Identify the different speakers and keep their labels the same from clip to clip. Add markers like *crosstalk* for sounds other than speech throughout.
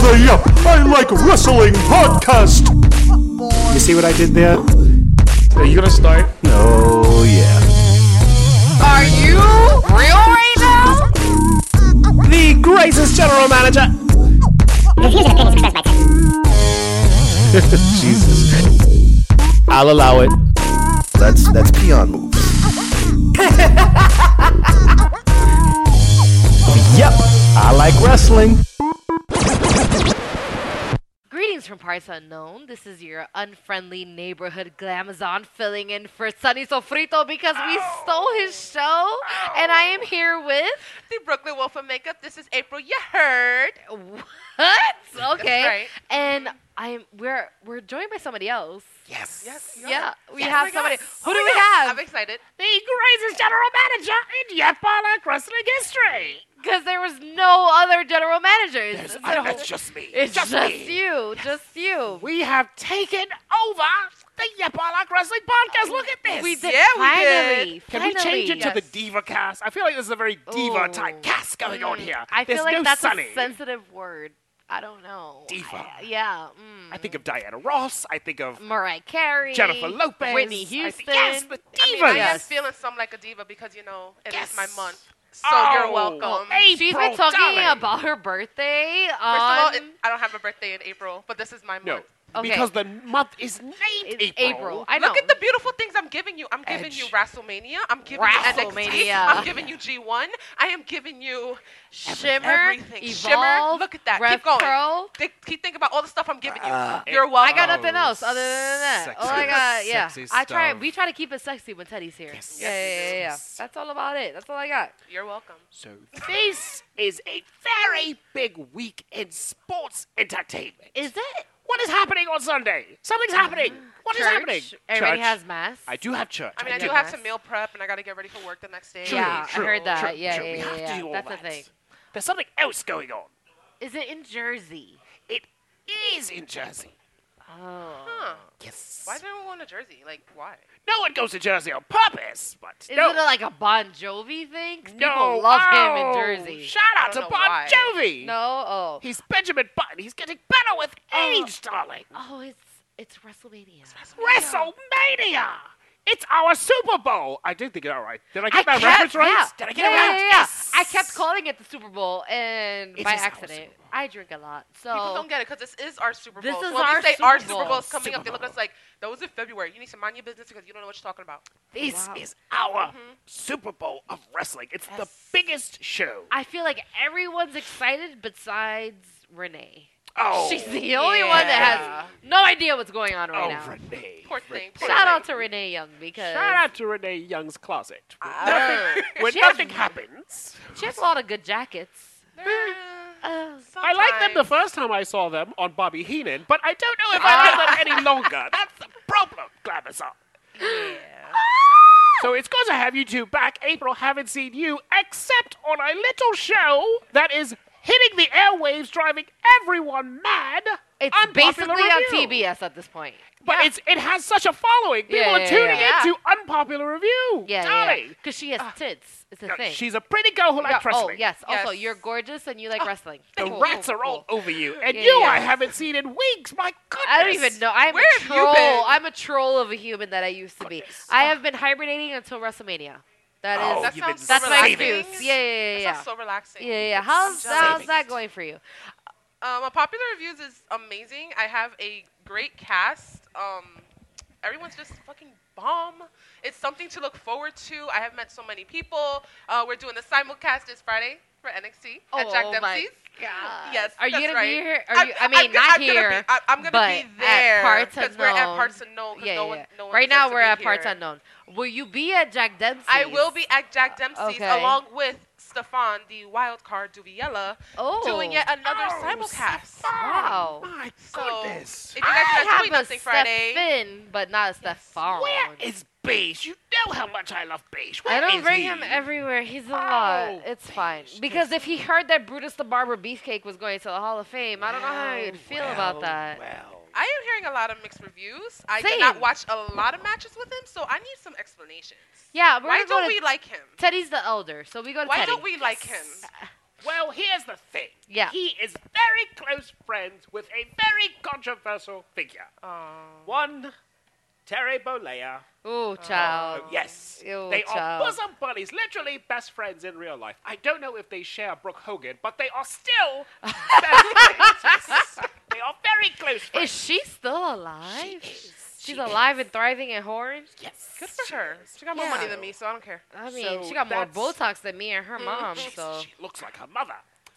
Speaker 1: Hurry up! I like wrestling podcast! You see what I did there?
Speaker 2: Are you gonna start?
Speaker 1: Oh, yeah.
Speaker 3: Are you real right now?
Speaker 1: The greatest general manager!
Speaker 4: Refusing opinions expressed by text.
Speaker 1: *laughs* Jesus. I'll allow it.
Speaker 5: That's that's peon moves.
Speaker 1: *laughs* Yep, I like wrestling.
Speaker 6: Greetings from parts unknown. This is your unfriendly neighborhood glamazon filling in for Sunny Sofrito because we stole his show, and I am here with
Speaker 7: the Brooklyn Wolf of Makeup. This is April. You heard. *laughs*
Speaker 6: what? Okay,
Speaker 7: right.
Speaker 6: and I'm we're we're joined by somebody else.
Speaker 7: Yes. Yes.
Speaker 6: Yeah, we have somebody. Who do
Speaker 7: my
Speaker 6: we
Speaker 7: God.
Speaker 6: have?
Speaker 7: I'm excited.
Speaker 6: Because there was no other general managers. So
Speaker 8: It's just me.
Speaker 6: it's just,
Speaker 8: me.
Speaker 6: you, just you.
Speaker 8: We have taken over the Yapalak Wrestling Podcast. Look at this.
Speaker 6: We did
Speaker 7: Yeah, we
Speaker 6: finally.
Speaker 7: did.
Speaker 8: Can we change it
Speaker 6: finally.
Speaker 8: to the Diva cast? I feel like there's a very Diva
Speaker 6: Ooh.
Speaker 8: type cast going on
Speaker 6: Mm,
Speaker 8: here.
Speaker 6: I
Speaker 8: There's
Speaker 6: feel like
Speaker 8: no
Speaker 6: that's
Speaker 8: Sunny.
Speaker 6: a sensitive word. I don't know.
Speaker 8: Diva.
Speaker 6: I- yeah. Mm.
Speaker 8: I think of Diana Ross. I think of
Speaker 6: Mariah Carey,
Speaker 8: Jennifer Lopez.
Speaker 6: Whitney
Speaker 8: I
Speaker 6: Houston.
Speaker 8: think- yes, the
Speaker 7: I mean,
Speaker 8: Divas.
Speaker 7: I am
Speaker 6: Yes.
Speaker 7: feeling some like a diva because you know it is
Speaker 8: Yes.
Speaker 7: my month. So
Speaker 8: Oh.
Speaker 7: you're welcome.
Speaker 8: Hey,
Speaker 6: She's been
Speaker 8: April,
Speaker 6: talking
Speaker 8: darling.
Speaker 6: about her birthday
Speaker 7: First of all,
Speaker 6: on
Speaker 7: it, I don't have a birthday in April, but this is my
Speaker 8: no,
Speaker 7: month.
Speaker 6: Okay.
Speaker 8: because the month is named
Speaker 6: It's
Speaker 8: April.
Speaker 6: I know.
Speaker 7: Look at the beautiful things I'm giving you. I'm giving you
Speaker 8: Edge.
Speaker 7: WrestleMania. I'm giving you NXT.
Speaker 6: WrestleMania.
Speaker 7: I'm giving you G1. I am giving you
Speaker 6: Shimmer,
Speaker 7: everything. Shimmer.
Speaker 6: Evolve,
Speaker 7: Look at that.
Speaker 6: Rev
Speaker 7: Keep going.
Speaker 6: Pro.
Speaker 7: Think, keep thinking about all the stuff I'm giving you.
Speaker 8: Ah.
Speaker 7: You're welcome.
Speaker 6: I got nothing else other than that. Oh my
Speaker 2: sexy.
Speaker 6: god, yeah.
Speaker 2: Sexy
Speaker 6: I try.
Speaker 2: stuff.
Speaker 6: We try to keep it sexy when Teddy's here.
Speaker 8: Yes.
Speaker 6: Yeah, yeah, yeah, yeah, yeah.
Speaker 8: Yes.
Speaker 6: That's all about it. That's all I got.
Speaker 7: You're welcome.
Speaker 8: So this is a very big week in sports entertainment.
Speaker 6: Is that
Speaker 8: What is happening on Sunday? Something's happening. What is
Speaker 6: Uh-huh. church?
Speaker 8: happening?
Speaker 6: Everybody
Speaker 8: Church.
Speaker 6: has mass.
Speaker 8: I do have church.
Speaker 7: I mean, I
Speaker 6: Yeah,
Speaker 7: do have
Speaker 6: nice.
Speaker 7: some meal prep, and I got to get ready for work the next day.
Speaker 8: True,
Speaker 6: Yeah, I
Speaker 8: true,
Speaker 6: heard that.
Speaker 8: True,
Speaker 6: Yeah,
Speaker 8: true.
Speaker 6: yeah,
Speaker 8: we have
Speaker 6: yeah,
Speaker 8: to
Speaker 6: yeah.
Speaker 8: do all
Speaker 6: That's the
Speaker 8: that.
Speaker 6: thing.
Speaker 8: There's something else going on.
Speaker 6: Is it in Jersey?
Speaker 8: It is in Jersey.
Speaker 6: Oh.
Speaker 7: Huh.
Speaker 8: Yes.
Speaker 7: Why didn't we go to Jersey? Like, why?
Speaker 8: No one goes to Jersey on purpose, but
Speaker 6: Isn't
Speaker 8: no,
Speaker 6: it like a Bon Jovi thing? 'Cause
Speaker 8: no.
Speaker 6: People love him
Speaker 8: oh,
Speaker 6: in Jersey.
Speaker 8: Shout out
Speaker 7: I
Speaker 8: to
Speaker 7: don't
Speaker 8: Bon
Speaker 7: know why.
Speaker 8: Jovi.
Speaker 6: no. Oh.
Speaker 8: He's Benjamin Button. He's getting better with
Speaker 6: Oh.
Speaker 8: age, darling.
Speaker 6: Oh, it's it's WrestleMania.
Speaker 8: WrestleMania. It's our Super Bowl. I did think it all right. Did I get that
Speaker 6: kept-
Speaker 8: reference right?
Speaker 6: yeah.
Speaker 8: Did I get
Speaker 6: yeah,
Speaker 8: it
Speaker 6: yeah,
Speaker 8: right?
Speaker 6: yeah, yeah.
Speaker 8: Yes.
Speaker 6: I kept calling it the Super Bowl, and
Speaker 8: It
Speaker 6: by
Speaker 8: is our
Speaker 6: accident,
Speaker 8: Super
Speaker 6: I drink a lot,
Speaker 7: People
Speaker 6: so
Speaker 7: don't get it because this is our Super
Speaker 6: This
Speaker 7: Bowl.
Speaker 6: is
Speaker 7: when
Speaker 6: our
Speaker 7: we say our
Speaker 6: Super
Speaker 7: Super
Speaker 6: Bowl.
Speaker 7: Bowl is coming
Speaker 8: Super
Speaker 7: up, they look at us like, that was in February. You need to mind your business because you don't know what you're talking about.
Speaker 8: This
Speaker 6: Wow. Mm-hmm.
Speaker 8: is our Super Bowl of wrestling. It's the biggest show.
Speaker 6: I feel like everyone's excited besides Renee.
Speaker 8: Oh,
Speaker 6: She's the only one that has no idea what's going on right
Speaker 8: oh,
Speaker 6: now.
Speaker 8: Renee.
Speaker 7: Poor thing. Poor
Speaker 6: Shout
Speaker 7: thing.
Speaker 6: out to Renee Young because
Speaker 8: Shout out to Renee Young's closet. When
Speaker 6: uh,
Speaker 8: nothing, when
Speaker 6: she has-
Speaker 8: nothing happens.
Speaker 6: she has a lot of good jackets.
Speaker 7: Eh,
Speaker 6: Uh,
Speaker 8: I liked them the
Speaker 7: sometimes.
Speaker 8: first time I saw them on Bobby Heenan, but I don't know if I
Speaker 6: *laughs*
Speaker 8: like them any longer. That's the problem, Glamazon. So it's good to have you two back. April, haven't seen you except on a little show that is hitting the airwaves, driving everyone mad.
Speaker 6: it's
Speaker 8: Unpopular
Speaker 6: basically on
Speaker 8: Review.
Speaker 6: TBS at this point.
Speaker 8: But it's it has such a following. People
Speaker 6: Yeah,
Speaker 8: are
Speaker 6: yeah,
Speaker 8: tuning
Speaker 6: yeah.
Speaker 8: into unpopular review.
Speaker 6: Yeah, yeah,
Speaker 8: darling.
Speaker 6: because she has
Speaker 7: Ah.
Speaker 6: tits. It's a thing.
Speaker 8: She's a pretty girl who
Speaker 6: Yeah,
Speaker 8: likes
Speaker 6: oh
Speaker 8: wrestling.
Speaker 6: yes. Also,
Speaker 7: Yes. Ah,
Speaker 6: you're gorgeous and you like wrestling.
Speaker 8: The
Speaker 6: Cool,
Speaker 8: rats
Speaker 6: cool,
Speaker 8: are all
Speaker 6: cool.
Speaker 8: over you, and
Speaker 6: Yeah,
Speaker 8: you
Speaker 6: yeah.
Speaker 8: I haven't seen in weeks. My goodness.
Speaker 6: I don't even know. I'm
Speaker 7: Where
Speaker 6: a
Speaker 7: have you
Speaker 6: troll.
Speaker 7: been?
Speaker 6: I'm a troll of a human that I used to be.
Speaker 8: Goodness.
Speaker 6: I have been hibernating until WrestleMania. That is.
Speaker 8: Oh,
Speaker 7: That
Speaker 8: you've
Speaker 7: sounds
Speaker 8: been
Speaker 7: so
Speaker 6: that's my
Speaker 8: saving.
Speaker 7: relaxing.
Speaker 6: excuse. Yeah, yeah, yeah,
Speaker 7: That
Speaker 6: yeah.
Speaker 7: sounds so relaxing.
Speaker 6: yeah, yeah, yeah. How's,
Speaker 7: Saving
Speaker 6: how's that
Speaker 8: it.
Speaker 6: going for you?
Speaker 7: Um, a popular reviews is amazing. I have a great cast. Um, everyone's just fucking bomb. It's something to look forward to. I have met so many people. Uh, we're doing the simulcast this Friday for NXT at Jack Dempsey's.
Speaker 6: Oh my god.
Speaker 7: Yes,
Speaker 6: Are you
Speaker 7: that's
Speaker 6: gonna
Speaker 7: right.
Speaker 6: be here? Are
Speaker 7: I'm-
Speaker 6: you, I mean,
Speaker 7: I'm, go-
Speaker 6: not
Speaker 7: I'm
Speaker 6: here.
Speaker 7: Gonna be, I, am gonna
Speaker 6: but
Speaker 7: be there
Speaker 6: at parts unknown.
Speaker 7: because we're at parts unknown. 'cause
Speaker 6: Yeah,
Speaker 7: no
Speaker 6: yeah,
Speaker 7: one,
Speaker 6: yeah.
Speaker 7: no one
Speaker 6: right now
Speaker 7: deserves to
Speaker 6: we're
Speaker 7: be
Speaker 6: at parts
Speaker 7: here.
Speaker 6: unknown. Will you be at Jack Dempsey's?
Speaker 7: I will be at Jack Dempsey's
Speaker 6: okay.
Speaker 7: along with Stefan, the wild card Duviella,
Speaker 6: Oh.
Speaker 7: doing yet another simulcast.
Speaker 6: Wow.
Speaker 8: Oh, My
Speaker 7: So
Speaker 8: goodness.
Speaker 7: if
Speaker 8: Ah,
Speaker 7: you guys
Speaker 6: I
Speaker 7: are not
Speaker 6: have
Speaker 7: doing
Speaker 6: a
Speaker 7: nothing Friday,
Speaker 6: Stefan, but not a Stefan.
Speaker 8: Where is Beige? You know how much I love Beige. Where
Speaker 6: I don't
Speaker 8: is
Speaker 6: bring
Speaker 8: he?
Speaker 6: him everywhere. He's a lot.
Speaker 8: Oh,
Speaker 6: It's fine. Because if he heard that Brutus the Barber Beefcake was going to the Hall of Fame, I don't know how he'd feel about
Speaker 8: Well,
Speaker 6: that.
Speaker 8: Well,
Speaker 7: I am hearing a lot of mixed reviews. I
Speaker 6: Same.
Speaker 7: did not watch a lot of matches with him, so I need some explanations.
Speaker 6: Yeah, we're
Speaker 7: Why
Speaker 6: gonna go
Speaker 7: don't
Speaker 6: to
Speaker 7: we like him?
Speaker 6: Teddy's the elder, so we go to
Speaker 7: Why
Speaker 6: Teddy.
Speaker 7: don't we like him?
Speaker 8: Well, here's the thing.
Speaker 6: Yeah.
Speaker 8: He is very close friends with a very controversial figure. One, Terry Bollea. Oh,
Speaker 6: Ooh, child.
Speaker 8: Yes.
Speaker 6: Um, Ew,
Speaker 8: they
Speaker 6: child.
Speaker 8: are bosom buddies, literally best friends in real life. I don't know if they share Brooke Hogan, but they are still
Speaker 6: *laughs*
Speaker 8: best friends. They are very close
Speaker 6: Is
Speaker 8: friends.
Speaker 6: she still alive? She's alive and thriving and whoring.
Speaker 7: Good for her. She got more
Speaker 6: Yeah.
Speaker 7: money than me, so I don't care.
Speaker 6: I mean,
Speaker 8: So
Speaker 6: she got more
Speaker 8: that's- Mm,
Speaker 6: Botox than me and her mom. So
Speaker 8: She looks like her mother.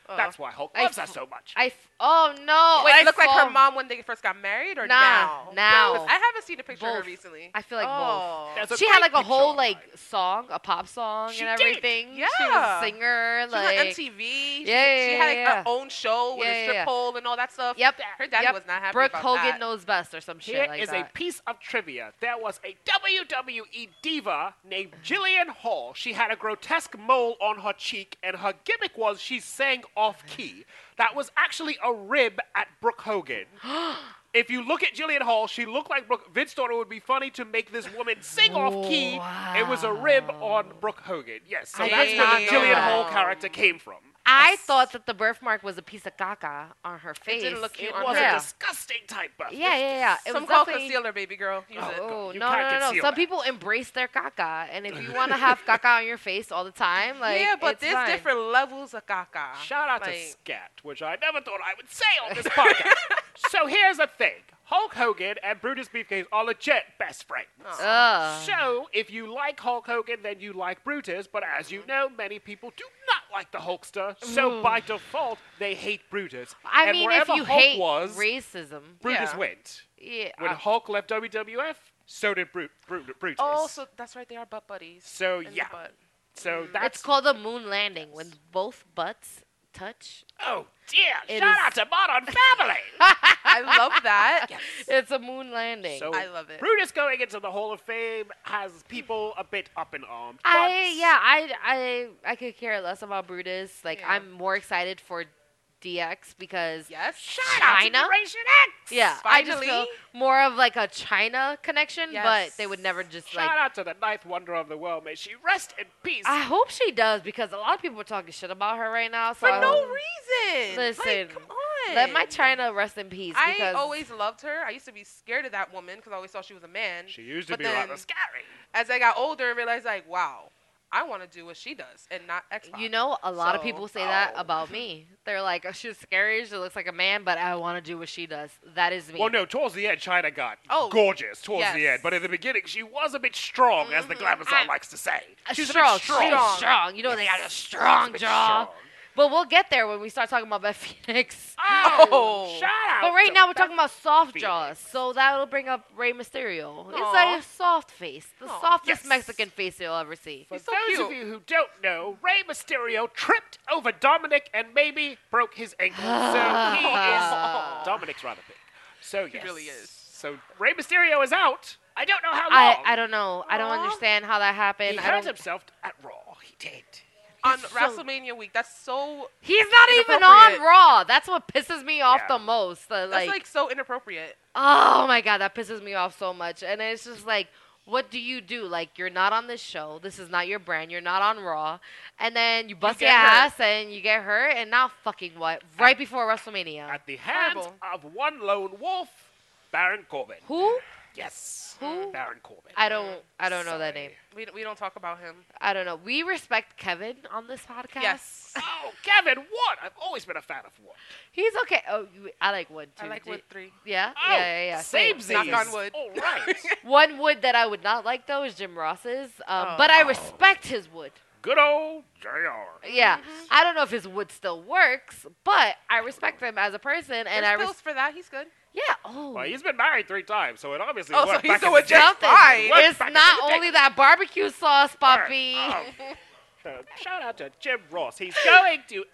Speaker 8: That's why Hulk
Speaker 6: Oh. I
Speaker 8: loves her
Speaker 6: f-
Speaker 8: so much.
Speaker 6: I. F- oh no!
Speaker 7: Wait,
Speaker 6: I
Speaker 7: it looked like her
Speaker 6: saw-
Speaker 7: mom when they first got married, or
Speaker 6: Nah,
Speaker 7: now?
Speaker 6: now.
Speaker 7: 'Cause I haven't seen a picture of
Speaker 6: Both.
Speaker 7: her recently.
Speaker 6: I feel like
Speaker 7: oh.
Speaker 8: There's a
Speaker 6: both. She had
Speaker 8: great
Speaker 6: like a
Speaker 8: picture
Speaker 6: whole
Speaker 8: online.
Speaker 6: like song, a pop song,
Speaker 8: She
Speaker 6: and
Speaker 8: did.
Speaker 6: everything. she was
Speaker 7: Yeah.
Speaker 6: a singer.
Speaker 7: She was on
Speaker 6: Like
Speaker 7: MTV. She,
Speaker 6: Yeah, yeah,
Speaker 7: she had like,
Speaker 6: yeah, yeah.
Speaker 7: her own show with
Speaker 6: Yeah,
Speaker 7: a
Speaker 6: yeah,
Speaker 7: strip
Speaker 6: yeah.
Speaker 7: pole and all that stuff.
Speaker 6: Yep.
Speaker 7: Her daddy
Speaker 6: yep.
Speaker 7: was not happy
Speaker 6: Brooke
Speaker 7: about
Speaker 6: Hogan
Speaker 7: that.
Speaker 6: knows best or some shit
Speaker 8: Here
Speaker 6: like
Speaker 8: is
Speaker 6: that.
Speaker 8: a piece of trivia. There was a WWE diva named Jillian Hall. She had a grotesque mole on her cheek, and her gimmick was she sang off key. That was actually a rib at
Speaker 6: *gasps*
Speaker 8: Brooke Hogan. if you look at Jillian Hall, she looked like Brooke. Vince thought it would be funny to make this woman sing off key. It was a rib on Brooke Hogan. Yes, so
Speaker 6: I
Speaker 8: that's
Speaker 6: did
Speaker 8: where the
Speaker 6: not know
Speaker 8: Jillian
Speaker 6: that.
Speaker 8: Hall character came from.
Speaker 6: I thought that the birthmark was a piece of caca on her face.
Speaker 7: didn't look cute
Speaker 8: It
Speaker 7: on
Speaker 8: was
Speaker 6: Yeah.
Speaker 8: a disgusting type of.
Speaker 6: Yeah, yeah, yeah. It
Speaker 7: Some
Speaker 6: was
Speaker 7: call
Speaker 6: definitely-
Speaker 7: concealer, baby girl. Use it.
Speaker 6: Oh,
Speaker 8: You
Speaker 6: no,
Speaker 8: can't
Speaker 6: no, no, no.
Speaker 8: conceal
Speaker 6: Some
Speaker 8: that.
Speaker 6: people embrace their caca, and if you want to have caca on your face all the time, like
Speaker 7: yeah, but
Speaker 6: it's
Speaker 7: there's
Speaker 6: fine.
Speaker 7: different levels of caca.
Speaker 8: Shout out
Speaker 7: like,
Speaker 8: to Scat, which I never thought I would say on this
Speaker 6: *laughs*
Speaker 8: podcast. so here's the thing Hulk Hogan and Brutus Beefcake are legit best friends.
Speaker 6: Ugh.
Speaker 8: So if you like Hulk Hogan, then you like Brutus, but as you know, many people do not like the Hulkster, so by default, they hate Brutus.
Speaker 6: I
Speaker 8: and
Speaker 6: mean, if
Speaker 8: wherever
Speaker 6: you
Speaker 8: Hulk
Speaker 6: hate
Speaker 8: was,
Speaker 6: racism,
Speaker 8: Brutus
Speaker 7: yeah.
Speaker 8: went.
Speaker 6: yeah,
Speaker 8: When
Speaker 6: uh,
Speaker 8: Hulk left WWF, so did Bru- Bru- Brutus.
Speaker 7: Oh, so that's right. They are butt buddies.
Speaker 8: So,
Speaker 7: In the
Speaker 8: yeah.
Speaker 7: butt.
Speaker 8: So
Speaker 6: Mm. it's
Speaker 8: that's
Speaker 6: called a moon landing when both butts touch.
Speaker 8: oh dear!
Speaker 6: It
Speaker 8: Shout
Speaker 6: is-
Speaker 8: out to Modern Family.
Speaker 6: *laughs*
Speaker 7: I love
Speaker 8: *laughs*
Speaker 7: that.
Speaker 6: It's a moon landing.
Speaker 8: So
Speaker 7: I love it.
Speaker 8: Brutus going into the Hall of Fame has people a bit up in arms.
Speaker 6: I yeah, I I I could care less about Brutus. Like
Speaker 7: Yeah.
Speaker 6: I'm more excited for DX because
Speaker 7: Yes.
Speaker 6: China.
Speaker 8: Generation X.
Speaker 6: Yeah, I just feel
Speaker 7: Finally.
Speaker 6: more of like a China connection, but they would never just
Speaker 8: Shout
Speaker 6: like. Ah,
Speaker 8: out to the ninth wonder of the world. May she rest in peace.
Speaker 6: I hope she does because a lot of people are talking shit about her right now. So
Speaker 7: For
Speaker 6: I
Speaker 7: no
Speaker 6: hope-
Speaker 7: reason.
Speaker 6: Listen,
Speaker 7: Like, come on.
Speaker 6: let my China rest in peace.
Speaker 7: I
Speaker 6: because
Speaker 7: always loved her. I used to be scared of that woman because I always thought she was a man.
Speaker 8: she used to
Speaker 7: but
Speaker 8: be
Speaker 7: then,
Speaker 8: rather scary.
Speaker 7: As I got older and realized, like, wow, I want to do what she does and not X.
Speaker 6: You know, a lot of
Speaker 7: So-
Speaker 6: people say that
Speaker 7: oh.
Speaker 6: about me.
Speaker 8: um,
Speaker 6: They're like, oh, she's scary. She looks like a man, but I want to do what she does. That is me.
Speaker 8: Well, no, towards the end, China got
Speaker 7: Oh,
Speaker 8: gorgeous towards the
Speaker 7: yes.
Speaker 8: end. But in the beginning, she was a bit strong, as the Glamazon likes to say.
Speaker 6: Uh,
Speaker 8: She's
Speaker 6: strong,
Speaker 8: a bit strong.
Speaker 6: She's strong. You know, they got a strong
Speaker 8: bit
Speaker 6: jaw.
Speaker 8: strong.
Speaker 6: But we'll get there when we start talking about Beth Phoenix.
Speaker 8: Oh, shout out.
Speaker 6: But right
Speaker 8: to
Speaker 6: now we're
Speaker 8: Beth
Speaker 6: talking about soft
Speaker 8: Phoenix.
Speaker 6: jaws, so that'll bring up Rey Mysterio. It's
Speaker 7: Aw.
Speaker 6: like a soft face, the
Speaker 7: Aw.
Speaker 6: softest
Speaker 8: Yes.
Speaker 6: Mexican face you'll ever see.
Speaker 8: For
Speaker 7: He's so
Speaker 8: those
Speaker 7: cute.
Speaker 8: of you who don't know, Rey Mysterio tripped over Dominic and maybe broke his
Speaker 6: *laughs*
Speaker 8: ankle. so
Speaker 7: *laughs*
Speaker 8: he is Dominic's rather big. So yes.
Speaker 7: really is.
Speaker 8: So Rey Mysterio is out. I don't know how long.
Speaker 6: I, I don't know. I don't
Speaker 7: Aw.
Speaker 6: understand how that happened.
Speaker 8: He
Speaker 6: I
Speaker 8: hurt
Speaker 6: don't-
Speaker 8: himself at Raw. He did.
Speaker 7: on
Speaker 6: so-
Speaker 7: WrestleMania week. That's so.
Speaker 6: He's not even on
Speaker 7: Inappropriate.
Speaker 6: Raw. That's what pisses me off
Speaker 8: Yeah.
Speaker 6: the most. The,
Speaker 7: That's
Speaker 6: like,
Speaker 7: like so inappropriate.
Speaker 6: oh my god, that pisses me off so much. And it's just like, what do you do? Like, you're not on this show. This is not your brand. You're not on Raw, and then you bust your
Speaker 7: get hurt.
Speaker 6: ass and you get hurt, and now fucking what? Right before WrestleMania.
Speaker 8: At the hands
Speaker 7: Horrible.
Speaker 8: of one lone wolf, Baron Corbin.
Speaker 6: Who?
Speaker 8: Yes.
Speaker 6: Who?
Speaker 8: Baron Corbin.
Speaker 6: I don't. I don't know that
Speaker 8: Sorry.
Speaker 6: name.
Speaker 7: We, we don't talk about him.
Speaker 6: I don't know. We respect Kevin on this podcast.
Speaker 7: Yes.
Speaker 8: Oh, Kevin Wood. I've always been a fan of Wood.
Speaker 6: He's okay. Oh, you- I like wood too.
Speaker 7: I like
Speaker 6: Do-
Speaker 7: with three.
Speaker 6: Yeah.
Speaker 8: Oh,
Speaker 6: yeah. Yeah. Yeah.
Speaker 8: Same
Speaker 7: Knock on wood.
Speaker 8: All right.
Speaker 6: *laughs* One wood that I would not like though is Jim Ross's, um,
Speaker 7: Oh.
Speaker 6: but I respect his wood.
Speaker 8: Good old JR.
Speaker 6: Yeah.
Speaker 7: Mm-hmm.
Speaker 6: I don't know if his wood still works, but I respect him as a person, and
Speaker 7: And
Speaker 6: I
Speaker 7: There's
Speaker 6: res-
Speaker 7: bills for that. He's good.
Speaker 6: yeah. Oh.
Speaker 8: Well, he's been married three times, so it obviously
Speaker 7: Oh, so
Speaker 8: worked
Speaker 7: he's
Speaker 8: back
Speaker 7: so
Speaker 8: in the day.
Speaker 7: adjust-
Speaker 6: Something.
Speaker 7: fine.
Speaker 8: Worked
Speaker 6: It's
Speaker 8: back in
Speaker 6: not
Speaker 8: the day.
Speaker 6: only that barbecue sauce, Poppy.
Speaker 8: Uh, shout out to Jim Ross. He's going to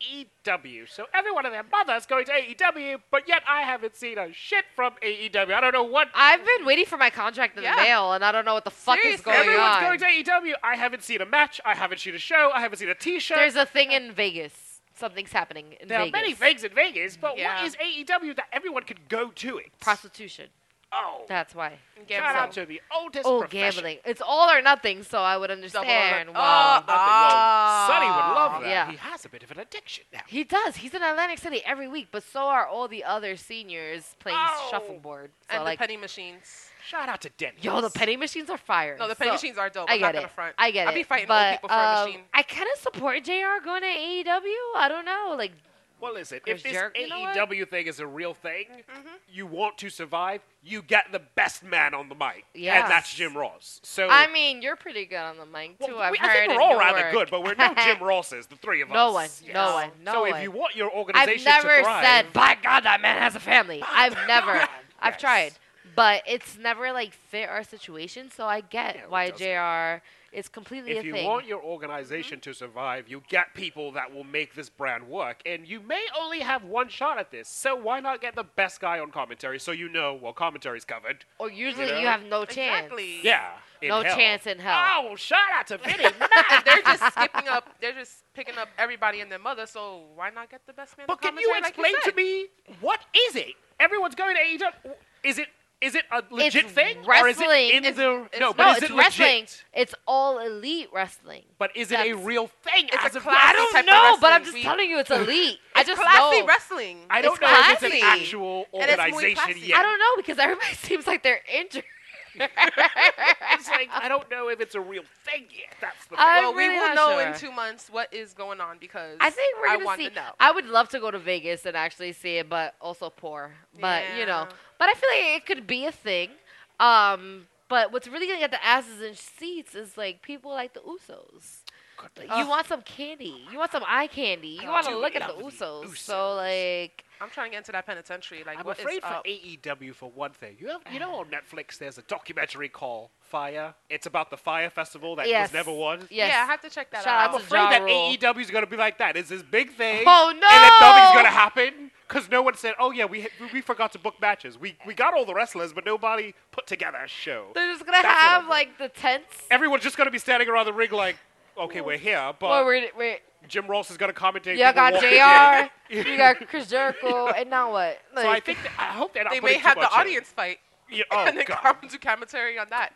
Speaker 8: AEW. So everyone and their mother is going to AEW, but yet I haven't seen a shit from AEW. I don't know what.
Speaker 6: I've been waiting for my contract in
Speaker 7: Yeah.
Speaker 6: the mail, and I don't know what the fuck is
Speaker 7: Seriously.
Speaker 6: going
Speaker 8: Everyone's
Speaker 6: on.
Speaker 8: going to AEW. I haven't seen a match. I haven't seen a show. I haven't seen a T-shirt.
Speaker 6: There's a thing in Vegas. Something's happening in
Speaker 8: there
Speaker 6: Vegas.
Speaker 8: are many things in Vegas, but
Speaker 7: Yeah.
Speaker 8: what is AEW that everyone can go to it?
Speaker 6: Prostitution.
Speaker 8: Oh.
Speaker 6: That's why.
Speaker 8: Shout out
Speaker 7: Gamzo.
Speaker 8: to the oldest
Speaker 6: Oh,
Speaker 8: profession.
Speaker 6: uh, gambling. It's all or nothing, so I would understand.
Speaker 7: nothing.
Speaker 6: why.
Speaker 7: Oh,
Speaker 8: Nothing wrong. Sonny would love that.
Speaker 6: Ah. yeah.
Speaker 8: He has a bit of an addiction now.
Speaker 6: He does. He's in Atlantic City every week, but so are all the other seniors playing
Speaker 8: Oh.
Speaker 6: shuffleboard. So
Speaker 7: And
Speaker 6: like,
Speaker 7: the penny machines.
Speaker 8: Shout out to Denny.
Speaker 6: yo, the penny machines are fire.
Speaker 7: No, the penny
Speaker 6: So-
Speaker 7: machines are dope.
Speaker 6: I
Speaker 7: I'm
Speaker 6: get
Speaker 7: not
Speaker 6: it.
Speaker 7: gonna front.
Speaker 6: I get it.
Speaker 7: I'd be fighting
Speaker 6: but,
Speaker 7: old people for a
Speaker 6: um,
Speaker 7: machine.
Speaker 6: I kind of support Jr. going to AEW. I don't know. Like,
Speaker 8: Well, listen,
Speaker 6: Chris
Speaker 8: if this
Speaker 6: Jericho- you know what? Mm-hmm.
Speaker 8: AEW thing is a real thing, you want to survive, you get the best man on the mic.
Speaker 6: Yes.
Speaker 8: And that's Jim Ross. So
Speaker 6: I mean, you're pretty good on the mic
Speaker 8: well,
Speaker 6: too. I've
Speaker 8: we- I
Speaker 6: heard
Speaker 8: think
Speaker 6: in
Speaker 8: we're all
Speaker 6: your
Speaker 8: rather
Speaker 6: work.
Speaker 8: good, but we're no
Speaker 6: *laughs*
Speaker 8: Jim Rosses, the three of us.
Speaker 6: No one,
Speaker 8: you
Speaker 6: no
Speaker 8: know?
Speaker 6: one, no
Speaker 8: so
Speaker 6: one.
Speaker 8: if you want your
Speaker 6: I've
Speaker 8: organization
Speaker 6: never
Speaker 8: to thrive,
Speaker 6: said, by God, that man has a family. I've never. I've
Speaker 8: Oh, Yes.
Speaker 6: tried. But it's never like fit our situation, so I get
Speaker 8: it
Speaker 6: why
Speaker 8: doesn't.
Speaker 6: JR is completely
Speaker 8: if
Speaker 6: a
Speaker 8: you
Speaker 6: thing. Mm-hmm.
Speaker 8: want your organization to survive, you get people that will make this brand work, and you may only have one shot at this. So why not get the best guy on commentary so you know, well, commentary's covered.
Speaker 6: or usually you,
Speaker 8: know?
Speaker 6: have no chance.
Speaker 7: Exactly.
Speaker 8: Yeah. in
Speaker 6: No
Speaker 8: hell.
Speaker 6: chance in hell.
Speaker 8: Oh, shout out to
Speaker 6: *laughs*
Speaker 8: Vinny.
Speaker 7: And they're just skipping up. They're just picking up everybody and their mother. So why not get the best man? on
Speaker 8: But can you
Speaker 7: commentary, like
Speaker 8: explain to
Speaker 7: said?
Speaker 8: me what is it? Everyone's going to AEW. Is it is it a legit thing? Or is
Speaker 6: wrestling.
Speaker 8: it in
Speaker 6: It's-
Speaker 8: the
Speaker 7: it's-
Speaker 8: no? But
Speaker 6: No,
Speaker 8: is
Speaker 6: it's
Speaker 8: it
Speaker 6: wrestling.
Speaker 8: legit?
Speaker 6: It's all elite wrestling.
Speaker 8: But is it a
Speaker 6: That's-
Speaker 8: real thing?
Speaker 7: It's a
Speaker 8: as of
Speaker 7: classy
Speaker 8: now?
Speaker 6: I don't
Speaker 7: type of
Speaker 6: know, but I'm
Speaker 7: wrestling
Speaker 6: just
Speaker 7: we-
Speaker 6: telling
Speaker 7: *laughs*
Speaker 6: you, it's elite. I just
Speaker 7: Classy
Speaker 6: know.
Speaker 7: wrestling.
Speaker 8: I don't
Speaker 6: It's
Speaker 8: know if it's an
Speaker 6: classy.
Speaker 8: actual
Speaker 7: And it's muy
Speaker 8: organization
Speaker 7: classy.
Speaker 8: yet.
Speaker 6: I don't know because everybody *laughs* seems like they're injured.
Speaker 8: *laughs* it's like I don't know if it's a real thing yet. That's the thing.
Speaker 6: I- I'm
Speaker 7: well,
Speaker 6: really
Speaker 7: we will
Speaker 6: not
Speaker 7: know in
Speaker 6: sure.
Speaker 7: two months what is going on because
Speaker 6: I think we're
Speaker 7: I
Speaker 6: gonna
Speaker 7: want
Speaker 6: see.
Speaker 7: to know.
Speaker 6: I would love to go to Vegas and actually see it, but also poor. But you know,
Speaker 7: Yeah.
Speaker 6: but I feel like it could be a thing. Um, but what's really gonna get the asses in seats is like people like the Usos. Like, you want some candy. You want some eye candy. You want to
Speaker 8: do
Speaker 6: look at
Speaker 8: Oh, love
Speaker 6: the
Speaker 8: the
Speaker 6: Usos. So like,
Speaker 7: I'm trying to get into that penitentiary. Like,
Speaker 8: I'm
Speaker 7: what is
Speaker 8: afraid for
Speaker 7: up?
Speaker 8: AEW for one thing. You, have, you know on Netflix there's a documentary called Fire. It's about the Fire Festival that
Speaker 6: Yes.
Speaker 8: was never won.
Speaker 6: yes.
Speaker 7: Yeah, I have to check that
Speaker 6: Shout
Speaker 7: out.
Speaker 6: out
Speaker 8: I'm
Speaker 6: to
Speaker 8: afraid
Speaker 6: Ja
Speaker 8: that
Speaker 6: Rule.
Speaker 8: AEW is going to be like that. It's this big thing.
Speaker 6: Oh,
Speaker 8: And then nothing's
Speaker 6: no!
Speaker 8: going to happen because no one said, "Oh yeah, we we- we forgot to book matches. We we got all the wrestlers, but nobody put together a show.
Speaker 6: They're just gonna
Speaker 8: That's what I
Speaker 6: have
Speaker 8: want.
Speaker 6: like the tents.
Speaker 8: Everyone's just going to be standing around the ring like, okay, we're here, but
Speaker 6: Or we're, we're,
Speaker 8: Jim Ross is going to commentate.
Speaker 6: you
Speaker 8: people
Speaker 6: got
Speaker 8: walking in."
Speaker 6: Jr. you got Chris Jericho, and now what?
Speaker 8: So I
Speaker 6: Like,
Speaker 8: think that, I hope they're not
Speaker 7: They
Speaker 8: putting
Speaker 7: may
Speaker 8: too
Speaker 7: have the
Speaker 8: much in.
Speaker 7: audience fight
Speaker 8: Yeah,
Speaker 7: *laughs* and
Speaker 8: oh
Speaker 7: then
Speaker 8: god.
Speaker 7: come do commentary on that.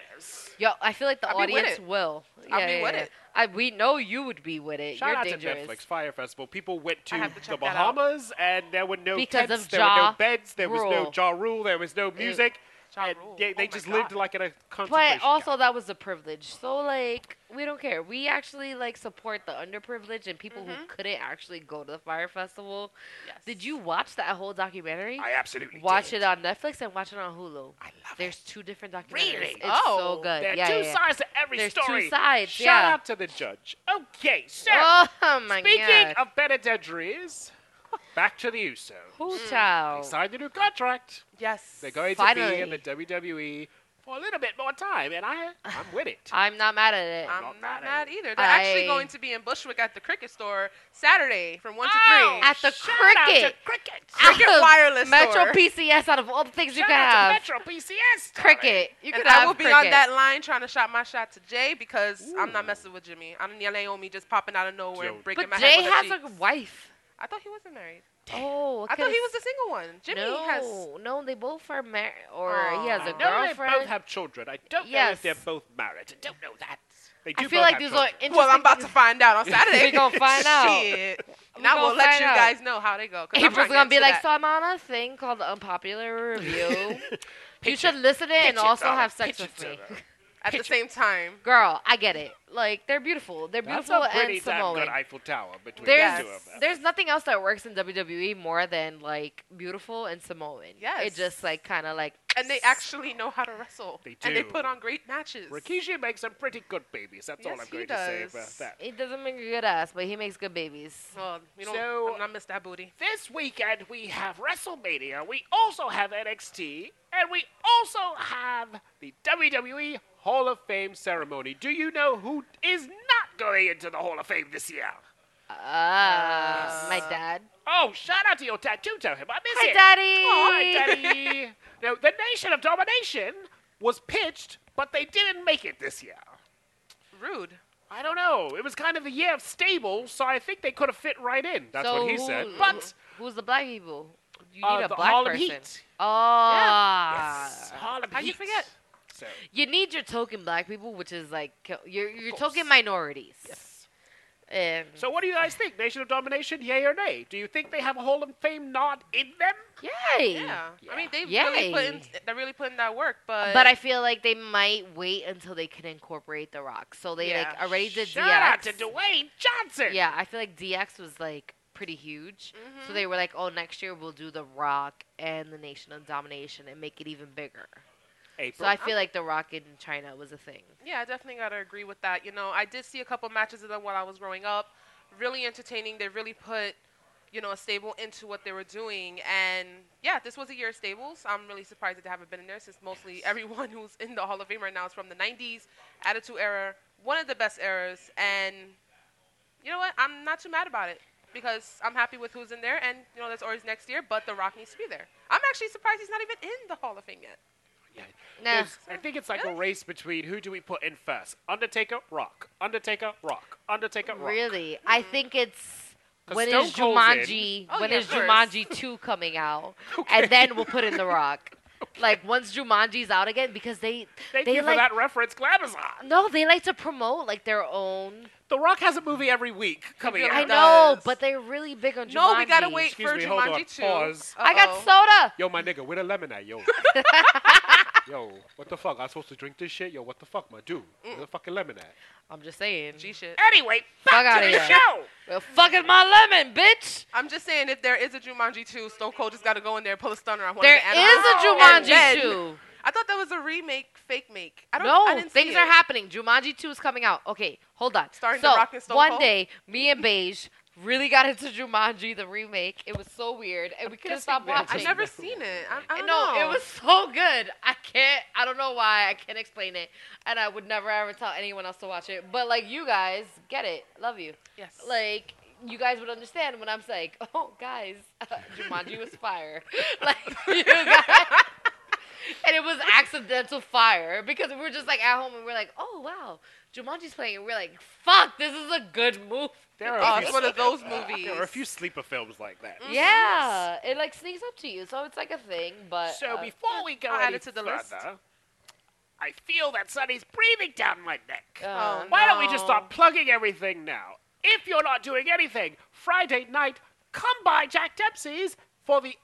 Speaker 6: yo, I feel like the
Speaker 7: I'll be with
Speaker 6: audience
Speaker 7: it.
Speaker 6: will.
Speaker 7: I'll be with it.
Speaker 6: I, we know you would be with it.
Speaker 8: Shout
Speaker 6: You're
Speaker 8: out
Speaker 6: dangerous.
Speaker 8: to Netflix Fire Festival. People went
Speaker 7: I
Speaker 8: to
Speaker 7: have to
Speaker 8: the
Speaker 7: check that out.
Speaker 8: Bahamas, and there were no
Speaker 6: Because
Speaker 8: tents,
Speaker 6: of
Speaker 8: there were
Speaker 6: Ja
Speaker 8: no beds, there was
Speaker 6: Rule.
Speaker 8: no jaw rule, there was no music.
Speaker 7: Ja
Speaker 8: and
Speaker 7: Rule.
Speaker 8: They, they
Speaker 7: Oh my
Speaker 8: just
Speaker 7: God.
Speaker 8: lived like in a concentration
Speaker 6: But also,
Speaker 8: camp.
Speaker 6: that was the privilege. So like, we don't care. We actually like support the underprivileged and people
Speaker 8: Mm-hmm.
Speaker 6: who couldn't actually go to the fire festival.
Speaker 7: Yes.
Speaker 6: Did you watch that whole documentary?
Speaker 8: I absolutely
Speaker 6: watch
Speaker 8: did.
Speaker 6: it on Netflix and watch it on Hulu. I
Speaker 8: love
Speaker 6: There's two different documentaries.
Speaker 8: Really?
Speaker 6: It's
Speaker 7: Oh,
Speaker 6: so good.
Speaker 8: There are
Speaker 6: yeah,
Speaker 8: two
Speaker 6: yeah, yeah.
Speaker 8: sides to every
Speaker 6: There's two
Speaker 8: story.
Speaker 6: sides,
Speaker 8: Shout
Speaker 6: yeah.
Speaker 8: out to the judge. Okay, so
Speaker 6: *laughs* Oh my
Speaker 8: speaking
Speaker 6: god.
Speaker 8: of penitentiaries, back to the Usos.
Speaker 6: Who child?
Speaker 8: They signed a new contract.
Speaker 7: Yes.
Speaker 8: They're going
Speaker 6: Finally.
Speaker 8: to be in the WWE for a little bit more time, and I I'm
Speaker 6: *sighs*
Speaker 8: with it.
Speaker 6: I'm not mad at it.
Speaker 7: I'm
Speaker 8: Not
Speaker 7: not
Speaker 8: mad
Speaker 7: mad,
Speaker 8: at
Speaker 7: either. They're
Speaker 6: I-
Speaker 7: actually going to be in Bushwick at the cricket store Saturday from one to three.
Speaker 6: Ah, At the
Speaker 8: Oh, shout out to
Speaker 6: cricket.
Speaker 8: cricket.
Speaker 7: Cricket
Speaker 6: *laughs* Out of
Speaker 7: wireless
Speaker 6: Metro
Speaker 7: store.
Speaker 6: PCS out of all the things you
Speaker 8: Shout
Speaker 6: can
Speaker 8: out
Speaker 6: have.
Speaker 8: to Metro PCS. darling.
Speaker 6: Cricket. You
Speaker 7: And
Speaker 6: can
Speaker 7: I
Speaker 6: have
Speaker 7: will be
Speaker 6: cricket.
Speaker 7: on that line trying to shot my shot to Jay because I'm not messing with Jimmy. I'm Naomi just popping out of nowhere
Speaker 8: Yo.
Speaker 7: and breaking my
Speaker 6: But Jay
Speaker 7: head. with
Speaker 6: has
Speaker 7: the
Speaker 6: a
Speaker 7: cheeks.
Speaker 6: wife.
Speaker 7: I thought he wasn't married.
Speaker 6: Oh,
Speaker 7: I thought
Speaker 6: could've
Speaker 7: he was the single one. Jimmy
Speaker 6: no,
Speaker 7: has.
Speaker 6: no, they both are married, or he has a
Speaker 7: Aw.
Speaker 8: No, they
Speaker 6: girlfriend.
Speaker 8: both have children. I don't know
Speaker 6: Yes.
Speaker 8: if they're both married. I don't know that. They do
Speaker 6: I feel
Speaker 8: both
Speaker 6: like
Speaker 8: have
Speaker 6: these are
Speaker 8: children.
Speaker 6: interesting.
Speaker 7: Well, I'm about to find out on Saturday.
Speaker 6: *laughs*
Speaker 7: *laughs*
Speaker 6: We gonna find out.
Speaker 7: Shit.
Speaker 6: We
Speaker 7: And I
Speaker 6: gonna
Speaker 7: will let
Speaker 6: find
Speaker 7: you
Speaker 6: out.
Speaker 7: guys know how they go. 'cause I'm
Speaker 6: April's
Speaker 7: not
Speaker 6: gonna be
Speaker 7: into
Speaker 6: like,
Speaker 7: that.
Speaker 6: so I'm on a thing called the unpopular *laughs*
Speaker 7: *laughs*
Speaker 6: review. you should listen to it and
Speaker 8: Pitch it,
Speaker 6: also
Speaker 8: darling.
Speaker 6: have sex
Speaker 8: Pitch
Speaker 6: with
Speaker 8: it
Speaker 6: me.
Speaker 8: to them.
Speaker 7: at the same time.
Speaker 6: Girl, I get it. Like they're beautiful. They're
Speaker 8: That's
Speaker 6: beautiful
Speaker 8: a pretty
Speaker 6: and
Speaker 8: damn
Speaker 6: Samoan.
Speaker 8: good Eiffel Tower between
Speaker 6: There's
Speaker 8: the two
Speaker 7: Yes.
Speaker 8: of them.
Speaker 6: there's nothing else that works in WWE more than like beautiful and Samoan. It
Speaker 7: Yes.
Speaker 6: just like kind of like
Speaker 7: And they actually know how to wrestle.
Speaker 8: They
Speaker 7: And they
Speaker 8: do.
Speaker 7: put on great matches.
Speaker 8: Rikishi makes some pretty good babies. That's all
Speaker 7: Yes,
Speaker 8: I'm
Speaker 7: he
Speaker 8: going to say
Speaker 7: does.
Speaker 8: about that.
Speaker 6: It doesn't make a good ass, but he makes good babies.
Speaker 7: Well, we don't.
Speaker 8: So-
Speaker 7: I'm not miss that booty.
Speaker 8: This weekend we have WrestleMania, we also have NXT, and we also have the WWE Hall of Fame ceremony. Do you know who is not going into the Hall of Fame this year?
Speaker 6: Ah, my dad.
Speaker 8: Oh, shout out to your dad too, tell him I miss
Speaker 6: Hi,
Speaker 8: him.
Speaker 6: daddy.
Speaker 8: Oh, hi, Daddy. now, the Nation of Domination was pitched, but they didn't make it this year.
Speaker 7: Rude.
Speaker 8: I don't know. It was kind of a year of stable, so I think they could have fit right in. That's
Speaker 6: So
Speaker 8: what he
Speaker 6: who-
Speaker 8: said. But
Speaker 6: who's the black people? You need
Speaker 8: uh,
Speaker 6: a
Speaker 8: the
Speaker 6: black
Speaker 8: Harlem
Speaker 6: person. Uh,
Speaker 8: Heat.
Speaker 6: Oh.
Speaker 8: Yes, Harlem
Speaker 7: How'd you
Speaker 8: Heat.
Speaker 7: forget?
Speaker 8: So,
Speaker 6: You need your token black people, which is like co- your your token minorities. Yes. And
Speaker 8: so what do you guys think? Nation of Domination, yay or nay? Do you think they have a Hall of Fame nod in them?
Speaker 6: yay.
Speaker 7: Yeah. I mean, they
Speaker 6: Yeah.
Speaker 7: really put in,
Speaker 6: Yay.
Speaker 7: they're really putting that work, but
Speaker 6: But I feel like they might wait until they could incorporate the rock. So they like
Speaker 7: Yeah.
Speaker 6: already did
Speaker 8: Shout
Speaker 6: DX.
Speaker 8: out to Dwayne
Speaker 7: *laughs*
Speaker 8: Johnson.
Speaker 6: yeah, I feel like DX was like pretty huge.
Speaker 7: Mm-hmm.
Speaker 6: So they were like, "Oh, next year we'll do the rock and the Nation of Domination and make it even bigger." So
Speaker 8: April.
Speaker 6: I feel like the rock in China was a thing.
Speaker 7: yeah, I definitely gotta agree with that. You know, I did see a couple matches of them while I was growing up. Really entertaining. They really put, you know, a stable into what they were doing. And yeah, this was a year of stables. I'm really surprised that they haven't been in there since mostly everyone *laughs* who's in the Hall of Fame right now is from the 90s, Attitude Era, one of the best eras. And you know what? I'm not too mad about it because I'm happy with who's in there. And you know, that's always next year. But The Rock needs to be there. I'm actually surprised he's not even in the Hall of Fame yet.
Speaker 8: Yeah.
Speaker 6: Nah.
Speaker 8: It's- I think it's like a race between who do we put in first? Undertaker, Rock. Undertaker, Rock. Undertaker, Rock.
Speaker 6: Really, I think it's
Speaker 8: 'Cause
Speaker 6: when
Speaker 8: Stone
Speaker 6: is
Speaker 8: Cold's
Speaker 6: Jumanji?
Speaker 8: in.
Speaker 7: Mm-hmm. Oh,
Speaker 6: when
Speaker 7: yeah,
Speaker 6: is
Speaker 7: of course.
Speaker 6: Jumanji two coming out?
Speaker 8: *laughs*
Speaker 6: And then we'll put in The Rock. Like once Jumanji's out again, because they
Speaker 8: Thank
Speaker 6: they
Speaker 8: you for
Speaker 6: like
Speaker 8: that reference, Glamazon.
Speaker 6: no, they like to promote like their own.
Speaker 8: The Rock has a movie every week coming
Speaker 7: really
Speaker 8: out.
Speaker 6: I
Speaker 7: does.
Speaker 6: know, but they're really big on Jumanji.
Speaker 7: No, we gotta wait
Speaker 8: Excuse
Speaker 7: for
Speaker 8: me, hold on.
Speaker 7: Jumanji 2.
Speaker 8: Pause.
Speaker 6: I got
Speaker 7: Uh-oh.
Speaker 6: soda.
Speaker 8: Yo, my nigga, with a lemon at, yo. yo, what the fuck? I supposed to drink this shit? Yo, what the fuck, my dude? With a fucking lemon at.
Speaker 6: I'm just saying.
Speaker 7: G shit.
Speaker 8: Anyway,
Speaker 6: Fuck
Speaker 8: back
Speaker 6: outta
Speaker 8: to the
Speaker 6: here.
Speaker 8: show.
Speaker 6: Well, fuck is my lemon, bitch.
Speaker 7: I'm just saying, if there is a Jumanji 2, Stone Cold just got to go in there and pull a stunner on one
Speaker 6: There
Speaker 7: of the
Speaker 6: is a
Speaker 7: animals. And
Speaker 6: Jumanji
Speaker 7: then-
Speaker 6: two.
Speaker 7: I thought that was a remake, fake make. I don't,
Speaker 6: No,
Speaker 7: I didn't see
Speaker 6: things
Speaker 7: it.
Speaker 6: are happening. Jumanji 2 is coming out. Okay, hold on.
Speaker 7: Starring
Speaker 6: so,
Speaker 7: The Rock and Stone
Speaker 6: one
Speaker 7: Cold?
Speaker 6: day, me and Beige really got into Jumanji, the remake. It was so weird, and we couldn't stop
Speaker 8: guessing that-
Speaker 7: I've
Speaker 6: watching.
Speaker 7: never seen it. I, I
Speaker 6: no,
Speaker 7: don't know.
Speaker 6: it was so good. I can't. I don't know why. I can't explain it, and I would never ever tell anyone else to watch it. But like you guys, get it. Love you.
Speaker 7: Yes.
Speaker 6: Like you guys would understand when I'm like, oh guys, Jumanji was fire. like you guys. And it was accidental fire because we were just like at home and we are like, oh wow, Jumanji's playing, and we are like, fuck, this is a good move.
Speaker 8: There are,
Speaker 7: Oh,
Speaker 8: a
Speaker 7: it's
Speaker 8: few,
Speaker 7: one of those
Speaker 8: there are a
Speaker 7: movies.
Speaker 8: few sleeper films like that.
Speaker 6: Yeah, it like sneaks up to you, so it's like a thing. But
Speaker 8: So
Speaker 6: uh,
Speaker 8: before we go
Speaker 7: I'll add
Speaker 8: any
Speaker 7: it to the
Speaker 8: further,
Speaker 7: list.
Speaker 8: I feel that Sonny's breathing down my neck.
Speaker 6: uh,
Speaker 7: Oh,
Speaker 8: Why don't we just
Speaker 7: no.
Speaker 8: start plugging everything now? If you're not doing anything, Friday night, come by Jack Dempsey's for the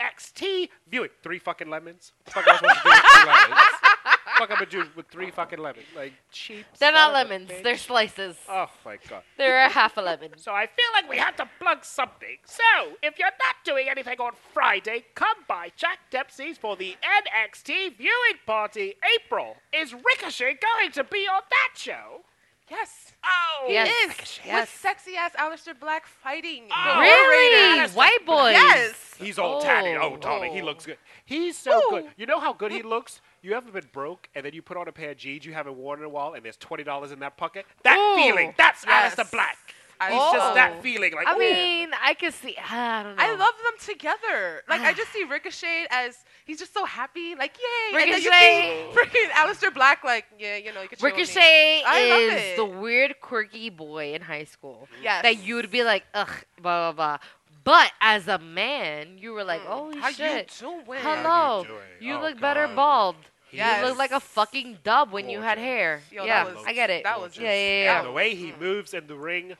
Speaker 8: NXT viewing. Three fucking lemons. Fuck, am I supposed to do with three lemons? Fuck, I'm gonna do with three fucking lemons. Like cheap.
Speaker 6: they're
Speaker 8: son
Speaker 6: not
Speaker 8: of a
Speaker 6: lemons,
Speaker 8: bitch.
Speaker 6: they're slices.
Speaker 8: Oh my god.
Speaker 6: They're a half a lemon.
Speaker 8: So I feel like we have to plug something. So if you're not doing anything on Friday, come by Jack Dempsey's for the NXT viewing party. April is Ricochet going to be on that show?
Speaker 7: Yes.
Speaker 8: Oh,
Speaker 6: Yes.
Speaker 7: Is.
Speaker 6: Yes.
Speaker 7: With sexy ass Aleister Black fighting. the
Speaker 8: Oh.
Speaker 6: Really?
Speaker 7: Raiders.
Speaker 6: White boys?
Speaker 7: Yes.
Speaker 8: He's all tatted. Oh,
Speaker 6: Oh.
Speaker 8: darling, he looks good. He's so
Speaker 7: Ooh.
Speaker 8: good. You know how good he looks? You haven't been broke, and then you put on a pair of jeans you haven't worn in a while, and there's twenty dollars in that pocket. That
Speaker 6: Ooh.
Speaker 8: feeling. That's
Speaker 7: Yes.
Speaker 8: Alistair Black.
Speaker 7: I
Speaker 8: He's just
Speaker 6: Oh.
Speaker 8: that feeling. Like,
Speaker 6: I
Speaker 8: ooh.
Speaker 6: mean, I could see. I don't know.
Speaker 7: I love them together. Like I
Speaker 6: *sighs*
Speaker 7: just see Ricochet as he's just so happy, like yay!
Speaker 6: Ricochet.
Speaker 7: And then you see freaking Aleister Black, like yeah, you know, you can chill with me.
Speaker 6: Ricochet
Speaker 7: I love
Speaker 6: is
Speaker 7: it.
Speaker 6: the weird, quirky boy in high school
Speaker 7: Yes.
Speaker 6: that you would be like, ugh, blah blah blah. But as a man, you were like, oh
Speaker 7: Hmm. How
Speaker 6: shit,
Speaker 7: you doing?
Speaker 6: hello,
Speaker 8: doing?
Speaker 6: you
Speaker 8: Oh,
Speaker 6: look better
Speaker 8: God.
Speaker 6: bald. You
Speaker 7: Yes.
Speaker 6: look like a fucking dub when you had hair.
Speaker 7: Yo, that
Speaker 6: yeah,
Speaker 7: was-
Speaker 6: I get it.
Speaker 7: that was
Speaker 6: yeah, yeah, yeah.
Speaker 8: And the way he moves in the ring,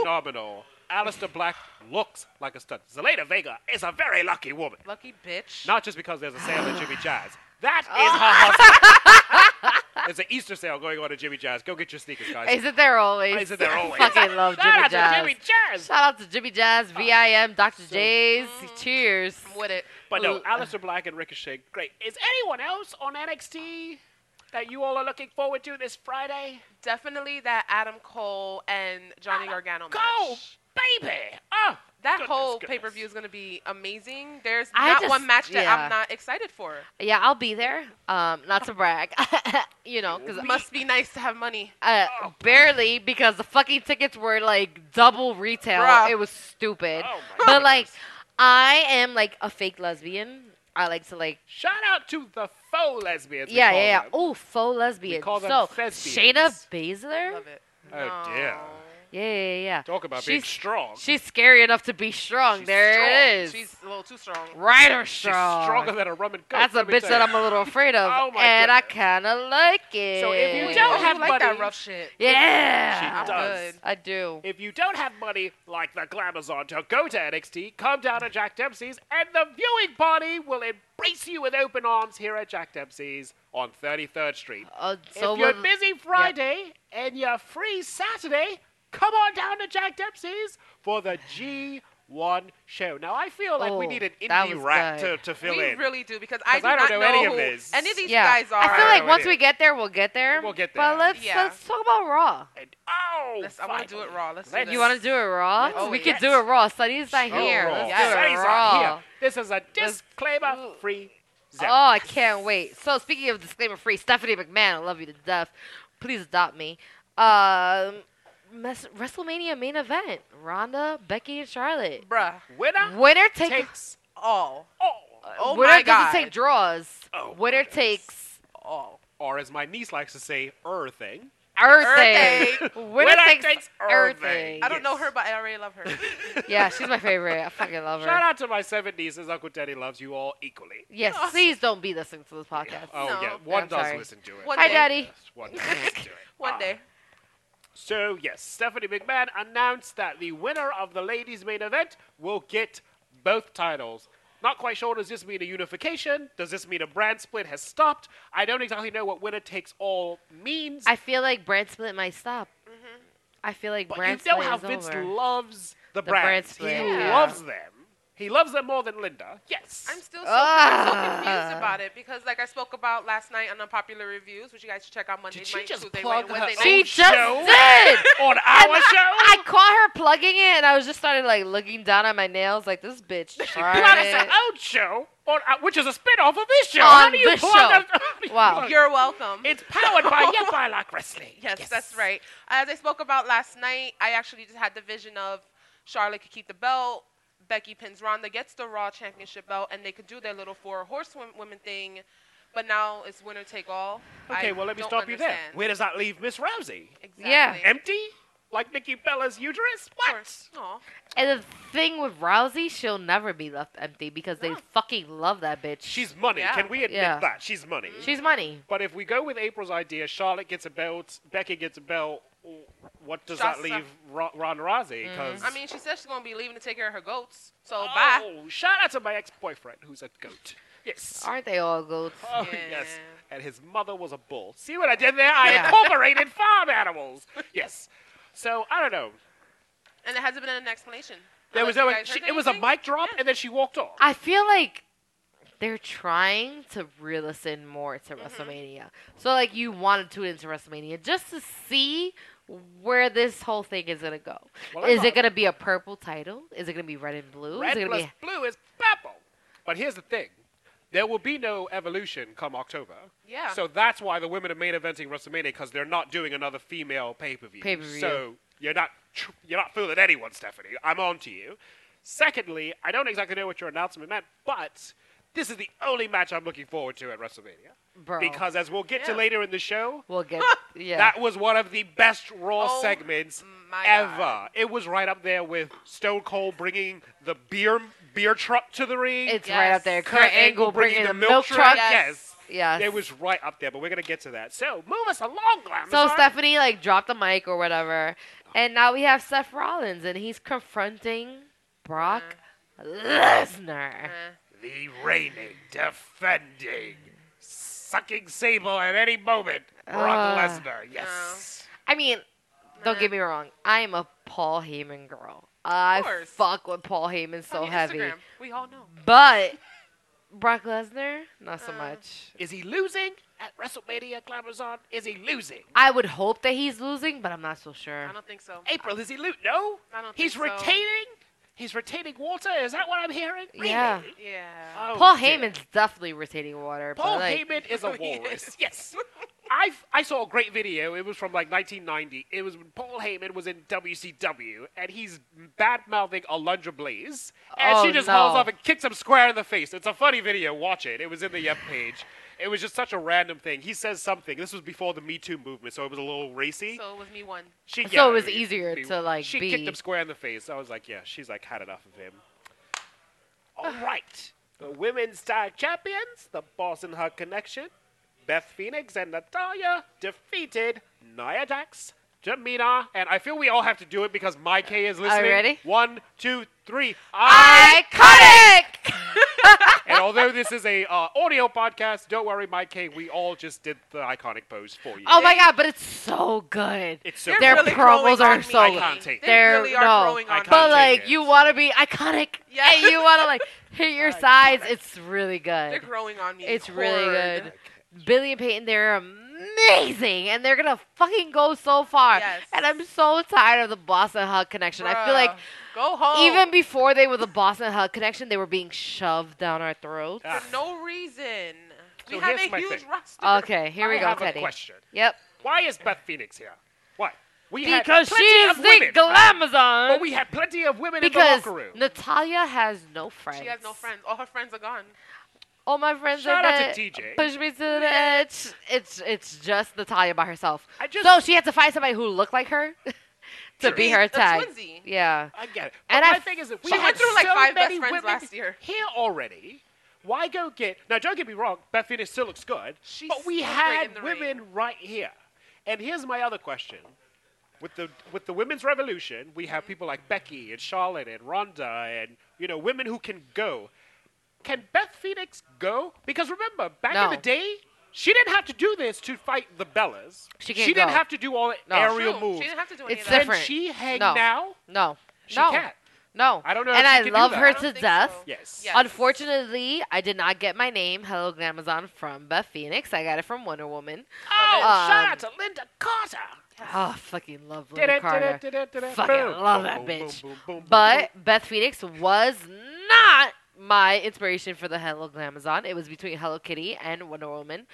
Speaker 8: phenomenal. Alistair Black looks like a stud. Zelena Vega is a very lucky woman.
Speaker 7: Lucky bitch.
Speaker 8: Not just because there's a sale at Jimmy Jazz. That is
Speaker 6: Oh.
Speaker 8: her husband. *laughs* there's an Easter sale going on at Jimmy Jazz. Go get your sneakers, guys.
Speaker 6: Isn't there always?
Speaker 8: Isn't
Speaker 6: *laughs*
Speaker 8: there always?
Speaker 6: Fucking love
Speaker 8: Shout
Speaker 6: Jimmy
Speaker 8: out
Speaker 6: Jazz.
Speaker 8: to Jimmy Jazz.
Speaker 6: Shout out to Jimmy Jazz,
Speaker 7: Oh.
Speaker 6: VIM, Dr. J's. Cheers.
Speaker 7: I'm with it.
Speaker 8: But no,
Speaker 6: Ooh.
Speaker 8: Alistair Black and Ricochet, great. Is anyone else on NXT that you all are looking forward to this Friday?
Speaker 7: Definitely that Adam Cole and Johnny Gargano match.
Speaker 8: Go, baby! Oh,
Speaker 7: That
Speaker 8: goodness,
Speaker 7: whole
Speaker 8: goodness.
Speaker 7: pay per view is going to be amazing. There's
Speaker 6: I
Speaker 7: not
Speaker 6: just-
Speaker 7: one match that
Speaker 6: yeah.
Speaker 7: I'm not excited for.
Speaker 6: Yeah, I'll be there. Um, not to brag, *laughs* you know, because
Speaker 7: It must be nice to have money.
Speaker 6: uh,
Speaker 8: Oh.
Speaker 6: barely because the fucking tickets were like double retail.
Speaker 7: Bruh.
Speaker 6: It was stupid.
Speaker 8: Oh my
Speaker 6: but like, I am like a fake lesbian. I like to like,
Speaker 8: Shout out to the faux lesbians. we
Speaker 6: yeah,
Speaker 8: call
Speaker 6: yeah, yeah.
Speaker 8: them.
Speaker 6: Oh, faux lesbian.
Speaker 8: call them
Speaker 6: so
Speaker 8: thespians.
Speaker 6: Shayna Baszler.
Speaker 7: Love it.
Speaker 8: Oh dear.
Speaker 6: Yeah, yeah, yeah.
Speaker 2: Talk about being
Speaker 6: she's,
Speaker 2: strong.
Speaker 6: She's scary enough to be strong. there it is.
Speaker 7: She's a little too strong.
Speaker 6: right or
Speaker 8: She's
Speaker 6: strong.
Speaker 8: stronger than a rum and coke.
Speaker 6: That's a
Speaker 8: let me
Speaker 6: bitch
Speaker 8: tell
Speaker 6: that
Speaker 8: you.
Speaker 6: I'm a little afraid of,
Speaker 8: *laughs* Oh my
Speaker 6: and I
Speaker 8: goodness.
Speaker 6: kind of like it.
Speaker 8: So if you
Speaker 7: Ooh,
Speaker 8: don't
Speaker 7: oh,
Speaker 8: have
Speaker 7: you like
Speaker 8: buddies-
Speaker 7: that rough shit.
Speaker 6: yeah,
Speaker 8: She does.
Speaker 7: Good.
Speaker 6: I do.
Speaker 8: If you don't have money like the Glamazon to go to NXT, come down to Jack Dempsey's, and the viewing party will embrace you with open arms here at Jack Dempsey's on 33rd Street.
Speaker 6: Uh, so
Speaker 8: if you're
Speaker 6: with-
Speaker 8: busy Friday and you're free Saturday, come on down to Jack Dempsey's for the G1 show. Now, I feel like we
Speaker 6: Oh,
Speaker 8: need an
Speaker 6: that
Speaker 8: indie
Speaker 6: was
Speaker 8: rap to,
Speaker 6: good.
Speaker 8: to fill
Speaker 7: We
Speaker 8: in.
Speaker 7: really do because I
Speaker 8: 'Cause
Speaker 7: do
Speaker 8: I don't
Speaker 7: not
Speaker 8: know any of
Speaker 7: who
Speaker 8: his.
Speaker 7: any of these
Speaker 6: yeah.
Speaker 7: guys are.
Speaker 6: I feel like
Speaker 8: no
Speaker 6: once
Speaker 8: idea.
Speaker 6: we get there, we'll get there.
Speaker 8: We'll get there.
Speaker 6: But let's
Speaker 7: Yeah.
Speaker 6: let's talk about Raw.
Speaker 8: And- oh,
Speaker 7: Let's- I want to do it
Speaker 8: finally.
Speaker 7: raw. Let's do
Speaker 8: Let's-
Speaker 7: this.
Speaker 6: You want to do it raw?
Speaker 7: Let's
Speaker 6: we
Speaker 7: do
Speaker 6: could
Speaker 7: it.
Speaker 6: do it raw. Sunny's not
Speaker 8: Oh,
Speaker 6: here.
Speaker 8: raw.
Speaker 6: Let's
Speaker 7: Yes.
Speaker 6: do it
Speaker 8: Oh, Sunny's not
Speaker 6: raw.
Speaker 8: here. This is a disclaimer-free zone.
Speaker 6: Oh, I can't wait. So speaking of disclaimer free, Stephanie McMahon, I love you to death. Please adopt me. Um, mes- WrestleMania main event: Ronda, Becky, and Charlotte.
Speaker 7: Bruh.
Speaker 8: Winner
Speaker 6: Winner take,
Speaker 8: takes
Speaker 7: All.
Speaker 8: all.
Speaker 7: Oh
Speaker 6: winner
Speaker 7: my
Speaker 6: doesn't
Speaker 7: god.
Speaker 6: take draws.
Speaker 8: Oh,
Speaker 6: winner
Speaker 8: goodness.
Speaker 6: takes
Speaker 7: all.
Speaker 8: or as my niece likes to say, er thing.
Speaker 6: everything. winner,
Speaker 8: Winner
Speaker 6: takes,
Speaker 8: takes
Speaker 6: everything.
Speaker 8: everything.
Speaker 7: I don't know
Speaker 8: Yes.
Speaker 7: her, but I already
Speaker 8: *laughs*
Speaker 7: love her. *laughs*
Speaker 6: yeah, she's my favorite. I fucking love her.
Speaker 8: Shout out to my seven nieces. Uncle Teddy loves you all equally.
Speaker 6: Yes, please don't be listening to this podcast.
Speaker 8: Oh
Speaker 7: No.
Speaker 8: yeah, one
Speaker 6: I'm
Speaker 8: does
Speaker 6: sorry.
Speaker 8: listen to it.
Speaker 7: One
Speaker 6: Hi,
Speaker 7: day.
Speaker 6: Daddy.
Speaker 8: Yes, one does listen to it.
Speaker 7: One
Speaker 8: Ah.
Speaker 7: day.
Speaker 8: So yes, Stephanie McMahon announced that the winner of the ladies' main event will get both titles. Not quite sure. Does this mean a unification? Does this mean a brand split has stopped? I don't exactly know what winner takes all means.
Speaker 6: I feel like brand split might stop. I feel like
Speaker 8: But
Speaker 6: brand
Speaker 8: you know
Speaker 6: split
Speaker 8: how
Speaker 6: is
Speaker 8: Vince
Speaker 6: over.
Speaker 8: loves
Speaker 6: The
Speaker 8: the,
Speaker 6: brand
Speaker 8: brands.
Speaker 6: split,
Speaker 8: He
Speaker 6: yeah.
Speaker 8: loves them. He loves them more than Linda. Yes.
Speaker 7: I'm still so, I'm so
Speaker 6: Ah.
Speaker 7: confused about it because, like I spoke about last night on Unpopular Reviews, which you guys should check out Monday
Speaker 8: Did she
Speaker 7: night,
Speaker 8: just
Speaker 7: Tuesday
Speaker 8: plug
Speaker 7: night,
Speaker 8: her
Speaker 7: Wednesday
Speaker 8: own
Speaker 6: she
Speaker 7: night.
Speaker 6: just
Speaker 8: Oh, show?
Speaker 6: did.
Speaker 7: *laughs*
Speaker 8: on *laughs* our
Speaker 6: And
Speaker 8: show.
Speaker 6: I caught her plugging it, and I was just started like looking down at my nails, like this bitch.
Speaker 8: She
Speaker 6: tried
Speaker 8: plugs her
Speaker 6: it.
Speaker 8: own show, on, uh, which is a spin-off of this show. how
Speaker 6: On
Speaker 8: do you
Speaker 6: this
Speaker 8: plug
Speaker 6: show.
Speaker 8: a- *laughs* how do you
Speaker 6: Wow.
Speaker 8: plug-
Speaker 7: You're welcome.
Speaker 8: It's powered by
Speaker 7: *laughs*
Speaker 8: Yep, I Like Wrestling.
Speaker 7: Yes, that's right. As I spoke about last night, I actually just had the vision of Charlotte could keep the belt, Becky pins Ronda, gets the Raw Championship belt, and they could do their little four horsewomen thing. But now it's winner take all.
Speaker 8: Okay,
Speaker 7: I
Speaker 8: well, let me
Speaker 7: don't
Speaker 8: stop you there.
Speaker 7: understand.
Speaker 8: Where does that leave Miss Rousey?
Speaker 7: Exactly.
Speaker 6: Yeah.
Speaker 8: Empty? Like Nikki Bella's uterus?
Speaker 7: Of
Speaker 8: What?
Speaker 7: course. Aw.
Speaker 6: And the thing with Rousey, she'll never be left empty because they fucking love that bitch.
Speaker 8: She's money.
Speaker 7: Yeah. Mm-hmm.
Speaker 8: Can we admit
Speaker 6: Yeah.
Speaker 8: that? She's money.
Speaker 6: she's money.
Speaker 8: But if we go with April's idea, Charlotte gets a belt, Becky gets a belt. w- What does
Speaker 7: Shasta. Mm.
Speaker 8: that leave Ro- Ronda Rousey? Because
Speaker 7: I mean, she said she's going to be leaving to take care of her goats. So
Speaker 8: oh,
Speaker 7: bye.
Speaker 8: shout out to my ex-boyfriend who's a goat. Yes.
Speaker 6: Aren't they all goats?
Speaker 8: Oh
Speaker 7: Yeah.
Speaker 8: yes. And his mother was a bull. See what I did there? I
Speaker 6: Yeah.
Speaker 8: incorporated farm animals. Yes. So I don't know.
Speaker 7: And it hasn't been an explanation.
Speaker 8: There
Speaker 7: Unless
Speaker 8: was no.
Speaker 7: you guys
Speaker 8: She,
Speaker 7: heard
Speaker 8: it was a
Speaker 7: anything?
Speaker 8: mic drop, and then she walked off.
Speaker 6: I feel like they're trying to reel us in more to
Speaker 8: Mm-hmm.
Speaker 6: WrestleMania. So like you want to tune into WrestleMania just to see where this whole thing is gonna go.
Speaker 8: Well, I
Speaker 6: is
Speaker 8: thought-
Speaker 6: it gonna be a purple title? Is it gonna be red and blue? is
Speaker 8: Red
Speaker 6: it gonna
Speaker 8: plus
Speaker 6: be
Speaker 8: blue is purple. But here's the thing. There will be no evolution come October.
Speaker 7: Yeah.
Speaker 8: So that's why the women are main eventing WrestleMania because they're not doing another female pay per view.
Speaker 6: Pay-per-view.
Speaker 8: So you're not tr- you're not fooling anyone, Stephanie. I'm on to you. Secondly, I don't exactly know what your announcement meant, but this is the only match I'm looking forward to at WrestleMania.
Speaker 6: Bro.
Speaker 8: Because as we'll get to
Speaker 7: Yeah.
Speaker 8: later in the show,
Speaker 6: We'll
Speaker 8: *laughs*
Speaker 6: get yeah.
Speaker 8: that was one of the best Raw
Speaker 7: Oh
Speaker 8: segments
Speaker 7: my
Speaker 8: ever.
Speaker 7: God.
Speaker 8: It was right up there with Stone Cold bringing the beer beer truck to the ring.
Speaker 6: it's right up
Speaker 7: Yes.
Speaker 6: there. Kurt, Angle bringing the milk, truck.
Speaker 8: Yes.
Speaker 6: Yes.
Speaker 8: It was right up there, but we're going to get to that. So move us along, Glamazon.
Speaker 6: So Stephanie like dropped the mic or whatever, and now we have Seth Rollins and he's confronting Brock
Speaker 8: Mm-hmm.
Speaker 6: Lesnar.
Speaker 8: The reigning, defending, sucking Sable at any moment, Brock
Speaker 6: Uh,
Speaker 8: Lesnar. Yes.
Speaker 6: I mean, don't get me wrong, I am a Paul Heyman girl. I
Speaker 7: course.
Speaker 6: fuck with Paul Heyman so
Speaker 7: On
Speaker 6: heavy,
Speaker 7: Instagram. We all know. *laughs*
Speaker 8: Mm.
Speaker 6: but Brock Lesnar not
Speaker 7: Uh.
Speaker 6: so much.
Speaker 8: Is he losing at WrestleMania, Glamazon? Is he losing?
Speaker 6: I would hope that he's losing, but I'm not so sure.
Speaker 7: I don't think so.
Speaker 8: April, is he loot? No,
Speaker 7: I don't
Speaker 8: he's
Speaker 7: think so.
Speaker 8: retaining. He's retaining water. Is that what I'm hearing? Really?
Speaker 6: Yeah.
Speaker 7: Yeah.
Speaker 8: Oh,
Speaker 6: Paul
Speaker 8: dear.
Speaker 6: Heyman's definitely retaining water.
Speaker 8: Paul
Speaker 6: but like,
Speaker 8: Heyman
Speaker 7: *laughs*
Speaker 8: is a
Speaker 7: Yes.
Speaker 8: walrus.
Speaker 7: *laughs*
Speaker 8: Yes. I I saw a great video. It was from like 1990. It was when Paul Heyman was in WCW, and he's bad mouthing Alundra Blaze, and
Speaker 6: Oh,
Speaker 8: she just
Speaker 6: no.
Speaker 8: hauls off and kicks him square in the face. It's a funny video. Watch it. It was in the Yep page. it was just such a random thing. He says something. This was before the Me Too movement, so it was a little racy.
Speaker 7: So it was me one.
Speaker 8: she,
Speaker 6: So
Speaker 8: yeah,
Speaker 6: it was easier to, like,
Speaker 8: She
Speaker 6: be-
Speaker 8: kicked him square in the face. I was like, yeah, she's like had enough of him. All
Speaker 6: *sighs*
Speaker 8: right, the women's tag champions, the boss and her connection, Beth Phoenix and Natalia defeated Nia Jax, Jamina, and I feel we all have to do it because my K is listening.
Speaker 6: ready?
Speaker 8: One, two, three.
Speaker 6: Iconic!
Speaker 8: And although
Speaker 6: *laughs*
Speaker 8: this is a uh, audio podcast, don't worry, Mike K. We all just did the iconic pose for you.
Speaker 6: Oh my god, but it's so good.
Speaker 8: it's so
Speaker 7: They're
Speaker 8: good.
Speaker 6: Their
Speaker 7: really
Speaker 6: promos
Speaker 7: growing
Speaker 6: are
Speaker 7: on me.
Speaker 6: so-
Speaker 8: I can't take
Speaker 7: They
Speaker 8: it.
Speaker 6: They're-
Speaker 7: really are
Speaker 6: no.
Speaker 7: growing
Speaker 8: I
Speaker 7: on
Speaker 8: can't
Speaker 6: But
Speaker 7: me.
Speaker 8: take
Speaker 6: like,
Speaker 8: it.
Speaker 6: you want to be iconic.
Speaker 7: Yeah.
Speaker 6: And you want to like
Speaker 7: *laughs*
Speaker 6: hit your sides. It's really
Speaker 7: They're
Speaker 6: good.
Speaker 7: growing on me.
Speaker 6: It's really
Speaker 7: hard.
Speaker 6: good. Billy and Peyton, they're amazing, and they're gonna fucking go so far.
Speaker 7: Yes.
Speaker 6: And I'm so tired of the Boss and Hug connection. I feel like
Speaker 7: Bruh. go
Speaker 8: Oh.
Speaker 7: home.
Speaker 6: even before they were the Boss and Hug connection, they were being shoved down our throats.
Speaker 8: Ah.
Speaker 7: for no reason.
Speaker 8: So
Speaker 7: we have
Speaker 8: here's
Speaker 7: a
Speaker 8: my
Speaker 7: huge
Speaker 8: thing.
Speaker 7: roster.
Speaker 6: Okay, here we
Speaker 8: Uh, I
Speaker 6: go,
Speaker 8: have
Speaker 6: Teddy.
Speaker 8: a question.
Speaker 6: Yep.
Speaker 8: Why is Beth Phoenix here? Why? We had
Speaker 6: Because
Speaker 8: plenty
Speaker 6: she's
Speaker 8: of
Speaker 6: the
Speaker 8: women.
Speaker 6: glamazon.
Speaker 8: But we had plenty of women in
Speaker 6: because
Speaker 8: the locker room.
Speaker 6: Natalia has no friends.
Speaker 7: She has no friends. All her friends are gone.
Speaker 6: All my friends
Speaker 8: Shout
Speaker 6: are
Speaker 8: out to
Speaker 6: dead.
Speaker 8: TJ.
Speaker 6: Push me to the edge. It's it's just Natalia by herself.
Speaker 8: I just-
Speaker 6: so she had to find somebody who looked like her *laughs* to be
Speaker 7: be
Speaker 6: her
Speaker 7: a
Speaker 6: tag.
Speaker 7: twinsy.
Speaker 6: Yeah.
Speaker 8: I get it.
Speaker 6: And
Speaker 8: but
Speaker 6: I
Speaker 8: my
Speaker 6: f-
Speaker 8: thing is, that we
Speaker 7: She
Speaker 8: had
Speaker 7: went through, like,
Speaker 8: so
Speaker 7: five best
Speaker 8: many
Speaker 7: friends
Speaker 8: women
Speaker 7: last year.
Speaker 8: here already. Why go get now? Don't get me wrong. Beth Phoenix still looks good,
Speaker 7: She's
Speaker 8: but we
Speaker 7: still great
Speaker 8: had
Speaker 7: in the
Speaker 8: women right here. And here's my other question: with the with the women's revolution, we
Speaker 7: Mm-hmm.
Speaker 8: have people like Becky and Charlotte and Ronda, and you know, women who can go. Can Beth Phoenix go? Because remember, back
Speaker 6: No.
Speaker 8: in the day. She didn't have to do this to fight the Bellas.
Speaker 6: She can't
Speaker 8: didn't
Speaker 6: go.
Speaker 8: have to do all the
Speaker 6: No.
Speaker 8: aerial
Speaker 7: True.
Speaker 8: moves.
Speaker 7: She didn't have to do any
Speaker 6: It's
Speaker 7: of that.
Speaker 8: Can
Speaker 6: different.
Speaker 8: she hang
Speaker 6: No.
Speaker 8: now?
Speaker 6: No.
Speaker 8: She
Speaker 6: no.
Speaker 8: can't.
Speaker 6: No.
Speaker 8: I don't know if
Speaker 6: And
Speaker 8: she
Speaker 6: I
Speaker 8: can do
Speaker 6: love
Speaker 8: that.
Speaker 6: her
Speaker 8: I
Speaker 7: don't
Speaker 6: to
Speaker 7: think
Speaker 6: death.
Speaker 7: so.
Speaker 8: Yes.
Speaker 7: Yes.
Speaker 6: Unfortunately, I did not get my name, Hello Glamazon, from Beth Phoenix. I got it from Wonder Woman.
Speaker 8: Oh,
Speaker 6: Um,
Speaker 8: shout out to Linda Carter.
Speaker 6: Oh, fucking love
Speaker 8: Did
Speaker 6: Linda
Speaker 8: it, did
Speaker 6: Carter.
Speaker 8: it, did it, did it.
Speaker 6: Fucking
Speaker 8: Boom,
Speaker 6: love
Speaker 8: boom,
Speaker 6: that
Speaker 8: boom,
Speaker 6: bitch.
Speaker 8: boom, boom, boom,
Speaker 6: But Beth Phoenix was not my inspiration for the Hello Glamazon. It was between Hello Kitty and Wonder Woman.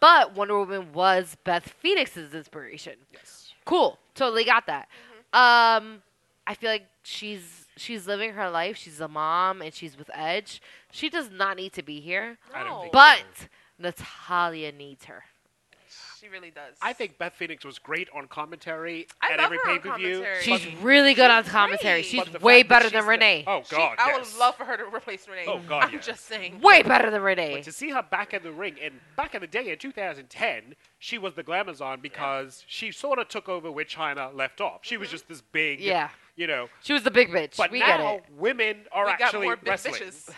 Speaker 6: But Wonder Woman was Beth Phoenix's inspiration.
Speaker 8: Yes.
Speaker 6: Cool. Totally got that.
Speaker 8: Mm-hmm.
Speaker 6: Um, I feel like she's she's living her life. She's a mom and she's with Edge. She does not need to be here.
Speaker 8: I don't think
Speaker 6: But Natalia needs her.
Speaker 7: She really does.
Speaker 8: I think Beth Phoenix was great on commentary
Speaker 7: I
Speaker 8: at
Speaker 7: love
Speaker 8: every
Speaker 7: her on
Speaker 8: pay per view.
Speaker 7: commentary.
Speaker 6: She's really good on
Speaker 7: she's
Speaker 6: commentary.
Speaker 7: great.
Speaker 6: She's
Speaker 8: But the
Speaker 6: way
Speaker 8: fact that
Speaker 6: better than
Speaker 8: she's the-
Speaker 6: Renee.
Speaker 8: oh
Speaker 7: She-
Speaker 8: God,
Speaker 7: I
Speaker 8: yes.
Speaker 7: would love for her to replace Renee.
Speaker 8: Oh, God,
Speaker 7: I'm
Speaker 8: yes.
Speaker 7: just saying.
Speaker 6: Way better than Renee.
Speaker 8: But to see her back in the ring, and back in the day in 2010, she was the glamazon because she sort of took over where China left off. She
Speaker 7: Mm-hmm.
Speaker 8: was just this big,
Speaker 6: Yeah.
Speaker 8: you know.
Speaker 6: She was the big bitch.
Speaker 8: But
Speaker 6: we
Speaker 8: now
Speaker 6: get it.
Speaker 8: women are
Speaker 7: we got
Speaker 8: actually
Speaker 7: more big
Speaker 8: wrestling.
Speaker 7: bitches.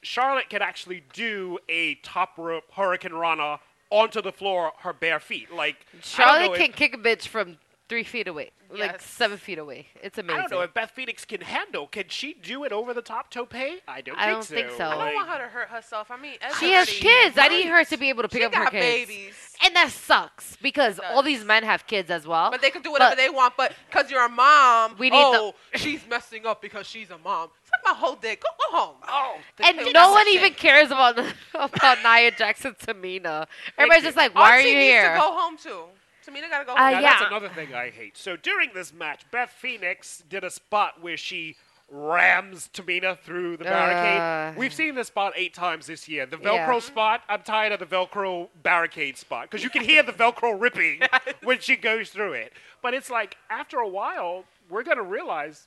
Speaker 8: Charlotte can actually do a top rope Hurricane Rana onto the floor, her bare feet. Like I don't know
Speaker 6: Charlotte
Speaker 8: if-
Speaker 6: can kick a bitch from three feet away, like
Speaker 7: Yes.
Speaker 6: seven feet away. It's amazing.
Speaker 8: I don't know if Beth Phoenix can handle. Can she do it over the top tope? I don't
Speaker 6: I
Speaker 8: think
Speaker 6: don't
Speaker 8: so.
Speaker 6: think so.
Speaker 7: I don't
Speaker 8: Like,
Speaker 7: want her to hurt herself. I mean, Ed's
Speaker 6: she has
Speaker 7: already-
Speaker 6: kids. I need her to be able to pick
Speaker 7: She
Speaker 6: up her
Speaker 7: got
Speaker 6: kids.
Speaker 7: babies.
Speaker 6: And that sucks because all
Speaker 7: does.
Speaker 6: these men have kids as well.
Speaker 7: But they can do whatever they want. But because you're a mom,
Speaker 6: We need
Speaker 7: oh, she's messing up because she's a mom. It's like my whole day. Go, go home. Oh,
Speaker 6: And no one even cares about *laughs* about Nia Jackson Tamina. Everybody's just like, why are you
Speaker 7: Needs
Speaker 6: here?
Speaker 7: to go home too. Tamina gotta go
Speaker 6: Uh,
Speaker 7: home.
Speaker 8: now,
Speaker 6: yeah.
Speaker 8: that's another thing I hate. So during this match, Beth Phoenix did a spot where she rams Tamina through the barricade.
Speaker 6: Uh.
Speaker 8: We've seen this spot eight times this year. The
Speaker 6: Yeah.
Speaker 8: Velcro spot. I'm tired of the Velcro barricade spot because you can hear
Speaker 6: *laughs*
Speaker 8: the Velcro ripping when she goes through it. But it's like after a while, we're gonna realize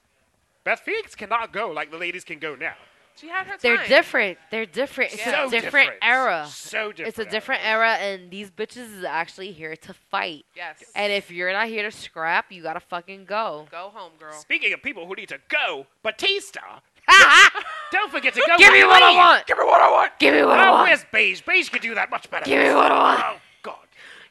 Speaker 8: Beth Phoenix cannot go like the ladies can go now.
Speaker 7: She had her time.
Speaker 6: They're different. They're different. It's
Speaker 8: So
Speaker 6: a different,
Speaker 8: different.
Speaker 6: era.
Speaker 8: So
Speaker 6: It's a
Speaker 8: different
Speaker 6: different era, and these bitches is actually here to fight.
Speaker 7: Yes.
Speaker 6: And if you're not here to scrap, you gotta fucking go.
Speaker 7: go home, girl.
Speaker 8: Speaking of people who need to go,
Speaker 6: *laughs*
Speaker 8: Batista.
Speaker 6: Give
Speaker 8: Don't forget to go.
Speaker 6: me what I
Speaker 8: Paige.
Speaker 6: want.
Speaker 8: Give me what I want.
Speaker 6: Give me what I
Speaker 8: oh,
Speaker 6: want.
Speaker 8: where's Beige? Beige could do that much better.
Speaker 6: Give me what I want.
Speaker 8: Oh God.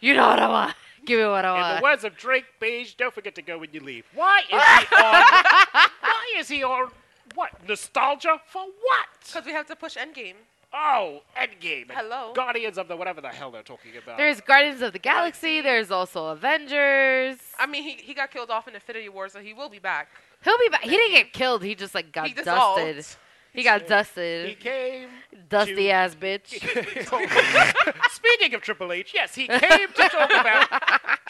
Speaker 6: You know what I want. *laughs* Give me what I
Speaker 8: In the
Speaker 6: want.
Speaker 8: words of Drake, Beige, don't forget to go when you leave. Why is
Speaker 6: *laughs*
Speaker 8: he on? why is he on? What nostalgia for what?
Speaker 7: Because we have to push Endgame.
Speaker 8: Oh, Endgame. and
Speaker 7: Hello.
Speaker 8: Guardians of the whatever the hell they're talking about.
Speaker 6: There's Guardians of the Galaxy. There's also Avengers.
Speaker 7: I mean, he, he got killed off in Infinity War, so he will be back.
Speaker 6: He'll be back. He didn't get killed. He just like got
Speaker 7: He dissolved.
Speaker 6: dusted. He got
Speaker 8: he
Speaker 6: dusted.
Speaker 8: came.
Speaker 6: Dusty
Speaker 8: to-
Speaker 6: ass bitch.
Speaker 8: *laughs* Speaking of Triple H, yes, he came to talk
Speaker 6: *laughs*
Speaker 8: about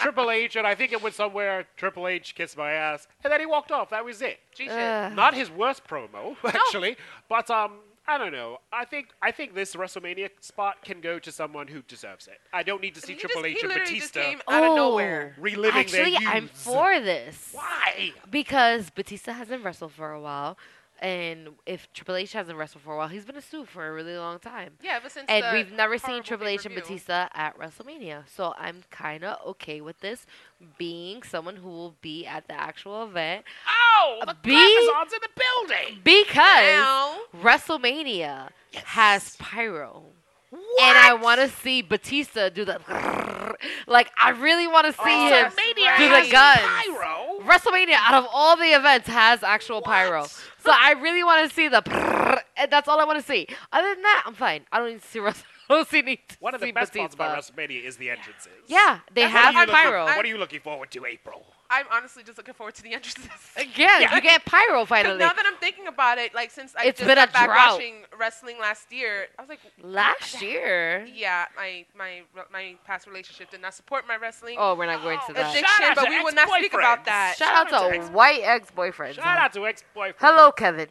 Speaker 8: Triple H, and I think it was somewhere Triple H kissed my ass, and then he walked off. That was it.
Speaker 7: G shit.
Speaker 6: Ugh.
Speaker 8: Not his worst promo, actually, but um, I don't know. I think I think this WrestleMania spot can go to someone who deserves it. I don't need to see
Speaker 7: He
Speaker 8: Triple
Speaker 7: just-
Speaker 8: H
Speaker 7: he
Speaker 8: and
Speaker 7: literally just
Speaker 8: Batista
Speaker 7: came out of
Speaker 6: Oh.
Speaker 7: nowhere.
Speaker 8: reliving
Speaker 6: Actually,
Speaker 8: their
Speaker 6: I'm
Speaker 8: youths.
Speaker 6: for this
Speaker 8: Why?
Speaker 6: because Batista hasn't wrestled for a while, and if Triple H hasn't wrestled for a while, he's been a suit for a really long time.
Speaker 7: Yeah, ever since
Speaker 6: and
Speaker 7: the
Speaker 6: we've never seen
Speaker 7: horrible
Speaker 6: Triple H and
Speaker 7: pay-per-view.
Speaker 6: Batista at WrestleMania. So I'm kind of okay with this being someone who will be at the actual event
Speaker 8: Oh, the
Speaker 6: B?
Speaker 8: Amazon's in the building.
Speaker 6: because
Speaker 7: Now-
Speaker 6: WrestleMania has pyro. And I want to see Batista do the *laughs* like. I really want to see him
Speaker 8: Oh, WrestleMania
Speaker 6: do
Speaker 8: has
Speaker 6: the guns.
Speaker 8: Pyro.
Speaker 6: WrestleMania, out of all the events, has actual pyro. So I really want to see the. *laughs* and that's all I want to see. Other than that, I'm fine. I don't need to see Wrestle- *laughs* I don't see- need to
Speaker 8: One of the
Speaker 6: see
Speaker 8: best
Speaker 6: Batista.
Speaker 8: parts about WrestleMania is the entrances.
Speaker 6: Yeah, they
Speaker 7: That's
Speaker 6: have
Speaker 8: What are you looking-
Speaker 6: pyro.
Speaker 8: what are you looking forward to, April?
Speaker 7: I'm honestly just looking forward to the entrances. *laughs*
Speaker 6: Yeah, you get pyro
Speaker 7: Because
Speaker 6: finally.
Speaker 7: now that I'm thinking about it, like since I
Speaker 6: It's
Speaker 7: just
Speaker 6: been a
Speaker 7: got back
Speaker 6: drought.
Speaker 7: watching wrestling last year, I was like,
Speaker 6: Last year.
Speaker 7: yeah, my my my past relationship did not support my wrestling
Speaker 6: Oh, we're not going to that.
Speaker 7: addiction,
Speaker 8: Shout out
Speaker 7: but
Speaker 8: to
Speaker 7: we will not speak about
Speaker 8: ex-boyfriends.
Speaker 7: that.
Speaker 6: Shout out
Speaker 8: Shout out
Speaker 6: to
Speaker 8: to ex-
Speaker 6: white ex boyfriends.
Speaker 8: Shout out to ex-boyfriend.
Speaker 6: Hello, Kevin.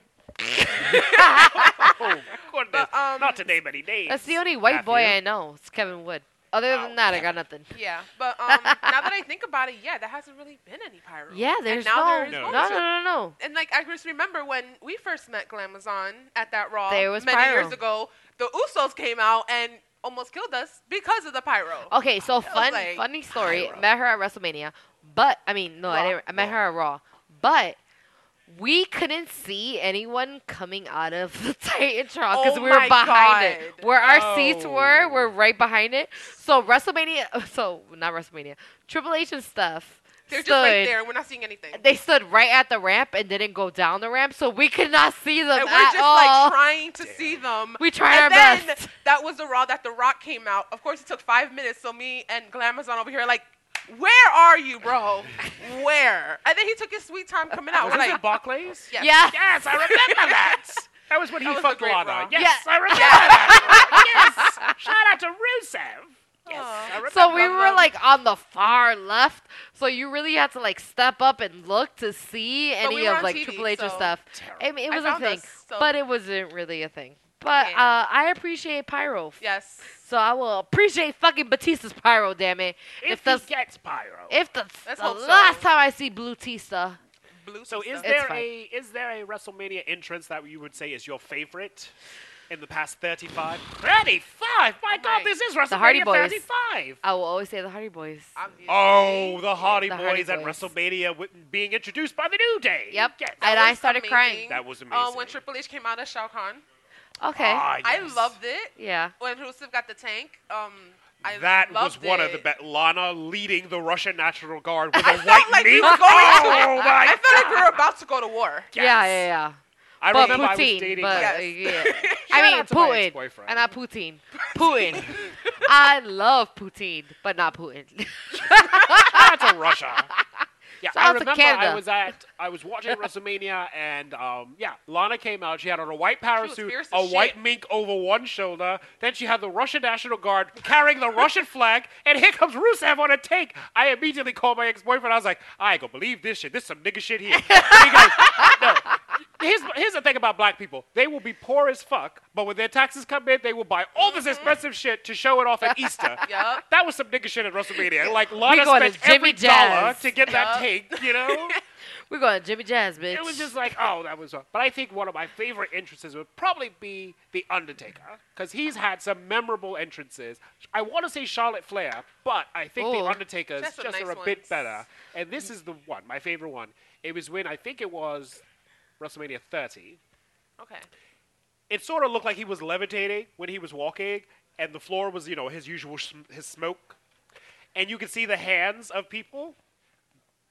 Speaker 8: Oh, goodness. Not to name any names.
Speaker 6: That's the only white boy
Speaker 8: Matthew.
Speaker 6: I know. It's Kevin Wood. Other
Speaker 8: Oh,
Speaker 6: than that, I got nothing.
Speaker 7: Yeah, but
Speaker 6: *laughs*
Speaker 7: um, now that I think about it, yeah, there hasn't really been any pyro.
Speaker 6: Yeah,
Speaker 7: and
Speaker 6: there's
Speaker 7: now
Speaker 6: no,
Speaker 7: there is
Speaker 8: No.
Speaker 6: no,
Speaker 7: going
Speaker 6: no,
Speaker 7: to.
Speaker 6: no, no.
Speaker 7: And like I just remember when we first met Glamazon at that Raw
Speaker 6: There was
Speaker 7: many
Speaker 6: pyro.
Speaker 7: years ago, the Usos came out and almost killed us because of the pyro. *laughs*
Speaker 6: Okay, so fun,
Speaker 7: like,
Speaker 6: funny story. Met her at WrestleMania, but I mean, no, I
Speaker 7: Raw.
Speaker 6: didn't. I met her at Raw, but we couldn't see anyone coming out of the *laughs* Titantron because
Speaker 7: Oh
Speaker 6: we were
Speaker 7: my
Speaker 6: behind it.
Speaker 7: God.
Speaker 6: Where our seats were,
Speaker 8: Oh.
Speaker 6: we're right behind it. So WrestleMania, *laughs* so not WrestleMania, Triple H and stuff.
Speaker 7: They're
Speaker 6: stood,
Speaker 7: just right there. We're not seeing anything.
Speaker 6: They stood right at the ramp and didn't go down the ramp, so we could not see them
Speaker 7: and we're
Speaker 6: at
Speaker 7: just
Speaker 6: all.
Speaker 7: like trying to see them.
Speaker 6: we tried
Speaker 7: and
Speaker 6: our
Speaker 7: then
Speaker 6: best.
Speaker 7: that was the Raw that The Rock came out. Of course, it took five minutes. So me and Glamazon over here are like, where are you, bro? Where? And then he took his sweet time coming out.
Speaker 8: Was
Speaker 7: We're
Speaker 8: this
Speaker 7: like,
Speaker 8: at Barclays?
Speaker 7: yes. *laughs*
Speaker 6: yeah.
Speaker 8: Yes, I remember that. That was when he
Speaker 7: That was
Speaker 8: fucked
Speaker 7: a great
Speaker 8: Lana.
Speaker 7: Raw.
Speaker 8: Yes,
Speaker 6: Yeah.
Speaker 8: I remember that. Yes. Shout out to Rusev. Yes,
Speaker 7: Aw.
Speaker 8: I remember.
Speaker 6: So we
Speaker 7: Love
Speaker 6: were
Speaker 7: them.
Speaker 6: like on the far left, so you really had to like step up and look to see any
Speaker 7: we were
Speaker 6: of
Speaker 7: on
Speaker 6: like
Speaker 7: TV,
Speaker 6: Triple H or
Speaker 7: so-
Speaker 6: stuff. I mean, it
Speaker 7: I
Speaker 6: was a
Speaker 7: found
Speaker 6: thing,
Speaker 7: us, so-
Speaker 6: but it wasn't really a thing. But
Speaker 7: Yeah.
Speaker 6: uh, I appreciate pyro,
Speaker 7: Yes.
Speaker 6: so I will appreciate fucking Batista's pyro. Damn it!
Speaker 8: if
Speaker 6: the
Speaker 8: he gets pyro.
Speaker 6: if the,
Speaker 7: Let's
Speaker 6: the
Speaker 7: hope so.
Speaker 6: last time I see Blue Tista,
Speaker 7: Blue
Speaker 8: so is
Speaker 7: system.
Speaker 8: there
Speaker 6: fine.
Speaker 8: a is there a WrestleMania entrance that you would say is your favorite in the past 35? 35? My God,
Speaker 7: Right.
Speaker 8: this is
Speaker 6: The Hardy
Speaker 8: WrestleMania
Speaker 6: Boys.
Speaker 8: 35.
Speaker 6: I will always say the Hardy Boys.
Speaker 7: Obviously.
Speaker 8: Oh, the Hardy
Speaker 6: The Hardy
Speaker 8: Boys at
Speaker 6: Boys.
Speaker 8: WrestleMania wi- being introduced by the New Day.
Speaker 6: Yep,
Speaker 8: Yes.
Speaker 6: and
Speaker 7: That
Speaker 6: I
Speaker 7: was
Speaker 6: started crying.
Speaker 7: amazing.
Speaker 8: That was
Speaker 7: Uh, when
Speaker 8: amazing.
Speaker 7: Triple H came out as Shao Kahn,
Speaker 6: Okay,
Speaker 8: Ah,
Speaker 7: I
Speaker 8: yes.
Speaker 7: loved it.
Speaker 6: yeah.
Speaker 7: When Rusev got the tank, um, I
Speaker 8: That was
Speaker 7: loved
Speaker 8: one of
Speaker 7: it.
Speaker 8: the best. Lana leading the Russian National Guard
Speaker 7: *laughs*
Speaker 8: with a
Speaker 7: felt
Speaker 8: white
Speaker 7: like we
Speaker 8: knee.
Speaker 7: were going to-
Speaker 8: oh my!
Speaker 7: I felt like we
Speaker 8: *laughs*
Speaker 7: were about to go to war.
Speaker 6: Yeah,
Speaker 8: Yes.
Speaker 6: yeah, yeah.
Speaker 8: I
Speaker 6: But
Speaker 8: remember I was
Speaker 6: Putin,
Speaker 8: dating.
Speaker 6: but
Speaker 8: my-
Speaker 7: Yes.
Speaker 6: yeah.
Speaker 8: *laughs* Shout
Speaker 6: I mean
Speaker 8: out to my
Speaker 6: Putin,
Speaker 8: ex-boyfriend.
Speaker 6: and not Putin.
Speaker 8: *laughs*
Speaker 6: Putin. I love Putin, but not Putin. *laughs*
Speaker 8: Shout out to Russia. Yeah,
Speaker 6: Shout
Speaker 8: I
Speaker 6: out to
Speaker 8: remember I
Speaker 6: Canada.
Speaker 8: was at I was watching WrestleMania and um, yeah, Lana came out. She had on a white
Speaker 7: was
Speaker 8: parasuit,
Speaker 7: fierce
Speaker 8: a
Speaker 7: as
Speaker 8: white
Speaker 7: shit.
Speaker 8: mink over one shoulder. Then she had the Russian National Guard carrying the Russian flag, and here comes Rusev on a tank. I immediately called my ex-boyfriend. I was like, I ain't gonna believe this shit. This some nigga shit here. And he goes, no. Here's, here's the thing about black people. They will be poor as fuck, but when their taxes come in, they will buy all this expensive shit to show it off at Easter.
Speaker 7: Yup.
Speaker 8: That was some nigga shit at WrestleMania. Like, Lana
Speaker 6: going to
Speaker 8: spent every
Speaker 6: Jimmy Jazz.
Speaker 8: dollar to get that take,
Speaker 6: *laughs*
Speaker 8: you know?
Speaker 6: We're going Jimmy Jazz, bitch.
Speaker 8: it was just like, oh, that was. But I think one of my favorite entrances would probably be The Undertaker, because he's had some memorable entrances. I want to say Charlotte Flair, but I think
Speaker 6: Ooh.
Speaker 8: The Undertaker's
Speaker 7: That's some
Speaker 8: just are a
Speaker 7: nice
Speaker 8: bit
Speaker 7: ones.
Speaker 8: better. And this is the one, my favorite one. It was when I think it was WrestleMania 30.
Speaker 7: Okay.
Speaker 8: It sort of looked like he was levitating when he was walking, and the floor was, you know, his usual sm- his smoke, and you could see the hands of people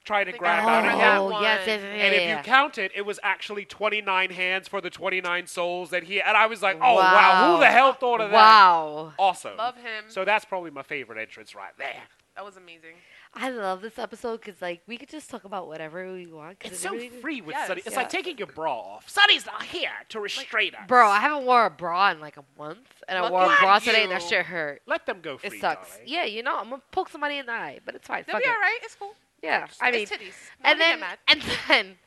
Speaker 8: trying to
Speaker 7: think
Speaker 8: grab
Speaker 7: I
Speaker 8: out of
Speaker 7: remember
Speaker 8: him.
Speaker 7: that
Speaker 6: oh,
Speaker 7: one.
Speaker 6: yes, yes, yes,
Speaker 8: And if
Speaker 6: yeah.
Speaker 8: you count it, it was actually 29 hands for the 29 souls that he. And I was like, oh, wow, who
Speaker 6: Wow.
Speaker 8: the hell thought of that?
Speaker 6: Wow.
Speaker 8: Awesome.
Speaker 7: Love him.
Speaker 8: So that's probably my favorite entrance right there.
Speaker 7: That was amazing.
Speaker 6: I love this episode because, like, we could just talk about whatever we want. 'cause
Speaker 8: It's
Speaker 6: it
Speaker 8: so
Speaker 6: really-
Speaker 8: free with
Speaker 7: Yes,
Speaker 8: Sunny. It's
Speaker 7: yeah.
Speaker 8: like taking your bra off. Sunny's not here to restrain us.
Speaker 6: Bro, I haven't wore a bra in like a month, and I
Speaker 7: Look
Speaker 6: wore a
Speaker 7: at
Speaker 6: bra today, and that
Speaker 7: you.
Speaker 6: shit hurt.
Speaker 8: Let them go free.
Speaker 6: It sucks.
Speaker 8: darling.
Speaker 6: Yeah, you know, I'm gonna poke somebody in the eye, but it's fine.
Speaker 7: They'll
Speaker 6: Fuck
Speaker 7: be
Speaker 6: it.
Speaker 7: all right. It's cool.
Speaker 6: Yeah, I mean,
Speaker 7: it's titties.
Speaker 6: and
Speaker 7: Nobody get
Speaker 6: then
Speaker 7: mad.
Speaker 6: and then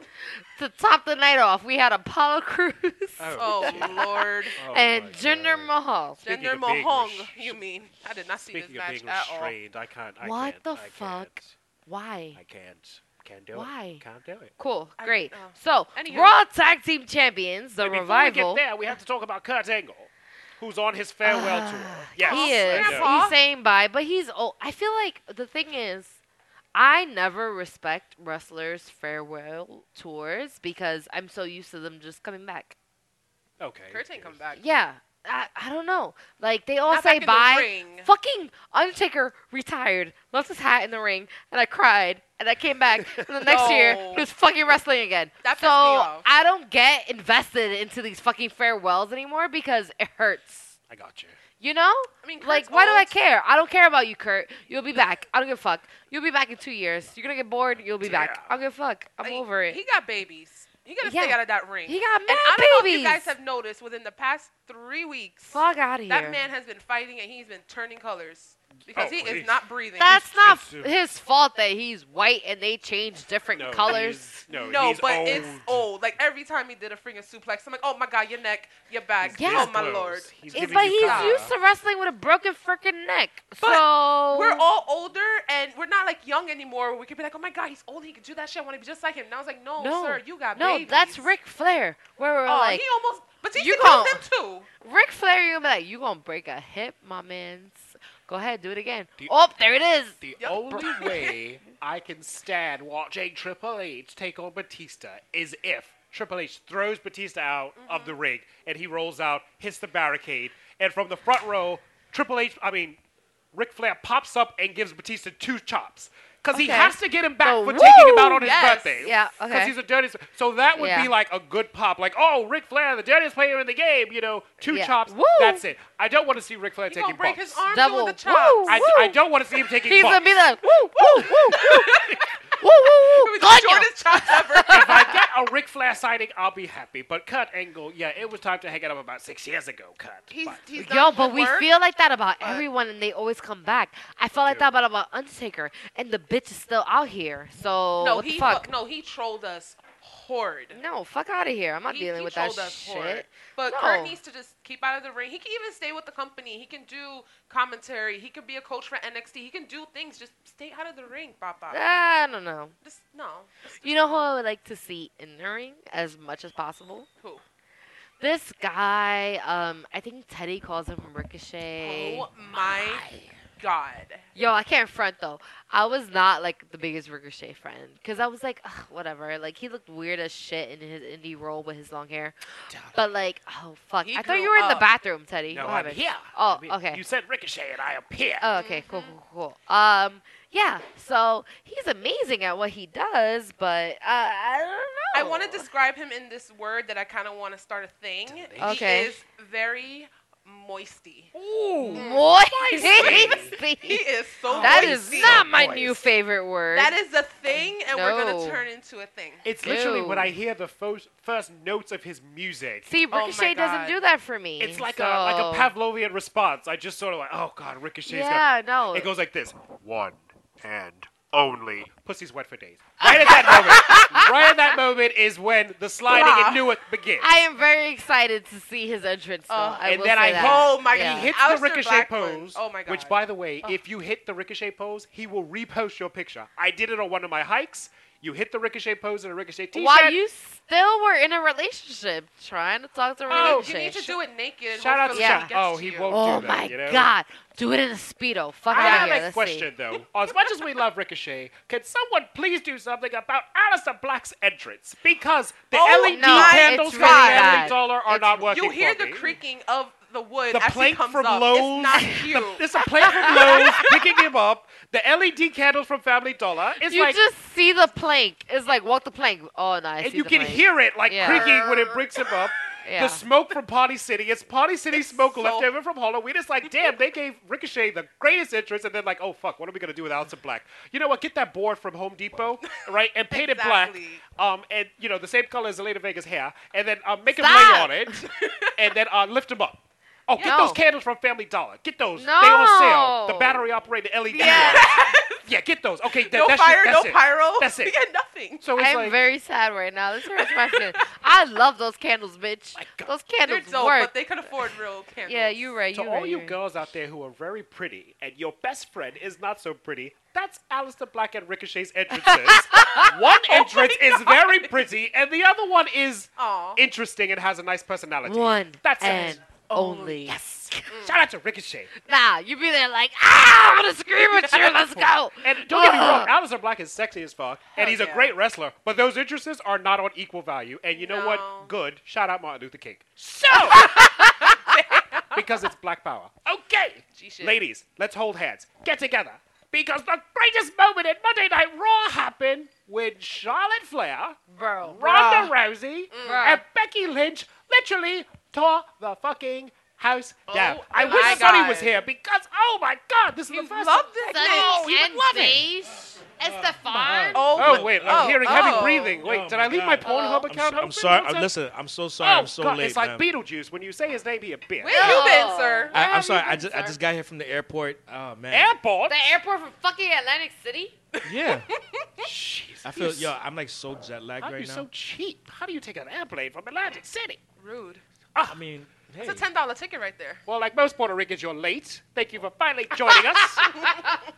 Speaker 6: to top the night off, we had Apollo Cruz
Speaker 8: *laughs*
Speaker 7: Oh lord,
Speaker 8: Oh
Speaker 6: and
Speaker 8: my
Speaker 6: Jinder
Speaker 8: God.
Speaker 6: Mahal.
Speaker 8: Speaking
Speaker 7: Jinder
Speaker 8: of being
Speaker 7: Mahal.
Speaker 8: res-
Speaker 7: You mean? I did not see this
Speaker 8: Speaking of
Speaker 7: match
Speaker 8: being
Speaker 7: at all.
Speaker 8: restrained, I can't. I
Speaker 6: What
Speaker 8: can't,
Speaker 6: the
Speaker 8: I
Speaker 6: fuck?
Speaker 8: Can't,
Speaker 6: Why?
Speaker 8: I can't. Can't do
Speaker 6: Why?
Speaker 8: it. Can't do it.
Speaker 6: Cool,
Speaker 7: I-
Speaker 6: great.
Speaker 7: oh.
Speaker 6: So,
Speaker 7: Anywho.
Speaker 6: Raw Tag Team Champions, the
Speaker 8: But Before
Speaker 6: revival.
Speaker 8: we get there, we have to talk about Kurt Angle, who's on his farewell tour. Yes,
Speaker 6: Ah, He is.
Speaker 8: I know.
Speaker 7: Grandpa.
Speaker 6: He's saying bye, but he's old. I feel like the thing is, I never respect wrestlers' farewell tours because I'm so used to them just coming back.
Speaker 8: Okay.
Speaker 7: Kurt ain't coming back.
Speaker 6: Yeah. I, I don't know. Like they all
Speaker 7: Not
Speaker 6: say
Speaker 7: back in the
Speaker 6: bye.
Speaker 7: ring.
Speaker 6: Fucking Undertaker retired, left his hat in the ring, and I cried. And I came back, and the next
Speaker 7: *laughs*
Speaker 6: year
Speaker 7: No.
Speaker 6: he was fucking wrestling again.
Speaker 7: That pissed
Speaker 6: so
Speaker 7: me off.
Speaker 6: I don't get invested into these fucking farewells anymore because it hurts.
Speaker 8: I got you.
Speaker 6: You know?
Speaker 7: I mean, Kurt's
Speaker 6: like, why do I
Speaker 7: old.
Speaker 6: care? I don't care about you, Kurt. You'll be back. I don't give a fuck. You'll be back in two years. You're gonna get bored. You'll be back.
Speaker 8: Yeah.
Speaker 6: I don't give a fuck. I'm
Speaker 7: Like,
Speaker 6: over it.
Speaker 7: He got babies. He gotta stay
Speaker 6: Yeah.
Speaker 7: out of that ring.
Speaker 6: He got
Speaker 7: and I
Speaker 6: mad
Speaker 7: don't know if
Speaker 6: babies.
Speaker 7: you guys have noticed within the past three weeks,
Speaker 6: Fuck out of here.
Speaker 7: that man has been fighting and he's been turning colors because
Speaker 8: Oh,
Speaker 7: he
Speaker 8: he's-
Speaker 7: is not breathing.
Speaker 6: That's not f-
Speaker 8: expensive.
Speaker 6: his fault that he's white and they change different
Speaker 8: No,
Speaker 6: colors.
Speaker 8: he's- No,
Speaker 7: no,
Speaker 8: he's
Speaker 7: but
Speaker 8: old.
Speaker 7: it's old. Like every time he did a freaking suplex, I'm like, oh my god, your neck, your back.
Speaker 6: Yeah.
Speaker 7: Oh my
Speaker 8: He's
Speaker 7: lord.
Speaker 8: close. He's
Speaker 6: It's
Speaker 8: giving
Speaker 6: but
Speaker 8: you
Speaker 6: he's
Speaker 8: Kara.
Speaker 6: used to wrestling with a broken freaking neck.
Speaker 7: But
Speaker 6: so
Speaker 7: We're all older and we're not like young anymore. Where we could be like, oh my god, he's old. He could do that shit. I want to be just like him. And I was like, no,
Speaker 6: no,
Speaker 7: sir, you got
Speaker 6: no.
Speaker 7: babies.
Speaker 6: That's Ric Flair. Where we're
Speaker 7: Oh,
Speaker 6: like,
Speaker 7: he almost. But he
Speaker 6: you
Speaker 7: killed
Speaker 6: gon-
Speaker 7: him too.
Speaker 6: Ric Flair, you're gonna be like, you gonna break a hip, my man. Go ahead, do it again.
Speaker 8: Do you-
Speaker 6: oh, there it is.
Speaker 8: The
Speaker 7: Yep.
Speaker 8: only way I can stand watching Triple H take on Batista is if Triple H throws Batista out
Speaker 6: Mm-hmm.
Speaker 8: of the ring and he rolls out, hits the barricade, and from the front row, Triple H, I mean, Ric Flair pops up and gives Batista two chops. Because he
Speaker 6: Okay.
Speaker 8: has to get him back
Speaker 6: Oh,
Speaker 8: for taking him out
Speaker 6: woo!
Speaker 8: on his
Speaker 7: Yes.
Speaker 8: birthday.
Speaker 6: Yeah, okay.
Speaker 8: Because he's a dirty. s- So that would
Speaker 6: Yeah.
Speaker 8: be like a good pop. Like, oh, Ric Flair, the dirtiest player in the game, you know, two
Speaker 6: Yeah.
Speaker 8: chops.
Speaker 6: Woo!
Speaker 8: That's it. I don't want to see Ric Flair
Speaker 7: He
Speaker 8: taking
Speaker 7: gonna break
Speaker 8: bumps.
Speaker 7: his arm
Speaker 6: Double.
Speaker 7: doing the
Speaker 6: Woo.
Speaker 7: chops.
Speaker 8: I, I don't want to see him taking
Speaker 6: He's
Speaker 8: bumps.
Speaker 6: gonna be like, woo, woo, woo, woo, woo, woo, woo.
Speaker 7: It was the
Speaker 6: Coño.
Speaker 7: shortest chops ever.
Speaker 8: if I get a Ric Flair sighting, I'll be happy. But Kurt Angle, yeah, it was time to hang it up about six years ago, Kurt.
Speaker 7: He's,
Speaker 8: But-
Speaker 7: he's done
Speaker 6: Yo,
Speaker 7: good
Speaker 6: but we
Speaker 7: work.
Speaker 6: feel like that about everyone, and they always come back. I felt like that about, about Undertaker, and the bitch is still out here. So
Speaker 7: No,
Speaker 6: what
Speaker 7: he
Speaker 6: the fuck?
Speaker 7: no, he trolled us hard.
Speaker 6: No, fuck out of here. I'm not
Speaker 7: he,
Speaker 6: dealing
Speaker 7: he
Speaker 6: with that
Speaker 7: trolled us
Speaker 6: shit.
Speaker 7: hard. But
Speaker 6: No.
Speaker 7: Kurt needs to just keep out of the ring. He can even stay with the company. He can do commentary. He can be a coach for NXT. He can do things. Just stay out of the ring, Papa.
Speaker 6: I don't know.
Speaker 7: Just no. Just-
Speaker 6: You know who I would like to see in the ring as much as possible?
Speaker 7: Who?
Speaker 6: This guy, um, I think Teddy calls him Ricochet.
Speaker 7: Oh my God.
Speaker 6: Yo, I can't front though. I was not like the biggest Ricochet friend because I was like, Ugh, whatever. Like he looked weird as shit in his indie role with his long hair, but like, oh fuck,
Speaker 7: He
Speaker 6: I thought
Speaker 7: grew
Speaker 6: you were in the
Speaker 7: up.
Speaker 6: bathroom, Teddy.
Speaker 8: no,
Speaker 6: what
Speaker 8: I'm
Speaker 6: happened?
Speaker 8: here.
Speaker 6: Oh,
Speaker 8: I mean,
Speaker 6: okay.
Speaker 8: You said Ricochet, and I appear.
Speaker 6: Oh, okay,
Speaker 8: Mm-hmm.
Speaker 6: cool, cool, cool. Um, yeah. So he's amazing at what he does, but uh, I don't
Speaker 7: I
Speaker 6: know.
Speaker 7: want to
Speaker 6: *laughs*
Speaker 7: describe him in this word that I kind of want to start a thing.
Speaker 6: Okay.
Speaker 7: He is very moisty.
Speaker 6: *laughs*
Speaker 7: He
Speaker 6: moisty.
Speaker 7: is so
Speaker 6: Oh, that is
Speaker 7: moisty.
Speaker 6: not my new favorite word.
Speaker 7: That is a thing, and we're
Speaker 6: No.
Speaker 7: gonna turn into a thing.
Speaker 8: It's literally when
Speaker 6: Ew.
Speaker 8: I hear the fo- first notes of his music.
Speaker 6: See,
Speaker 7: my
Speaker 6: Ricochet doesn't
Speaker 7: God.
Speaker 6: do that for me.
Speaker 8: Oh it's like a like
Speaker 6: so-
Speaker 8: a Pavlovian response. I just sort of like, oh god, Ricochet's
Speaker 6: Yeah, no.
Speaker 8: gonna. It goes like this: one and only. Pussy's wet
Speaker 6: *laughs*
Speaker 8: for days. Right at that moment. Right at that moment is when the sliding
Speaker 7: Blah.
Speaker 8: in Newark begins.
Speaker 6: I am very excited to see his entrance. Though.
Speaker 7: Uh,
Speaker 6: I
Speaker 8: Oh, and
Speaker 6: will
Speaker 8: then
Speaker 6: say
Speaker 8: I
Speaker 6: that.
Speaker 7: hope- Oh my
Speaker 6: Yeah.
Speaker 7: God.
Speaker 8: He hits
Speaker 7: Alistair
Speaker 8: the ricochet
Speaker 7: Blackburn.
Speaker 8: pose.
Speaker 7: Oh my
Speaker 8: Which,
Speaker 7: God.
Speaker 8: by the way, if you hit the ricochet pose, he will repost your picture. I did it on one of my hikes. You hit the ricochet pose in a ricochet t-shirt.
Speaker 6: While you still were in a relationship, trying to talk to
Speaker 8: Oh,
Speaker 7: you
Speaker 6: Ricochet.
Speaker 7: need to do it naked.
Speaker 8: Shout out to
Speaker 7: Hopefully it
Speaker 6: Shaq.
Speaker 7: gets
Speaker 8: Oh,
Speaker 7: to
Speaker 8: he
Speaker 7: you.
Speaker 8: won't
Speaker 6: Oh
Speaker 8: do that,
Speaker 6: my
Speaker 8: you know?
Speaker 6: god! Do it in a speedo. Fuck
Speaker 8: I
Speaker 6: out
Speaker 8: have
Speaker 6: of here.
Speaker 8: a
Speaker 6: Let's
Speaker 8: question, though. As
Speaker 6: *laughs*
Speaker 8: much as we love Ricochet, can someone please do something about Alistair Black's entrance? Because the
Speaker 7: Oh,
Speaker 8: LED
Speaker 6: no, it's
Speaker 8: candles for
Speaker 6: really
Speaker 8: Family
Speaker 6: bad.
Speaker 8: Dollar are
Speaker 6: It's-
Speaker 8: not working
Speaker 7: You hear
Speaker 8: for
Speaker 7: the
Speaker 8: me.
Speaker 7: creaking of the wood
Speaker 8: The
Speaker 7: as he
Speaker 8: plank
Speaker 7: comes
Speaker 8: from
Speaker 7: up.
Speaker 8: Lowe's.
Speaker 7: It's not
Speaker 8: *laughs* The-
Speaker 7: cute.
Speaker 8: There's a plate
Speaker 6: *laughs*
Speaker 8: from Lowe's picking him up. The LED candles from Family Dollar. It's
Speaker 6: You
Speaker 8: like
Speaker 6: just see the plank. It's like walk the plank. Oh, no, I
Speaker 8: and
Speaker 6: see
Speaker 8: you
Speaker 6: the
Speaker 8: can
Speaker 6: plank.
Speaker 8: hear it like
Speaker 6: Yeah.
Speaker 8: creaking when it breaks him up.
Speaker 6: Yeah.
Speaker 8: The smoke from Party City. It's Party City smoke
Speaker 7: so-
Speaker 8: left over from Halloween. It's like, damn, they gave Ricochet the greatest interest, and then like, oh fuck, what are we gonna do with Alistair Black? You know what? Get that board from Home Depot, right, and paint it
Speaker 7: Exactly.
Speaker 8: black, um, and you know the same color as Elena Vega's hair, and then um, uh, make him
Speaker 6: Stop.
Speaker 8: lay on it, and then uh, lift him up. Oh, get
Speaker 6: No.
Speaker 8: those candles from Family Dollar. Get those. They on sale. The
Speaker 6: No.
Speaker 8: battery operated LED. *laughs*
Speaker 6: Yeah.
Speaker 8: ones. yeah, get those. Okay, that,
Speaker 7: no
Speaker 8: that's
Speaker 7: fire,
Speaker 8: it.
Speaker 7: no
Speaker 8: That's it.
Speaker 7: pyro. *laughs*
Speaker 8: That's it.
Speaker 7: Yeah, nothing.
Speaker 8: So it's
Speaker 6: I'm
Speaker 8: like,
Speaker 6: very sad right now. This hurts my
Speaker 8: *laughs*
Speaker 6: feelings. I love those candles, bitch.
Speaker 8: My God.
Speaker 6: Those
Speaker 7: They're
Speaker 6: candles
Speaker 7: dope,
Speaker 6: work.
Speaker 7: but they could afford real candles.
Speaker 6: yeah, you're right.
Speaker 8: to
Speaker 6: you're
Speaker 8: all
Speaker 6: right,
Speaker 8: you
Speaker 6: you're right.
Speaker 8: girls out there who are very pretty and your best friend is not so pretty, that's Alistair Black and Ricochet's
Speaker 6: *laughs*
Speaker 8: entrances.
Speaker 6: Oh
Speaker 8: one entrance is very pretty, and the other one is
Speaker 7: Aw.
Speaker 8: interesting and has a nice personality.
Speaker 6: One
Speaker 8: That's
Speaker 6: and
Speaker 8: it. Oh,
Speaker 6: only. Mm.
Speaker 8: Shout out to Ricochet.
Speaker 6: Nah, you be there like, ah, I'm gonna scream at you. Let's go.
Speaker 8: *laughs* And don't get me wrong,
Speaker 6: Ugh.
Speaker 8: Alistair Black is sexy as fuck, and
Speaker 7: Ah! Hell
Speaker 8: he's a
Speaker 7: yeah.
Speaker 8: great wrestler, but those interests are not on equal value. And you know
Speaker 7: No.
Speaker 8: what? Good. Shout out Martin Luther King.
Speaker 7: *laughs*
Speaker 8: So, because it's black power. Okay.
Speaker 7: Gee, shit.
Speaker 8: Ladies, let's hold hands. Get together. Because the greatest moment in Monday Night Raw happened when Charlotte Flair,
Speaker 6: Bro.
Speaker 8: Ronda Rousey,
Speaker 7: Mm.
Speaker 6: Bruh.
Speaker 8: and Becky Lynch literally tore the fucking house down. I
Speaker 7: Oh my
Speaker 8: wish Sonny
Speaker 7: God.
Speaker 8: was here because, oh my God, this is
Speaker 7: You
Speaker 8: the first
Speaker 7: loved it.
Speaker 6: Sunny
Speaker 8: No, you
Speaker 6: and
Speaker 8: would love it. Uh,
Speaker 6: Beige. Estefan.
Speaker 7: Oh,
Speaker 8: Oh
Speaker 7: my-
Speaker 8: wait, I'm
Speaker 7: oh,
Speaker 8: hearing heavy
Speaker 7: oh.
Speaker 8: breathing. Wait,
Speaker 2: Oh
Speaker 8: did
Speaker 2: my
Speaker 8: I leave
Speaker 2: God.
Speaker 8: my Pornhub
Speaker 6: Oh.
Speaker 8: account open?
Speaker 2: I'm sorry.
Speaker 8: What's
Speaker 2: I'm,
Speaker 8: that?
Speaker 2: listen, I'm so
Speaker 8: Oh
Speaker 2: sorry. I'm so
Speaker 8: God,
Speaker 2: late.
Speaker 8: it's like
Speaker 2: man.
Speaker 8: Beetlejuice. When you say his name, he a bitch.
Speaker 7: Where you been,
Speaker 6: Oh.
Speaker 7: sir?
Speaker 2: I,
Speaker 6: have
Speaker 2: I'm
Speaker 6: you
Speaker 2: sorry. I
Speaker 6: been,
Speaker 2: just I
Speaker 6: sir?
Speaker 2: just got here from the airport. Oh man.
Speaker 8: Airport.
Speaker 6: The
Speaker 8: *laughs*
Speaker 6: airport from fucking Atlantic City?
Speaker 2: Yeah.
Speaker 8: Jeez,
Speaker 2: I feel
Speaker 8: you're
Speaker 2: yo.
Speaker 8: s-
Speaker 2: I'm like so jet lagged
Speaker 8: How are
Speaker 2: right
Speaker 8: you
Speaker 2: now.
Speaker 8: so cheap? How do you take an airplane from Atlantic City?
Speaker 7: Rude.
Speaker 2: I mean, hey.
Speaker 7: It's a ten dollar ticket right there.
Speaker 8: Well, like most Puerto Ricans, you're late. Thank you for finally
Speaker 7: *laughs*
Speaker 8: joining us.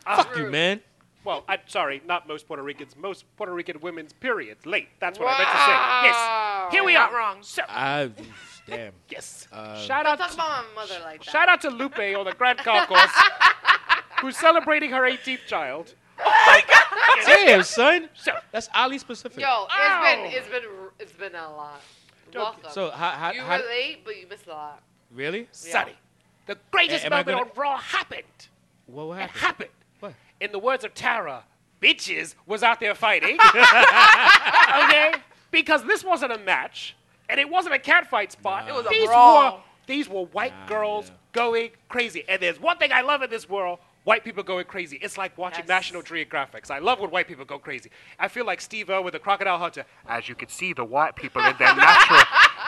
Speaker 2: fuck you, man.
Speaker 8: Well, I'm sorry, not most Puerto Ricans. Most Puerto Rican women's periods late. That's what I meant to say. Yes. Here we
Speaker 7: You're
Speaker 8: are.
Speaker 7: not wrong.
Speaker 8: So,
Speaker 2: I damn.
Speaker 8: yes.
Speaker 2: Uh,
Speaker 8: Shout
Speaker 6: Don't
Speaker 8: out
Speaker 6: talk about my mother like that.
Speaker 8: Shout out to Lupe on the
Speaker 7: *laughs*
Speaker 8: Grand Concourse, who's celebrating her 18th child.
Speaker 2: Damn, son.
Speaker 8: So,
Speaker 2: That's Ali specific.
Speaker 6: Yo,
Speaker 8: Ow.
Speaker 6: it's been it's been it's been a lot.
Speaker 8: Don't-
Speaker 6: Welcome.
Speaker 2: So how how,
Speaker 6: you
Speaker 2: how
Speaker 6: were late, but you missed a lot.
Speaker 2: really?
Speaker 8: Sonny, the greatest
Speaker 2: A- am I
Speaker 8: moment
Speaker 2: gonna-
Speaker 8: on Raw happened.
Speaker 2: What, what
Speaker 8: It
Speaker 2: happened?
Speaker 8: happened.
Speaker 2: What?
Speaker 8: In the words of Tara, bitches was out there fighting. okay? Because this wasn't a match, and it wasn't a catfight spot.
Speaker 2: It
Speaker 7: was a
Speaker 8: these
Speaker 7: brawl.
Speaker 8: Were, these were white
Speaker 2: Nah,
Speaker 8: girls
Speaker 2: yeah.
Speaker 8: going crazy. And there's one thing I love in this world. White people going crazy. It's like watching
Speaker 6: Yes.
Speaker 8: National Geographics. I love when white people go crazy. I feel like Steve Irwin, the crocodile hunter. As you can see, the white people in their natural,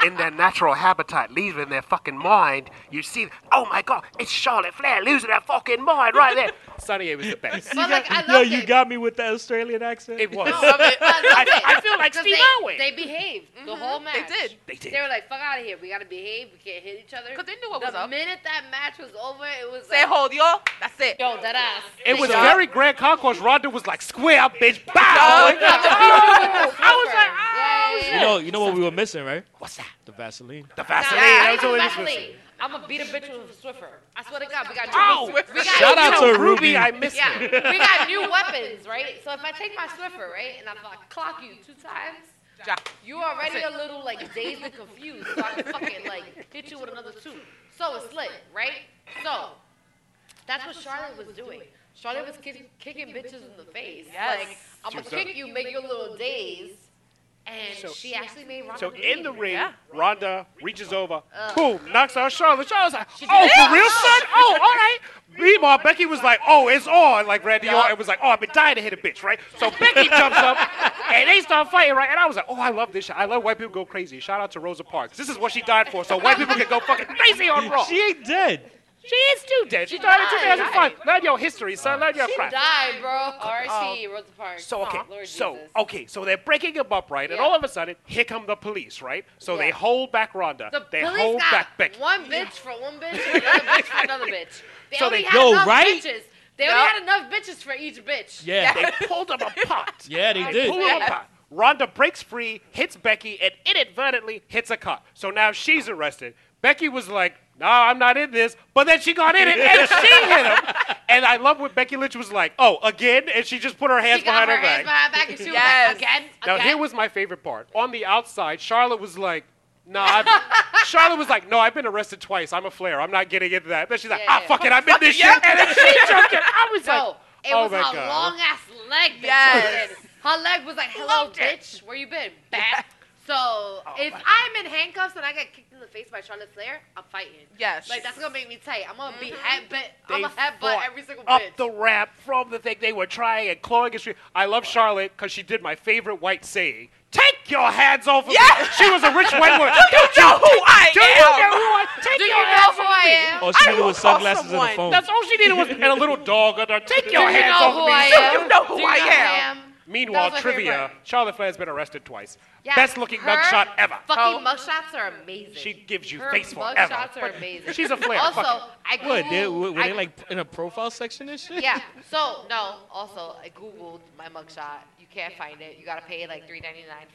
Speaker 8: in their natural habitat, losing their fucking mind. You see, oh my god, it's Charlotte Flair losing her fucking mind right there. Sonny, it was the best.
Speaker 6: But like I
Speaker 2: Yo,
Speaker 6: loved
Speaker 2: you
Speaker 6: it.
Speaker 2: got me with that Australian accent.
Speaker 8: It was.
Speaker 6: I, loved it.
Speaker 8: I feel like
Speaker 6: 'Cause
Speaker 8: Steve
Speaker 6: they,
Speaker 8: Irwin.
Speaker 6: They behaved the whole match.
Speaker 7: Mm-hmm. did.
Speaker 8: They did.
Speaker 6: They were like, "Fuck out of here. We gotta behave. We can't hit each other."
Speaker 7: 'Cause they knew what
Speaker 6: the
Speaker 7: was up.
Speaker 6: minute that match was over, it was
Speaker 7: Say
Speaker 6: like,
Speaker 7: hold, y'all. That's it.
Speaker 6: "Yo, that ass."
Speaker 8: It was
Speaker 6: Yo.
Speaker 8: very grand concourse. Ronda was like, square up, bitch. Bow. I was like, ah.
Speaker 6: Yeah, yeah,
Speaker 2: You
Speaker 6: yeah.
Speaker 2: know, you know what we were missing, right?
Speaker 8: what's that?
Speaker 2: The Vaseline.
Speaker 8: The Vaseline.
Speaker 6: Nah,
Speaker 8: That was
Speaker 6: I
Speaker 8: all
Speaker 6: ain't gonna
Speaker 8: it was
Speaker 6: lie,
Speaker 8: missing.
Speaker 6: I'm gonna beat a bitch with a Swiffer. I swear to God, we got
Speaker 8: Ow.
Speaker 6: new we got
Speaker 2: Shout out
Speaker 6: new-
Speaker 2: to Ruby.
Speaker 8: I
Speaker 7: *laughs*
Speaker 8: missed
Speaker 6: Yeah,
Speaker 8: it.
Speaker 6: we got new weapons, right? So if I take my Swiffer, right, and if I clock you two times,
Speaker 7: Ja.
Speaker 6: you already
Speaker 7: That's
Speaker 6: a little like dazed and confused, so I can fucking like hit you with another two. So it's lit, right? So that's what Charlotte was doing. Charlotte was kick, kicking bitches in the face.
Speaker 7: Yes.
Speaker 6: Like I'm gonna kick you, make you a little dazed, and
Speaker 8: So-
Speaker 6: she actually made Ronda.
Speaker 8: So
Speaker 6: bleed.
Speaker 8: in the ring,
Speaker 7: Yeah.
Speaker 8: Ronda reaches over, boom, knocks out Charlotte. Charlotte's like,
Speaker 6: did
Speaker 8: oh,
Speaker 6: it.
Speaker 8: for real, son? Oh, all right. Meanwhile, Becky was like, oh, it's on. Like Randy Orton was like, oh, I've been dying to hit a bitch, right? So *laughs* Becky jumps up and they start fighting, right? And I was like, oh, I love this shit. I love white people go crazy. Shout out to Rosa Parks. This is what she died for, so white people can go fucking crazy on Raw.
Speaker 2: She ain't dead.
Speaker 8: She is too dead. She died Uh, in
Speaker 6: died.
Speaker 8: 2005. Learn your history, son. Learn your crap.
Speaker 6: Die, bro.
Speaker 7: Oh.
Speaker 6: R.I.P. Rosa Parks.
Speaker 8: So okay,
Speaker 6: Aw, Lord
Speaker 8: so
Speaker 6: Jesus.
Speaker 8: okay, so they're breaking him up, right? And
Speaker 6: Yeah.
Speaker 8: all of a sudden, here come the police, right? So they
Speaker 6: Yeah.
Speaker 8: hold back Rhonda.
Speaker 6: The
Speaker 8: they
Speaker 6: police
Speaker 8: hold
Speaker 6: got
Speaker 8: back Becky.
Speaker 6: one bitch for one bitch and another bitch for
Speaker 8: *laughs*
Speaker 6: another bitch. They
Speaker 8: So
Speaker 6: only
Speaker 8: they-
Speaker 6: had
Speaker 2: Yo,
Speaker 6: enough
Speaker 2: right?
Speaker 6: bitches. They only had enough bitches for each bitch.
Speaker 2: Yeah.
Speaker 8: They pulled them apart.
Speaker 2: *laughs* Yeah, they did.
Speaker 8: Pull them apart. Rhonda breaks free, hits Becky, and inadvertently hits a cop. So now she's arrested. Becky was like, "Nah, I'm not in this," but then she got in it and she hit him.
Speaker 6: *laughs*
Speaker 8: And I love what Becky Lynch was like, "Oh, again?" And she just put her hands
Speaker 6: She got
Speaker 8: behind
Speaker 6: her
Speaker 8: her
Speaker 6: hands
Speaker 8: back.
Speaker 6: behind her back and she was
Speaker 7: Yes.
Speaker 6: like, again,
Speaker 8: Now
Speaker 6: again.
Speaker 8: here was my favorite part. On the outside, Charlotte was like, "No, nah, I've- Charlotte was like, no, I've been arrested twice. I'm a flare. I'm not getting into that." Then she's like,
Speaker 6: Yeah,
Speaker 8: "Ah,
Speaker 6: yeah.
Speaker 8: fuck it, I'm in this shit." And then she jumped in. I was
Speaker 6: no,
Speaker 8: like,
Speaker 6: it
Speaker 8: "Oh
Speaker 6: was
Speaker 8: my
Speaker 6: her
Speaker 8: god."
Speaker 6: long ass leg. That
Speaker 7: Yes.
Speaker 6: she was in. her leg was like, hello, bitch, where you been, bat? So
Speaker 8: Oh
Speaker 6: if I'm in handcuffs and I get kicked in the face by Charlotte Flair, I'm fighting.
Speaker 7: Yes.
Speaker 6: Like that's gonna make me tight. I'm gonna be headbutt.
Speaker 8: Mm-hmm. They
Speaker 6: I'm gonna
Speaker 8: fought
Speaker 6: headbutt every single
Speaker 8: up
Speaker 6: bitch.
Speaker 8: the ramp from the thing they were trying and clawing and shit. I love Charlotte because she did my favorite white saying: "Take your hands off of me." She was a rich white woman. Don't you
Speaker 7: know who I
Speaker 8: do you know
Speaker 7: am?
Speaker 8: who I? Take
Speaker 6: Do you
Speaker 8: your
Speaker 6: know
Speaker 8: hands
Speaker 6: who
Speaker 8: off
Speaker 6: I
Speaker 8: me.
Speaker 2: All Oh, she
Speaker 7: I
Speaker 2: needed
Speaker 7: will
Speaker 2: was
Speaker 7: call
Speaker 2: sunglasses and a
Speaker 7: someone.
Speaker 2: phone.
Speaker 8: That's all she needed was and a little dog. under. Take your
Speaker 6: Do you
Speaker 8: hands
Speaker 6: know who
Speaker 8: off me. *laughs*
Speaker 6: I
Speaker 8: sir."
Speaker 6: am?
Speaker 7: You know who
Speaker 6: Do you
Speaker 7: I
Speaker 6: know
Speaker 7: am.
Speaker 8: Meanwhile,
Speaker 6: That was my
Speaker 8: trivia:
Speaker 6: favorite.
Speaker 8: Charlotte Flair's been arrested twice.
Speaker 6: Yeah,
Speaker 8: Best looking
Speaker 6: her
Speaker 8: mugshot ever.
Speaker 7: Oh.
Speaker 6: Fucking mugshots are amazing.
Speaker 8: She gives you
Speaker 6: Her
Speaker 8: face forever.
Speaker 6: mugshots are amazing.
Speaker 8: She's a Flair.
Speaker 6: Also,
Speaker 8: Fuck
Speaker 6: I
Speaker 2: What?
Speaker 6: googled,
Speaker 2: They, were were
Speaker 6: I,
Speaker 2: they like in a profile section and shit?
Speaker 6: Yeah. So no. Also, I googled my mugshot. You can't find it. You gotta pay like $3.99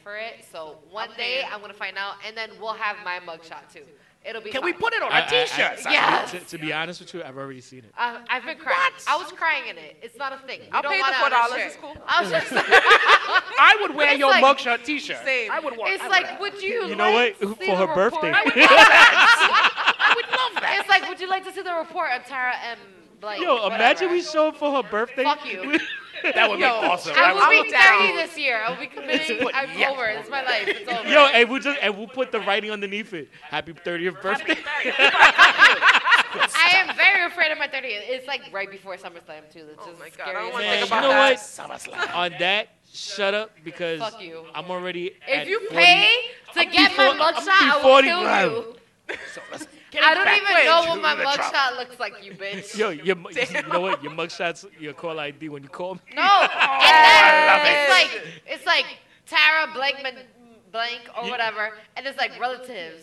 Speaker 6: for it. So one day I'm gonna find out, and then we'll have my mugshot too. It'll be.
Speaker 8: Can we
Speaker 6: fine.
Speaker 8: put it on
Speaker 2: I- I-
Speaker 8: a T-shirt?
Speaker 2: I-
Speaker 8: sir?
Speaker 6: Yes. *laughs*
Speaker 2: To, to be honest with you, I've already seen it.
Speaker 6: Uh, I've been crying. I was crying in it. It's not a thing. You
Speaker 7: I'll
Speaker 6: don't
Speaker 7: pay the
Speaker 6: want it
Speaker 7: $4.
Speaker 6: on your
Speaker 7: It's
Speaker 6: shirt.
Speaker 7: cool.
Speaker 6: I was just.
Speaker 8: *laughs* I would wear
Speaker 6: It's
Speaker 8: your
Speaker 6: like-
Speaker 8: mugshot T-shirt.
Speaker 7: Same.
Speaker 8: I would wear.
Speaker 6: It's
Speaker 8: I would
Speaker 6: like, would you?
Speaker 2: You know
Speaker 6: like
Speaker 2: what?
Speaker 6: to see
Speaker 2: For
Speaker 6: the
Speaker 2: her birthday.
Speaker 6: report?
Speaker 2: *laughs*
Speaker 8: I would love that.
Speaker 6: It's like, would you like to see the report on Tara M. Blake?
Speaker 2: Yo, imagine
Speaker 6: Whatever.
Speaker 2: we show up for her birthday.
Speaker 6: Fuck
Speaker 2: *laughs*
Speaker 6: you.
Speaker 8: That would be awesome.
Speaker 6: I
Speaker 7: I'm
Speaker 6: will be
Speaker 7: down.
Speaker 6: 30 this year. I will
Speaker 8: *laughs*
Speaker 6: be committing. I'm over. It's my life. It's over.
Speaker 2: Yo, and we'll just and we'll put the writing underneath it. Happy 30th birthday.
Speaker 6: I am very afraid of my 30th. It's like right before SummerSlam too. It's just
Speaker 7: my God, I
Speaker 6: scary.
Speaker 7: don't
Speaker 6: as
Speaker 7: wanna
Speaker 6: hell.
Speaker 7: think
Speaker 2: Man, you
Speaker 7: about
Speaker 2: know
Speaker 7: that.
Speaker 2: what? On that, shut up because
Speaker 6: Fuck you.
Speaker 2: I'm already.
Speaker 6: If
Speaker 2: at
Speaker 6: you
Speaker 2: 40.
Speaker 6: pay to get
Speaker 2: before-
Speaker 6: my
Speaker 2: I'm
Speaker 6: mugshot, I will
Speaker 2: before
Speaker 6: kill you.
Speaker 2: 45.
Speaker 6: I don't even
Speaker 7: Wait,
Speaker 6: know
Speaker 7: you
Speaker 6: what my
Speaker 7: in trouble.
Speaker 6: mugshot looks like, you bitch. *laughs*
Speaker 2: Yo, your, mu- you know what? Your mugshots, your call ID when you call me.
Speaker 6: No, and
Speaker 8: *laughs*
Speaker 6: then it's like it's like Tara Blankman blank or whatever, and it's like relatives.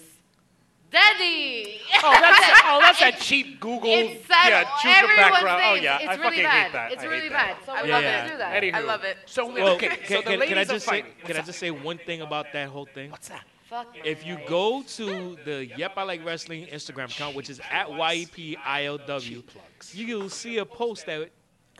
Speaker 6: Daddy.
Speaker 8: Oh, that's that,
Speaker 6: *laughs*
Speaker 8: oh, that's that cheap Google.
Speaker 6: It's sad.
Speaker 8: yeah, choose your
Speaker 6: Everyone's
Speaker 8: background. Oh
Speaker 6: things.
Speaker 8: yeah,
Speaker 6: it's
Speaker 8: I
Speaker 6: really
Speaker 8: fucking
Speaker 6: bad.
Speaker 8: hate that.
Speaker 6: It's
Speaker 8: I hate
Speaker 6: really
Speaker 8: that.
Speaker 6: bad. So we
Speaker 2: Yeah,
Speaker 6: love
Speaker 2: yeah.
Speaker 6: to do that.
Speaker 8: Anywho.
Speaker 7: I love it.
Speaker 8: So
Speaker 2: Well,
Speaker 8: okay,
Speaker 2: can,
Speaker 8: so the
Speaker 2: can- can I
Speaker 8: ladies are
Speaker 2: just say,
Speaker 8: fighting.
Speaker 2: can I just say one thing about that whole thing?
Speaker 8: What's that?
Speaker 6: Fuck my
Speaker 2: If you go to the Yep I Like Wrestling Instagram account, which is at E YEPILW, you'll see a post that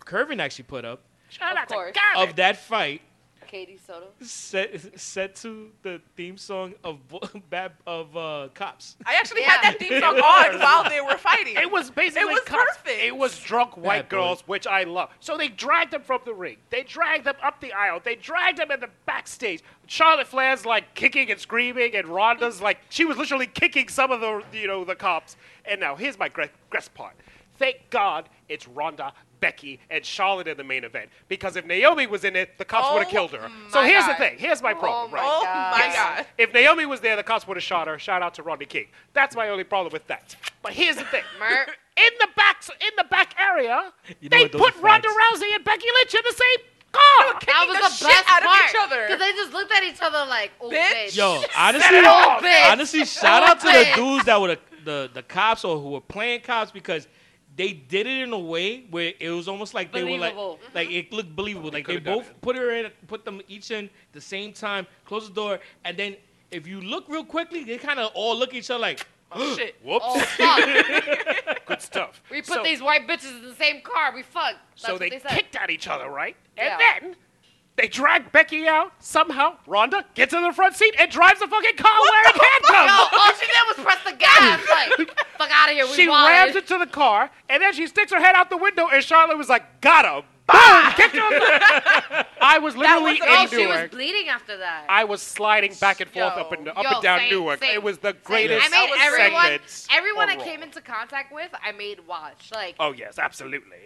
Speaker 2: Curvin actually put up
Speaker 6: Of course.
Speaker 2: of that fight
Speaker 6: Katie
Speaker 8: *laughs*
Speaker 6: Soto.
Speaker 2: set, set to the theme song of Bo- *laughs* Bab of uh, Cops.
Speaker 7: I actually
Speaker 6: Yeah.
Speaker 7: had that theme song on while they were fighting.
Speaker 8: It was
Speaker 7: It
Speaker 8: basically
Speaker 7: was
Speaker 8: cops.
Speaker 7: perfect.
Speaker 8: It was drunk white
Speaker 2: boy.
Speaker 8: girls, which I love. So they dragged them from the ring. They dragged them up the aisle. They dragged them in the backstage. Charlotte Flair's like kicking and screaming, and Rhonda's like she was literally kicking some of the you know the cops. And now here's my gre- best part. Thank God it's Rhonda. Becky and Charlotte in the main event because if Naomi was in it, the cops
Speaker 7: Oh
Speaker 8: would have killed her. So
Speaker 7: my
Speaker 8: here's
Speaker 7: God.
Speaker 8: the thing. Here's my problem,
Speaker 6: my
Speaker 8: right?
Speaker 7: oh my
Speaker 6: Yes.
Speaker 7: god.
Speaker 8: If Naomi was there, the cops would have shot her. Shout out to Rodney King. That's my only problem with that. But here's
Speaker 7: *laughs*
Speaker 8: the thing:
Speaker 6: Mer-
Speaker 8: in the back, in the back area,
Speaker 2: You know
Speaker 8: they
Speaker 2: what, those
Speaker 8: put
Speaker 2: are
Speaker 8: Ronda
Speaker 2: facts.
Speaker 8: Rousey and Becky Lynch in the same car.
Speaker 7: Kicking
Speaker 6: That was
Speaker 7: the shit
Speaker 6: the, best
Speaker 7: out of
Speaker 6: part,
Speaker 7: each other.
Speaker 6: Cause they just looked at each other like, oh
Speaker 7: Bitch.
Speaker 6: bitch. Oh,
Speaker 2: Yo, honestly,
Speaker 6: off.
Speaker 8: *gasps*
Speaker 2: honestly, shout out to the
Speaker 6: Bitch.
Speaker 2: dudes that were the, the, the cops or who were playing cops because they did it in a way where it was almost like they were
Speaker 6: Believable.
Speaker 2: like, like it looked believable. like they
Speaker 8: could've done
Speaker 2: both put her in, put them each in the same time, close the door, and then if you look real quickly, they kind of all look at each other like,
Speaker 7: Shit.
Speaker 8: Whoops,
Speaker 6: Oh fuck.
Speaker 8: good stuff. *laughs*
Speaker 6: We put
Speaker 8: so,
Speaker 6: these white bitches in the same car. We fucked. That's
Speaker 8: So
Speaker 6: what
Speaker 8: they,
Speaker 6: they said.
Speaker 8: kicked at each other, right? And
Speaker 6: Yeah.
Speaker 8: then they drag Becky out. Somehow, Ronda gets in the front seat and drives the fucking car wearing
Speaker 6: Yo,
Speaker 8: handcuffs.
Speaker 6: all she did was press the *laughs* gas. Like, fuck out of here. Oh, We
Speaker 8: She
Speaker 6: won.
Speaker 8: rams into the car, and then she sticks her head out the window, and Charlotte was like, got him. Boom! *laughs* Kicked her in the- I was literally
Speaker 6: Oh,
Speaker 8: in
Speaker 6: she was
Speaker 8: Newark.
Speaker 6: bleeding after that.
Speaker 8: I was sliding back and forth
Speaker 7: Yo.
Speaker 8: up and up
Speaker 6: Yo,
Speaker 8: and down
Speaker 6: same,
Speaker 8: Newark.
Speaker 6: same,
Speaker 8: it was the
Speaker 6: same.
Speaker 8: greatest
Speaker 6: I made
Speaker 7: was
Speaker 6: everyone,
Speaker 8: segment
Speaker 6: everyone I
Speaker 8: on
Speaker 6: came
Speaker 8: Raw.
Speaker 6: into contact with, I made watch. Like,
Speaker 8: Oh yes, absolutely.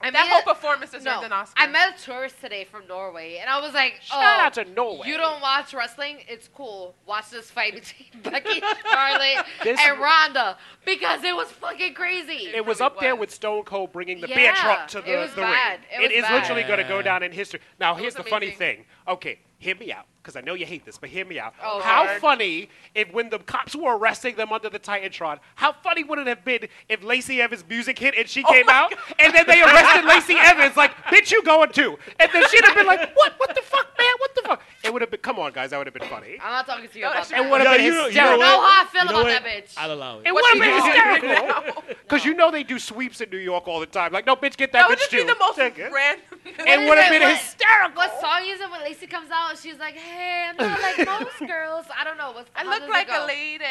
Speaker 6: I
Speaker 7: That
Speaker 6: made
Speaker 7: whole
Speaker 6: a-
Speaker 7: performance deserved
Speaker 6: no,
Speaker 7: an Oscar.
Speaker 6: I *laughs* met a tourist today from Norway, and I was like,
Speaker 8: Shout
Speaker 6: oh,
Speaker 8: out to Norway.
Speaker 6: You don't watch wrestling? It's cool. Watch this fight between *laughs* Becky, Charlotte,
Speaker 8: This-
Speaker 6: and Ronda because it was fucking crazy.
Speaker 8: It was
Speaker 7: really
Speaker 8: up there
Speaker 7: was.
Speaker 8: with Stone Cold bringing the
Speaker 6: Yeah,
Speaker 8: beer truck to
Speaker 6: it
Speaker 8: the,
Speaker 6: was
Speaker 8: the
Speaker 6: bad.
Speaker 8: ring.
Speaker 6: It was
Speaker 8: it is
Speaker 6: bad.
Speaker 8: literally going to go down in history. Now here's the
Speaker 7: was
Speaker 8: funny
Speaker 7: amazing.
Speaker 8: thing. Okay, hear me out because I know you hate this, but hear me out.
Speaker 6: Oh,
Speaker 8: how
Speaker 6: Lord.
Speaker 8: funny if when the cops were arresting them under the Titantron, how funny would it have been if Lacey Evans' music hit and she
Speaker 6: Oh
Speaker 8: came out and then they arrested Lacey Evans like, "Bitch, you going too?" And then she'd have been like, "What? What the fuck, man? What the fuck?" It would have been. Come on, guys, that would have been funny.
Speaker 6: I'm not talking to you
Speaker 7: No,
Speaker 6: about
Speaker 7: that's
Speaker 6: that.
Speaker 7: right.
Speaker 8: What
Speaker 2: Yo,
Speaker 8: about
Speaker 2: you know- you
Speaker 8: hysterical?
Speaker 2: know what?
Speaker 6: how I feel
Speaker 2: You know
Speaker 6: about
Speaker 2: what?
Speaker 6: that bitch.
Speaker 2: I'll allow it.
Speaker 8: It would have been
Speaker 7: you got? *laughs*
Speaker 8: hysterical. Because you know they do sweeps in New York all the time. Like, no, bitch, get that,
Speaker 7: That would
Speaker 8: bitch
Speaker 7: just be
Speaker 8: too.
Speaker 7: the most
Speaker 8: Take it.
Speaker 7: *laughs* random.
Speaker 8: It
Speaker 6: is
Speaker 8: would have
Speaker 6: it?
Speaker 8: been
Speaker 6: What-
Speaker 8: hysterical.
Speaker 6: What song is it when Lacey comes out and she's like, hey, I'm
Speaker 7: *laughs*
Speaker 6: not like most girls. I don't know. What's,
Speaker 7: I
Speaker 6: how
Speaker 7: look
Speaker 6: does it
Speaker 7: like
Speaker 6: go?
Speaker 7: a lady.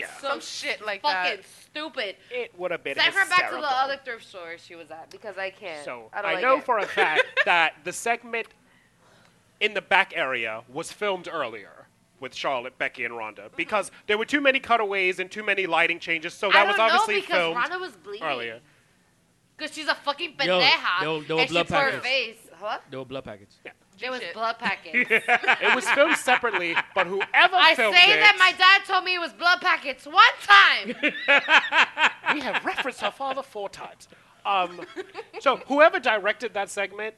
Speaker 6: Yeah.
Speaker 7: Some shit like
Speaker 6: Fucking
Speaker 7: that.
Speaker 6: stupid.
Speaker 8: It would have been
Speaker 6: Send her back
Speaker 8: hysterical.
Speaker 6: to the other thrift store she was at because I can't.
Speaker 8: So
Speaker 6: I,
Speaker 8: I,
Speaker 6: don't like
Speaker 8: know
Speaker 6: it.
Speaker 8: for
Speaker 6: *laughs*
Speaker 8: a fact that the segment in the back area was filmed earlier with Charlotte, Becky, and Rhonda because there were too many cutaways and too many lighting changes. So
Speaker 6: Mm-hmm. I
Speaker 8: that
Speaker 6: don't
Speaker 8: was obviously
Speaker 6: know because
Speaker 8: filmed
Speaker 6: Rhonda was bleeding.
Speaker 8: earlier.
Speaker 6: Because she's a fucking
Speaker 2: Yo,
Speaker 6: pendeja.
Speaker 2: no- no
Speaker 6: and
Speaker 2: blood
Speaker 6: she tore her
Speaker 2: packets.
Speaker 6: face. What?
Speaker 2: No blood package.
Speaker 6: There was
Speaker 7: Shit.
Speaker 6: blood packets.
Speaker 7: *laughs*
Speaker 8: it was filmed separately, but whoever
Speaker 6: *laughs* I say
Speaker 8: filmed it,
Speaker 7: *laughs*
Speaker 6: that my dad told me it was blood packets one time.
Speaker 8: we have referenced her father four times. Um, so whoever directed that segment,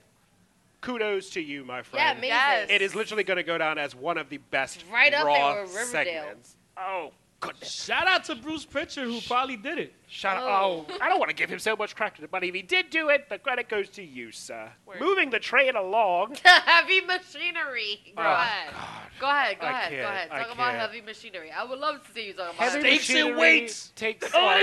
Speaker 8: kudos to you, my
Speaker 6: Yeah,
Speaker 8: friend.
Speaker 6: amazing.
Speaker 7: Yes.
Speaker 8: it is literally going to go down as one of the best
Speaker 6: Right up
Speaker 8: raw
Speaker 6: there with Riverdale.
Speaker 8: segments. Oh goodness!
Speaker 2: Shout out to Bruce Pritchard who probably did it.
Speaker 8: Shut
Speaker 6: Oh.
Speaker 8: up! Oh, I don't want to give him so much credit, but if he did do it, the credit goes to you, sir.
Speaker 7: Word.
Speaker 8: Moving the train along.
Speaker 6: *laughs* heavy machinery. Go
Speaker 8: Oh,
Speaker 6: ahead. Go ahead. Go
Speaker 8: I
Speaker 6: ahead. Go
Speaker 8: can't,
Speaker 6: ahead.
Speaker 8: I
Speaker 6: Talk about
Speaker 8: can't.
Speaker 6: heavy machinery. I would love to see you talk about
Speaker 8: Heavy
Speaker 6: heavy
Speaker 2: Stakes and
Speaker 8: machinery
Speaker 2: weights.
Speaker 8: takes on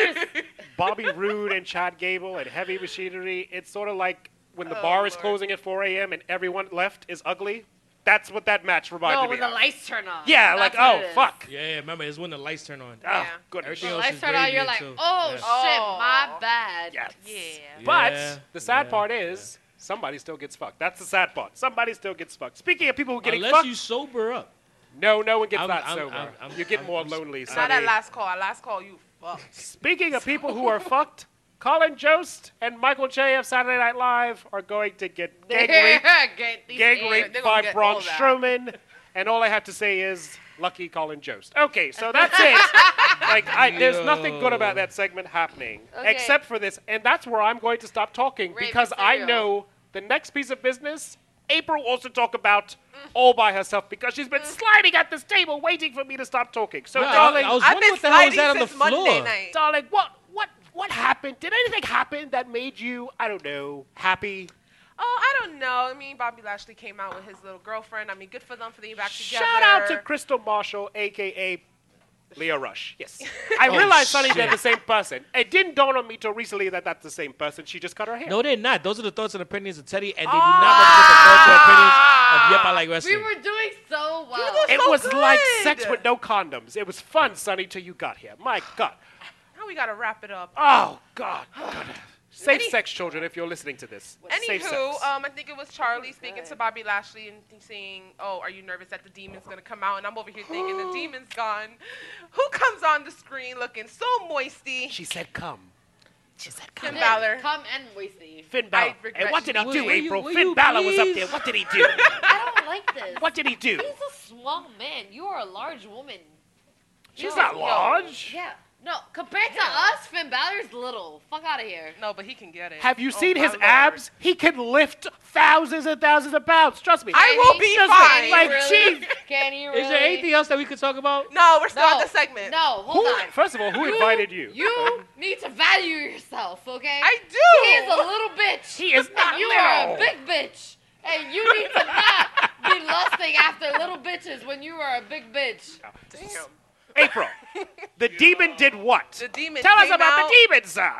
Speaker 8: Bobby Roode and Chad Gable and heavy machinery. It's sort of like when the
Speaker 7: Oh,
Speaker 8: bar is
Speaker 7: Lord.
Speaker 8: closing at 4 a.m. and everyone left is ugly. That's what that match reminded
Speaker 6: No,
Speaker 8: me
Speaker 6: when the
Speaker 8: of.
Speaker 6: lights turn on.
Speaker 8: yeah,
Speaker 6: That's
Speaker 8: like
Speaker 6: what it
Speaker 8: oh
Speaker 6: is.
Speaker 8: fuck.
Speaker 2: Yeah, remember it's when the lights turn on.
Speaker 8: Oh,
Speaker 7: Yeah.
Speaker 8: goodness.
Speaker 2: Everything
Speaker 6: The
Speaker 2: else
Speaker 6: lights
Speaker 2: is
Speaker 6: turn on.
Speaker 2: gravy
Speaker 6: You're like,
Speaker 2: until-
Speaker 6: oh
Speaker 2: yeah.
Speaker 6: shit,
Speaker 7: Oh.
Speaker 6: my bad.
Speaker 8: Yes.
Speaker 7: Yeah.
Speaker 8: But
Speaker 2: Yeah,
Speaker 8: the sad
Speaker 2: yeah,
Speaker 8: part is somebody still gets fucked. That's the sad part. Somebody still gets fucked. Speaking of people who getting
Speaker 2: Unless
Speaker 8: fucked,
Speaker 2: you sober up.
Speaker 8: no, no one gets
Speaker 2: I'm-
Speaker 8: that
Speaker 2: I'm-
Speaker 8: sober.
Speaker 2: I'm- I'm-
Speaker 8: you get
Speaker 2: I'm-
Speaker 8: more
Speaker 2: I'm-
Speaker 8: lonely.
Speaker 7: Not
Speaker 8: Sonny.
Speaker 7: at last call. At last call, you fucked.
Speaker 8: Speaking of people
Speaker 7: *laughs*
Speaker 8: who are fucked, Colin Jost and Michael J of Saturday Night Live are going
Speaker 7: *laughs*
Speaker 8: to get
Speaker 6: *laughs*
Speaker 8: gang raped,
Speaker 6: Get these
Speaker 8: gang
Speaker 6: ears.
Speaker 8: raped
Speaker 7: they're gonna
Speaker 8: by
Speaker 7: get
Speaker 8: Braun
Speaker 7: all that.
Speaker 8: Strowman. And all I have to say is, lucky Colin Jost. Okay, so that's
Speaker 7: *laughs*
Speaker 8: it. like, I, there's nothing good about that segment happening,
Speaker 6: Okay.
Speaker 8: except for this. And that's where I'm going to stop talking
Speaker 6: Rape
Speaker 8: because I
Speaker 6: material.
Speaker 8: know the next piece of business. April wants to talk about all by herself because she's been sliding at this table waiting for me to stop talking. So,
Speaker 2: Yeah, I-
Speaker 8: darling,
Speaker 2: I was
Speaker 7: I've
Speaker 2: wondering
Speaker 7: been
Speaker 2: what the hell was
Speaker 7: sliding
Speaker 2: that on the
Speaker 7: since
Speaker 2: floor.
Speaker 7: Monday night.
Speaker 8: darling, what what what happened? Did anything happen that made you, I don't know, happy?
Speaker 7: Oh, I don't know. I mean, Bobby Lashley came out with his little girlfriend. I mean, good for them for being back together.
Speaker 8: Shout out to Crystal Marshall, aka Leah Rush. Yes. I
Speaker 2: Oh,
Speaker 8: realized suddenly
Speaker 2: shit.
Speaker 8: they're the same person. It didn't dawn on me till recently that that's the same person. She just cut her hair.
Speaker 2: No, they're not. Those are the thoughts and opinions of Teddy, and they do not represent the thoughts or opinions of Yep, I Like
Speaker 6: Ah! We
Speaker 2: Wrestling.
Speaker 6: were doing so well.
Speaker 7: were
Speaker 8: it
Speaker 7: so
Speaker 8: was like
Speaker 7: good.
Speaker 8: sex with no condoms. It was fun, Sonny, till you got here. My God.
Speaker 7: Now we gotta wrap it up.
Speaker 8: Oh, God. God. Safe sex, children, if you're listening to this. Safe sex.
Speaker 7: Anywho, um, I think it was Charlie speaking to Bobby Lashley and th- saying, "Oh, are you nervous that the demon's gonna come out?" And I'm over here thinking
Speaker 8: *gasps*
Speaker 7: the demon's gone. Who comes on the screen looking so moisty?
Speaker 8: she said, come.
Speaker 7: Finn
Speaker 6: Finn,
Speaker 7: Balor.
Speaker 6: Come and
Speaker 8: *laughs*
Speaker 6: Wasty.
Speaker 8: Finn
Speaker 7: I
Speaker 8: Balor. And
Speaker 7: regret
Speaker 8: what did
Speaker 7: you-
Speaker 8: he do,
Speaker 2: Will you-
Speaker 8: April?
Speaker 2: will
Speaker 8: Finn
Speaker 2: you
Speaker 8: Balor was up
Speaker 2: please?
Speaker 8: there. What did he do?
Speaker 6: I don't like this.
Speaker 8: What did he do?
Speaker 6: He's a small man. You are a large woman.
Speaker 8: She's
Speaker 6: No,
Speaker 8: not
Speaker 6: no.
Speaker 8: large.
Speaker 6: Yeah. No, compared to us, Finn Balor's little. Fuck out of here.
Speaker 7: No, but he can get it.
Speaker 8: Have you
Speaker 7: Oh,
Speaker 8: seen
Speaker 7: my
Speaker 8: his
Speaker 7: Lord.
Speaker 8: abs? He can lift thousands and thousands of pounds. Trust me.
Speaker 7: I will be
Speaker 8: Just
Speaker 7: fine.
Speaker 8: like
Speaker 6: really?
Speaker 8: cheese.
Speaker 6: *laughs* Can you really?
Speaker 2: Is there anything else that we could talk about?
Speaker 7: No, we're still
Speaker 6: No.
Speaker 7: on the segment.
Speaker 6: No, hold
Speaker 8: Who,
Speaker 6: on.
Speaker 8: first of all, who invited you?
Speaker 6: You need to value yourself, okay?
Speaker 7: I do.
Speaker 6: He is a little bitch.
Speaker 8: He is not
Speaker 6: and you are a
Speaker 8: little.
Speaker 6: big bitch. And you need to not be lusting after little bitches when you are a big bitch.
Speaker 7: Damn.
Speaker 6: *laughs*
Speaker 8: April, the demon did what?
Speaker 7: The demon
Speaker 8: Tell us
Speaker 7: came
Speaker 8: about
Speaker 7: out.
Speaker 8: the demon, sir.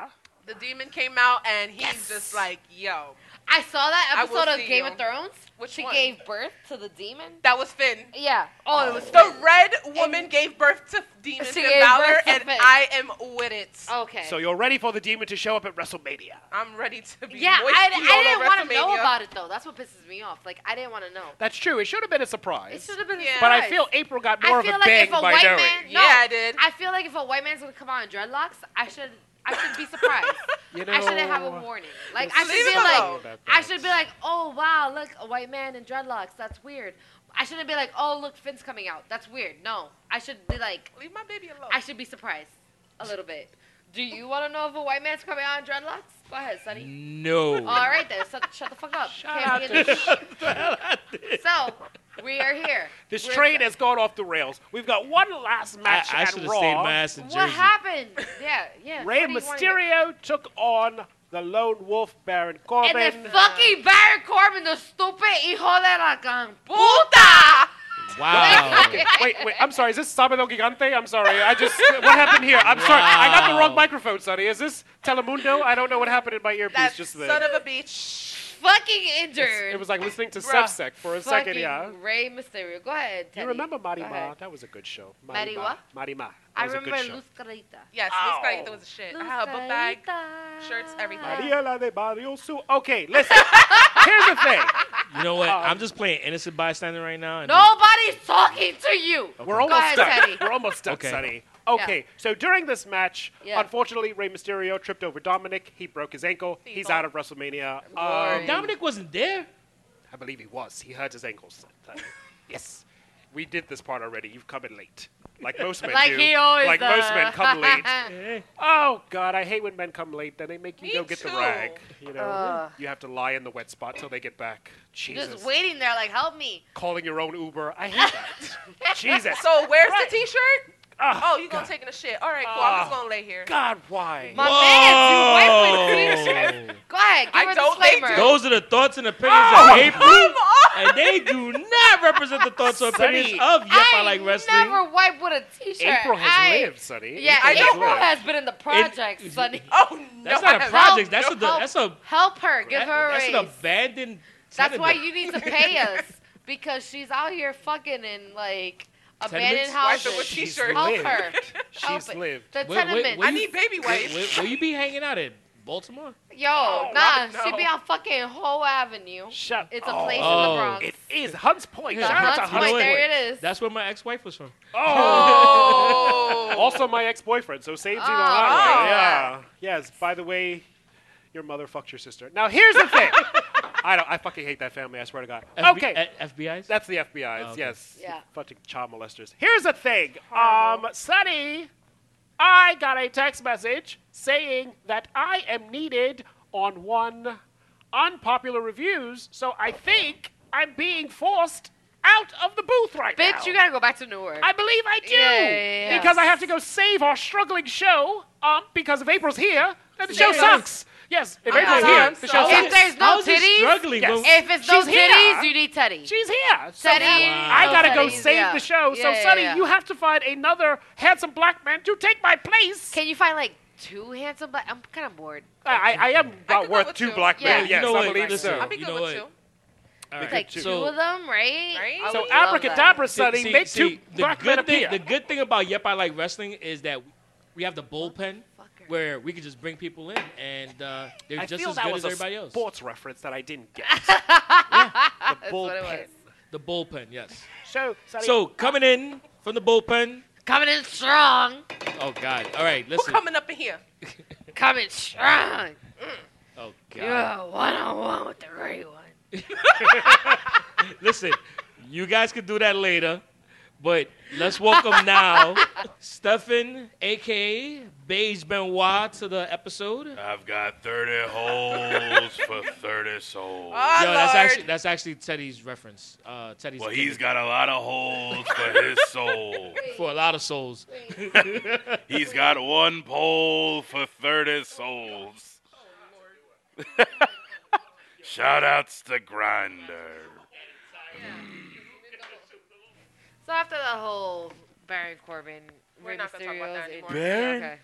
Speaker 7: The demon came out and he's just like, "Yo,
Speaker 6: I saw that
Speaker 7: I will
Speaker 6: episode of
Speaker 7: see
Speaker 6: Game
Speaker 7: you.
Speaker 6: of Thrones.
Speaker 7: Which
Speaker 6: she
Speaker 7: one?
Speaker 6: gave birth to the demon.
Speaker 7: that was Finn."
Speaker 6: Yeah. Oh, it was
Speaker 7: The red woman
Speaker 6: And-
Speaker 7: gave birth to demons
Speaker 6: She
Speaker 7: Finn
Speaker 6: gave
Speaker 7: Balor,
Speaker 6: birth to Oh.
Speaker 7: and
Speaker 6: Finn.
Speaker 7: I am with it.
Speaker 6: okay.
Speaker 8: So you're ready for the demon to show up at WrestleMania.
Speaker 7: I'm ready to be
Speaker 6: yeah,
Speaker 7: moisty
Speaker 6: I, I
Speaker 7: all
Speaker 6: didn't
Speaker 7: over
Speaker 6: want to know
Speaker 7: WrestleMania.
Speaker 6: about it though. That's what pisses me off. Like I didn't want to know.
Speaker 8: That's true. It should have been a
Speaker 6: It
Speaker 8: surprise.
Speaker 6: should have been. a
Speaker 7: Yeah.
Speaker 8: But I
Speaker 6: surprise.
Speaker 8: feel April got
Speaker 6: I
Speaker 8: more of
Speaker 6: feel
Speaker 8: a
Speaker 6: like
Speaker 8: bang
Speaker 6: if a
Speaker 8: by
Speaker 6: white
Speaker 8: knowing.
Speaker 6: man, no,
Speaker 7: Yeah, I did.
Speaker 6: I feel like if a white man's gonna come out in dreadlocks, I should, I should be surprised.
Speaker 8: *laughs* You
Speaker 6: I shouldn't have
Speaker 8: know,
Speaker 6: a warning. Like
Speaker 8: there's
Speaker 6: I
Speaker 7: Leave
Speaker 6: should be
Speaker 7: it
Speaker 6: like,
Speaker 7: alone.
Speaker 6: I should be like, oh wow, look, a white man in dreadlocks. That's weird. I shouldn't be like, oh look, Finn's coming out. That's weird. No, I should be like,
Speaker 7: Leave my baby alone.
Speaker 6: I should be surprised a little bit. Do you want to know if a white man's coming out in dreadlocks? Go ahead, Sonny.
Speaker 8: Mm.
Speaker 2: No.
Speaker 6: All right then, shut, shut the fuck up.
Speaker 8: out
Speaker 6: Can't be
Speaker 8: *laughs*
Speaker 6: in this. so we are here.
Speaker 8: This
Speaker 6: We're-
Speaker 8: train has gone off the rails. We've got one last
Speaker 2: I,
Speaker 8: match
Speaker 2: I
Speaker 8: at
Speaker 2: should have
Speaker 8: Raw.
Speaker 2: stayed my ass in Jersey.
Speaker 6: What happened? Yeah, yeah.
Speaker 8: Rey
Speaker 6: what do you wanna hear?
Speaker 8: Mysterio took on the Lone Wolf Baron Corbin.
Speaker 6: And then fucking Barry Corbin, the stupid hijo de la gran
Speaker 7: Puta!
Speaker 2: Wow.
Speaker 8: Oh,
Speaker 6: *laughs*
Speaker 8: *laughs* wait, wait. I'm sorry. Is this Sabado Gigante? I'm sorry. I just. What happened here? I'm sorry. I got the wrong
Speaker 2: Wow.
Speaker 8: microphone, Sonny. Is this Telemundo? I don't know what happened in my earpiece
Speaker 7: That
Speaker 8: just then.
Speaker 7: son of a bitch.
Speaker 6: fucking injured.
Speaker 8: it was like listening to
Speaker 7: Bruh.
Speaker 8: Sevsek for a
Speaker 6: fucking
Speaker 8: second, yeah.
Speaker 6: Rey Mysterio. Go ahead. Teddy.
Speaker 8: You remember
Speaker 6: Go
Speaker 8: Marima?
Speaker 6: ahead.
Speaker 8: That was a good show.
Speaker 6: Mari what?
Speaker 8: Marima. That
Speaker 6: I
Speaker 8: was
Speaker 6: remember
Speaker 8: a good show.
Speaker 6: Luz Carita.
Speaker 7: Yes,
Speaker 8: Ow.
Speaker 7: Miss Carita was a shit. I
Speaker 6: Luz
Speaker 7: have a book bag.
Speaker 6: Carita.
Speaker 7: shirts, everything.
Speaker 8: Maria la de Barrio Su. Okay,
Speaker 6: *laughs*
Speaker 8: listen. Here's the thing.
Speaker 2: You know what? I'm just playing innocent bystander right now. and-
Speaker 6: Nobody's talking to you.
Speaker 8: We're almost
Speaker 6: ahead,
Speaker 8: done.
Speaker 6: Teddy.
Speaker 8: We're almost done,
Speaker 2: Okay.
Speaker 8: Sonny. Okay, so during this match,
Speaker 6: Yeah.
Speaker 8: unfortunately, Rey Mysterio tripped over Dominic. He broke his ankle. He's
Speaker 7: Feeble.
Speaker 8: out of WrestleMania. Um,
Speaker 6: Lord.
Speaker 2: Dominic wasn't there.
Speaker 6: *laughs*
Speaker 8: I believe he was. He hurt his ankles. yes. we did this part already. You've come in late. Like most men
Speaker 6: Like
Speaker 8: do.
Speaker 6: he always
Speaker 8: like most men
Speaker 6: does.
Speaker 8: come
Speaker 6: *laughs*
Speaker 8: late. Oh God, I hate when men come late. Then they make you
Speaker 7: Me
Speaker 8: go get the
Speaker 7: too.
Speaker 8: rag. You know,
Speaker 6: Ugh.
Speaker 8: you have to lie in the wet spot till they get back. Jesus,
Speaker 6: Uh. Just waiting there, like, help me.
Speaker 8: calling your own Uber. I hate
Speaker 6: *laughs*
Speaker 8: that. Jesus.
Speaker 7: So where's the T-shirt?
Speaker 8: Ah,
Speaker 7: Oh, you gonna
Speaker 8: God.
Speaker 7: taking a shit? All right, cool. I'm just
Speaker 8: Ah.
Speaker 7: gonna lay here.
Speaker 8: God, why?
Speaker 6: My man, you wife with T-shirt. Go ahead, give
Speaker 7: I
Speaker 6: her a
Speaker 7: don't like
Speaker 6: disclaimer.
Speaker 2: Those are the thoughts and opinions of April, and they do not represent the thoughts or opinions
Speaker 8: Sonny,
Speaker 2: of Yep, I,
Speaker 6: I
Speaker 2: Like Wrestling.
Speaker 6: never wipe with a T-shirt.
Speaker 8: April has
Speaker 6: I,
Speaker 8: lived, Sonny.
Speaker 6: Yeah,
Speaker 7: I
Speaker 8: April
Speaker 7: don't
Speaker 8: has
Speaker 6: April
Speaker 7: know.
Speaker 8: lived.
Speaker 6: has been in the projects,
Speaker 8: *laughs*
Speaker 6: Sonny.
Speaker 7: Oh no,
Speaker 2: That's
Speaker 7: I
Speaker 2: not a
Speaker 7: have-
Speaker 2: project. That's a
Speaker 6: help.
Speaker 2: that's a
Speaker 6: Help her. Give her a
Speaker 2: that's
Speaker 6: raise.
Speaker 2: an abandoned.
Speaker 6: That's why
Speaker 2: tenement.
Speaker 6: you need to
Speaker 8: *laughs*
Speaker 6: pay us because she's out here fucking in like abandoned
Speaker 2: Tenements?
Speaker 6: Oh,
Speaker 7: Wipe it with
Speaker 6: houses.
Speaker 8: She's
Speaker 7: T-shirt.
Speaker 6: Help
Speaker 8: lived. *laughs*
Speaker 6: her. Help
Speaker 8: She's
Speaker 6: it.
Speaker 8: lived.
Speaker 6: The
Speaker 2: Wait, wait,
Speaker 6: tenement.
Speaker 2: wait.
Speaker 7: I need baby
Speaker 2: Wait,
Speaker 7: wipes.
Speaker 2: wait, will you be hanging out in Baltimore?
Speaker 6: Yo,
Speaker 8: Oh,
Speaker 7: No,
Speaker 6: nah,
Speaker 7: Robin,
Speaker 6: she be
Speaker 7: no.
Speaker 6: on fucking Whole Avenue.
Speaker 8: Shut
Speaker 6: It's a
Speaker 8: up.
Speaker 6: place in
Speaker 2: Oh.
Speaker 6: the Bronx.
Speaker 8: It is Hunts Point.
Speaker 2: Yeah,
Speaker 8: Shout out to
Speaker 6: Hunts
Speaker 8: Hunts
Speaker 6: Point,
Speaker 8: Point. Oh.
Speaker 6: there it is.
Speaker 2: That's where my ex-wife was from. *laughs*
Speaker 7: Oh.
Speaker 8: Also, my ex-boyfriend. So saves you the
Speaker 6: Oh,
Speaker 8: highway.
Speaker 7: oh.
Speaker 8: Yeah. Yes. By the way, your mother fucked your sister. Now here's
Speaker 6: *laughs*
Speaker 8: the thing. I don't. I fucking hate that family. I swear to God.
Speaker 2: FB
Speaker 8: okay.
Speaker 2: uh, FBI's.
Speaker 8: That's the FBI's.
Speaker 2: Oh, okay.
Speaker 8: Yes.
Speaker 6: Yeah.
Speaker 8: Fucking child molesters. Here's the thing. Um, Sonny, I got a text message saying that I am needed on one unpopular reviews. So I think I'm being forced out of the booth right now.
Speaker 6: Bitch, you gotta go back to Newark.
Speaker 8: I believe I do.
Speaker 6: Yeah, yeah, yeah.
Speaker 8: Because I have to go save our struggling show. Um, because if April's here, then the show
Speaker 2: Yes.
Speaker 8: sucks. Yes, if
Speaker 6: Oh,
Speaker 7: I'm
Speaker 8: April's
Speaker 7: sorry,
Speaker 8: here,
Speaker 7: I'm
Speaker 8: the show
Speaker 7: sorry.
Speaker 8: sucks.
Speaker 6: if there's no
Speaker 2: How's he
Speaker 6: titties,
Speaker 2: struggling?
Speaker 8: Yes.
Speaker 2: Well,
Speaker 6: if it's no
Speaker 8: She's here.
Speaker 6: titties, you need Teddy.
Speaker 8: She's here. So
Speaker 6: Teddy.
Speaker 8: now I
Speaker 2: Wow.
Speaker 8: gotta go
Speaker 6: Teddy's-
Speaker 8: save
Speaker 6: Oh, yeah.
Speaker 8: the show. so,
Speaker 6: Yeah, yeah,
Speaker 8: Sonny,
Speaker 6: yeah.
Speaker 8: you have to find another handsome black man to take my place.
Speaker 6: Can you find like two handsome black? I'm kind of bored.
Speaker 8: I, I- I am
Speaker 7: I
Speaker 8: not
Speaker 7: could go
Speaker 8: worth
Speaker 7: with
Speaker 8: two
Speaker 7: you.
Speaker 8: black
Speaker 6: Yeah.
Speaker 8: men.
Speaker 6: You
Speaker 8: Yes,
Speaker 2: know
Speaker 8: I
Speaker 2: what?
Speaker 8: believe
Speaker 2: Listen.
Speaker 8: so.
Speaker 7: I'd be
Speaker 2: You
Speaker 7: good
Speaker 2: know
Speaker 7: with
Speaker 2: what?
Speaker 7: you.
Speaker 2: All
Speaker 6: It's
Speaker 2: right.
Speaker 6: like two
Speaker 2: so,
Speaker 6: of them, right?
Speaker 7: Right?
Speaker 6: I
Speaker 7: So
Speaker 6: would love that.
Speaker 8: Abracadabra, Sonny,
Speaker 2: see,
Speaker 8: make
Speaker 2: see,
Speaker 8: two black men
Speaker 2: good thing,
Speaker 8: appear.
Speaker 2: the good thing about Yep, I Like Wrestling is that we have the bullpen
Speaker 6: Motherfucker.
Speaker 2: where we can just bring people in and uh, they're
Speaker 8: I
Speaker 2: just
Speaker 8: feel
Speaker 2: as
Speaker 8: that
Speaker 2: good
Speaker 8: was
Speaker 2: as everybody
Speaker 8: a
Speaker 2: else.
Speaker 8: sports reference that I
Speaker 6: *laughs*
Speaker 8: didn't get. the
Speaker 6: what it
Speaker 8: bullpen.
Speaker 2: The bullpen, yes.
Speaker 8: So, Sonny,
Speaker 2: So coming in from the bullpen.
Speaker 6: Coming in strong.
Speaker 2: Oh God! All right,
Speaker 7: Who
Speaker 2: listen.
Speaker 7: coming up in here?
Speaker 6: Coming strong.
Speaker 2: Oh God!
Speaker 9: Uh.
Speaker 6: Yeah, one on one with the right one.
Speaker 2: Listen, you guys can do that later, but let's welcome now Stefan, aka Beige Benoit, to the episode.
Speaker 9: I've got 30 holes for 30 souls.
Speaker 6: Ah.
Speaker 7: Oh,
Speaker 2: Yo, that's
Speaker 7: Lord.
Speaker 2: actually that's actually Teddy's reference. Uh, Teddy's.
Speaker 9: well, he's got a lot of holes for his soul.
Speaker 6: *laughs*
Speaker 2: for a lot of souls.
Speaker 9: He's got one pole for 30 souls. *laughs* Shout outs to Grinder.
Speaker 6: So after the whole Baron Corbin,
Speaker 7: We're
Speaker 6: Rey
Speaker 7: not gonna talk about that
Speaker 6: Mysterio's
Speaker 7: anymore.
Speaker 6: interview,
Speaker 9: Baron?
Speaker 6: okay.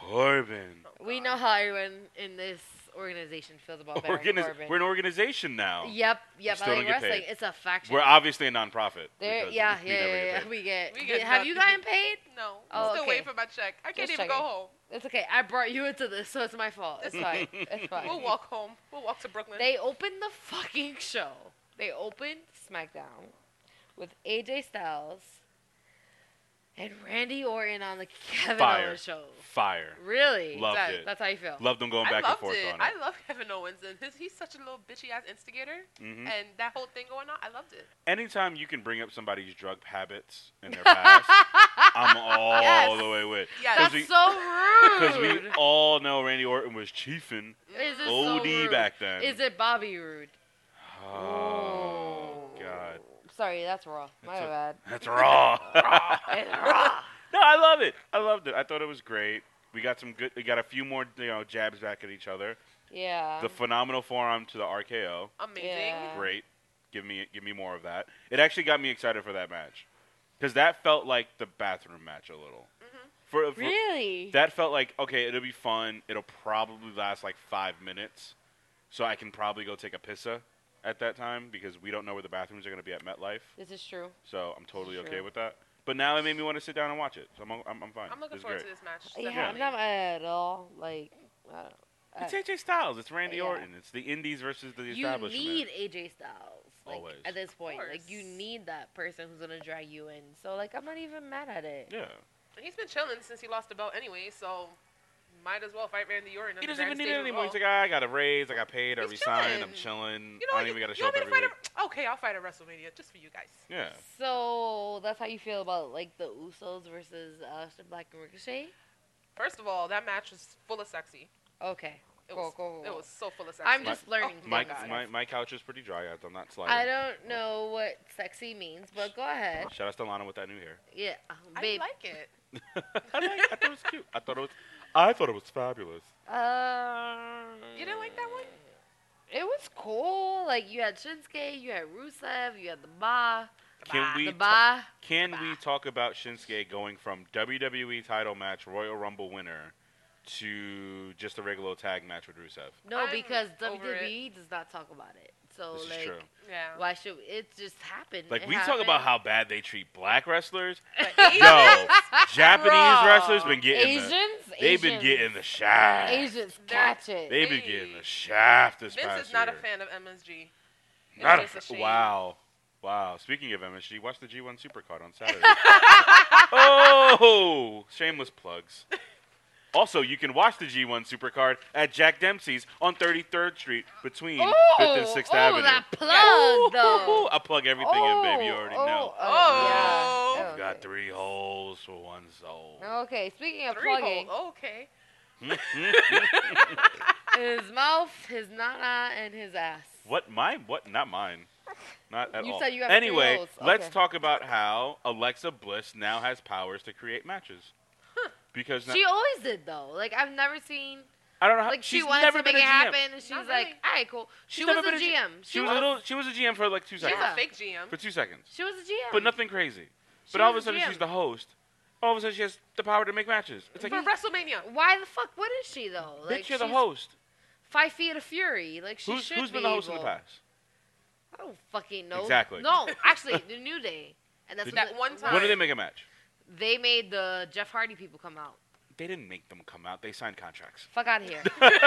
Speaker 9: Corbin.
Speaker 6: We know how everyone in this organization feels about Baron
Speaker 9: Organiz-
Speaker 6: Corbin.
Speaker 9: we're an organization now.
Speaker 6: yep, yep. I
Speaker 9: still don't
Speaker 6: like
Speaker 9: get
Speaker 6: wrestling.
Speaker 9: paid.
Speaker 6: It's a faction.
Speaker 9: We're obviously a nonprofit.
Speaker 6: There-
Speaker 9: because
Speaker 6: yeah,
Speaker 9: we
Speaker 6: yeah,
Speaker 9: never
Speaker 6: yeah,
Speaker 9: get
Speaker 6: yeah.
Speaker 9: paid.
Speaker 6: We get.
Speaker 7: We get
Speaker 6: have you
Speaker 7: nothing.
Speaker 6: gotten paid?
Speaker 7: No,
Speaker 6: Oh,
Speaker 7: I'm still
Speaker 6: okay.
Speaker 7: waiting for my check. I can't
Speaker 6: Just
Speaker 7: even
Speaker 6: checking.
Speaker 7: go home.
Speaker 6: It's okay. I brought you into this, so it's my fault. It's fine.
Speaker 9: *laughs*
Speaker 6: It's fine.
Speaker 7: We'll walk home. We'll walk to Brooklyn.
Speaker 6: They opened the fucking show. They opened SmackDown with AJ Styles and Randy Orton on the Kevin
Speaker 9: Fire.
Speaker 6: Owens show.
Speaker 9: Fire.
Speaker 6: Really?
Speaker 9: Loved
Speaker 6: That-
Speaker 9: it.
Speaker 6: That's how you feel.
Speaker 9: Love them going
Speaker 7: I
Speaker 9: back and
Speaker 7: loved
Speaker 9: forth
Speaker 7: it.
Speaker 9: on it.
Speaker 7: I love Kevin Owens and his, he's such a little bitchy ass instigator,
Speaker 9: Mm-hmm.
Speaker 7: and that whole thing going on. I loved it.
Speaker 9: anytime you can bring up somebody's drug habits in their past,
Speaker 6: *laughs*
Speaker 9: I'm all
Speaker 6: Yes.
Speaker 9: the way with.
Speaker 7: Yes.
Speaker 6: That's
Speaker 9: we,
Speaker 6: so
Speaker 9: Because
Speaker 6: rude.
Speaker 9: we all know Randy Orton was chiefing
Speaker 6: Is it so
Speaker 9: OD
Speaker 6: rude?
Speaker 9: back then.
Speaker 6: Is it Bobby rude?
Speaker 9: Oh, God.
Speaker 6: Sorry, that's raw. My
Speaker 9: *laughs*
Speaker 6: bad.
Speaker 9: That's raw. *laughs*
Speaker 6: It's raw.
Speaker 9: no, I love it. I loved it. I thought it was great. We got some good. We got a few more, you know, jabs back at each other.
Speaker 6: Yeah.
Speaker 9: The phenomenal forearm to the RKO.
Speaker 7: Amazing.
Speaker 6: Um, Yeah.
Speaker 9: Great. Give me, give me more of that. It actually got me excited for that match, because that felt like the bathroom match a little.
Speaker 6: Mm-hmm.
Speaker 9: For, for
Speaker 6: really?
Speaker 9: that felt like okay it'll be fun it'll probably last like five minutes so i can probably go take a pissa at that time because we don't know where the bathrooms are going to be at metlife
Speaker 6: this is true.
Speaker 9: so i'm totally okay
Speaker 6: Sure.
Speaker 9: with that but now it made me want to sit down and watch it so i'm, I'm, I'm fine
Speaker 7: I'm looking
Speaker 9: It's
Speaker 7: forward
Speaker 9: great.
Speaker 7: to this match.
Speaker 6: Yeah, I'm
Speaker 7: definitely.
Speaker 6: not mad at all. Like, I don't to this.
Speaker 9: it's aj styles it's randy
Speaker 6: Yeah.
Speaker 9: orton it's the indies versus the
Speaker 6: you
Speaker 9: establishment
Speaker 6: need AJ Styles. Like,
Speaker 9: Always.
Speaker 6: At this point, like you
Speaker 7: course.
Speaker 6: need that person who's gonna drag you in. So like, I'm not even mad at it.
Speaker 9: yeah
Speaker 7: And He's been chilling since he lost the belt anyway, so might as well fight Randy Orton. on
Speaker 9: He
Speaker 7: the
Speaker 9: doesn't even
Speaker 7: grand
Speaker 9: need
Speaker 7: stage
Speaker 9: it
Speaker 7: of
Speaker 9: anymore.
Speaker 7: Raw.
Speaker 9: He's like, "Ah, I got a raise, I got paid, I
Speaker 7: He's
Speaker 9: resigned,
Speaker 7: chilling.
Speaker 9: I'm chilling.
Speaker 7: You know,
Speaker 9: I don't even got to
Speaker 7: you,
Speaker 9: show
Speaker 7: you
Speaker 9: up
Speaker 7: want me to
Speaker 9: every
Speaker 7: fight
Speaker 9: week.
Speaker 7: at- okay, I'll fight at WrestleMania just for you guys.
Speaker 9: Yeah.
Speaker 6: So that's how you feel about like the Usos versus uh, Aleister Black and Ricochet.
Speaker 7: First of all, that match was full of sexy.
Speaker 6: Okay,
Speaker 7: It
Speaker 6: cool,
Speaker 7: was,
Speaker 6: cool,
Speaker 7: It
Speaker 6: cool.
Speaker 7: was so full of sexy.
Speaker 6: I'm just learning.
Speaker 7: Oh,
Speaker 9: My,
Speaker 6: things.
Speaker 9: my, my couch is pretty dry. I'm not sliding.
Speaker 6: I don't know what sexy means, but go ahead.
Speaker 9: Shout out to Lana with that new hair.
Speaker 6: Yeah, uh,
Speaker 7: I
Speaker 6: babe.
Speaker 7: like it.
Speaker 9: I, like, I thought it was cute. *laughs* I thought it was. I thought it was fabulous.
Speaker 6: Uh,
Speaker 7: You didn't like that one?
Speaker 6: It was cool. Like you had Shinsuke, you had Rusev, you had the Ba,
Speaker 9: Can we
Speaker 6: the Ba.
Speaker 9: can we talk about Shinsuke going from WWE title match Royal Rumble winner to just a regular tag match with Rusev?
Speaker 6: No,
Speaker 7: I'm
Speaker 6: because
Speaker 7: over it.
Speaker 6: WWE does not talk about it. So
Speaker 9: This is
Speaker 6: like,
Speaker 9: true.
Speaker 7: Yeah.
Speaker 6: why should it just happened?
Speaker 9: Like
Speaker 6: It
Speaker 9: we talk
Speaker 6: happened.
Speaker 9: about how bad they treat
Speaker 7: *laughs*
Speaker 9: black wrestlers. *laughs*
Speaker 7: Asians?
Speaker 9: Yo, Japanese
Speaker 6: Bruh.
Speaker 9: wrestlers been getting
Speaker 6: Asians.
Speaker 9: the, they've been
Speaker 6: Asians-
Speaker 9: getting the shaft.
Speaker 6: Asians
Speaker 7: They're-
Speaker 6: catch it.
Speaker 9: They've been
Speaker 7: Hey.
Speaker 9: getting the shaft this past
Speaker 7: Vince is not a
Speaker 9: year.
Speaker 7: fan of MSG. It's
Speaker 9: Not a
Speaker 7: just a
Speaker 9: fa-
Speaker 7: shame.
Speaker 9: wow. Wow. Speaking of MSG, watch the G1 Supercard
Speaker 6: *laughs*
Speaker 9: on Saturday. oh, shameless plugs. Also, you can watch the G1 Supercard at Jack Dempsey's on 33rd Street between 5th and 6th
Speaker 6: ooh,
Speaker 9: Avenue.
Speaker 6: Oh! that plug though.
Speaker 9: I plug everything in, baby. You already
Speaker 6: oh,
Speaker 9: know.
Speaker 6: Oh, yeah.
Speaker 7: Oh.
Speaker 6: Oh,
Speaker 9: You got
Speaker 6: okay.
Speaker 9: three holes for one soul.
Speaker 6: Okay, speaking of
Speaker 7: Three
Speaker 6: plugging,
Speaker 7: hole. Okay.
Speaker 6: *laughs* his mouth, his nana, and his ass.
Speaker 9: What mine? What not mine? Not at
Speaker 6: You
Speaker 9: all.
Speaker 6: said you have three
Speaker 9: anyway,
Speaker 6: holes.
Speaker 9: let's
Speaker 6: Okay.
Speaker 9: talk about how Alexa Bliss now has powers to create matches. Because now,
Speaker 6: She always did though. Like I've never seen
Speaker 9: I don't know how
Speaker 6: like
Speaker 9: Uh, she's
Speaker 6: she wanted
Speaker 9: never
Speaker 6: to make
Speaker 9: been
Speaker 6: it
Speaker 9: a GM.
Speaker 6: happen, and she
Speaker 7: Not
Speaker 6: was like,
Speaker 7: really.
Speaker 6: "All right, cool." She
Speaker 9: She's
Speaker 6: was
Speaker 9: never
Speaker 6: a
Speaker 9: been
Speaker 6: GM.
Speaker 9: a G- She, was, a little. She was a GM for like two
Speaker 7: She's
Speaker 9: seconds.
Speaker 6: Yeah.
Speaker 7: a fake GM.
Speaker 9: For two seconds,
Speaker 6: She was a GM.
Speaker 9: but nothing crazy.
Speaker 6: was
Speaker 9: but all of
Speaker 6: a
Speaker 9: a sudden,
Speaker 6: GM.
Speaker 9: she's the host. All of a sudden, she has the power to make matches. It's like,
Speaker 7: For WrestleMania.
Speaker 6: Why the fuck wouldn't she though? Like
Speaker 9: bitch, you're the
Speaker 6: she's
Speaker 9: host.
Speaker 6: Five feet of fury. Like she
Speaker 9: Who's
Speaker 6: should
Speaker 9: who's
Speaker 6: be
Speaker 9: been the host in
Speaker 6: able.
Speaker 9: the past?
Speaker 6: I don't fucking know.
Speaker 9: Exactly.
Speaker 6: No,
Speaker 9: *laughs*
Speaker 6: actually, the New Day, and that's
Speaker 9: Did-
Speaker 6: what
Speaker 7: That
Speaker 6: the-
Speaker 7: one time.
Speaker 9: When did they make a match?
Speaker 6: They made the Jeff Hardy people come out.
Speaker 9: They didn't make them come out. They signed *laughs* contracts.
Speaker 6: Fuck out of here. they made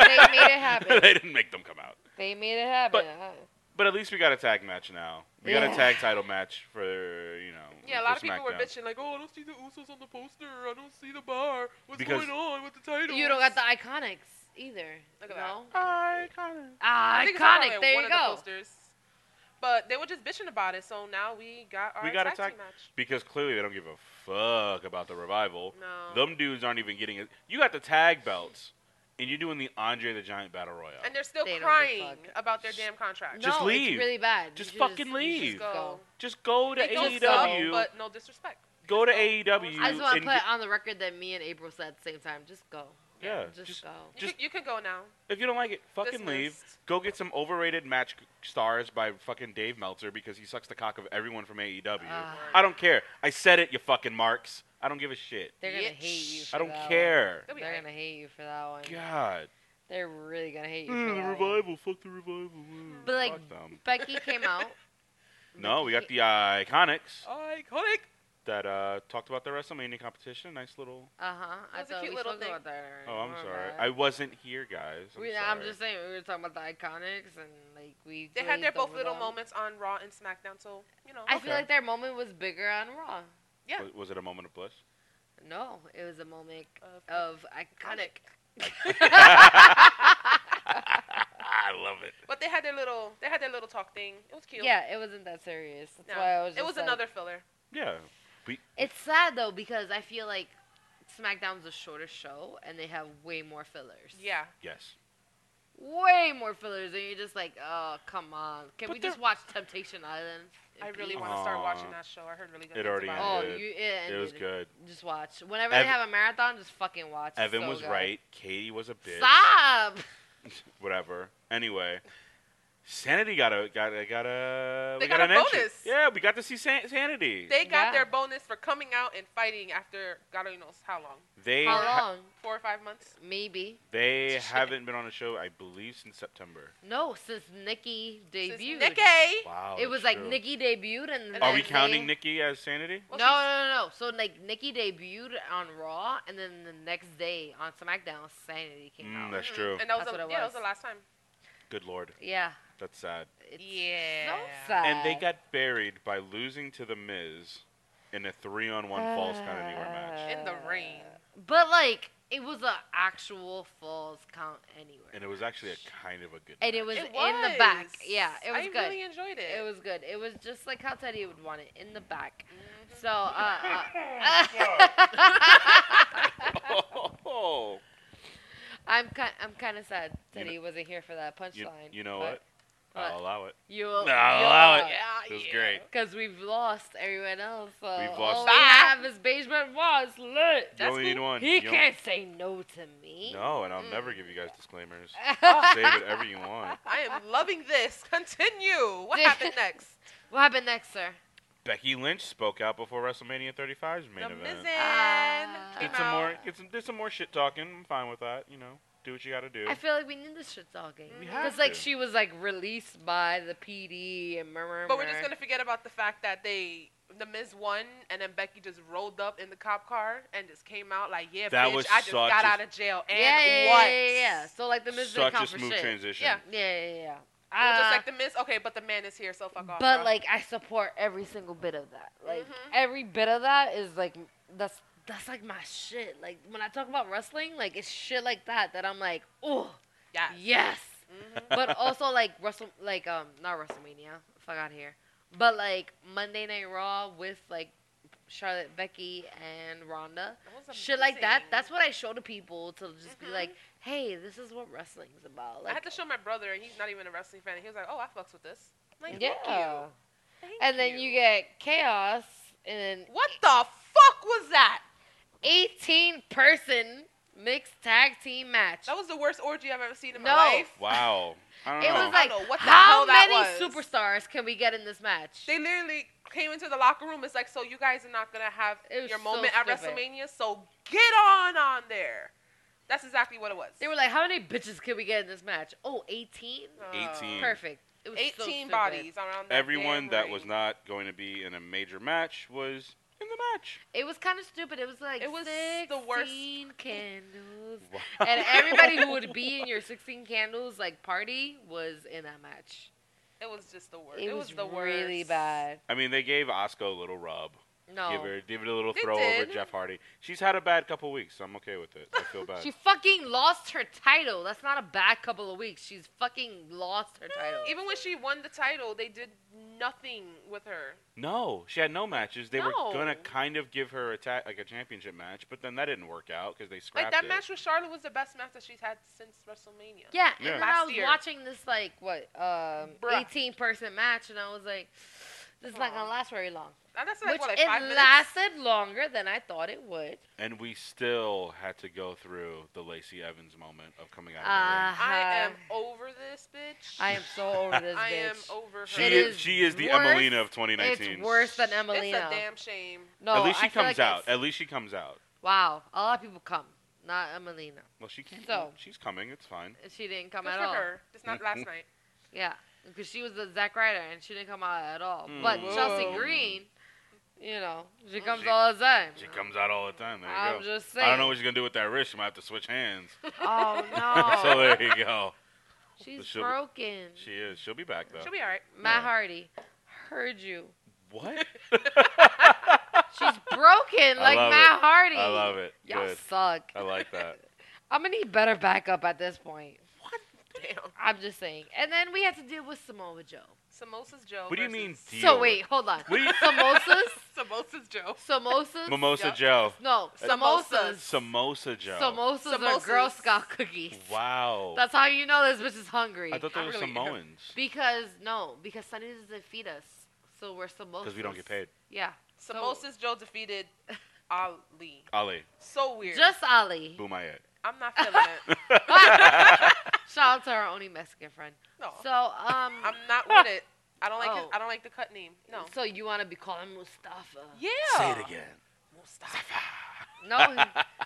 Speaker 6: it happen.
Speaker 9: they didn't make them come out.
Speaker 6: They made it happen. Uh-huh.
Speaker 9: But at least we got a tag match now. We got
Speaker 6: Yeah.
Speaker 9: a tag title match for you know.
Speaker 7: Yeah, a lot of
Speaker 9: for
Speaker 7: people were
Speaker 9: SmackDown.
Speaker 7: bitching like, "Oh, I don't see the Usos on the poster. I don't see the bar. What's
Speaker 9: Because-
Speaker 7: going on with the title?"
Speaker 6: you don't got the iconics either.
Speaker 7: Look at
Speaker 6: no?
Speaker 9: Iconic.
Speaker 6: Ah,
Speaker 7: I think it's probably
Speaker 6: iconic.
Speaker 7: on
Speaker 6: There
Speaker 7: one
Speaker 6: you
Speaker 7: of the
Speaker 6: go.
Speaker 7: posters. But they were just bitching about it, so now we got our
Speaker 9: We got a
Speaker 7: tag team
Speaker 9: tag
Speaker 7: match.
Speaker 9: because clearly they don't give a fuck about the revival.
Speaker 7: No.
Speaker 9: Them dudes aren't even getting it. You got the tag belts, and you're doing the Andre the Giant Battle Royale.
Speaker 7: And they're still
Speaker 6: They don't give a
Speaker 7: crying
Speaker 6: fuck.
Speaker 7: about their damn contract.
Speaker 9: No, Just
Speaker 6: no,
Speaker 9: leave.
Speaker 6: It's really bad. You
Speaker 9: Just
Speaker 6: should
Speaker 9: fucking
Speaker 6: you should
Speaker 9: leave.
Speaker 6: just go.
Speaker 9: Just go to
Speaker 7: They don't suck,
Speaker 9: AEW.
Speaker 7: but no disrespect.
Speaker 9: go to AEW.
Speaker 6: I just want to
Speaker 9: and
Speaker 6: put
Speaker 9: get-
Speaker 6: on the record that me and April said at the same time. Just go.
Speaker 9: yeah,
Speaker 6: Just,
Speaker 9: just-
Speaker 6: go.
Speaker 7: You,
Speaker 9: Just-
Speaker 7: can, you can go now.
Speaker 9: if you don't like it, fucking leave.
Speaker 7: Dismissed.
Speaker 9: Go get some overrated match stars by fucking Dave Meltzer because he sucks the cock of everyone from AEW.
Speaker 6: Ah.
Speaker 9: I don't care. I said it, you fucking marks. I don't give a shit.
Speaker 6: They're gonna
Speaker 7: Yeah.
Speaker 6: hate you. For
Speaker 9: I don't
Speaker 6: that one.
Speaker 9: care.
Speaker 7: They'll be
Speaker 6: They're
Speaker 7: alright.
Speaker 6: gonna hate you for that one.
Speaker 9: God.
Speaker 6: They're really gonna hate you.
Speaker 9: Mm,
Speaker 6: For
Speaker 9: the
Speaker 6: that one.
Speaker 9: revival. Fuck the revival. Mm,
Speaker 6: But, like,
Speaker 9: fuck them.
Speaker 6: Becky came out.
Speaker 9: *laughs* no, we got the uh, Iconics
Speaker 7: Iconic.
Speaker 9: that uh, talked about the WrestleMania competition. Nice little.
Speaker 6: Uh huh. I
Speaker 7: That was a
Speaker 6: thought
Speaker 7: cute
Speaker 6: we
Speaker 7: little
Speaker 6: spoke
Speaker 7: thing.
Speaker 6: about that. already.
Speaker 9: Oh, I'm
Speaker 6: My
Speaker 9: sorry.
Speaker 6: bad.
Speaker 9: I wasn't here, guys. I'm,
Speaker 6: we,
Speaker 9: sorry.
Speaker 6: I'm just saying we were talking about the iconics and like we.
Speaker 7: They had their
Speaker 6: glazed
Speaker 7: both
Speaker 6: over
Speaker 7: little
Speaker 6: them.
Speaker 7: moments on Raw and SmackDown, so you know.
Speaker 6: I feel
Speaker 9: Okay.
Speaker 6: like their moment was bigger on Raw.
Speaker 7: yeah.
Speaker 9: *laughs* Was, was it a moment of bliss?
Speaker 6: No, it was a moment
Speaker 7: Of-
Speaker 6: of iconic.
Speaker 9: I love it.
Speaker 7: But they had their little, they had their little talk thing. It was cute.
Speaker 6: Yeah, it wasn't that serious. That's
Speaker 7: No,
Speaker 6: why I was.
Speaker 7: it
Speaker 6: just
Speaker 7: was
Speaker 6: like-
Speaker 7: another filler.
Speaker 9: Yeah.
Speaker 6: It's sad though because I feel like SmackDown's a shorter show and they have way more fillers.
Speaker 7: Yeah.
Speaker 9: Yes.
Speaker 6: Way more fillers, and you're just like, oh, come on. Can
Speaker 9: But
Speaker 6: we just
Speaker 9: they're-
Speaker 6: watch Temptation Island? in
Speaker 7: I really
Speaker 6: peace?
Speaker 7: want to start
Speaker 9: Aw.
Speaker 7: watching that show. I heard really good
Speaker 9: It
Speaker 7: things
Speaker 9: already
Speaker 7: about
Speaker 6: Oh,
Speaker 9: ended.
Speaker 6: you, yeah,
Speaker 9: It was good.
Speaker 6: Just watch. Whenever
Speaker 9: Ev-
Speaker 6: they have a marathon, just fucking watch. It's
Speaker 9: Evan
Speaker 6: so
Speaker 9: was
Speaker 6: good.
Speaker 9: right. Katie was a bitch.
Speaker 6: Stop.
Speaker 9: *laughs* Whatever. Anyway. Sanity got a got a got a
Speaker 7: They
Speaker 9: we
Speaker 7: got a
Speaker 9: an entry.
Speaker 7: bonus.
Speaker 9: Yeah, we got to see San- Sanity.
Speaker 7: They got
Speaker 6: Yeah.
Speaker 7: their bonus for coming out and fighting after God only knows how long.
Speaker 9: They
Speaker 6: How
Speaker 9: ha-
Speaker 6: long?
Speaker 7: Four or five months.
Speaker 6: Maybe.
Speaker 9: they haven't been on a show I believe since September.
Speaker 6: No, since Nikki
Speaker 7: Since
Speaker 6: debuted.
Speaker 7: Nikki.
Speaker 9: Wow.
Speaker 6: It was
Speaker 9: Oh, that's
Speaker 6: like
Speaker 9: true.
Speaker 6: Nikki debuted and
Speaker 7: Are
Speaker 9: Are
Speaker 6: then
Speaker 9: we
Speaker 6: they-
Speaker 9: counting Nikki as Sanity?
Speaker 6: No,
Speaker 7: Well,
Speaker 6: no,
Speaker 7: she's-
Speaker 6: no, no. So like Nikki debuted on Raw, and then the next day on SmackDown, Sanity came
Speaker 9: Mm,
Speaker 6: out.
Speaker 9: that's true.
Speaker 7: And that was,
Speaker 6: That's
Speaker 7: the,
Speaker 6: what it
Speaker 7: yeah, that was
Speaker 6: was.
Speaker 7: the last time.
Speaker 9: Good lord.
Speaker 6: Yeah.
Speaker 9: That's sad.
Speaker 6: It's
Speaker 7: Yeah.
Speaker 6: So sad.
Speaker 9: And they got buried by losing to the Miz in a three on one falls count anywhere match.
Speaker 6: Uh,
Speaker 7: In the rain.
Speaker 6: But like, It was an actual falls count anywhere.
Speaker 9: and it was actually a kind of a good.
Speaker 6: And it
Speaker 9: match.
Speaker 6: was,
Speaker 7: It
Speaker 6: in the back.
Speaker 7: was.
Speaker 6: Yeah, it was
Speaker 7: I
Speaker 6: good.
Speaker 7: really enjoyed it.
Speaker 6: It was good. It was just like how Teddy would want it in the back. So,
Speaker 9: *laughs*
Speaker 6: uh, uh, *laughs*
Speaker 9: Oh,
Speaker 6: I'm kind. I'm kind of sad
Speaker 9: You kn-
Speaker 6: Teddy wasn't here for that punchline.
Speaker 9: you, you know
Speaker 6: but
Speaker 9: what? I'll allow it.
Speaker 6: You
Speaker 9: I'll allow it.
Speaker 7: Yeah,
Speaker 9: It was
Speaker 7: yeah.
Speaker 9: great.
Speaker 6: Because we've lost everyone else. So
Speaker 9: We've lost- Ah!
Speaker 6: All we
Speaker 7: Bye.
Speaker 6: have is Beige Wall. It's lit.
Speaker 9: you only need one.
Speaker 6: He
Speaker 9: You don't-
Speaker 6: can't say no to me. Mm.
Speaker 9: No, and I'll never give you guys
Speaker 6: *laughs*
Speaker 9: disclaimers. Say whatever you want.
Speaker 7: I am loving this. *laughs* Continue.
Speaker 6: *laughs*
Speaker 7: What
Speaker 6: Did-
Speaker 7: happened next?
Speaker 6: *laughs* What happened next, sir?
Speaker 9: Becky Lynch spoke out before WrestleMania 35's
Speaker 7: The
Speaker 9: main event.
Speaker 7: Mizzen
Speaker 6: Ah.
Speaker 7: came
Speaker 9: Get some
Speaker 7: out.
Speaker 9: more. Get some. There's some more shit talking. I'm fine with that. You know, do what you got to do.
Speaker 6: I feel like we need this shit talking.
Speaker 9: We have
Speaker 6: Because like
Speaker 9: to.
Speaker 6: she was like released by the PD and murmur.
Speaker 7: But we're just
Speaker 6: murmur.
Speaker 7: gonna forget about the fact that they, the Miz won, and then Becky just rolled up in the cop car and just came out like, yeah,
Speaker 9: That
Speaker 7: bitch,
Speaker 9: was
Speaker 7: I just
Speaker 9: such
Speaker 7: got
Speaker 9: a-
Speaker 7: out of jail, and
Speaker 6: yeah, yeah,
Speaker 7: what?
Speaker 6: Yeah, yeah, yeah. So like the Miz
Speaker 9: Such
Speaker 6: didn't
Speaker 9: a
Speaker 6: count
Speaker 9: smooth
Speaker 6: for shit.
Speaker 9: transition.
Speaker 7: Yeah.
Speaker 6: Yeah, yeah, yeah.
Speaker 7: It was
Speaker 6: Uh,
Speaker 7: just like the Miz. Okay, but the man is here, so fuck off.
Speaker 6: but
Speaker 7: bro.
Speaker 6: like I support every single bit of that. Like
Speaker 7: Mhm.
Speaker 6: every bit of that is like m- that's that's like my shit. Like when I talk about wrestling, like it's shit like that that I'm like, oh
Speaker 7: yeah,
Speaker 6: yes.
Speaker 7: Mm-hmm.
Speaker 6: But also like Wrestle, like um, not WrestleMania, fuck out here. But like Monday Night Raw with like Charlotte, Becky, and Ronda,
Speaker 7: That was
Speaker 6: shit like that.
Speaker 7: amazing. Mm-hmm.
Speaker 6: That's what I show to people to just be like, hey, this is what wrestling's about.
Speaker 7: I
Speaker 6: Like,
Speaker 7: had to show my brother, and he's not even a wrestling fan. And he was like, oh, I fucks with this. I'm Like,
Speaker 6: yeah.
Speaker 7: Thank you. Thank
Speaker 6: and then you get chaos and an
Speaker 7: What the fuck was that?
Speaker 6: 18 person mixed tag team match.
Speaker 7: That was the worst orgy I've ever seen in
Speaker 6: No.
Speaker 7: my life.
Speaker 9: Wow. I don't
Speaker 6: it
Speaker 9: know.
Speaker 6: was
Speaker 7: I
Speaker 6: like,
Speaker 7: don't know what the
Speaker 6: how
Speaker 7: hell that
Speaker 6: many
Speaker 7: was.
Speaker 6: superstars can we get in this match?
Speaker 7: They literally came into the locker room. It's like, so you guys are not gonna have
Speaker 6: It was
Speaker 7: your
Speaker 6: so
Speaker 7: moment at
Speaker 6: stupid.
Speaker 7: WrestleMania. So get on on there. That's exactly what it was.
Speaker 6: They were like, how many bitches can we get in this match? Oh, 18?
Speaker 7: Uh,
Speaker 9: 18.
Speaker 6: Perfect. It was so
Speaker 7: 18
Speaker 6: stupid.
Speaker 7: bodies around that
Speaker 9: Everyone
Speaker 7: damn
Speaker 9: that
Speaker 7: ring.
Speaker 9: was not going to be in a major match was in the match.
Speaker 6: It was kind of stupid. It was like
Speaker 7: It was the
Speaker 6: 16
Speaker 7: worst. *laughs*
Speaker 6: candles.
Speaker 9: Wow.
Speaker 6: and everybody who would be in your 16 candles like party was in that match.
Speaker 7: It was just the worst.
Speaker 6: It,
Speaker 7: It,
Speaker 6: was,
Speaker 7: the worst.
Speaker 6: really bad.
Speaker 9: I mean, they gave Oscar a little rub.
Speaker 6: No.
Speaker 9: Give her, give it a little
Speaker 7: They
Speaker 9: throw over
Speaker 7: did.
Speaker 9: Jeff Hardy. She's had a bad couple weeks. So I'm okay with it. I
Speaker 6: *laughs*
Speaker 9: feel bad.
Speaker 6: She fucking lost her title. That's not a bad couple of weeks. She's fucking lost her title.
Speaker 7: Even when she won the title, they did nothing with her.
Speaker 9: no, she had no matches. They
Speaker 7: No.
Speaker 9: were gonna kind of give her a ta- like a championship match, but then that didn't work out because they
Speaker 7: Like
Speaker 9: scrapped
Speaker 7: that
Speaker 9: it.
Speaker 7: match with Charlotte was the best match that she's had since WrestleMania.
Speaker 6: yeah, and
Speaker 9: Yeah.
Speaker 6: then I
Speaker 7: Last
Speaker 6: was
Speaker 7: year.
Speaker 6: watching this like what um
Speaker 7: Bruh.
Speaker 6: 18 person match and I was like this is not going to last very long.
Speaker 7: And that's like
Speaker 6: Which
Speaker 7: what like
Speaker 6: it
Speaker 7: five minutes.
Speaker 6: lasted longer than I thought it would.
Speaker 9: and we still had to go through the Lacey Evans moment of coming out.
Speaker 6: Uh,
Speaker 9: Of
Speaker 7: I am over this bitch.
Speaker 6: I am so over this
Speaker 7: *laughs*
Speaker 6: bitch.
Speaker 7: I am over her.
Speaker 9: the
Speaker 6: it
Speaker 9: ring. She is,
Speaker 6: is
Speaker 9: she is the
Speaker 6: worse.
Speaker 9: Emelina of 2019.
Speaker 6: It's worse than
Speaker 7: it's
Speaker 6: Emelina.
Speaker 7: a damn shame.
Speaker 6: no,
Speaker 9: At least
Speaker 6: I
Speaker 9: she
Speaker 6: feel
Speaker 9: comes
Speaker 6: like
Speaker 9: out.
Speaker 6: it's-
Speaker 9: At least she comes out.
Speaker 6: wow, a lot of people come. Not Emelina.
Speaker 9: Well, she came.
Speaker 6: So-
Speaker 9: she's coming. It's fine.
Speaker 6: She didn't come
Speaker 7: Good
Speaker 6: at
Speaker 7: for
Speaker 6: all.
Speaker 7: her. Just not
Speaker 9: *laughs*
Speaker 7: last night.
Speaker 6: Yeah, because she was the Zack Ryder and she didn't come out at all. But
Speaker 9: Mm.
Speaker 6: Chelsea
Speaker 7: Whoa. Oh,
Speaker 6: Green, you know, she comes
Speaker 9: She-
Speaker 6: all the time.
Speaker 9: She comes out all the time. There you
Speaker 6: I'm
Speaker 9: go.
Speaker 6: just saying.
Speaker 9: I don't know what she's gonna do with that wrist. She might have to switch hands. *laughs*
Speaker 6: oh
Speaker 9: so
Speaker 6: no,
Speaker 9: there you go.
Speaker 6: she's
Speaker 9: She'll-
Speaker 6: broken.
Speaker 9: She is. She'll be back though.
Speaker 7: She'll be all right.
Speaker 6: Matt
Speaker 9: Yeah.
Speaker 6: Hardy, heard you.
Speaker 9: what?
Speaker 6: She's
Speaker 9: *laughs*
Speaker 6: broken like
Speaker 9: love
Speaker 6: Matt
Speaker 9: it.
Speaker 6: Hardy.
Speaker 9: I love it.
Speaker 6: Y'all
Speaker 9: Good.
Speaker 6: suck.
Speaker 9: I like that.
Speaker 6: I'm gonna need better backup at this point.
Speaker 7: Damn.
Speaker 6: I'm just saying. And then we had to deal with Samoa Joe.
Speaker 7: Samosas Joe.
Speaker 9: What do you
Speaker 7: versus-
Speaker 9: mean? Deal?
Speaker 6: So wait, hold on.
Speaker 9: What do you-
Speaker 6: *laughs* Samosas,
Speaker 7: *laughs* Samosas Joe.
Speaker 6: samosas,
Speaker 9: Mimosa
Speaker 7: Yeah.
Speaker 9: Joe.
Speaker 6: no,
Speaker 7: Samosas.
Speaker 6: samosas,
Speaker 9: Samosa Joe.
Speaker 6: samosas,
Speaker 7: Samosas.
Speaker 6: are Girl Scout cookies.
Speaker 9: wow.
Speaker 6: That's how you know this bitch is hungry.
Speaker 9: I thought they
Speaker 7: I
Speaker 9: were
Speaker 7: really am.
Speaker 9: Samoans
Speaker 6: because no, because Sunny doesn't feed us, so we're samosas.
Speaker 9: because we don't get paid.
Speaker 6: Yeah, so-
Speaker 7: Samosas Joe
Speaker 6: *laughs*
Speaker 7: defeated Ali.
Speaker 9: Ali,
Speaker 7: So weird.
Speaker 6: Just Ali.
Speaker 9: boom, I it.
Speaker 7: I'm not feeling
Speaker 9: *laughs*
Speaker 7: it.
Speaker 6: Shout out to our only Mexican friend.
Speaker 7: No.
Speaker 6: So um,
Speaker 7: Oh. *laughs* I'm not with it. I don't like
Speaker 6: Oh.
Speaker 7: his, I don't like the cut name. No.
Speaker 6: so you want to be calling Mustafa?
Speaker 7: Yeah.
Speaker 9: Say it again.
Speaker 6: No,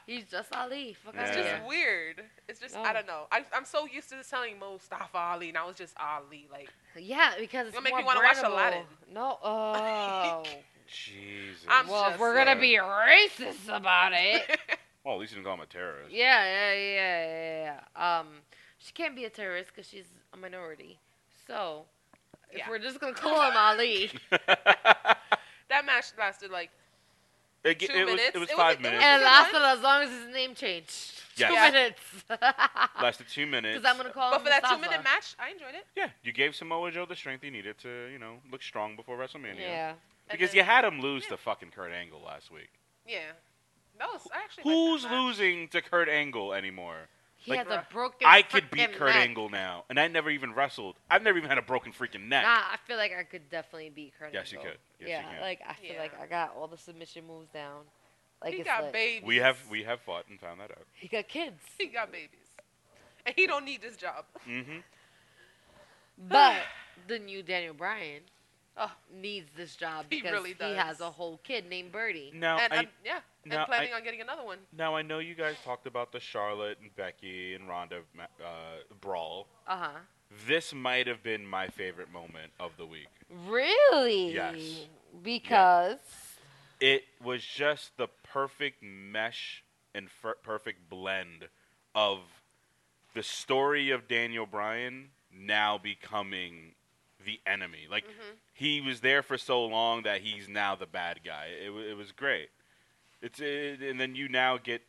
Speaker 6: he- he's just Ali. Fuck
Speaker 7: It's
Speaker 6: outta
Speaker 7: just
Speaker 9: Yeah.
Speaker 6: here.
Speaker 7: weird. It's just I
Speaker 6: No.
Speaker 7: don't know. I, I'm so used to telling Mustafa Ali, and I was just Ali. Like
Speaker 6: Yeah, because it's
Speaker 7: Gonna make
Speaker 6: more
Speaker 7: me wanna watch
Speaker 6: brandable.
Speaker 7: Aladdin. *laughs*
Speaker 6: No, oh.
Speaker 9: Jesus.
Speaker 7: I'm
Speaker 6: well, if
Speaker 7: just
Speaker 6: we're gonna be
Speaker 9: saying.
Speaker 6: racist about it.
Speaker 7: *laughs*
Speaker 9: well, at least you didn't call him a terrorist.
Speaker 6: Yeah, yeah, yeah, yeah, yeah. Um, she can't be a terrorist because she's a minority. So, if
Speaker 7: Yeah. *laughs*
Speaker 9: *laughs*
Speaker 6: we're just gonna call him Ali,
Speaker 7: that match lasted like
Speaker 9: *laughs* It, ge-
Speaker 7: Two
Speaker 9: it was
Speaker 7: minutes.
Speaker 9: it was
Speaker 7: It was
Speaker 9: five
Speaker 7: like-
Speaker 9: minutes.
Speaker 6: And it
Speaker 7: Yeah.
Speaker 6: lasted as long as his name changed.
Speaker 9: Yes.
Speaker 6: Two
Speaker 9: Yeah.
Speaker 6: minutes. *laughs* Because
Speaker 9: lasted two minutes.
Speaker 6: I'm gonna call
Speaker 7: But
Speaker 6: him
Speaker 7: for that
Speaker 6: Oh, Mustafa.
Speaker 7: two minute match, I enjoyed it.
Speaker 9: yeah, you gave Samoa Joe the strength he needed to, you know, look strong before WrestleMania.
Speaker 6: Yeah.
Speaker 7: And
Speaker 9: Because
Speaker 7: then-
Speaker 9: you had him lose to fucking Kurt Angle last week.
Speaker 7: Yeah. That was I actually.
Speaker 9: Who's
Speaker 7: liked that match.
Speaker 9: losing to Kurt Angle anymore?
Speaker 6: He
Speaker 9: Like,
Speaker 6: has a broken.
Speaker 9: I could beat
Speaker 6: frickin'
Speaker 9: Kurt
Speaker 6: neck.
Speaker 9: Angle now, and I never even wrestled. I've never even had a broken freaking neck.
Speaker 6: Nah, I feel like I could definitely beat Kurt
Speaker 9: Yes, you
Speaker 6: Angle.
Speaker 9: could. Yes, you
Speaker 6: yeah,
Speaker 9: can.
Speaker 6: like I feel
Speaker 7: Yeah.
Speaker 6: like I got all the submission moves down. Like
Speaker 7: he
Speaker 6: it's
Speaker 7: got
Speaker 6: like,
Speaker 7: babies.
Speaker 9: We have we have fought and found that out.
Speaker 6: he got *laughs* kids,
Speaker 7: He got babies, and he don't need this job.
Speaker 9: Mm-hmm.
Speaker 6: *laughs* but the new Daniel Bryan
Speaker 7: Oh.
Speaker 6: needs this job
Speaker 7: He
Speaker 6: because
Speaker 7: really does.
Speaker 6: has a whole kid named Birdie.
Speaker 9: Now
Speaker 7: and
Speaker 9: I
Speaker 7: I'm, yeah,
Speaker 9: now I-
Speaker 7: and planning on getting another one.
Speaker 9: now I know you guys talked about the Charlotte and Becky and Ronda ma- uh, brawl.
Speaker 6: Uh huh.
Speaker 9: This might have been my favorite moment of the week.
Speaker 6: Really?
Speaker 9: Yes.
Speaker 6: Because
Speaker 9: It was just the perfect mesh and fer- perfect blend of the story of Daniel Bryan now becoming the enemy. Like he was there for so long that he's now the bad guy. It, wa- it was great. It's it, and then you now get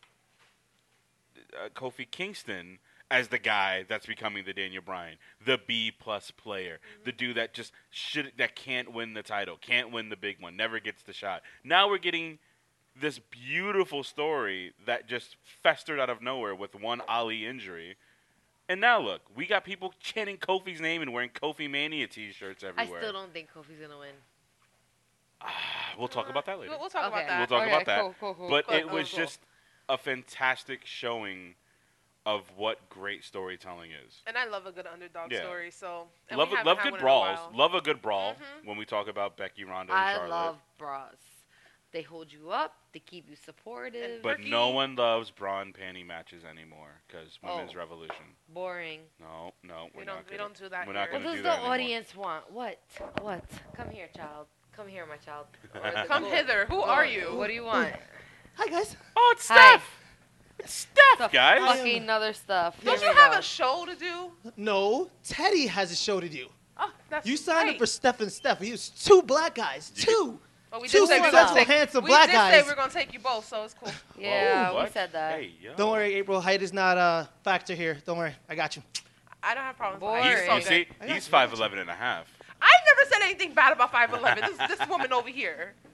Speaker 9: uh, Kofi Kingston as the guy that's becoming the Daniel Bryan, the B plus player,
Speaker 6: Mm-hmm.
Speaker 9: the dude that just should that can't win the title, can't win the big one, never gets the shot. Now we're getting this beautiful story that just festered out of nowhere with one Ali injury. And now look, we got people chanting Kofi's name and wearing Kofi Mania t-shirts
Speaker 6: I
Speaker 9: everywhere.
Speaker 6: still don't think Kofi's gonna win.
Speaker 9: We'll talk about that later.
Speaker 7: We'll, we'll talk
Speaker 6: Okay.
Speaker 7: about that.
Speaker 9: We'll talk
Speaker 6: Okay,
Speaker 9: about that.
Speaker 6: cool, cool, cool.
Speaker 9: But
Speaker 7: Cool,
Speaker 9: it
Speaker 7: cool,
Speaker 9: was
Speaker 7: cool.
Speaker 9: just a fantastic showing of what great storytelling is.
Speaker 7: And I love a good underdog
Speaker 9: Yeah.
Speaker 7: story. So and
Speaker 9: love
Speaker 7: we haven't
Speaker 9: love
Speaker 7: had
Speaker 9: good
Speaker 7: one in a
Speaker 9: brawls.
Speaker 7: while. Mm-hmm.
Speaker 9: Love a good brawl when we talk about Becky, Ronda, and
Speaker 6: I
Speaker 9: Charlotte.
Speaker 6: love bras. They hold you up. They keep you supportive.
Speaker 9: but
Speaker 7: Ricky.
Speaker 9: no one loves bra and panty matches anymore because women's
Speaker 6: Oh.
Speaker 9: revolution.
Speaker 6: Boring.
Speaker 9: No, no, we're
Speaker 7: We don't. We
Speaker 9: not gonna-
Speaker 7: don't do that.
Speaker 9: We're not
Speaker 7: here.
Speaker 6: What does
Speaker 9: gonna do
Speaker 6: the
Speaker 9: that anymore.
Speaker 6: audience want? What? What? Come here, child. Come here, my
Speaker 9: *laughs*
Speaker 6: child. Or the
Speaker 7: Come
Speaker 6: goal.
Speaker 7: hither. Who
Speaker 6: Goal.
Speaker 7: are you?
Speaker 6: What do you want?
Speaker 1: Hi, guys.
Speaker 9: Oh, it's
Speaker 6: Hi.
Speaker 9: Steph. Steph,
Speaker 6: Stuff-
Speaker 9: guys.
Speaker 6: *laughs* Fucking another stuff.
Speaker 7: Don't
Speaker 6: Here
Speaker 7: you
Speaker 6: we
Speaker 7: have
Speaker 6: go.
Speaker 7: a show to do?
Speaker 1: No, Teddy has a show to do.
Speaker 7: Oh, that's
Speaker 1: You signed up
Speaker 7: right.
Speaker 1: for Steph and Steph. He was two black guys. Two.
Speaker 7: Well, Oh, we
Speaker 1: two
Speaker 7: did say we're
Speaker 1: successful,
Speaker 7: gonna take,
Speaker 1: handsome
Speaker 7: we
Speaker 1: black
Speaker 7: did
Speaker 1: guys.
Speaker 7: say we're gonna take you both, so it's cool.
Speaker 6: Yeah,
Speaker 9: Whoa,
Speaker 6: we
Speaker 9: Oh, what?
Speaker 6: said that.
Speaker 9: Hey, yo.
Speaker 1: Don't worry, April. Height is not uh, a factor here. Don't worry. I got you.
Speaker 7: I don't have problems. With
Speaker 9: He's-
Speaker 7: that. It's
Speaker 6: Boring.
Speaker 7: all
Speaker 9: you see,
Speaker 7: good.
Speaker 1: I got
Speaker 9: he's
Speaker 1: you.
Speaker 9: 5'11 and
Speaker 7: *laughs*
Speaker 9: a half.
Speaker 7: I never said anything bad about 5'11. This, this woman over here.
Speaker 6: *laughs*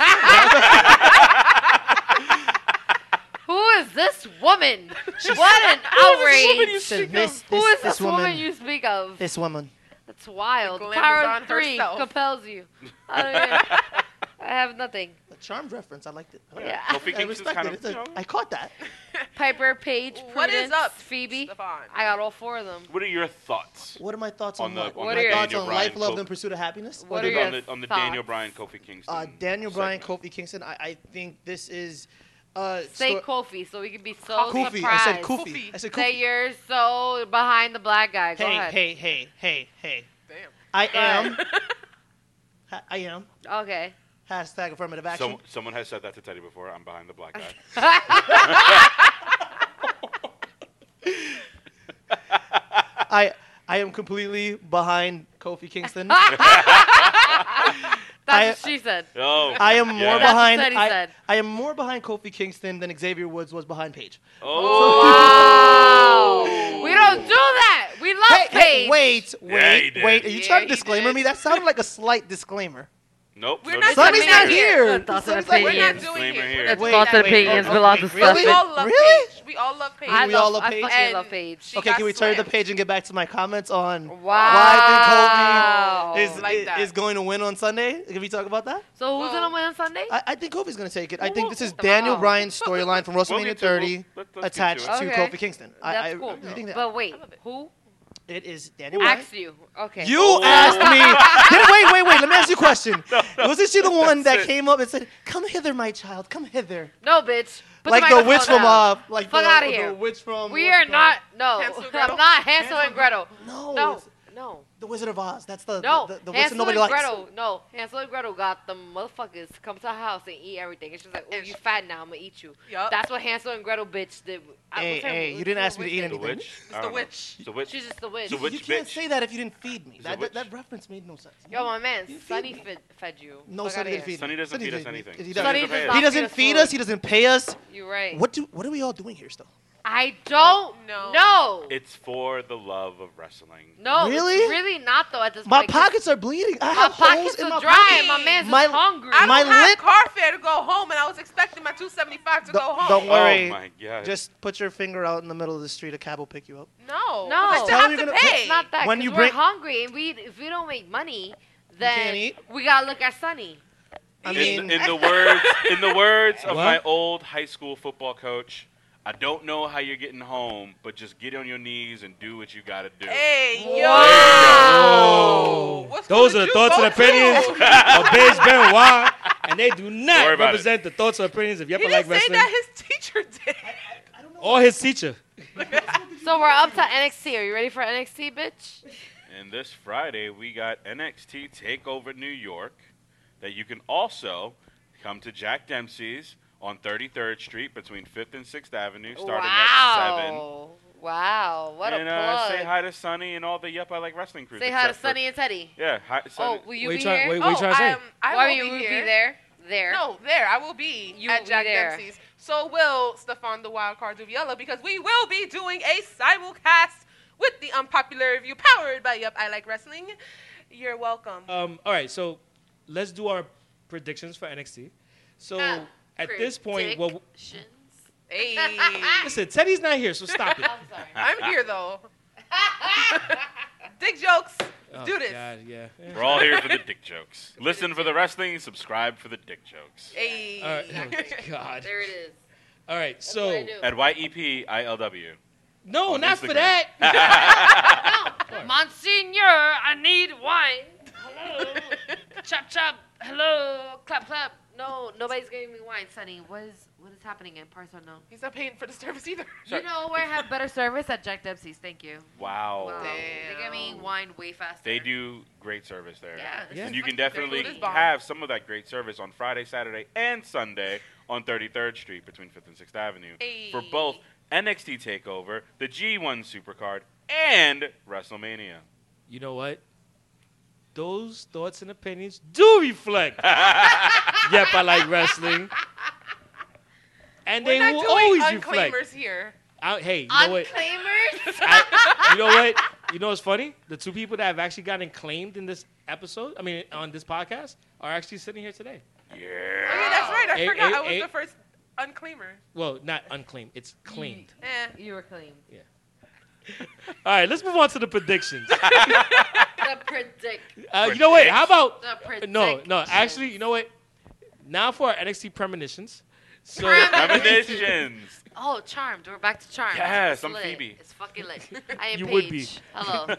Speaker 7: *laughs*
Speaker 6: Who is this woman? what an outrage!
Speaker 1: This, this,
Speaker 6: Who is this
Speaker 1: this
Speaker 6: woman you speak of?
Speaker 1: This woman.
Speaker 6: That's wild.
Speaker 7: The glam is
Speaker 6: Power
Speaker 7: on
Speaker 6: three
Speaker 7: herself.
Speaker 6: compels
Speaker 7: *laughs*
Speaker 6: you. I, don't even- I have nothing.
Speaker 1: A charmed reference. I liked it. I,
Speaker 6: Yeah.
Speaker 9: Kofi Kingston's
Speaker 1: respected
Speaker 9: kind
Speaker 1: it.
Speaker 9: of.
Speaker 1: It's a- I caught that.
Speaker 6: Piper, Paige, Prudence,
Speaker 7: What is up,
Speaker 6: Phoebe?
Speaker 7: Stefan?
Speaker 6: I got all four of them.
Speaker 9: what are your thoughts
Speaker 1: What are my thoughts on,
Speaker 9: On the- on
Speaker 1: what? my
Speaker 6: the
Speaker 1: thoughts
Speaker 9: Daniel
Speaker 1: on
Speaker 9: Bryan
Speaker 1: life, love,
Speaker 9: Coke.
Speaker 1: and pursuit of happiness?
Speaker 6: What
Speaker 1: Or
Speaker 6: are
Speaker 1: the-
Speaker 6: your
Speaker 9: on the on the Daniel
Speaker 6: thoughts?
Speaker 9: Bryan Kofi Kingston?
Speaker 1: uh, Daniel Bryan,
Speaker 9: segment?
Speaker 1: Kofi Kingston. I, I think this is. Uh,
Speaker 6: Say
Speaker 1: sto-
Speaker 6: Kofi so we can be so
Speaker 1: Kofi. I
Speaker 6: surprised.
Speaker 1: said Kofi.
Speaker 7: Kofi.
Speaker 1: I said
Speaker 6: Say
Speaker 1: Kofi.
Speaker 6: you're so behind the black guy. Go
Speaker 1: Hey,
Speaker 6: ahead.
Speaker 1: hey, hey, hey, hey.
Speaker 7: Damn.
Speaker 1: I
Speaker 6: *laughs*
Speaker 1: am.
Speaker 6: ahead.
Speaker 1: Ha- I am.
Speaker 6: Okay.
Speaker 1: Hashtag affirmative action.
Speaker 9: Some, someone has said that to Teddy before. I'm behind the black guy.
Speaker 1: I I am completely behind
Speaker 6: *laughs*
Speaker 1: Kofi Kingston.
Speaker 6: That's
Speaker 1: I-
Speaker 6: what she said.
Speaker 9: oh,
Speaker 1: I am more
Speaker 9: Yeah.
Speaker 6: That's what
Speaker 1: behind.
Speaker 6: Teddy
Speaker 1: I,
Speaker 6: said.
Speaker 1: I am more behind Kofi Kingston than Xavier Woods was behind Paige.
Speaker 9: Oh.
Speaker 6: Wow. We don't do that. We love
Speaker 1: Hey, hey,
Speaker 6: Paige.
Speaker 1: wait,
Speaker 9: Yeah, he
Speaker 1: wait,
Speaker 9: did.
Speaker 1: wait. Are you
Speaker 6: Yeah,
Speaker 1: trying to
Speaker 6: he
Speaker 1: disclaimer
Speaker 6: did.
Speaker 1: me? That sounded like a
Speaker 6: *laughs*
Speaker 1: slight disclaimer.
Speaker 9: nope.
Speaker 7: We're
Speaker 9: no
Speaker 7: not
Speaker 9: disclaimer.
Speaker 1: Sonny's not here.
Speaker 6: Thoughts and
Speaker 1: Sonny's not
Speaker 7: We're
Speaker 1: here.
Speaker 7: not
Speaker 6: Opinions.
Speaker 7: doing it.
Speaker 9: Disclaimer here.
Speaker 7: We're not
Speaker 1: Wait,
Speaker 7: doing
Speaker 6: Thoughts and
Speaker 1: wait, oh,
Speaker 6: opinions
Speaker 1: oh,
Speaker 6: belong
Speaker 1: wait,
Speaker 6: to
Speaker 1: really?
Speaker 7: We all love
Speaker 1: Really?
Speaker 7: Paige. We all love Paige.
Speaker 6: I
Speaker 1: We
Speaker 6: love,
Speaker 1: all love
Speaker 6: I
Speaker 1: Paige?
Speaker 6: fucking
Speaker 7: And
Speaker 6: love Paige.
Speaker 7: she
Speaker 1: Okay,
Speaker 7: got
Speaker 1: can we turn the
Speaker 7: slammed.
Speaker 1: page and get back to my comments on
Speaker 6: wow.
Speaker 1: why I think Kofi
Speaker 7: Like
Speaker 1: is,
Speaker 7: that.
Speaker 1: is going to win on Sunday? Can we talk about that?
Speaker 6: so who's
Speaker 7: Well-
Speaker 6: gonna win on Sunday?
Speaker 1: I, I think Kofi's going to take it. I
Speaker 6: Well,
Speaker 1: think
Speaker 6: we'll-
Speaker 1: this is
Speaker 6: we'll-
Speaker 1: Daniel
Speaker 6: oh.
Speaker 1: Bryan's storyline from WrestleMania
Speaker 9: We'll get to-
Speaker 1: 30
Speaker 9: we'll- let- let's get
Speaker 1: attached
Speaker 9: to
Speaker 6: it.
Speaker 1: to
Speaker 6: Okay.
Speaker 1: Kofi Kingston. I, I
Speaker 6: That's cool.
Speaker 1: really think that
Speaker 6: But wait,
Speaker 7: love it.
Speaker 6: who
Speaker 1: it is Daniel Bryan.
Speaker 6: asked you? Okay.
Speaker 1: You
Speaker 9: Oh. *laughs*
Speaker 1: asked me. Did- wait, wait, wait. Let me ask you a question. Wasn't she the one that came up and said, "Come hither, my child. Come hither,"
Speaker 6: No, bitch. Put
Speaker 1: like the
Speaker 6: microphone
Speaker 1: witch from
Speaker 6: down.
Speaker 1: uh, like
Speaker 6: Fuck
Speaker 1: the,
Speaker 6: outta
Speaker 1: the
Speaker 6: here.
Speaker 1: witch from.
Speaker 6: We
Speaker 1: what's
Speaker 6: are
Speaker 1: it called?
Speaker 6: not. No,
Speaker 7: Hansel and
Speaker 6: I'm
Speaker 7: Gretel?
Speaker 6: not Hansel and Gretel.
Speaker 1: No,
Speaker 6: No,
Speaker 1: it's-
Speaker 6: no. No.
Speaker 1: The Wizard of Oz. That's the
Speaker 6: No,
Speaker 1: the, the, the what's
Speaker 6: Hansel
Speaker 1: nobody
Speaker 6: and
Speaker 1: likes.
Speaker 6: Gretel. No, Hansel and Gretel got the motherfuckers to come to her house and eat everything. And she's like, "Oh,
Speaker 7: And
Speaker 6: you
Speaker 7: she-
Speaker 6: fat now? I'm gonna eat you."
Speaker 7: Yup.
Speaker 6: That's what Hansel and Gretel bitch did. I-
Speaker 1: Hey,
Speaker 6: what's her-
Speaker 1: hey, you didn't
Speaker 6: what's
Speaker 1: ask me to
Speaker 6: her
Speaker 1: eat
Speaker 9: The
Speaker 1: anything.
Speaker 9: witch? I
Speaker 7: the
Speaker 9: don't know.
Speaker 7: witch.
Speaker 9: The witch.
Speaker 6: She's just the witch.
Speaker 9: The witch
Speaker 1: You can't
Speaker 9: bitch.
Speaker 1: say that if you didn't feed me.
Speaker 9: a
Speaker 1: That,
Speaker 9: witch.
Speaker 1: that, that reference made no sense.
Speaker 6: Yo, my man,
Speaker 1: You feed
Speaker 6: Sunny
Speaker 1: me.
Speaker 6: fed, fed you.
Speaker 1: no,
Speaker 6: Fuck
Speaker 1: Sonny
Speaker 6: outta
Speaker 1: didn't
Speaker 6: here.
Speaker 1: feed
Speaker 9: Sonny doesn't feed us
Speaker 1: didn't-
Speaker 9: anything.
Speaker 1: He
Speaker 9: Sonny
Speaker 1: doesn't,
Speaker 9: doesn't pay
Speaker 6: us.
Speaker 1: he doesn't feed us. He doesn't pay us.
Speaker 6: You right.
Speaker 1: What do what do we all doing here still?
Speaker 6: I don't
Speaker 7: No.
Speaker 6: know.
Speaker 9: It's for the love of wrestling.
Speaker 6: no, it's
Speaker 1: Really?
Speaker 6: really not though. At this
Speaker 1: My
Speaker 6: point, 'cause
Speaker 1: pockets are bleeding. I
Speaker 6: my
Speaker 1: have holes
Speaker 6: pockets
Speaker 1: in
Speaker 6: are
Speaker 1: my
Speaker 6: dry,
Speaker 1: pockets.
Speaker 6: and my man's
Speaker 1: My-
Speaker 6: just hungry.
Speaker 7: I don't
Speaker 1: My
Speaker 7: have
Speaker 1: lit-
Speaker 7: car fare to go home, and I was expecting my 275 to
Speaker 1: Don't-
Speaker 7: go home.
Speaker 1: don't worry. Sorry.
Speaker 9: Oh my god.
Speaker 1: Just put your finger out in the middle of the street. A cab will pick you up.
Speaker 7: No,
Speaker 6: No.
Speaker 7: I still
Speaker 1: Tell
Speaker 7: have
Speaker 1: me
Speaker 7: to
Speaker 1: you're gonna-
Speaker 7: pay.
Speaker 6: It's not that.
Speaker 1: When
Speaker 6: 'cause
Speaker 1: you
Speaker 6: we're
Speaker 1: bring-
Speaker 6: hungry, and we if we don't make money,
Speaker 1: can't
Speaker 6: then
Speaker 1: eat.
Speaker 6: we gotta look at Sunny.
Speaker 1: I
Speaker 9: in,
Speaker 1: mean,
Speaker 9: in the words in the words of
Speaker 2: What?
Speaker 9: my old high school football coach, I don't know how you're getting home, but just get on your knees and do what you gotta do.
Speaker 7: Hey, yo.
Speaker 2: Wow.
Speaker 7: What school
Speaker 2: Oh. Those
Speaker 7: did
Speaker 2: are the
Speaker 7: you
Speaker 2: thoughts
Speaker 7: go
Speaker 2: and
Speaker 7: to?
Speaker 2: opinions of Biz Benoit, and they do
Speaker 9: worry
Speaker 2: not
Speaker 9: about it.
Speaker 2: represent the thoughts and opinions of
Speaker 7: He
Speaker 2: Yep I
Speaker 7: didn't
Speaker 2: Like
Speaker 7: say
Speaker 2: Wrestling
Speaker 7: that his teacher did.
Speaker 2: or his teacher.
Speaker 6: So we're up to NXT. Are you ready for NXT, bitch?
Speaker 9: And this Friday we got NXT Takeover New York that you can also come to Jack Dempsey's on 33rd Street between 5th and 6th Avenue starting at 7.
Speaker 6: wow. Wow. What
Speaker 9: and
Speaker 6: a
Speaker 9: uh,
Speaker 6: plug.
Speaker 9: say hi to Sonny and all the Yep I Like Wrestling crew.
Speaker 6: Say hi to
Speaker 9: except for-
Speaker 6: Sunny and Teddy.
Speaker 9: Yeah, hi, Sonny.
Speaker 6: Oh, will you
Speaker 2: Wait,
Speaker 6: be
Speaker 2: try-
Speaker 6: here?
Speaker 2: wait, wait.
Speaker 7: oh,
Speaker 2: you trying to say?
Speaker 7: I, am- I
Speaker 6: Why
Speaker 7: will
Speaker 6: you
Speaker 7: be
Speaker 6: would
Speaker 7: here.
Speaker 6: be there? There.
Speaker 7: No, there. I will be
Speaker 6: You will
Speaker 7: at
Speaker 6: be
Speaker 7: Jack
Speaker 6: there.
Speaker 7: Dempsey's. So will Stefan the Wildcard Duviella because we will be doing a simulcast with the unpopular review powered by Yup I Like Wrestling. You're welcome.
Speaker 2: Um, all right, so let's do our predictions for NXT. So
Speaker 6: Ah,
Speaker 2: at this point, well,
Speaker 6: Predictions.
Speaker 7: hey,
Speaker 2: listen, Teddy's not here, so stop it.
Speaker 6: I'm sorry.
Speaker 7: I'm here though.
Speaker 2: *laughs*
Speaker 7: Dick jokes. *laughs* Let's do
Speaker 2: Oh,
Speaker 7: this.
Speaker 2: God, yeah. Yeah.
Speaker 9: We're all here for the dick jokes. Listen for the wrestling, subscribe for the dick jokes.
Speaker 7: Hey. *laughs*
Speaker 2: All right. oh, God.
Speaker 6: There it is.
Speaker 2: All right.
Speaker 6: That's what I
Speaker 2: So
Speaker 6: do.
Speaker 9: At E YEPILW.
Speaker 2: no,
Speaker 9: On
Speaker 2: not for
Speaker 9: Instagram.
Speaker 2: that.
Speaker 6: *laughs* Monsignor, I need wine. Hello. chop chop. Hello. Clap clap. No, nobody's giving me wine, Sonny. What is what is happening in parts unknown?
Speaker 7: He's not paying for the service either.
Speaker 6: You know where I have better service at Jack Dempsey's. Thank you.
Speaker 9: Wow.
Speaker 6: Wow. They give me
Speaker 7: Damn.
Speaker 6: wine way faster.
Speaker 9: Oh, They do great service there.
Speaker 6: Yeah.
Speaker 2: Yeah.
Speaker 9: And you can
Speaker 7: Their food
Speaker 9: definitely
Speaker 7: is bomb.
Speaker 9: have some of that great service on Friday, Saturday, and Sunday on 33rd Street between 5th and 6th Avenue for
Speaker 7: Ayy.
Speaker 9: both NXT TakeOver, the G1 Supercard, and WrestleMania.
Speaker 2: You know what? Those thoughts and opinions
Speaker 7: *laughs*
Speaker 2: do reflect. yep, I like wrestling. And
Speaker 7: We're
Speaker 2: *laughs* they
Speaker 7: not
Speaker 2: will
Speaker 7: doing
Speaker 2: always
Speaker 7: unclaimers
Speaker 2: reflect.
Speaker 7: here.
Speaker 2: I- hey, you know what?
Speaker 9: *laughs*
Speaker 6: Unclaimers?
Speaker 2: I- you know what? You know what's funny? The two people that have actually gotten claimed in this episode, I mean, on this podcast, are actually sitting here today.
Speaker 7: Oh, yeah, that's right. I
Speaker 2: Ay,
Speaker 7: forgot
Speaker 2: ay,
Speaker 7: I was
Speaker 2: ay.
Speaker 7: the first unclaimer. *laughs*
Speaker 2: Well, not unclaimed. It's claimed.
Speaker 6: Mm.
Speaker 7: Eh.
Speaker 6: you were claimed.
Speaker 2: All right, let's move on to the predictions.
Speaker 6: The *laughs* predict.
Speaker 2: Uh, you know what? How about
Speaker 6: The predict.
Speaker 2: no, no? Actually, you know what? Now for our NXT premonitions. So
Speaker 9: Premonitions.
Speaker 6: Oh, charmed. We're back to charmed.
Speaker 9: Yes,
Speaker 6: It's
Speaker 9: I'm
Speaker 6: lit.
Speaker 9: Phoebe.
Speaker 6: It's fucking lit.
Speaker 9: *laughs*
Speaker 6: I am
Speaker 2: You
Speaker 6: Paige.
Speaker 2: would be.
Speaker 6: Hello.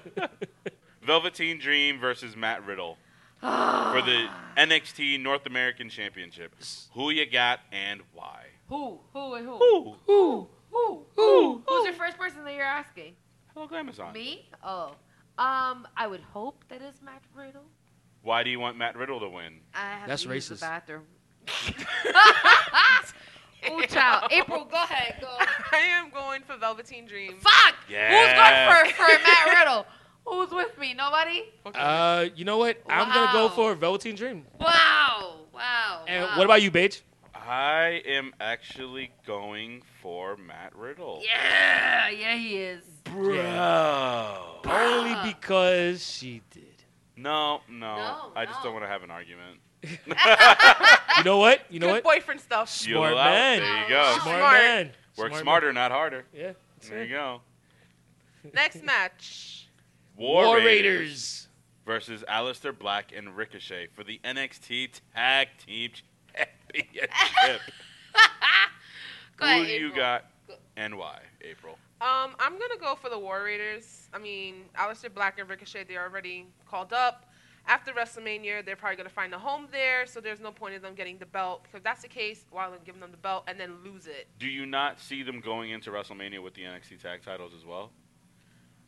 Speaker 9: Velveteen Dream versus Matt Riddle for the NXT North American Championship. Who you got and why?
Speaker 6: who? Who and who?
Speaker 9: Who?
Speaker 6: Who? Who? Who? Who's your first person that you're asking?
Speaker 9: Hello, Glamazon.
Speaker 6: Me? Oh. Um, I would hope that is Matt Riddle.
Speaker 9: Why do you want Matt Riddle to win?
Speaker 6: I have
Speaker 2: That's
Speaker 6: to use the
Speaker 2: racist.
Speaker 6: bathroom. *laughs* Ooh, child. *laughs* April, go ahead. Go.
Speaker 7: I am going for Velveteen Dream.
Speaker 6: Fuck.
Speaker 9: Yeah.
Speaker 6: Who's going for for Matt Riddle? *laughs* Who's with me? Nobody.
Speaker 2: Uh, you know what? I'm gonna go
Speaker 6: Wow.
Speaker 2: for Velveteen Dream.
Speaker 6: Wow. Wow.
Speaker 2: And
Speaker 6: wow.
Speaker 2: what about you, Paige?
Speaker 9: I am actually going for Matt Riddle.
Speaker 6: Yeah. Yeah, he is.
Speaker 9: Bro.
Speaker 2: Only because she did.
Speaker 9: No, no,
Speaker 6: No,
Speaker 9: I just
Speaker 6: no.
Speaker 9: don't want to have an argument.
Speaker 2: You know what? You know
Speaker 7: Good
Speaker 2: what?
Speaker 7: boyfriend stuff.
Speaker 9: You'll
Speaker 2: Smart
Speaker 9: allow-
Speaker 2: man.
Speaker 9: There you go.
Speaker 2: Smart,
Speaker 7: Smart.
Speaker 2: man.
Speaker 9: Work
Speaker 2: Smart
Speaker 9: smarter, not harder.
Speaker 2: man. Yeah. that's
Speaker 9: There
Speaker 2: it.
Speaker 9: you go.
Speaker 7: Next match.
Speaker 9: War,
Speaker 2: War Raiders.
Speaker 9: Raiders versus Aleister Black and Ricochet for the NXT Tag Team Championship.
Speaker 6: Go
Speaker 9: Who
Speaker 6: ahead,
Speaker 9: you
Speaker 6: April.
Speaker 9: got and why, April?
Speaker 7: Um, I'm gonna go for the War Raiders. I mean, Aleister Black and Ricochet, they're already called up. After WrestleMania, they're probably gonna find a home there, so there's no point in them getting the belt because if that's the case. Why would them giving them the belt and then lose it?
Speaker 9: Do you not see them going into WrestleMania with the NXT Tag titles as well?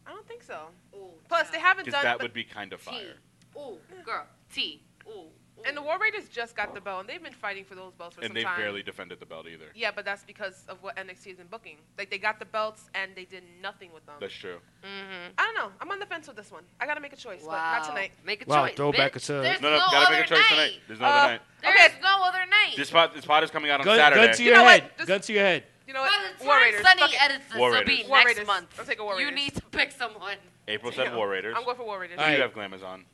Speaker 7: I don't think so.
Speaker 6: Ooh,
Speaker 7: Plus, they haven't
Speaker 9: because
Speaker 7: done.
Speaker 9: that
Speaker 7: the-
Speaker 9: would be kind of fire.
Speaker 6: T. Ooh, girl. T. Ooh. ooh.
Speaker 7: and the War Raiders just got the belt, and they've been fighting for those belts for
Speaker 9: And
Speaker 7: some
Speaker 9: they've
Speaker 7: time.
Speaker 9: barely defended the belt either.
Speaker 7: Yeah, but that's because of what NXT has been booking. Like they got the belts and they did nothing with them.
Speaker 9: That's true.
Speaker 6: Mm-hmm.
Speaker 7: I don't know. I'm on the fence with this one. I gotta make a choice, but not tonight.
Speaker 6: Make a
Speaker 1: Wow,
Speaker 6: choice.
Speaker 1: throw
Speaker 6: bitch.
Speaker 1: back a tub.
Speaker 6: There's
Speaker 9: No,
Speaker 6: no,
Speaker 9: no, gotta
Speaker 6: other
Speaker 9: make a choice
Speaker 6: night.
Speaker 9: tonight. There's no other night.
Speaker 6: There's
Speaker 7: Okay.
Speaker 6: no other night.
Speaker 9: This pod, this pod is coming out on
Speaker 2: Gun,
Speaker 9: Saturday.
Speaker 2: gun to your
Speaker 7: know what?
Speaker 2: head.
Speaker 7: Just-
Speaker 2: gun to your head.
Speaker 7: You know
Speaker 6: By
Speaker 7: what?
Speaker 6: the
Speaker 7: War
Speaker 6: time
Speaker 7: Raiders.
Speaker 6: Sunny
Speaker 7: Fuck it.
Speaker 6: edits this,
Speaker 9: War
Speaker 6: will
Speaker 9: Raiders.
Speaker 6: be
Speaker 7: War
Speaker 6: next
Speaker 7: Raiders.
Speaker 6: month.
Speaker 7: I'll take a War
Speaker 6: you
Speaker 7: Raiders.
Speaker 6: need to pick someone.
Speaker 9: April said
Speaker 7: Damn.
Speaker 9: War Raiders.
Speaker 7: I'm going for War Raiders.
Speaker 9: Who do
Speaker 2: Alright.
Speaker 9: you have Glamazon? on?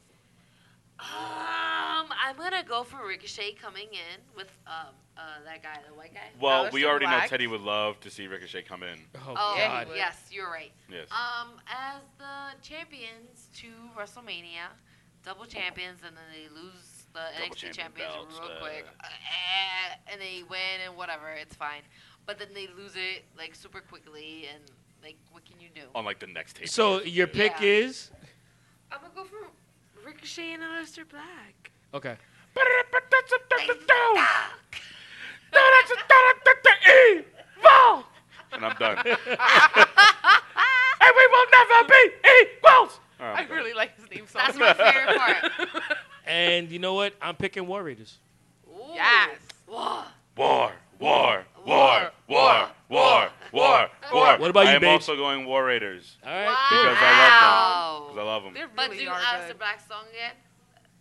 Speaker 6: Um, I'm gonna go for Ricochet coming in with um uh that guy, the white guy.
Speaker 9: Well,
Speaker 7: Aleister
Speaker 9: we already know
Speaker 7: Black.
Speaker 9: Teddy would love to see Ricochet come in.
Speaker 2: Oh,
Speaker 6: Oh
Speaker 2: God.
Speaker 7: would.
Speaker 6: yes, you're right.
Speaker 9: Yes.
Speaker 7: Uh,
Speaker 6: Um, as the champions to WrestleMania, double champions, and then they lose the NXT
Speaker 9: champion
Speaker 6: champions
Speaker 9: belts,
Speaker 6: real
Speaker 9: uh,
Speaker 6: quick, Uh, eh, and they win and whatever, it's fine. But then they lose it like super quickly, and like what can you do?
Speaker 2: Oh.
Speaker 9: on like the next tape.
Speaker 2: So your pick
Speaker 6: Yeah.
Speaker 2: is
Speaker 6: I'm gonna go for Ricochet and Aleister Black.
Speaker 2: okay.
Speaker 9: and I'm
Speaker 7: *laughs*
Speaker 9: done.
Speaker 2: And we will never be equals.
Speaker 7: *laughs* I really like his theme song.
Speaker 6: That's my favorite *laughs* part.
Speaker 2: And you know what? I'm picking War Raiders.
Speaker 6: Ooh.
Speaker 7: Yes.
Speaker 6: Whoa.
Speaker 9: War, war, war, war, war, war, war.
Speaker 2: What about you,
Speaker 9: I am
Speaker 2: babes?
Speaker 9: also going War Raiders
Speaker 2: All right.
Speaker 9: because I love them. Because I love
Speaker 7: They
Speaker 9: them.
Speaker 7: really
Speaker 6: But do
Speaker 7: are
Speaker 6: Aleister
Speaker 7: good.
Speaker 6: Black song yet?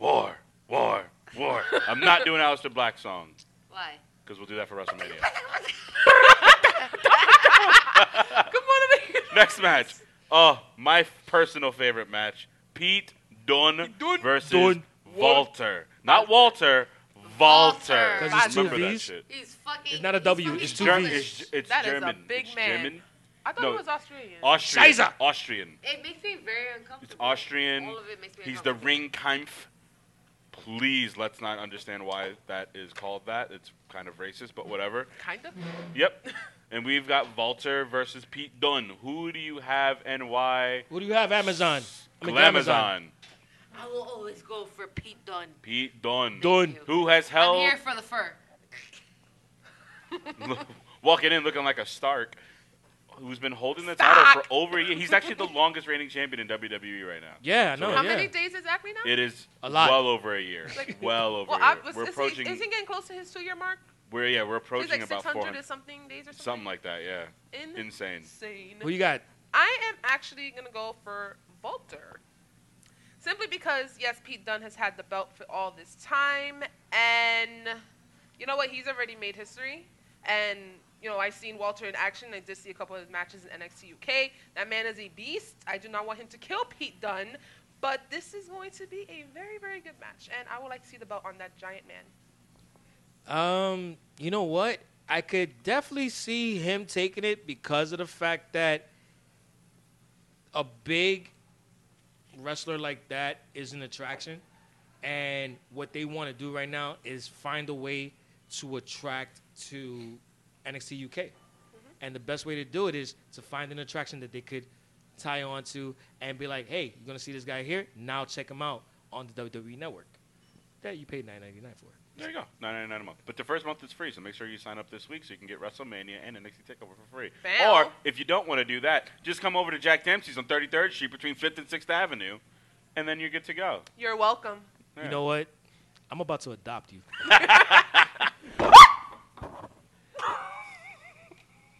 Speaker 9: War, war, war. I'm not doing Aleister Black song
Speaker 6: Why?
Speaker 9: because we'll do that for WrestleMania.
Speaker 7: Come on, over here.
Speaker 9: Next match. Oh, my f- personal favorite match: Pete Dunne
Speaker 7: Dunne.
Speaker 9: versus
Speaker 2: Dunne.
Speaker 9: Walter. Not Walter. Walter.
Speaker 6: Walter.
Speaker 2: 'Cause it's two
Speaker 9: Remember that
Speaker 2: Vs.
Speaker 9: shit.
Speaker 6: He's fucking.
Speaker 2: It's not a
Speaker 6: he's
Speaker 2: W,
Speaker 6: fucking
Speaker 2: it's two
Speaker 9: Ger-
Speaker 6: English.
Speaker 9: it's, it's
Speaker 7: That is a
Speaker 9: German.
Speaker 7: big
Speaker 9: it's
Speaker 7: man.
Speaker 9: German.
Speaker 7: I thought
Speaker 9: No.
Speaker 7: it was Australian.
Speaker 9: Austrian.
Speaker 2: Scheiße.
Speaker 9: Austrian.
Speaker 6: It makes me very
Speaker 9: It's
Speaker 6: uncomfortable.
Speaker 9: Austrian.
Speaker 6: All of it makes me
Speaker 9: He's the
Speaker 6: uncomfortable.
Speaker 9: Ringkampf. Please, let's not understand why that is called that. It's kind of racist, but whatever.
Speaker 7: kind of.
Speaker 9: Yep. And we've got Walter versus Pete Dunne. Who do you have and why?
Speaker 2: What do you have? Amazon. I mean, Glamazon.
Speaker 9: Glamazon.
Speaker 6: I will always go for Pete Dunne.
Speaker 9: Pete Dunne.
Speaker 2: Dunne.
Speaker 9: Who has
Speaker 6: I'm
Speaker 9: held
Speaker 6: here for the fur.
Speaker 9: walking in looking like a Stark, who's been holding the title
Speaker 7: Stark.
Speaker 9: for over a year.
Speaker 7: *laughs*
Speaker 9: He's actually the longest reigning champion in WWE right now.
Speaker 2: Yeah, I know.
Speaker 7: How
Speaker 2: yeah.
Speaker 7: many days is Acme now?
Speaker 9: It is
Speaker 2: A lot.
Speaker 9: well over a year.
Speaker 7: Like-
Speaker 9: well over
Speaker 7: well,
Speaker 9: a year.
Speaker 7: I was,
Speaker 9: we're
Speaker 7: is,
Speaker 9: approaching.
Speaker 7: he, is he getting close to his two-year mark?
Speaker 9: we're yeah, we're
Speaker 7: He's
Speaker 9: approaching
Speaker 7: like
Speaker 9: about
Speaker 7: 600
Speaker 9: 400,
Speaker 7: or something days or
Speaker 9: something
Speaker 7: something.
Speaker 9: like that. Yeah,
Speaker 7: In-
Speaker 9: insane.
Speaker 7: Insane.
Speaker 2: Who you got?
Speaker 7: I am actually gonna go for Volter, simply because yes, Pete Dunne has had the belt for all this time, and you know what? He's already made history, and you know I've seen Walter in action. I did see a couple of his matches in NXT UK. That man is a beast. I do not want him to kill Pete Dunne, but this is going to be a very very good match, and I would like to see the belt on that giant man.
Speaker 2: Um, you know what? I could definitely see him taking it because of the fact that a big wrestler like that is an attraction. And what they want to do right now is find a way to attract to NXT UK. And the best way to do it is to find an attraction that they could tie on to and be like, hey, you're going to see this guy here? Now check him out on the WWE Network. That you paid nine ninety nine for.
Speaker 9: There you go. Nine ninety nine a month. But the first month is free, so make sure you sign up this week so you can get WrestleMania and NXT Takeover for free.
Speaker 7: Bam.
Speaker 9: Or if you don't want to do that, just come over to Jack Dempsey's on Thirty Third Street between Fifth and Sixth Avenue, and then you're good to go.
Speaker 7: You're welcome. *laughs*
Speaker 9: Yeah.
Speaker 2: You know what? I'm about to adopt you.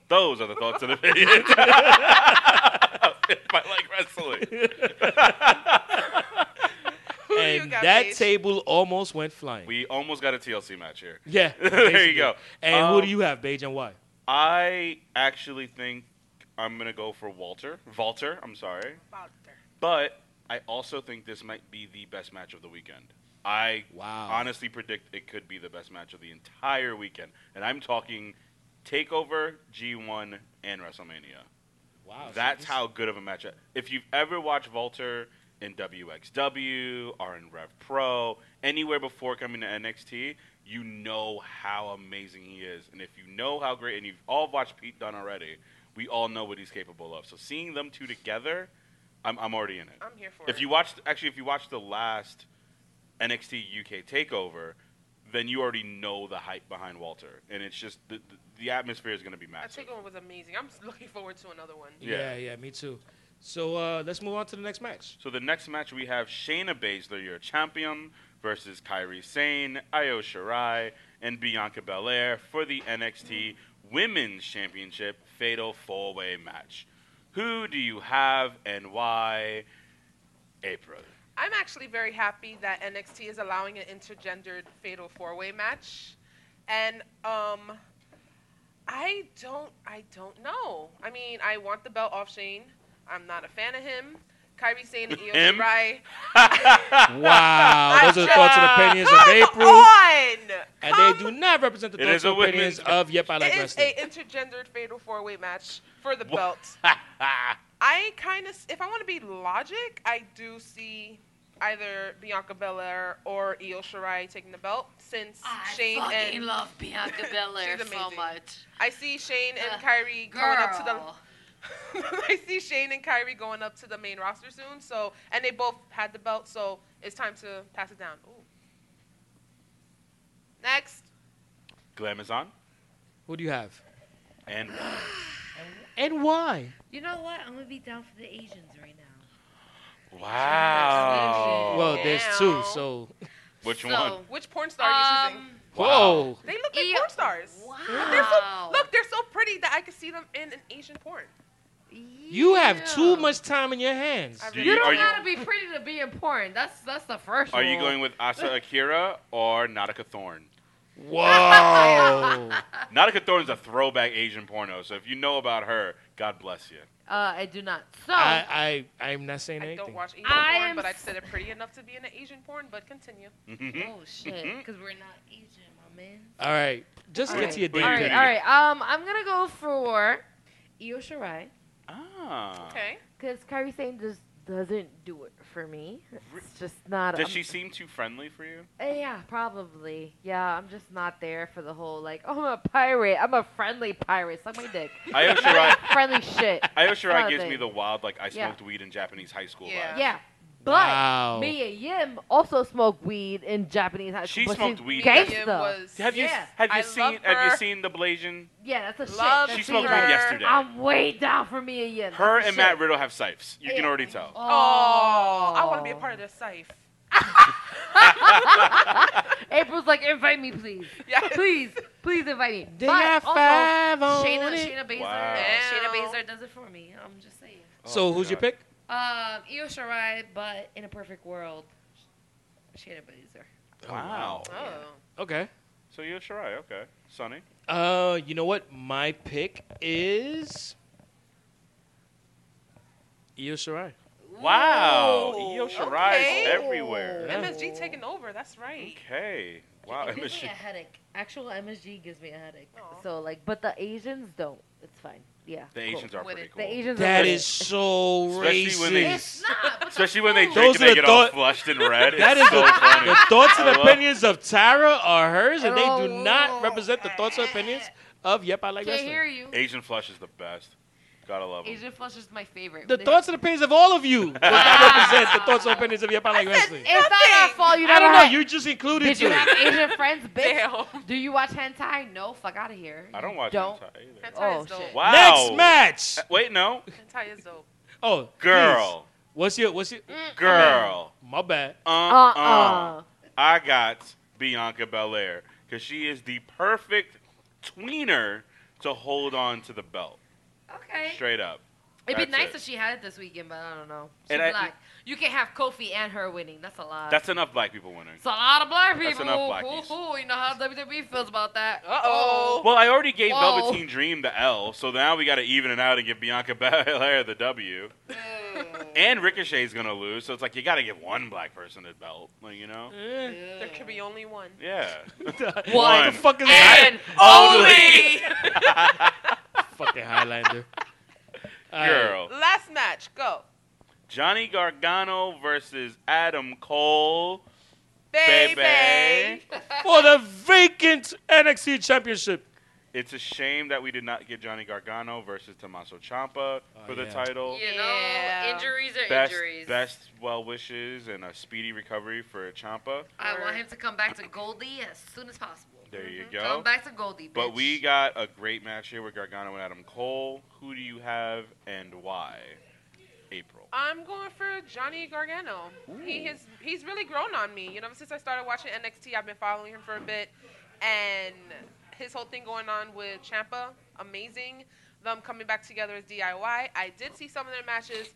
Speaker 9: Those are the thoughts of the video. if I like wrestling.
Speaker 7: Who do you
Speaker 2: and
Speaker 7: got,
Speaker 2: that
Speaker 7: Paige?
Speaker 2: table almost went flying.
Speaker 9: We almost got a TLC match here.
Speaker 2: yeah,
Speaker 9: *laughs* There you
Speaker 2: basically.
Speaker 9: go.
Speaker 2: And who do
Speaker 9: Um,
Speaker 2: you have, Beige, and why?
Speaker 9: I actually think I'm gonna go for Walter. Walter, I'm sorry.
Speaker 7: Volter.
Speaker 9: But I also think this might be the best match of the weekend. I
Speaker 2: Wow.
Speaker 9: honestly predict it could be the best match of the entire weekend. And I'm talking Takeover, G1, and WrestleMania.
Speaker 2: Wow,
Speaker 9: That's how good of a matchup. If you've ever watched Volter in WXW or in Rev Pro, anywhere before coming to NXT, you know how amazing he is. And if you know how great, and you've all watched Pete Dunne already, we all know what he's capable of. So seeing them two together, I'm, I'm already in it.
Speaker 7: I'm here for
Speaker 9: If
Speaker 7: it.
Speaker 9: you watched, actually, if you watched the last NXT UK Takeover, then you already know the hype behind Walter, and it's just the the, the atmosphere is going to be
Speaker 7: That
Speaker 9: massive.
Speaker 7: takeover was amazing. I'm s- looking forward to another one.
Speaker 2: Yeah.
Speaker 9: Yeah.
Speaker 2: yeah, me too. So uh, let's move on to the next
Speaker 9: *laughs*
Speaker 2: match.
Speaker 9: So the next match we have Shayna Baszler, your champion, versus Kyrie Sane, Io Shirai, and Bianca Belair for the NXT Women's Championship Fatal Four Way Match. Who do you have and why? April.
Speaker 7: I'm actually very happy that NXT is allowing an intergendered fatal four way match. And um I don't I don't know. I mean, I want the belt off Shane. I'm not a fan of him. Kyrie Sane and Io
Speaker 9: Him?
Speaker 7: Shirai.
Speaker 2: Wow, those are the thoughts and opinions
Speaker 7: *laughs*
Speaker 2: of
Speaker 7: Come
Speaker 2: April,
Speaker 7: on!
Speaker 2: and they do not represent the
Speaker 9: It
Speaker 2: thoughts
Speaker 9: is a
Speaker 2: and opinions
Speaker 9: women's-
Speaker 2: of Yep I Like
Speaker 7: It is
Speaker 2: Wrestling.
Speaker 7: a intergendered fatal four way match for the belt.
Speaker 2: *laughs*
Speaker 7: I kind of, if I want to be logic, I do see either Bianca Belair or Io Shirai taking the belt since
Speaker 6: I
Speaker 7: Shane
Speaker 6: fucking
Speaker 7: and
Speaker 6: love Bianca
Speaker 7: *laughs*
Speaker 6: Belair
Speaker 7: She's
Speaker 6: so
Speaker 7: amazing.
Speaker 6: much.
Speaker 7: I see Shane
Speaker 6: Ugh,
Speaker 7: and Kyrie
Speaker 6: Girl.
Speaker 7: going up to the *laughs* I see Shane and Kyrie going up to the main roster soon. So, and they both had the belt, so it's time to pass it down. Ooh. Next,
Speaker 9: Glamazon
Speaker 2: Who do you have,
Speaker 9: and why?
Speaker 2: and why?
Speaker 10: You know what? I'm gonna be down for the Asians right now.
Speaker 9: Wow.
Speaker 2: Well, there's two,
Speaker 7: Now-
Speaker 2: so
Speaker 9: Which
Speaker 6: so,
Speaker 9: one?
Speaker 7: which porn star are you
Speaker 6: Um,
Speaker 7: choosing?
Speaker 2: whoa.
Speaker 7: They look like
Speaker 6: Ew.
Speaker 7: porn stars. They're
Speaker 6: Wow.
Speaker 7: so, look, they're so pretty that I could see them in an Asian porn.
Speaker 2: You have too
Speaker 6: Yeah.
Speaker 2: much time in your hands.
Speaker 7: I've-
Speaker 9: Do
Speaker 7: You
Speaker 6: You
Speaker 9: are
Speaker 6: don't
Speaker 9: you
Speaker 6: gotta be pretty to be important. That's that's the first.
Speaker 9: are you
Speaker 6: rule.
Speaker 9: going with Asa Akira or Nautica Thorne?
Speaker 6: *laughs*
Speaker 2: Whoa.
Speaker 9: Nautica Thorne's a throwback Asian porno, so if you know about her, God bless you.
Speaker 6: Uh, I do not. So
Speaker 2: I, I I'm not saying
Speaker 7: I
Speaker 2: anything.
Speaker 7: don't watch Asian
Speaker 6: I
Speaker 7: porn,
Speaker 6: am
Speaker 7: but I
Speaker 6: s-
Speaker 7: consider pretty enough to be in an Asian porn. But continue.
Speaker 9: Mhm.
Speaker 10: Oh shit, because we're not Asian, my man.
Speaker 2: All right, just
Speaker 6: All
Speaker 2: get
Speaker 6: right.
Speaker 2: to your
Speaker 9: All
Speaker 2: damn
Speaker 6: all right,
Speaker 9: Pretty.
Speaker 6: all right. Um, I'm gonna go for Io Shirai
Speaker 9: *laughs* ah.
Speaker 7: Okay.
Speaker 6: because Kyrie Sane just doesn't do it for me.
Speaker 9: Re-
Speaker 6: It's just not.
Speaker 9: Does
Speaker 6: I'm-
Speaker 9: she seem too friendly
Speaker 6: *laughs*
Speaker 9: for you?
Speaker 6: Uh, yeah, probably. Yeah, I'm just not there for the whole like. *laughs* Oh, I'm a pirate. I'm a friendly pirate. Suck my
Speaker 9: *laughs*
Speaker 6: dick.
Speaker 9: Io Shirai,
Speaker 6: *laughs* friendly shit.
Speaker 9: Io Shirai
Speaker 6: Kinda
Speaker 9: gives
Speaker 6: thing.
Speaker 9: me the wild, like, I
Speaker 6: Yeah.
Speaker 9: smoked weed in Japanese high school
Speaker 7: Yeah.
Speaker 9: vibe.
Speaker 6: Yeah. But
Speaker 2: Wow.
Speaker 6: me and Yim also smoked weed in Japanese high
Speaker 9: She
Speaker 6: school. but
Speaker 9: smoked
Speaker 6: she's
Speaker 9: weed.
Speaker 6: Gangsta.
Speaker 7: It was
Speaker 9: Have you
Speaker 6: Yeah,
Speaker 9: have you
Speaker 7: I
Speaker 9: seen
Speaker 7: love
Speaker 9: have you
Speaker 7: her.
Speaker 9: seen the Blazing?
Speaker 6: Yeah, that's a
Speaker 7: Love
Speaker 6: shit.
Speaker 9: She
Speaker 6: That's
Speaker 9: smoked
Speaker 6: a
Speaker 9: weed
Speaker 6: shit.
Speaker 9: yesterday.
Speaker 6: I'm way down for me and Yim.
Speaker 9: Her
Speaker 6: That's a
Speaker 9: and Matt
Speaker 6: shit.
Speaker 9: Riddle have sipes. You can
Speaker 6: Yeah.
Speaker 9: already tell.
Speaker 7: Oh, I want to be a part of this safe.
Speaker 6: April's like, invite me, please.
Speaker 7: Yes.
Speaker 9: *laughs*
Speaker 6: Please, please invite me.
Speaker 2: They
Speaker 6: but
Speaker 2: got
Speaker 6: also,
Speaker 2: five on
Speaker 10: Shayna,
Speaker 2: it.
Speaker 10: Shayna Baszler,
Speaker 9: Wow.
Speaker 10: Shayna
Speaker 7: Wow.
Speaker 10: Baszler does it for me. I'm just saying.
Speaker 2: So
Speaker 9: Oh,
Speaker 2: who's your
Speaker 9: God.
Speaker 2: pick?
Speaker 10: Um, Io Shirai, but in a perfect world, Shayna Baszler.
Speaker 9: Wow.
Speaker 7: Oh.
Speaker 2: Okay.
Speaker 9: So Io Shirai, okay. Sonny.
Speaker 2: Uh, you know what? My pick is Io Shirai.
Speaker 9: Wow. Io
Speaker 7: Ooh,
Speaker 9: Shirai
Speaker 7: okay.
Speaker 9: is everywhere.
Speaker 2: Yeah.
Speaker 7: MSG taking over. That's right.
Speaker 9: Okay. Wow.
Speaker 10: it gives
Speaker 9: MSG.
Speaker 10: me a headache. Actual MSG gives me a headache.
Speaker 7: Aw.
Speaker 6: So, like, but the Asians don't. It's fine. Yeah.
Speaker 9: The Asians are
Speaker 7: With
Speaker 9: pretty
Speaker 7: it.
Speaker 9: cool.
Speaker 6: The Asians are
Speaker 2: That
Speaker 6: lit.
Speaker 2: is so
Speaker 9: Especially when they-
Speaker 2: racist.
Speaker 7: *laughs*
Speaker 9: Especially when they
Speaker 2: Those
Speaker 9: drink and
Speaker 2: are
Speaker 9: they
Speaker 2: the
Speaker 9: get all
Speaker 2: thought-
Speaker 9: flushed and
Speaker 2: *laughs*
Speaker 9: red.
Speaker 2: That
Speaker 9: it's
Speaker 2: is
Speaker 9: so
Speaker 2: the-
Speaker 9: funny.
Speaker 2: The thoughts and
Speaker 9: I love-
Speaker 2: opinions of Tara are hers, and they do
Speaker 6: Oh.
Speaker 2: not represent the thoughts and opinions of Yep I Like
Speaker 6: Can't hear
Speaker 2: Wrestling.
Speaker 6: you.
Speaker 9: Asian flush is the best. Gotta love 'em.
Speaker 6: Asian flush is my favorite.
Speaker 2: The
Speaker 6: They-
Speaker 2: thoughts and opinions of all of you
Speaker 9: *laughs*
Speaker 2: do not represent the thoughts and opinions of Yep I Like Wrestling.
Speaker 6: It's not our fault. You
Speaker 2: I
Speaker 6: never
Speaker 2: don't know.
Speaker 6: had-
Speaker 2: You just included
Speaker 6: Did you
Speaker 2: you.
Speaker 6: have Asian friends, bitch?
Speaker 7: Damn.
Speaker 6: Do you watch hentai? No, fuck out of here.
Speaker 9: I don't watch
Speaker 6: Don't.
Speaker 9: hentai either.
Speaker 7: Hentai
Speaker 6: Oh,
Speaker 7: is dope.
Speaker 6: shit.
Speaker 9: Wow.
Speaker 2: Next match.
Speaker 9: Uh, Wait, no.
Speaker 7: Hentai is dope.
Speaker 2: Oh,
Speaker 9: Girl.
Speaker 2: please. What's your what's your
Speaker 9: Girl.
Speaker 2: my bad.
Speaker 9: Uh
Speaker 6: Uh
Speaker 9: uh
Speaker 6: uh
Speaker 9: I got Bianca Belair because she is the perfect tweener to hold on to the belt.
Speaker 6: Okay.
Speaker 9: Straight up.
Speaker 6: It'd be
Speaker 9: That's
Speaker 6: nice
Speaker 9: it.
Speaker 6: if she had it this weekend, but I don't know. She's
Speaker 9: And I-
Speaker 6: black. you can have Kofi and her winning. That's a lot.
Speaker 9: That's enough black people winning.
Speaker 6: It's a lot of black
Speaker 9: That's
Speaker 6: people.
Speaker 9: enough blackies.
Speaker 6: Ooh, ooh, you know how WWE feels about that.
Speaker 7: Uh oh.
Speaker 9: Well, I already gave
Speaker 6: Whoa.
Speaker 9: Velveteen Dream the L, so now we got to even it out and give Bianca *laughs* Belair the W. and Ricochet's gonna lose, so it's like you got to give one black person the belt, like you know?
Speaker 7: There could be only one.
Speaker 9: Yeah.
Speaker 2: Mm.
Speaker 6: *laughs*
Speaker 2: What the
Speaker 9: One.
Speaker 2: fuck is that?
Speaker 6: And
Speaker 9: Only
Speaker 2: Fucking Highlander. All right.
Speaker 9: *laughs* girl.
Speaker 7: Last match. Go.
Speaker 9: Johnny Gargano versus Adam Cole.
Speaker 7: Baby.
Speaker 9: Baby.
Speaker 2: For the vacant NXT championship.
Speaker 9: It's a shame that we did not get Johnny Gargano versus Tommaso Ciampa for the
Speaker 2: yeah.
Speaker 9: title.
Speaker 10: You
Speaker 7: Yeah.
Speaker 10: know, injuries are
Speaker 9: Best,
Speaker 10: injuries.
Speaker 9: best well wishes and a speedy recovery for Ciampa.
Speaker 10: I want him to come back to Goldie as soon as possible.
Speaker 9: There you
Speaker 6: Mm-hmm.
Speaker 10: Mhm.
Speaker 9: go.
Speaker 10: Come back to Goldie.
Speaker 9: But
Speaker 10: bitch.
Speaker 9: we got a great match here with Gargano and Adam Cole. Who do you have and why? April.
Speaker 7: I'm going for Johnny Gargano. He has he's really grown on me. You know, since I started watching NXT, I've been following him for a bit, and his whole thing going on with Champa, amazing. Them coming back together as DIY. I did see some of their matches.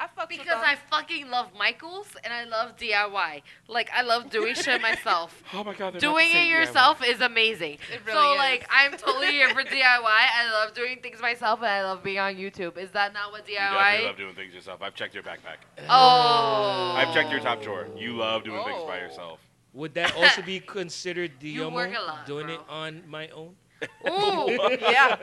Speaker 7: I fucked with
Speaker 6: Because
Speaker 7: them.
Speaker 6: I fucking love Michaels and I love DIY. Like I love doing shit *laughs* myself.
Speaker 9: Oh my *laughs* god,
Speaker 6: doing it yourself is
Speaker 9: *laughs*
Speaker 6: amazing.
Speaker 7: It
Speaker 6: so
Speaker 7: really is.
Speaker 6: like I'm totally here for DIY. I love doing things myself and I love being on YouTube. Is that not what
Speaker 9: You definitely
Speaker 6: DIY?
Speaker 9: love doing things yourself. I've checked your backpack.
Speaker 6: Oh.
Speaker 9: I've checked your top drawer. You love doing things by
Speaker 7: Oh.
Speaker 9: yourself.
Speaker 2: Would that
Speaker 6: *laughs*
Speaker 2: also be considered the um,
Speaker 6: You work a lot,
Speaker 2: doing it
Speaker 6: bro.
Speaker 2: on my own?
Speaker 6: Ooh,
Speaker 9: *laughs*
Speaker 6: yeah.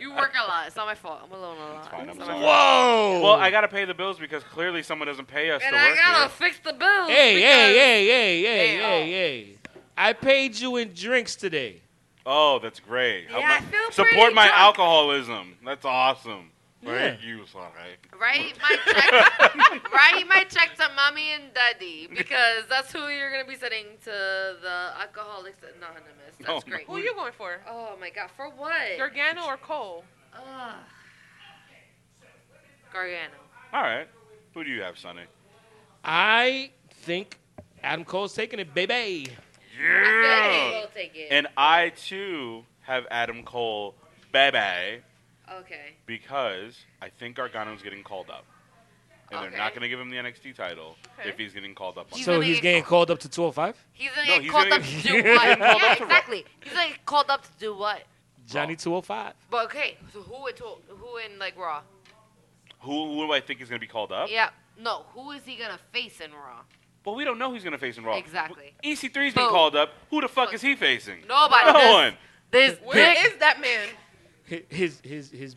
Speaker 6: You work a lot. It's not my fault. I'm alone a lot.
Speaker 9: fine,
Speaker 6: It's not
Speaker 9: I'm
Speaker 6: my
Speaker 9: sorry.
Speaker 6: fault.
Speaker 2: Whoa!
Speaker 9: Well, I gotta pay the bills because clearly someone doesn't pay us
Speaker 6: And
Speaker 9: to
Speaker 6: I
Speaker 9: work
Speaker 6: gotta
Speaker 9: here.
Speaker 6: fix the bills.
Speaker 2: hey, hey,
Speaker 6: because-
Speaker 2: hey, hey, hey, hey,
Speaker 6: Hey, oh.
Speaker 2: hey, I paid you in drinks today.
Speaker 9: Oh, that's great. Help
Speaker 6: Yeah,
Speaker 9: my-
Speaker 6: I feel
Speaker 9: support
Speaker 6: pretty
Speaker 9: my
Speaker 6: drunk.
Speaker 9: alcoholism. That's awesome. Thank you, Sonic.
Speaker 6: Right,
Speaker 9: *laughs*
Speaker 6: my check. right, my check to mommy and daddy because that's who you're gonna be sending to the Alcoholics Anonymous.
Speaker 9: *laughs*
Speaker 6: That's
Speaker 9: Oh, No,
Speaker 6: great.
Speaker 7: Who are you going for?
Speaker 6: Oh my god, for what?
Speaker 7: Gargano or Cole?
Speaker 6: Ugh. Gargano.
Speaker 9: All right. Who do you have, Sonny?
Speaker 2: I think Adam Cole's taking it, baby.
Speaker 6: I will take it.
Speaker 9: And I too have Adam Cole, baby,
Speaker 6: okay.
Speaker 9: because I think Gargano's getting called up, and they're not
Speaker 6: Okay.
Speaker 9: going to give him the NXT title
Speaker 7: Okay.
Speaker 9: if he's getting called up. On
Speaker 6: He's
Speaker 2: so
Speaker 6: gonna
Speaker 2: he's
Speaker 6: get
Speaker 2: getting called up to 205?
Speaker 6: He's gonna
Speaker 9: No,
Speaker 6: get
Speaker 9: he's
Speaker 6: called
Speaker 9: gonna
Speaker 6: up
Speaker 9: get- *laughs*
Speaker 6: to do what?
Speaker 9: called
Speaker 6: yeah,
Speaker 9: up to what?
Speaker 6: exactly. He's gonna get called up to do what?
Speaker 2: Johnny
Speaker 9: Oh,
Speaker 2: 205.
Speaker 6: But okay, so who in to- who in like Raw?
Speaker 9: who, who do I think is going to be called up?
Speaker 6: Yeah. No, who is he gonna face in Raw?
Speaker 9: Well, we don't know who's going to face in Raw.
Speaker 6: Exactly.
Speaker 9: EC3's been
Speaker 6: Boom.
Speaker 9: called up. Who the fuck is he facing?
Speaker 6: Nobody.
Speaker 9: No
Speaker 6: This-
Speaker 9: one.
Speaker 6: This
Speaker 7: Where
Speaker 6: dick
Speaker 7: is that man?
Speaker 2: Hi- His, his, his.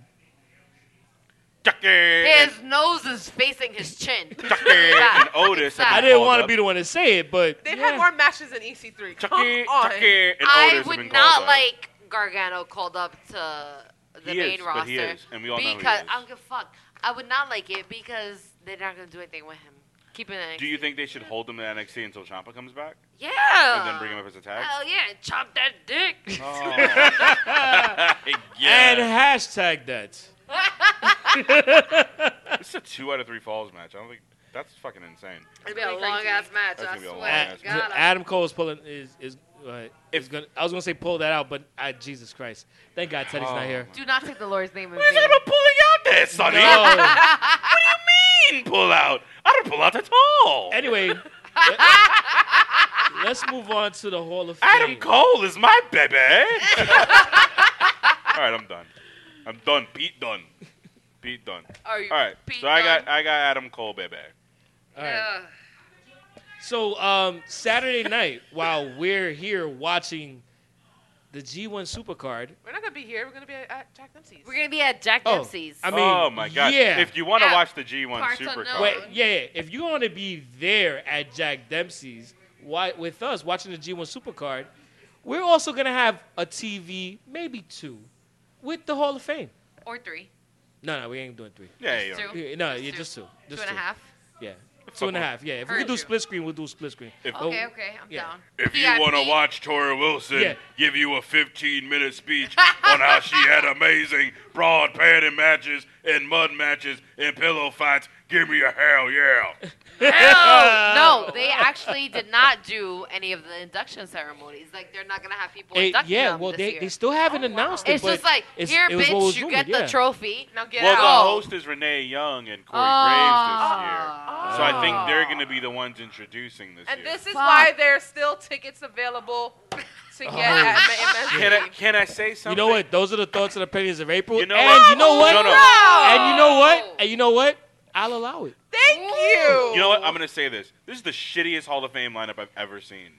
Speaker 9: Chucky
Speaker 6: His nose is facing his
Speaker 9: *laughs*
Speaker 6: chin. *laughs*
Speaker 9: Chucky and
Speaker 6: Stop.
Speaker 9: Otis. have
Speaker 6: Stop.
Speaker 9: been
Speaker 2: I didn't
Speaker 9: called
Speaker 2: want to
Speaker 9: up.
Speaker 2: be the one to say it, but.
Speaker 7: They've
Speaker 2: yeah.
Speaker 7: had more matches than EC3. Come
Speaker 9: Chucky,
Speaker 7: on.
Speaker 9: Chucky, and Otis
Speaker 6: I
Speaker 9: have been
Speaker 6: would
Speaker 9: called
Speaker 6: not
Speaker 9: up.
Speaker 6: like Gargano called up to the
Speaker 9: He
Speaker 6: main
Speaker 9: is,
Speaker 6: roster
Speaker 9: but he is, and we all know who
Speaker 6: because
Speaker 9: he is.
Speaker 6: I don't give a fuck. I would not like it because they're not gonna do anything with him. Keep it. in
Speaker 9: Do you
Speaker 6: NXT.
Speaker 9: think they should hold him to NXT until Champa comes back
Speaker 6: Yeah.
Speaker 9: and then bring him up as a tag?
Speaker 6: Hell yeah! and Chop that *laughs* dick.
Speaker 9: *laughs* Oh.
Speaker 2: And
Speaker 9: yeah.
Speaker 2: hashtag that.
Speaker 6: Oh
Speaker 9: This is a two out of three falls match. I don't think that's fucking insane.
Speaker 6: It'd be a long ass match.
Speaker 9: That's
Speaker 6: I
Speaker 9: gonna be a
Speaker 6: swear.
Speaker 9: long
Speaker 2: A-
Speaker 9: ass
Speaker 6: to
Speaker 9: match.
Speaker 6: God, I'm-
Speaker 2: Adam Cole is pulling is is. Uh, is gonna, I was gonna say pull that out, but I, Jesus Christ! Thank God Teddy's
Speaker 9: Oh,
Speaker 2: not here.
Speaker 6: Do not take the Lord's name in
Speaker 9: What are you
Speaker 6: vain.
Speaker 9: talking about pulling out there, Sonny?
Speaker 2: No.
Speaker 9: What do you mean pull out? I didn't pull out at all.
Speaker 2: anyway,
Speaker 9: *laughs*
Speaker 2: let, us move on to the Hall of Fame.
Speaker 9: Adam Cole is my baby. *laughs* all right, I'm done. I'm done. Pete done. Pete done.
Speaker 6: Are you
Speaker 9: All right.
Speaker 6: Pete
Speaker 9: So I got
Speaker 6: Dunne?
Speaker 9: I got Adam Cole, baby.
Speaker 2: All right.
Speaker 6: Ugh.
Speaker 2: So um, Saturday night, while we're here watching the G1 Supercard.
Speaker 7: um, We're not gonna be here. We're gonna be at, at Jack Dempsey's.
Speaker 6: We're gonna be at Jack
Speaker 2: Oh,
Speaker 6: Dempsey's.
Speaker 2: I mean,
Speaker 9: oh my God!
Speaker 2: Yeah.
Speaker 9: If you want to
Speaker 6: Yeah.
Speaker 9: watch the G1
Speaker 6: Parts
Speaker 9: Supercard,
Speaker 6: unknown.
Speaker 2: Wait, yeah, yeah. If you want to be there at Jack Dempsey's why, with us watching the G1 Supercard, we're also going to have a TV, maybe two, with the Hall of Fame.
Speaker 6: or three.
Speaker 2: No, no, we ain't doing three.
Speaker 9: yeah, you
Speaker 6: Two.
Speaker 2: Yeah, No, yeah,
Speaker 6: Two.
Speaker 2: just two.
Speaker 6: Two
Speaker 2: Just
Speaker 6: and a half.
Speaker 2: Yeah. Two and a half, yeah. If we
Speaker 6: Heard
Speaker 2: can do
Speaker 6: you.
Speaker 2: split screen, we'll do split screen.
Speaker 9: If-
Speaker 2: But-
Speaker 6: Okay, okay, I'm
Speaker 2: Oh, yeah.
Speaker 6: down.
Speaker 9: If you want to
Speaker 6: VIP?
Speaker 9: watch Tori Wilson
Speaker 2: Yeah.
Speaker 9: give you a 15 minute speech on how she had amazing broad padding matches and mud matches and pillow fights, give me a hell yeah.
Speaker 2: *laughs*
Speaker 6: no, no, they actually did not do any of the induction ceremonies. Like they're not gonna have people
Speaker 2: Eh,
Speaker 6: inducting
Speaker 2: yeah,
Speaker 6: them
Speaker 2: well,
Speaker 6: this
Speaker 2: they,
Speaker 6: year. Oh,
Speaker 2: they still haven't announced it.
Speaker 6: it's
Speaker 2: but
Speaker 6: just like
Speaker 2: it's-
Speaker 6: here,
Speaker 2: it was what
Speaker 6: bitch,
Speaker 2: was
Speaker 6: you
Speaker 2: rumored,
Speaker 6: get
Speaker 2: yeah.
Speaker 6: the trophy.
Speaker 7: Now get
Speaker 9: Well,
Speaker 7: out.
Speaker 9: the host is Renee Young and Corey Graves this year. So I think they're going to be the ones introducing this
Speaker 7: And
Speaker 9: year.
Speaker 7: this is why there's still tickets available
Speaker 9: *laughs*
Speaker 7: to get at Ma-
Speaker 9: can, I,
Speaker 7: MSG.
Speaker 9: can I say something?
Speaker 2: You know what? Those are the thoughts and opinions of April.
Speaker 9: You know
Speaker 2: and
Speaker 9: what?
Speaker 2: you know what?
Speaker 9: No, no.
Speaker 2: And you know what? And you know what? I'll allow it.
Speaker 7: Thank you.
Speaker 9: You know what? I'm going to say this. This is the shittiest Hall of Fame lineup I've ever seen.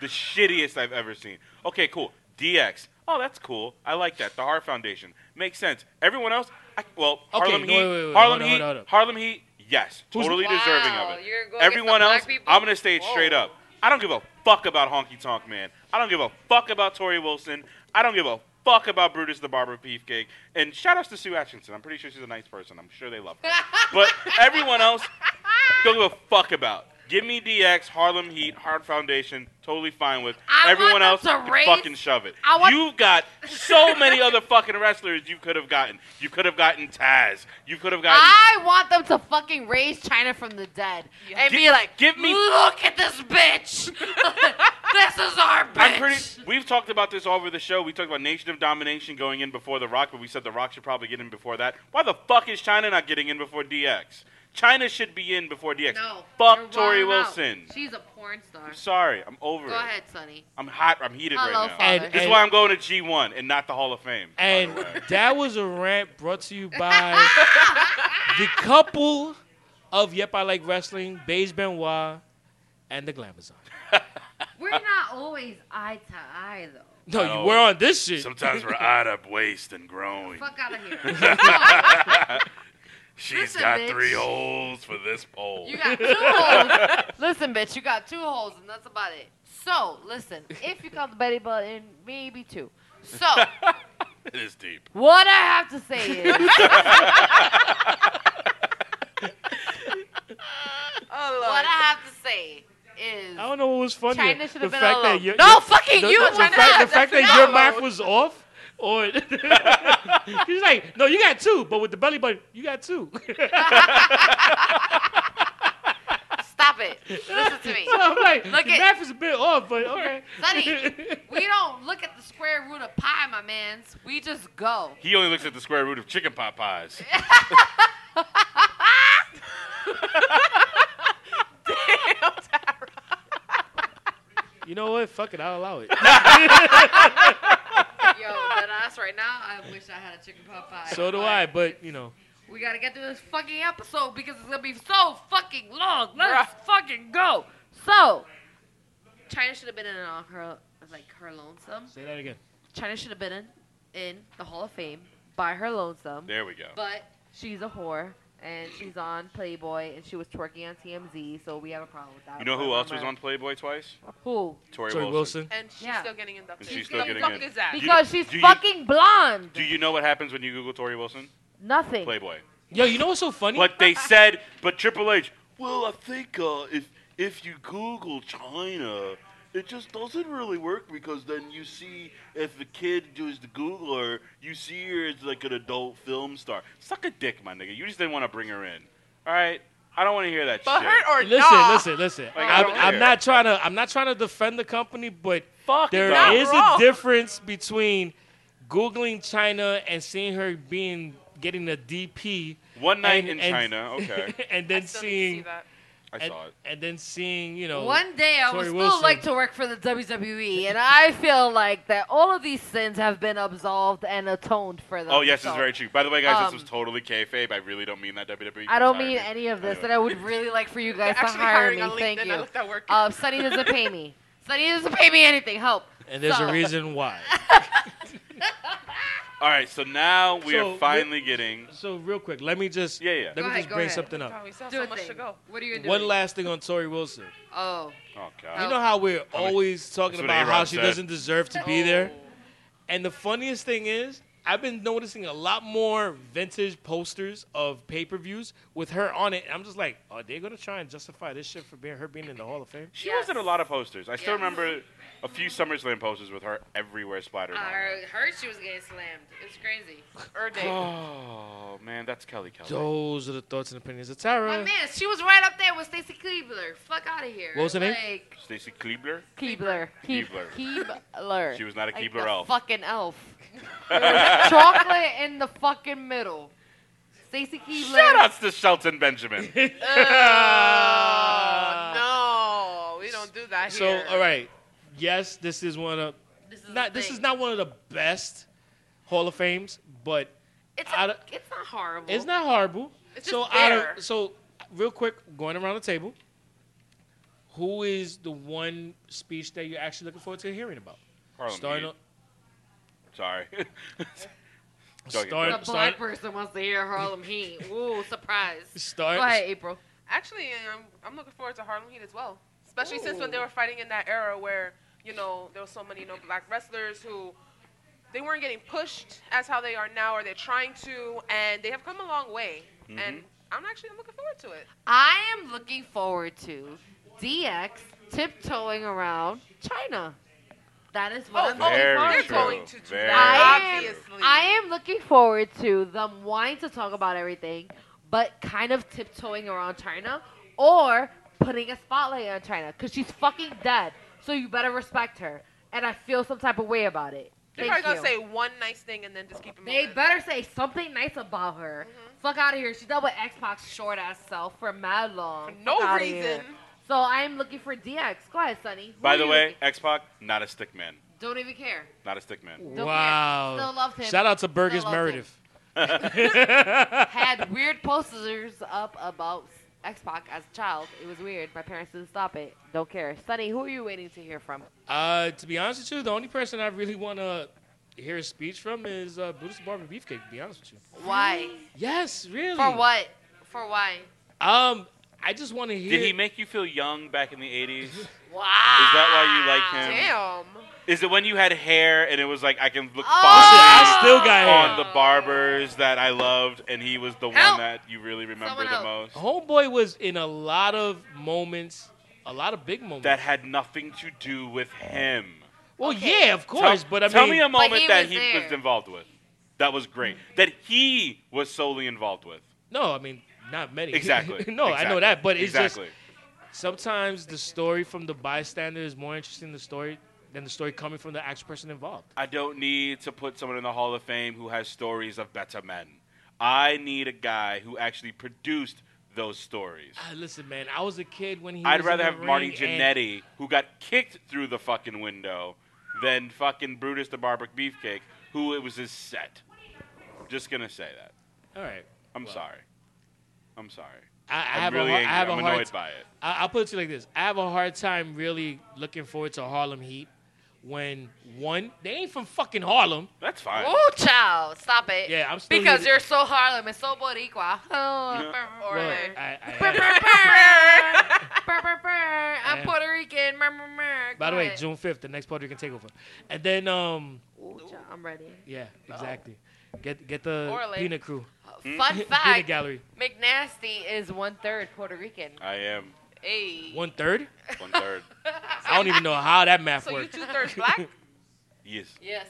Speaker 9: The shittiest I've ever seen. Okay, cool. DX. Oh, that's cool. I like that. The Heart Foundation. Makes sense. Everyone else, I, well,
Speaker 2: Okay,
Speaker 9: Harlem
Speaker 2: wait,
Speaker 9: Heat.
Speaker 2: wait, wait.
Speaker 9: Harlem
Speaker 2: Hold on,
Speaker 9: Heat.
Speaker 2: hold on, hold on.
Speaker 9: Harlem Heat. Yes.
Speaker 2: Who's-
Speaker 9: totally
Speaker 6: Wow,
Speaker 9: deserving of it.
Speaker 6: you're going against
Speaker 9: Everyone
Speaker 6: the
Speaker 9: else,
Speaker 6: black people?
Speaker 9: I'm going to say it
Speaker 6: Whoa.
Speaker 9: straight up. I don't give a fuck about Honky Tonk Man. I don't give a fuck about Tori Wilson. I don't give a fuck about Brutus the Barber Beefcake. And shout outs to Sue Atchison. I'm pretty sure she's a nice person. I'm sure they love her. but everyone else, don't give a fuck about. Give me DX, Harlem Heat, Hard Foundation, totally fine with.
Speaker 6: I
Speaker 9: Everyone else
Speaker 6: want them to
Speaker 9: can
Speaker 6: raise-
Speaker 9: fucking shove it.
Speaker 6: I want-
Speaker 9: You've got so many other fucking wrestlers you could have gotten. You could have gotten Taz. You could have gotten.
Speaker 6: I want them to fucking raise China from the dead and
Speaker 9: Give-
Speaker 6: be like,
Speaker 9: give me-
Speaker 6: look at this bitch.
Speaker 9: *laughs*
Speaker 6: *laughs* this is our bitch.
Speaker 9: I'm pretty. We've talked about this all over the show. We talked about Nation of Domination going in before The Rock, but we said The Rock should probably get in before that. Why the fuck is China not getting in before DX? China should be in before DX.
Speaker 6: no, you're
Speaker 9: fuck
Speaker 6: wilding
Speaker 9: Tori
Speaker 6: out.
Speaker 9: Wilson.
Speaker 6: She's a porn star.
Speaker 9: I'm sorry. I'm over
Speaker 6: Go
Speaker 9: it.
Speaker 6: ahead, Sonny.
Speaker 9: *laughs* I'm hot. I'm heated
Speaker 6: Hello,
Speaker 9: right now.
Speaker 6: Father.
Speaker 2: And-
Speaker 9: This is why I'm going to G1 and not the Hall of Fame. by
Speaker 2: And
Speaker 9: the way.
Speaker 2: that was a rant brought to you by the couple of Yep I Like Wrestling, Beige Benoit, and the Glamazon.
Speaker 10: We're not always eye to eye though.
Speaker 2: No,
Speaker 9: No.
Speaker 2: you were on this shit.
Speaker 9: sometimes we're out of waist and growing.
Speaker 10: Fuck out of here.
Speaker 9: She's
Speaker 6: Listen,
Speaker 9: got
Speaker 6: bitch.
Speaker 9: three holes for this pole.
Speaker 6: *laughs* You got
Speaker 9: *laughs*
Speaker 6: two holes. Listen, bitch, you got two holes, and that's about it. So, listen, if you count the Betty Button, maybe two.
Speaker 9: *laughs*
Speaker 6: So,
Speaker 9: it is deep.
Speaker 6: what I have to say
Speaker 9: *laughs*
Speaker 6: is.
Speaker 7: Oh,
Speaker 6: What I have to say is.
Speaker 2: I don't know what was funny.
Speaker 6: China should
Speaker 2: the
Speaker 6: have been
Speaker 2: fact
Speaker 6: alone.
Speaker 2: that your-
Speaker 6: no,
Speaker 2: your-
Speaker 6: fucking
Speaker 2: the,
Speaker 6: you.
Speaker 2: The,
Speaker 6: China.
Speaker 2: fact, the
Speaker 6: That's
Speaker 2: fact that
Speaker 6: not
Speaker 2: your
Speaker 6: alone.
Speaker 2: math was off, or *laughs* he's like, no, you got two, but with the belly button, you got two. *laughs*
Speaker 6: Stop it. Listen to me.
Speaker 2: so I'm like,
Speaker 6: Look
Speaker 2: your
Speaker 6: at-
Speaker 2: math is a bit off, but okay.
Speaker 6: Sonny,
Speaker 2: *laughs*
Speaker 6: we don't look at the square root of pi, my mans. We just
Speaker 2: *laughs*
Speaker 6: go.
Speaker 9: He only looks at the square root of chicken pot pies.
Speaker 2: you know what? Fuck it, I'll allow it.
Speaker 10: Yo, that ass right now. I wish I had a chicken pot pie.
Speaker 2: so do I, but you know,
Speaker 6: We gotta get through this fucking episode because it's gonna be so fucking long. Let's
Speaker 7: Bruh.
Speaker 6: fucking go. So, China should have been in on her like her lonesome.
Speaker 2: say that again.
Speaker 6: China should have been in, in the Hall of Fame by her lonesome.
Speaker 9: There we go.
Speaker 6: But she's a whore and she's on Playboy and she was twerking on TMZ, so we have a problem with that.
Speaker 9: You know who
Speaker 6: But
Speaker 9: else was on
Speaker 6: remember-
Speaker 9: Playboy twice?
Speaker 6: Who?
Speaker 9: Tori,
Speaker 2: Joy Wilson.
Speaker 7: And she's
Speaker 6: Yeah.
Speaker 7: still getting inducted.
Speaker 9: And she's
Speaker 7: Who
Speaker 9: still getting
Speaker 7: the fuck
Speaker 9: in.
Speaker 7: is that?
Speaker 9: You-
Speaker 6: Because she's
Speaker 9: do you-
Speaker 6: fucking blonde.
Speaker 9: Do you know what happens when you Google Tori Wilson?
Speaker 6: Nothing.
Speaker 9: Playboy.
Speaker 2: Yo, you know what's so funny?
Speaker 6: *laughs*
Speaker 9: But they said, but Triple H. Well, I think uh, if if you Google China, it just doesn't really work because then you see if the kid does the Googler, you see her as like an adult film star. Suck a dick, my nigga. You just didn't want to bring her in. All right, I don't want to hear that
Speaker 7: But
Speaker 9: shit.
Speaker 7: hurt or
Speaker 2: Listen,
Speaker 7: not?
Speaker 2: listen, listen.
Speaker 9: Like, I
Speaker 2: I'm,
Speaker 9: don't care.
Speaker 2: I'm not trying to. I'm not trying to defend the company, but
Speaker 9: Fuck
Speaker 2: there
Speaker 9: no.
Speaker 2: is
Speaker 7: wrong.
Speaker 2: a difference between googling China and seeing her being getting a DP
Speaker 9: One night
Speaker 2: and-
Speaker 9: in
Speaker 2: and- *laughs*
Speaker 9: China. Okay,
Speaker 2: and
Speaker 7: I still need to
Speaker 2: then
Speaker 7: see
Speaker 2: seeing
Speaker 7: that.
Speaker 9: I
Speaker 2: and,
Speaker 9: saw it.
Speaker 2: and then seeing you know
Speaker 6: One day I
Speaker 2: Tori
Speaker 6: would still
Speaker 2: Wilson.
Speaker 6: like to work for the WWE, and I feel like that all of these sins have been absolved and atoned for them.
Speaker 9: Oh yes, it's
Speaker 6: so
Speaker 9: very true. By the way, guys,
Speaker 6: Um,
Speaker 9: this was totally kayfabe. I really don't mean that E WWE.
Speaker 6: I don't
Speaker 9: Sorry.
Speaker 6: mean any of this,
Speaker 9: Anyway.
Speaker 6: and I would really like for you guys *laughs*
Speaker 7: They're
Speaker 6: to
Speaker 7: actually
Speaker 6: hire
Speaker 7: hiring
Speaker 6: me.
Speaker 7: on
Speaker 6: Thank
Speaker 7: LinkedIn. I
Speaker 6: you.
Speaker 7: looked at work.
Speaker 6: Uh, Sunny doesn't pay me. Sunny doesn't pay me anything. Help.
Speaker 2: and there's
Speaker 6: So-
Speaker 2: a reason why.
Speaker 9: All right, so now we
Speaker 2: So,
Speaker 9: are finally getting.
Speaker 2: So real quick, let me just
Speaker 9: Yeah, yeah.
Speaker 2: let me
Speaker 6: ahead,
Speaker 2: just
Speaker 6: go
Speaker 2: bring
Speaker 6: ahead.
Speaker 2: something up.
Speaker 7: God, Oh, we still have
Speaker 6: Do
Speaker 7: so
Speaker 6: a
Speaker 7: much
Speaker 6: thing.
Speaker 7: to go.
Speaker 6: What are you doing?
Speaker 2: One last thing on Tori Wilson.
Speaker 6: oh,
Speaker 9: Oh
Speaker 2: You
Speaker 9: god.
Speaker 2: know how we're
Speaker 9: many-
Speaker 2: always talking
Speaker 9: That's what
Speaker 2: about how
Speaker 9: A-Rod
Speaker 2: she
Speaker 9: said.
Speaker 2: doesn't deserve to be there? And the funniest thing is, I've been noticing a lot more vintage posters of pay per views with her on it. And I'm just like, are they going to try and justify this shit for being her being in the Hall of Fame?
Speaker 9: She was in a lot of posters. I still remember a few SummerSlam posters with her everywhere splattered. on her.
Speaker 10: I heard she was getting slammed. It's crazy.
Speaker 7: Her day.
Speaker 9: Oh man, that's Kelly Kelly.
Speaker 2: Those are the thoughts and opinions of
Speaker 10: My
Speaker 2: Tara.
Speaker 10: man, she was right up there with Stacy Keebler. Fuck out of here.
Speaker 2: What was her name?
Speaker 10: Like,
Speaker 9: Stacy Kleebler.
Speaker 6: Keebler. Keebler. Keebler.
Speaker 9: She was not a
Speaker 6: like
Speaker 9: Keebler
Speaker 6: the
Speaker 9: elf.
Speaker 6: Fucking
Speaker 9: *laughs*
Speaker 6: elf. Chocolate in the fucking middle. Stacy Keebler.
Speaker 9: Shout outs to Shelton Benjamin.
Speaker 10: Oh,
Speaker 7: no, we don't do that
Speaker 2: Uh, So,
Speaker 7: here.
Speaker 2: all right. Yes, this is one of
Speaker 10: this is
Speaker 2: not
Speaker 10: a
Speaker 2: this
Speaker 10: thing.
Speaker 2: is not one of the best Hall of Fames, but
Speaker 10: It's,
Speaker 2: I
Speaker 10: a,
Speaker 2: don't-
Speaker 10: it's not horrible.
Speaker 2: It's not horrible.
Speaker 7: It's
Speaker 2: so
Speaker 7: just
Speaker 2: out of-
Speaker 7: there.
Speaker 2: so real quick, going around the table, who is the one speech that you're actually looking forward to hearing about?
Speaker 9: Harlem
Speaker 2: starting
Speaker 9: Heat.
Speaker 2: off-
Speaker 9: Sorry. *laughs* Sorry,
Speaker 2: start,
Speaker 9: go
Speaker 6: A
Speaker 9: ahead.
Speaker 6: black
Speaker 2: start,
Speaker 6: person wants to hear Harlem Heat. Ooh, surprise.
Speaker 2: start-
Speaker 6: Go ahead, April.
Speaker 7: Actually, I'm, I'm looking forward to Harlem Heat as well, especially since when they were fighting in that era where you know there was so many you know black wrestlers who they weren't getting pushed as how they are now, or they're trying to, and they have come a long way. And I'm actually I'm looking forward to it.
Speaker 6: I am looking forward to DX tiptoeing around China. That is
Speaker 7: Oh,
Speaker 6: what
Speaker 7: oh,
Speaker 6: I'm looking
Speaker 9: Very
Speaker 7: they're
Speaker 6: forward
Speaker 9: true.
Speaker 7: going to do
Speaker 9: Very
Speaker 7: that,
Speaker 6: true.
Speaker 7: obviously.
Speaker 6: I am looking forward to them wanting to talk about everything, but kind of tiptoeing around China or putting a spotlight on China because she's fucking dead. So you better respect her. And I feel some type of way about it.
Speaker 7: They're
Speaker 6: Thank
Speaker 7: probably gonna
Speaker 6: you.
Speaker 7: say one nice thing and then just keep it
Speaker 6: They Mm-hmm.
Speaker 7: moving.
Speaker 6: better say something nice about her. Fuck out of here. She's done with Xbox short ass self for mad long.
Speaker 7: For no
Speaker 6: Fuck outta
Speaker 7: reason.
Speaker 6: here. So I'm looking for DX. Go ahead, Sonny. Who
Speaker 9: By
Speaker 6: are
Speaker 9: the
Speaker 6: you
Speaker 9: way,
Speaker 6: looking-
Speaker 9: X Pac, not a stick man.
Speaker 6: don't even care.
Speaker 9: Not a stick man.
Speaker 6: Don't
Speaker 2: Wow.
Speaker 6: care. Still loved him.
Speaker 2: Shout out to Burgess
Speaker 6: loved him.
Speaker 2: Meredith.
Speaker 6: Had weird posters up about Xbox as a child. It was weird. My parents didn't stop it. Don't care. Sonny, who are you waiting to hear from?
Speaker 2: Uh, to be honest with you, the only person I really want to hear a speech from is uh, Buddha Barber Beefcake. To be honest with you.
Speaker 6: Why?
Speaker 2: Yes, really.
Speaker 6: For what? For why?
Speaker 2: Um, I just want to hear.
Speaker 9: Did he make you feel young back in the 80s? Is
Speaker 6: Wow.
Speaker 9: that why you like him?
Speaker 7: Damn.
Speaker 9: Is it when you had hair and it was like I can look
Speaker 2: I
Speaker 9: fondly
Speaker 2: still got
Speaker 9: on
Speaker 2: hair.
Speaker 9: the barbers that I loved, and he was the
Speaker 6: Help.
Speaker 9: one that you really remember
Speaker 6: Someone
Speaker 9: the
Speaker 6: help.
Speaker 9: most?
Speaker 2: Homeboy was in a lot of moments, a lot of big moments.
Speaker 9: That had nothing to do with him.
Speaker 2: well,
Speaker 6: Okay.
Speaker 2: yeah, of course,
Speaker 9: tell,
Speaker 2: but I
Speaker 9: tell
Speaker 2: mean, Mm.
Speaker 9: me a moment
Speaker 6: he
Speaker 9: that
Speaker 6: was
Speaker 9: he
Speaker 6: there.
Speaker 9: was involved with. That was great. That he was solely
Speaker 2: *laughs*
Speaker 9: involved with.
Speaker 2: no, I mean, not many.
Speaker 9: Exactly.
Speaker 2: *laughs* no, I know
Speaker 9: Exactly.
Speaker 2: that, but it's
Speaker 9: exactly.
Speaker 2: just sometimes the story from the bystander is more interesting than the story than the story coming from the actual person involved.
Speaker 9: I don't need to put someone in the Hall of Fame who has stories of better men. I need a guy who actually produced those stories.
Speaker 2: Ah, listen, man, I was a kid when he.
Speaker 9: I'd
Speaker 2: was in
Speaker 9: rather
Speaker 2: the
Speaker 9: have Marty
Speaker 2: ring, and-
Speaker 9: Jannetty, who got kicked through the fucking window, than fucking Brutus the Barber Beefcake, who it was his set. Just gonna say that.
Speaker 2: All right,
Speaker 9: I'm
Speaker 2: Well,
Speaker 9: sorry. I'm sorry.
Speaker 2: I, I
Speaker 9: I'm
Speaker 2: have a,
Speaker 9: really
Speaker 2: har- I
Speaker 9: angry.
Speaker 2: have
Speaker 9: I'm
Speaker 2: a
Speaker 9: annoyed
Speaker 2: hard.
Speaker 9: by it.
Speaker 2: I, I'll put it to you like this: I have a hard time really looking forward to Harlem Heat when one they ain't from fucking Harlem.
Speaker 9: That's fine.
Speaker 6: Oh, child. Stop it.
Speaker 2: Yeah, I'm still
Speaker 6: Because
Speaker 2: here.
Speaker 6: you're so Harlem and so Boricua. *laughs*
Speaker 9: Yeah.
Speaker 6: or
Speaker 2: Well,
Speaker 6: Burr,
Speaker 2: I- I-
Speaker 6: burr, burr. Burr, burr, burr. *laughs* I'm
Speaker 2: am-
Speaker 6: Puerto Rican. Burr, burr, burr.
Speaker 2: By the
Speaker 6: Go
Speaker 2: way,
Speaker 6: ahead.
Speaker 2: June fifth, the next Puerto Rican takeover, and then um,
Speaker 6: Ooh, child, I'm ready.
Speaker 2: yeah, exactly. Get get the
Speaker 7: Orally.
Speaker 2: peanut
Speaker 7: *laughs*
Speaker 2: crew, *laughs*
Speaker 6: Fun
Speaker 2: peanut
Speaker 6: fact:
Speaker 2: gallery.
Speaker 6: McNasty is one third Puirto Rican.
Speaker 9: I am
Speaker 7: Hey.
Speaker 2: One third?
Speaker 9: one third.
Speaker 2: I don't even know how that math
Speaker 7: So you
Speaker 2: works.
Speaker 7: two thirds black? Oh,
Speaker 9: yes.
Speaker 6: Yes.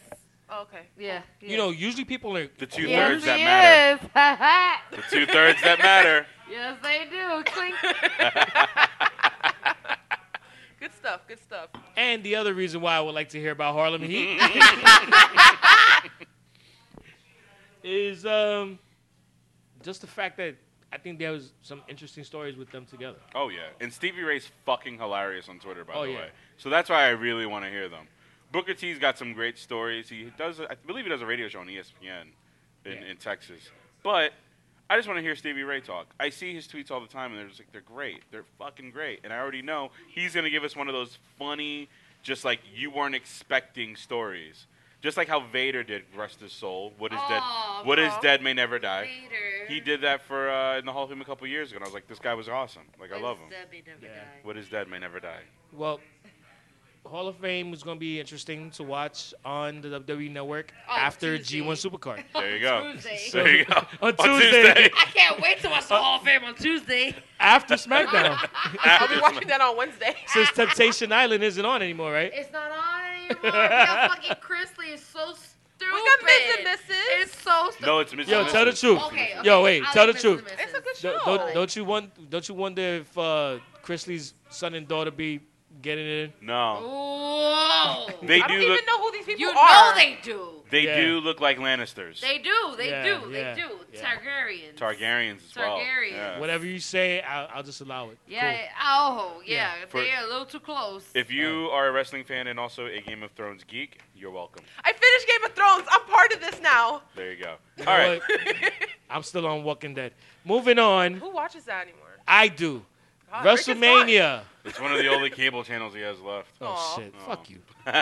Speaker 7: Okay.
Speaker 6: Yeah.
Speaker 2: You know, usually people are.
Speaker 9: The two
Speaker 6: yes,
Speaker 9: thirds that
Speaker 6: he
Speaker 9: matter.
Speaker 6: is. *laughs*
Speaker 9: The two thirds that matter.
Speaker 6: yes, they do.
Speaker 2: *laughs*
Speaker 6: Clink.
Speaker 7: Good stuff. Good stuff.
Speaker 2: And the other reason why I would like to hear about Harlem Heat
Speaker 7: *laughs*
Speaker 2: is um, just the fact that I think there was some interesting stories with them together.
Speaker 9: Oh yeah, and Stevie Ray's fucking hilarious on Twitter, by
Speaker 2: Oh,
Speaker 9: the
Speaker 2: yeah.
Speaker 9: way. So that's why I really want to hear them. Booker T's got some great stories. He does, I believe, he does a radio show on E ESPN in,
Speaker 2: Yeah.
Speaker 9: in Texas. But I just want to hear Stevie Ray talk. I see his tweets all the time, and they're just like they're great. They're fucking great, and I already know he's gonna give us one of those funny, just like you weren't expecting stories. Just like how Vader did "Rest His Soul," what is dead,
Speaker 6: Aw,
Speaker 9: what is
Speaker 6: aw.
Speaker 9: dead may never die.
Speaker 6: Later.
Speaker 9: He did that for uh, in the Hall of Fame a couple years ago, and I was like, this guy was awesome. Like I love him.
Speaker 6: Debbie never
Speaker 2: Yeah.
Speaker 6: died.
Speaker 9: What is dead may never die.
Speaker 2: Well, Hall of Fame is going to be interesting to watch on the WWE Network
Speaker 6: Oh,
Speaker 2: after
Speaker 6: Tuesday.
Speaker 7: *laughs*
Speaker 2: G1 Supercard.
Speaker 9: There you go.
Speaker 6: Tuesday.
Speaker 9: *laughs* There you go.
Speaker 2: On Tuesday.
Speaker 9: *laughs*
Speaker 6: I can't wait to watch the Hall of Fame on Tuesday.
Speaker 2: After SmackDown,
Speaker 7: I'll be watching that on Wednesday.
Speaker 2: since Temptation Island isn't on anymore, right?
Speaker 6: It's not on anymore. We got fucking Chrisley. It's so stupid.
Speaker 7: *laughs* We got Miz and Mrs.
Speaker 6: It's so stupid.
Speaker 9: No, it's Mrs.
Speaker 2: Yo, tell the
Speaker 9: Mrs.
Speaker 2: truth.
Speaker 6: Okay, okay.
Speaker 2: Yo, wait,
Speaker 6: I'll
Speaker 2: tell the
Speaker 6: leave Mrs.
Speaker 2: truth.
Speaker 6: and
Speaker 7: It's a
Speaker 6: Mrs.
Speaker 7: good show.
Speaker 2: Don't, don't, don't you want? Don't you wonder if uh, Chrisley's son and daughter be getting it in?
Speaker 9: No,
Speaker 6: Whoa.
Speaker 7: *laughs*
Speaker 9: they
Speaker 7: I
Speaker 9: do
Speaker 7: don't even
Speaker 9: look.
Speaker 7: know who these people
Speaker 6: You
Speaker 7: are.
Speaker 6: know they do.
Speaker 9: They
Speaker 2: Yeah.
Speaker 9: do look like Lannisters,
Speaker 6: They do. They
Speaker 2: Yeah,
Speaker 6: do. They
Speaker 2: yeah,
Speaker 6: do.
Speaker 2: yeah.
Speaker 6: Targaryens.
Speaker 9: Targaryens as well.
Speaker 6: Targaryens.
Speaker 9: Yeah.
Speaker 2: Whatever you say, I'll, I'll just allow it.
Speaker 6: Yeah.
Speaker 2: Cool.
Speaker 6: Oh, yeah.
Speaker 2: Yeah,
Speaker 9: for-
Speaker 6: They're a little too close.
Speaker 9: If you are a wrestling fan and also a Game of Thrones geek, you're welcome.
Speaker 7: I finished Game of Thrones. I'm part of this now.
Speaker 9: There you go.
Speaker 2: You know
Speaker 9: All right.
Speaker 2: what? I'm still on Walking Dead. Moving on,
Speaker 7: Who watches that anymore?
Speaker 2: I do.
Speaker 7: God, Rick is fine.
Speaker 2: WrestleMania.
Speaker 9: It's one of the only cable channels he has left.
Speaker 2: Oh
Speaker 7: Aw.
Speaker 2: shit! Fuck
Speaker 9: *laughs*
Speaker 2: you. All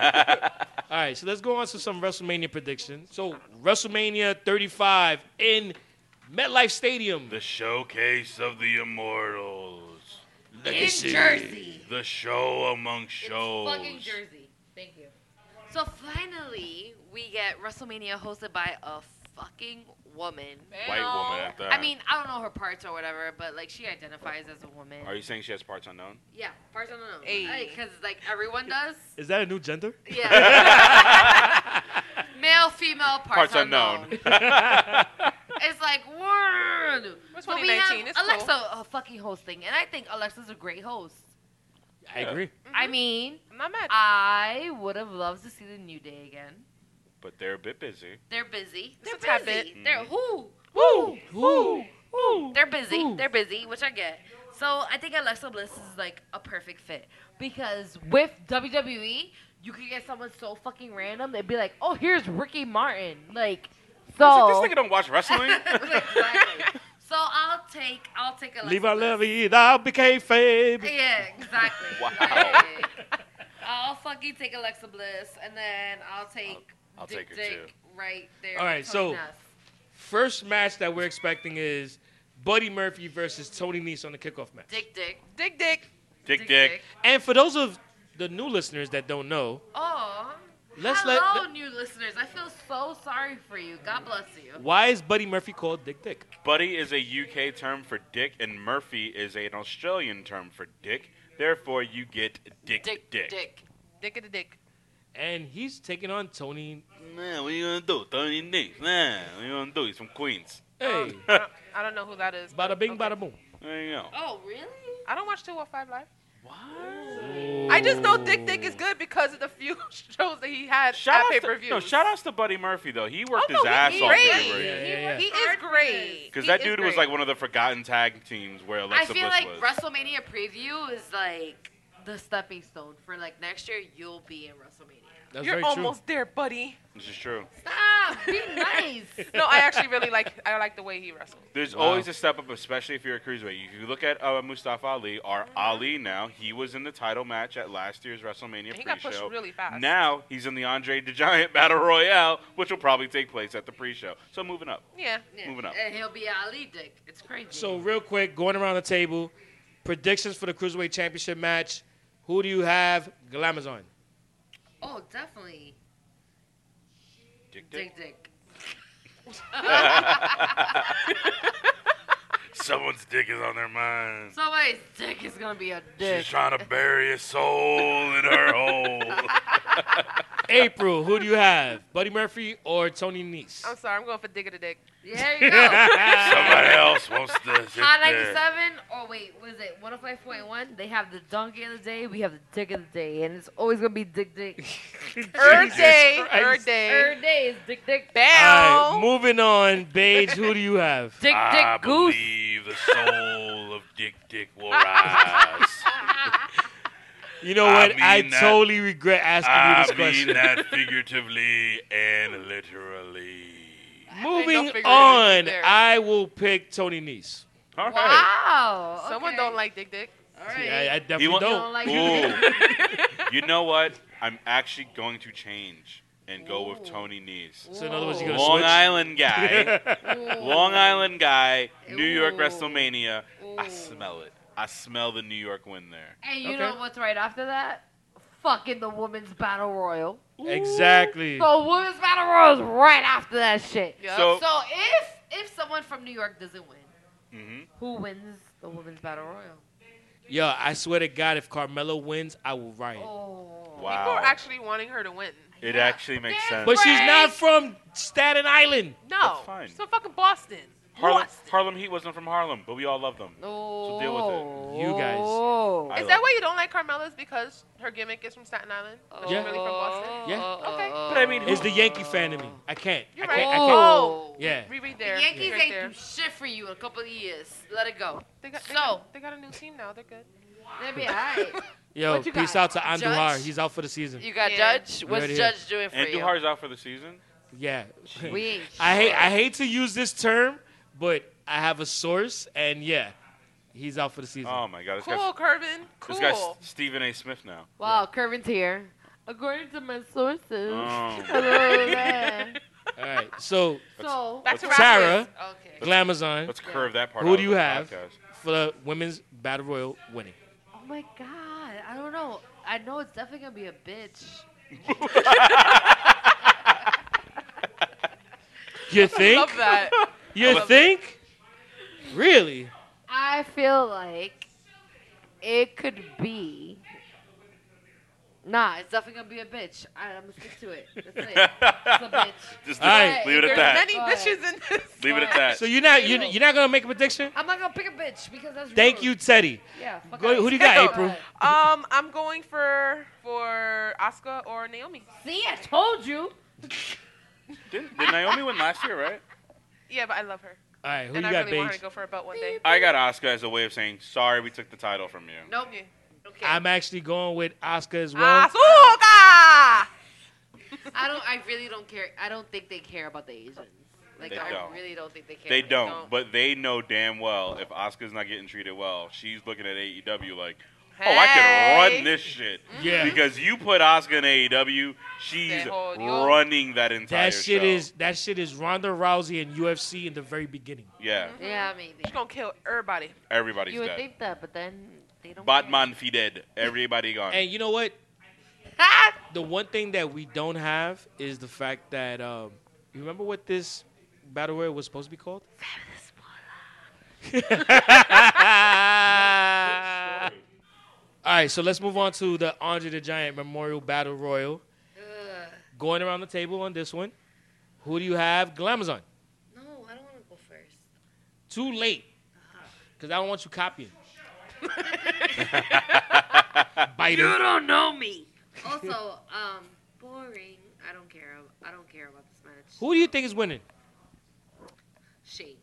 Speaker 2: right, so let's go on to some WrestleMania predictions. So WrestleMania 35 in MetLife Stadium.
Speaker 9: The showcase of the immortals.
Speaker 6: in Jersey.
Speaker 9: The show among
Speaker 6: It's
Speaker 9: shows.
Speaker 6: fucking Jersey. Thank you. So finally, we get WrestleMania hosted by a fucking woman.
Speaker 9: White woman at that.
Speaker 6: I mean, I don't know her parts or whatever, but like she identifies as a woman.
Speaker 9: Are you saying she has parts unknown?
Speaker 6: Yeah, parts unknown.
Speaker 7: Ayy.
Speaker 6: Because like
Speaker 9: *laughs*
Speaker 6: everyone does.
Speaker 2: Is that a new gender?
Speaker 6: Yeah. Male, female, parts,
Speaker 9: Parts unknown. *laughs*
Speaker 6: it's like word.
Speaker 7: We're
Speaker 6: So we have
Speaker 7: 2019, it's cool.
Speaker 6: Alexa uh, fucking hosting, and I think Alexa's a great host.
Speaker 2: I agree.
Speaker 6: I mean,
Speaker 7: I'm not mad.
Speaker 6: I would have loved to see the new day again.
Speaker 9: But they're a bit busy.
Speaker 6: They're busy.
Speaker 7: Just a
Speaker 6: They're
Speaker 7: tad
Speaker 6: busy.
Speaker 9: bit.
Speaker 6: They're who?
Speaker 7: Woo!
Speaker 2: Ooh.
Speaker 6: They're busy.
Speaker 2: Ooh.
Speaker 6: They're busy, which I get. So I think Alexa Bliss is like a perfect fit because with WWE, you could get someone so fucking random. They'd be like, "Oh, here's Ricky Martin." Like, so.
Speaker 9: This nigga don't watch wrestling.
Speaker 6: exactly. So I'll take I'll take Alexa.
Speaker 2: Leave our love
Speaker 6: Bliss.
Speaker 2: I became fame.
Speaker 6: Yeah, exactly.
Speaker 9: Wow.
Speaker 6: Like, I'll fucking take Alexa Bliss, and then I'll take
Speaker 9: I'll- I'll
Speaker 6: Dick
Speaker 9: take her
Speaker 6: Dick right there.
Speaker 2: All right,
Speaker 6: with
Speaker 2: so-
Speaker 6: Tony Ness.
Speaker 2: First match that we're expecting is Buddy Murphy versus Tony Nese on the kickoff match.
Speaker 6: Dick Dick.
Speaker 7: Dick, dick.
Speaker 9: Dick, dick.
Speaker 2: And for those of the new listeners that don't know,
Speaker 6: Oh.
Speaker 2: let's
Speaker 6: Hello,
Speaker 2: let.
Speaker 6: new listeners. I feel so sorry for you. God bless you.
Speaker 2: Why is Buddy Murphy called Dick Dick?
Speaker 9: Buddy is a UK term for dick, and Murphy is an Australian term for dick. Therefore, you get dick, dick.
Speaker 7: Dick of the dick.
Speaker 2: And he's taking on Tony.
Speaker 9: Nah, what you gonna do? Tony Nick. Nah, what you gonna do? He's from Queens.
Speaker 2: Hey,
Speaker 7: I don't- I don't know who that is.
Speaker 2: bada
Speaker 7: but
Speaker 2: bing,
Speaker 7: okay.
Speaker 2: bada boom.
Speaker 9: There you go.
Speaker 6: Oh, really?
Speaker 7: I don't watch 205 Live. I just know Dick Dick is good because of the few *laughs* shows that he had
Speaker 9: Shout
Speaker 7: at
Speaker 9: outs
Speaker 7: pay
Speaker 9: to-
Speaker 7: per view.
Speaker 9: No, shout outs to Buddy Murphy though. He worked
Speaker 7: Oh,
Speaker 9: his
Speaker 7: no,
Speaker 9: ass
Speaker 7: he's
Speaker 9: off.
Speaker 7: great.
Speaker 9: to
Speaker 2: Yeah,
Speaker 9: get ready.
Speaker 2: yeah, yeah.
Speaker 7: He is great.
Speaker 9: Because
Speaker 7: He
Speaker 9: that
Speaker 7: is
Speaker 9: dude was
Speaker 7: great.
Speaker 9: like one of the forgotten tag teams where Alexa
Speaker 6: I feel
Speaker 9: Bliss
Speaker 6: like
Speaker 9: was.
Speaker 6: WrestleMania preview is like the stepping stone for like next year. You'll be in WrestleMania.
Speaker 2: That's
Speaker 7: You're
Speaker 2: very true.
Speaker 7: almost there, buddy.
Speaker 9: This is true.
Speaker 6: Stop.
Speaker 7: *laughs*
Speaker 6: Be nice.
Speaker 7: No, I actually really like. I like the way he wrestles.
Speaker 9: There's
Speaker 2: Wow.
Speaker 9: always a step up, especially if you're a cruiserweight. If you look at uh, Mustafa Ali, or Ali now, he was in the title match at last year's WrestleMania
Speaker 7: And he got pushed
Speaker 9: pre-show.
Speaker 7: really fast.
Speaker 9: Now he's in the Andre the Giant *laughs* Battle Royale, which will probably take place at the pre-show. So moving up.
Speaker 7: Yeah.
Speaker 6: Yeah.
Speaker 9: Moving up.
Speaker 6: And he'll be Ali Dick. It's crazy.
Speaker 2: So real quick, going around the table, predictions for the cruiserweight championship match. Who do you have? Glamazon.
Speaker 6: oh, definitely
Speaker 9: Dick, dick.
Speaker 6: Dick Dick.
Speaker 9: Someone's dick is on their mind.
Speaker 6: Somebody's dick is gonna be a dick.
Speaker 9: She's trying to bury a soul in her hole.
Speaker 2: April, who do you have? Buddy Murphy or Tony Nese?
Speaker 7: I'm sorry. I'm going for Dick of the dick.
Speaker 6: There you
Speaker 9: *laughs*
Speaker 6: go.
Speaker 2: *laughs*
Speaker 9: Somebody else wants to sit
Speaker 6: Hot 97, or wait, was it 105.1? They have the donkey of the day, we have the dick of the day, and it's always gonna be dick dick.
Speaker 7: Third day. Third
Speaker 2: Christ.
Speaker 7: day.
Speaker 6: Every day is dick dick.
Speaker 2: All right,
Speaker 7: Bam.
Speaker 2: moving on. Paige, who do you have?
Speaker 6: Dick
Speaker 9: I
Speaker 6: dick goose.
Speaker 9: believe the soul of Dick Dick will rise.
Speaker 2: You know
Speaker 9: I
Speaker 2: what?
Speaker 9: mean
Speaker 2: I
Speaker 9: that-
Speaker 2: totally regret asking you this
Speaker 9: I
Speaker 2: question. *laughs*
Speaker 9: mean that figuratively and literally.
Speaker 2: Moving
Speaker 7: figure it out
Speaker 2: on,
Speaker 7: there.
Speaker 2: I will pick Tony Nese.
Speaker 9: All right.
Speaker 6: Wow.
Speaker 7: Someone
Speaker 6: okay.
Speaker 7: don't like Dick Dick.
Speaker 6: All right.
Speaker 2: Yeah, I, I definitely
Speaker 9: You want-
Speaker 2: don't.
Speaker 6: don't like
Speaker 9: Ooh. you know what? I'm actually going to change and go with Tony Nese.
Speaker 2: so in other words, you're gonna
Speaker 9: Long
Speaker 2: switch.
Speaker 9: Island
Speaker 2: *laughs*
Speaker 9: guy, Long Island guy, New York
Speaker 6: Ooh.
Speaker 9: WrestleMania. I
Speaker 6: Ooh.
Speaker 9: smell it. I smell the New York win there.
Speaker 6: And you
Speaker 2: Okay.
Speaker 6: know what's right after that? Fucking the women's battle royal.
Speaker 2: Exactly.
Speaker 6: So women's battle royal is right after that shit.
Speaker 7: Yeah.
Speaker 9: So-
Speaker 6: So if if someone from New York doesn't win,
Speaker 2: Mm-hmm.
Speaker 9: hmm
Speaker 6: who wins the women's battle royal?
Speaker 2: Yo, I swear to God, if Carmelo wins, I will riot.
Speaker 6: Oh.
Speaker 7: People are
Speaker 9: Wow.
Speaker 7: actually wanting her to win.
Speaker 9: It actually makes sense.
Speaker 2: But she's not from Staten Island.
Speaker 7: No.
Speaker 9: That's fine.
Speaker 7: She's from fucking Boston.
Speaker 9: Harlem,
Speaker 7: Boston.
Speaker 9: Harlem Heat wasn't from Harlem, but we all love them. So deal with
Speaker 2: You guys.
Speaker 6: Oh.
Speaker 9: I
Speaker 7: Is that
Speaker 9: love
Speaker 7: why you don't like Carmela's because her gimmick is from Staten Island?
Speaker 6: Oh.
Speaker 7: She's
Speaker 2: Yeah.
Speaker 7: really from Boston?
Speaker 2: Yeah.
Speaker 7: Okay.
Speaker 9: But I mean,
Speaker 2: Is the
Speaker 9: who,
Speaker 2: Yankee fan in me? I can't.
Speaker 7: You're
Speaker 2: I
Speaker 7: right.
Speaker 2: can't. I can't.
Speaker 7: Oh.
Speaker 2: Yeah.
Speaker 7: Reread
Speaker 6: The
Speaker 7: there.
Speaker 6: Yankees
Speaker 7: Right
Speaker 6: ain't
Speaker 7: there.
Speaker 6: do shit for you in a couple of years. Let it go.
Speaker 7: They got, they,
Speaker 6: So-
Speaker 7: got, they got a new team now. They're good.
Speaker 6: They'll be alright.
Speaker 2: Yo,
Speaker 6: What you
Speaker 2: peace
Speaker 6: got?
Speaker 2: out to Andujar.
Speaker 6: Judge?
Speaker 2: He's out for the season.
Speaker 6: *laughs* You got
Speaker 7: Yeah.
Speaker 6: Judge?
Speaker 2: You
Speaker 6: What's
Speaker 2: already
Speaker 6: Judge doing for
Speaker 9: and
Speaker 6: you?
Speaker 9: Duhar's out for the season?
Speaker 2: Yeah.
Speaker 6: we ain't
Speaker 2: I hate I hate to use this term, but I have a source, and yeah, he's out for the season.
Speaker 9: Oh my God, this
Speaker 7: Cool,
Speaker 9: guy's
Speaker 7: Kerbin.
Speaker 9: this guy's
Speaker 7: Cool.
Speaker 9: Stephen A. Smith now.
Speaker 6: Wow, Kervin's here. According to my sources.
Speaker 9: Oh.
Speaker 6: Hello *laughs* there.
Speaker 2: All right, so
Speaker 6: so,
Speaker 7: Back to
Speaker 2: Let's-
Speaker 7: Sarah.
Speaker 6: okay.
Speaker 2: Glamazon
Speaker 9: Let's curve that part.
Speaker 2: Who
Speaker 9: out
Speaker 2: do
Speaker 9: of
Speaker 2: you
Speaker 9: the
Speaker 2: have?
Speaker 9: podcast.
Speaker 2: for the women's battle royal winning.
Speaker 6: Oh my god, I don't know. I know it's definitely gonna be a bitch.
Speaker 2: You think?
Speaker 9: *laughs*
Speaker 7: Love that.
Speaker 2: You think? Really?
Speaker 6: I feel like it could be. Nah, it's definitely gonna be a bitch. I, I'm gonna stick to it. That's
Speaker 2: *laughs*
Speaker 6: it. It's a bitch.
Speaker 9: *laughs* Just
Speaker 2: All right.
Speaker 9: leave it at
Speaker 7: There's
Speaker 9: that.
Speaker 7: many
Speaker 6: Go
Speaker 7: bitches in this.
Speaker 9: leave it at that.
Speaker 2: So you're not you you're not gonna make a prediction?
Speaker 6: I'm not gonna pick a bitch because that's.
Speaker 2: Thank
Speaker 6: rude.
Speaker 2: you, Teddy.
Speaker 6: Yeah. fuck
Speaker 2: Go-
Speaker 6: off.
Speaker 2: who do you got,
Speaker 6: Go
Speaker 2: April?
Speaker 6: ahead.
Speaker 7: Um, I'm going for for Asuka or Naomi.
Speaker 6: See, I told you.
Speaker 9: Did, did Naomi win last year, right?
Speaker 7: Yeah, but I love her,
Speaker 2: All right, who
Speaker 7: and
Speaker 2: you
Speaker 7: I
Speaker 2: got,
Speaker 7: really want her
Speaker 2: Paige?
Speaker 7: to go for a belt one day.
Speaker 9: I got Asuka as a way of saying, sorry, we took the title from you.
Speaker 6: Nope. Okay.
Speaker 2: I'm actually going with Oscar
Speaker 7: Ah,
Speaker 2: as well.
Speaker 7: Asuka.
Speaker 6: I don't. I really don't care. I don't think they care about the Asians. Like
Speaker 9: They
Speaker 6: I
Speaker 9: don't.
Speaker 6: really don't think they care.
Speaker 9: They don't, but they know damn well if Asuka's not getting treated well, she's looking at AEW like, oh, I can
Speaker 7: Hey.
Speaker 9: run this shit.
Speaker 2: Yeah.
Speaker 9: Because you put Asuka in AEW, she's
Speaker 7: They hold you.
Speaker 9: running that entire
Speaker 2: That shit
Speaker 9: show.
Speaker 2: is that shit is Ronda Rousey and UFC in the very beginning.
Speaker 9: Yeah,
Speaker 6: yeah, maybe.
Speaker 7: She's gonna kill everybody.
Speaker 9: everybody's
Speaker 6: Mm-hmm. You would
Speaker 9: dead.
Speaker 6: think that, but then they don't. care.
Speaker 9: Batman Fided. Everybody gone.
Speaker 2: And you
Speaker 6: *laughs*
Speaker 2: know what?
Speaker 6: Ah!
Speaker 2: The one thing that we don't have is the fact that um, you remember what this battle royal was supposed to be called? *laughs* All right, so let's move on to the Andre the Giant Memorial Battle Royal. Going around the table on this one, who do you have? Glamazon.
Speaker 6: No, I don't want to go first.
Speaker 2: Too late, because I don't want
Speaker 6: *laughs*
Speaker 2: you copying. Bite
Speaker 6: You
Speaker 2: it.
Speaker 6: don't know me. Also, um, boring. I don't care. I don't care about this match.
Speaker 2: Who do you think is winning?
Speaker 6: Shade.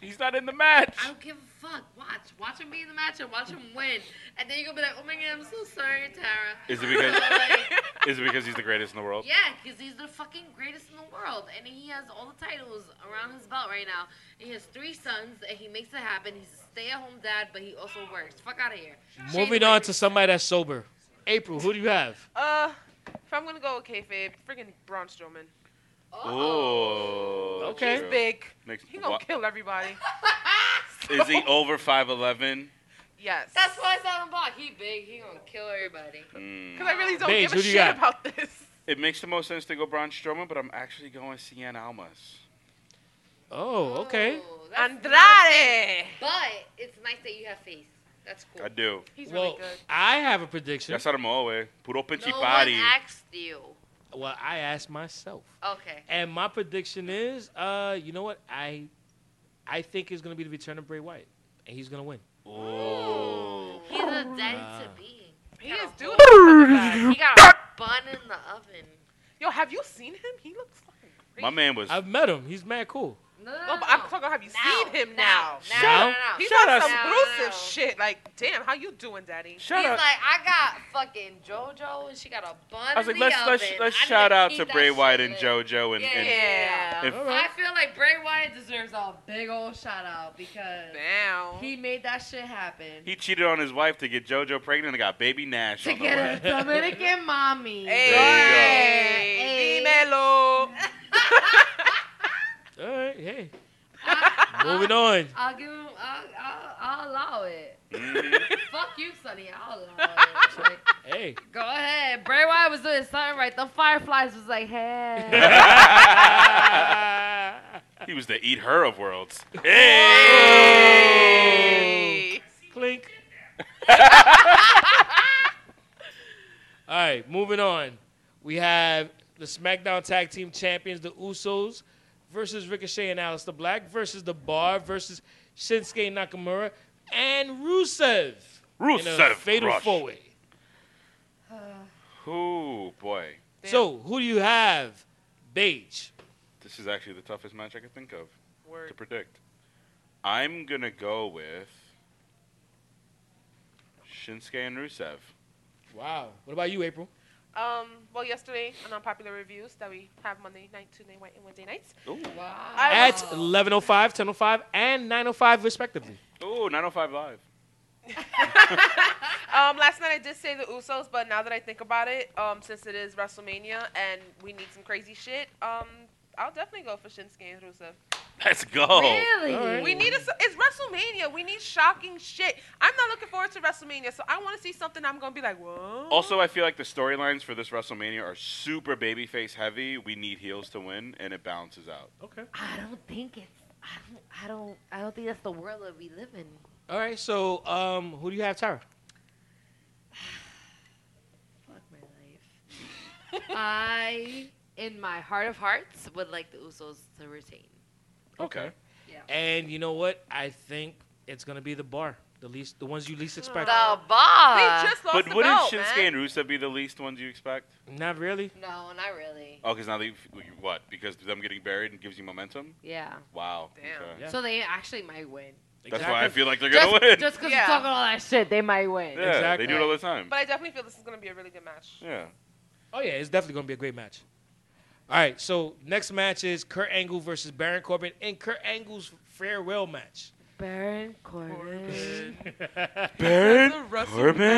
Speaker 9: He's not in the match.
Speaker 6: I don't give a fuck. Watch. Watch him be in the match and watch him win. And then you're gonna be like, oh my god, I'm so sorry, Tara.
Speaker 9: Is it *laughs* because
Speaker 6: Like,
Speaker 9: is it because he's the greatest in the world?
Speaker 6: yeah, because he's the fucking greatest in the world. And he has all the titles around his belt right now. And he has three sons and he makes it happen. He's a stay at home dad, but he also works. Fuck out of here. Shade
Speaker 2: Moving on
Speaker 6: Wright.
Speaker 2: to somebody that's sober. April, who do you have?
Speaker 7: Uh, if I'm gonna go with kayfabe, friggin' Braun Strowman.
Speaker 9: Oh.
Speaker 2: Okay.
Speaker 7: He's big.
Speaker 9: Makes-
Speaker 7: He gonna
Speaker 9: wha-
Speaker 7: kill everybody.
Speaker 9: Is he over 5'11?
Speaker 7: Yes.
Speaker 6: That's why I said him block. He big. He gonna kill everybody.
Speaker 7: Because I really don't
Speaker 2: Paige,
Speaker 7: give
Speaker 2: who
Speaker 7: a
Speaker 2: do you
Speaker 7: shit
Speaker 2: got?
Speaker 7: about this.
Speaker 9: Mm.
Speaker 6: *laughs*
Speaker 9: It makes the most sense to go Braun Strowman, but I'm actually going Cien Almas.
Speaker 2: Oh, okay.
Speaker 6: Oh, that's
Speaker 7: Andrade.
Speaker 6: But it's nice that you have faith. That's cool.
Speaker 9: I do.
Speaker 7: He's
Speaker 2: well,
Speaker 7: really good.
Speaker 2: I have a prediction.
Speaker 9: That's out of my way. Puro pinche
Speaker 6: no
Speaker 9: party.
Speaker 6: one asked you.
Speaker 2: well, I asked myself,
Speaker 6: Okay.
Speaker 2: and my prediction is, uh, you know what? I, I think it's gonna be the return of Bray Wyatt, and he's gonna win.
Speaker 9: Oh.
Speaker 6: He's a daddy to be.
Speaker 7: He is doing
Speaker 6: He got a bun in the oven.
Speaker 7: Yo, have you seen him? He looks fucking great.
Speaker 9: My man was.
Speaker 2: I've met him. He's mad cool.
Speaker 6: No, no,
Speaker 7: No,
Speaker 6: no,
Speaker 7: but I'm
Speaker 6: no.
Speaker 7: talking. Have you
Speaker 6: Now,
Speaker 7: seen him
Speaker 6: now,
Speaker 7: now?
Speaker 6: now,
Speaker 2: Shut
Speaker 6: no, no,
Speaker 2: up.
Speaker 6: no.
Speaker 7: He's
Speaker 9: Shut
Speaker 7: on
Speaker 9: up.
Speaker 7: some
Speaker 6: No,
Speaker 7: gruesome
Speaker 6: no, no.
Speaker 7: shit. Like, damn, how you doing, daddy?
Speaker 9: Shout
Speaker 6: He's
Speaker 9: out.
Speaker 6: like, I got fucking JoJo and she got a bun.
Speaker 9: I was like,
Speaker 6: in the
Speaker 9: let's let's
Speaker 6: oven.
Speaker 9: let's
Speaker 6: I need
Speaker 9: shout out
Speaker 6: keep
Speaker 9: to
Speaker 6: that
Speaker 9: Bray
Speaker 6: shit
Speaker 9: Wyatt and
Speaker 6: lit."
Speaker 9: JoJo and, and
Speaker 7: Yeah.
Speaker 9: If-
Speaker 6: I feel like Bray Wyatt deserves a big old shout out because
Speaker 7: Now.
Speaker 6: he made that shit happen.
Speaker 9: he cheated on his wife to get JoJo pregnant and got baby Nash.
Speaker 6: to
Speaker 9: On the
Speaker 6: get
Speaker 9: *laughs* way.
Speaker 6: a Dominican mommy.
Speaker 7: Hey,
Speaker 6: Hey.
Speaker 7: dímelo.
Speaker 2: All right,
Speaker 7: *laughs*
Speaker 2: hey. Moving on.
Speaker 6: I'll give him. I'll, I'll, I'll allow it. Fuck you, Sonny. I'll allow it. Like,
Speaker 2: Hey.
Speaker 6: go ahead. Bray Wyatt was doing something right. The Fireflies was like, hey.
Speaker 9: *laughs* Mm-hmm.
Speaker 2: *laughs*
Speaker 7: Uh,
Speaker 9: He was the eat her of worlds.
Speaker 7: Hey.
Speaker 2: Clink. All right, moving on. We have the SmackDown Tag Team Champions, the Usos, versus Ricochet and Aleister Black, versus The Bar, versus Shinsuke Nakamura, and Rusev. in a
Speaker 9: Rusev
Speaker 2: fatal
Speaker 9: Rush.
Speaker 2: four-way.
Speaker 9: Ooh, boy.
Speaker 2: So, who do you have? Beige.
Speaker 9: This is actually the toughest match I could think of to
Speaker 7: Word.
Speaker 9: predict. I'm going to go with Shinsuke and Rusev.
Speaker 2: Wow. What about you, April?
Speaker 7: Um, well, yesterday on Unpopular Reviews that we have Monday night, Tuesday night, and Wednesday nights.
Speaker 9: Ooh.
Speaker 7: I-
Speaker 2: At 11.05, 10.05, and 9.05, respectively.
Speaker 9: Ooh, 905 Live.
Speaker 7: Um, last night I did say the Usos, but now that I think about it, um, since it is WrestleMania and we need some crazy shit, um, I'll definitely go for Shinsuke and Rusev.
Speaker 9: *laughs* Let's go.
Speaker 10: Really?
Speaker 7: We need a, it's WrestleMania. We need shocking shit. I'm not looking forward to WrestleMania, so I want to see something. I'm gonna be like, whoa.
Speaker 9: Also, I feel like the storylines for this WrestleMania are super babyface heavy. We need heels to win, and it balances out.
Speaker 2: Okay.
Speaker 10: I don't think it's. I don't. I don't. I don't think that's the world that we live in.
Speaker 2: All right. So, um, who do you have, Tara?
Speaker 10: Fuck my life.
Speaker 6: *laughs*
Speaker 10: *laughs*
Speaker 6: I, in my heart of hearts, would like the Usos to retain.
Speaker 9: Okay.
Speaker 2: And you know what? I think it's gonna be the bar, the least, the ones you least expect.
Speaker 6: The bar.
Speaker 7: they just lost
Speaker 9: But
Speaker 7: the
Speaker 9: wouldn't
Speaker 7: belt,
Speaker 9: Shinsuke
Speaker 7: man.
Speaker 9: and Rusev be the least ones you expect?
Speaker 2: Not really.
Speaker 6: No, not really.
Speaker 9: Oh, because now they what? Because them getting buried gives you momentum.
Speaker 6: Yeah.
Speaker 9: Wow.
Speaker 7: Damn.
Speaker 9: Okay.
Speaker 2: Yeah.
Speaker 6: So they actually might win.
Speaker 9: That's
Speaker 2: Exactly.
Speaker 9: why I feel like they're
Speaker 6: Just
Speaker 9: gonna win.
Speaker 6: just 'cause
Speaker 7: Yeah.
Speaker 6: you're talking all that shit, they might win.
Speaker 9: yeah,
Speaker 2: Exactly.
Speaker 9: they do it all the time.
Speaker 7: But I definitely feel this is gonna be a really good match.
Speaker 9: *laughs* yeah.
Speaker 2: Oh yeah, it's definitely gonna be a great match. All right, so next match is Kurt Angle versus Baron Corbin in Kurt Angle's farewell match.
Speaker 10: Baron Corbin.
Speaker 9: Baron
Speaker 10: Baron Corbin.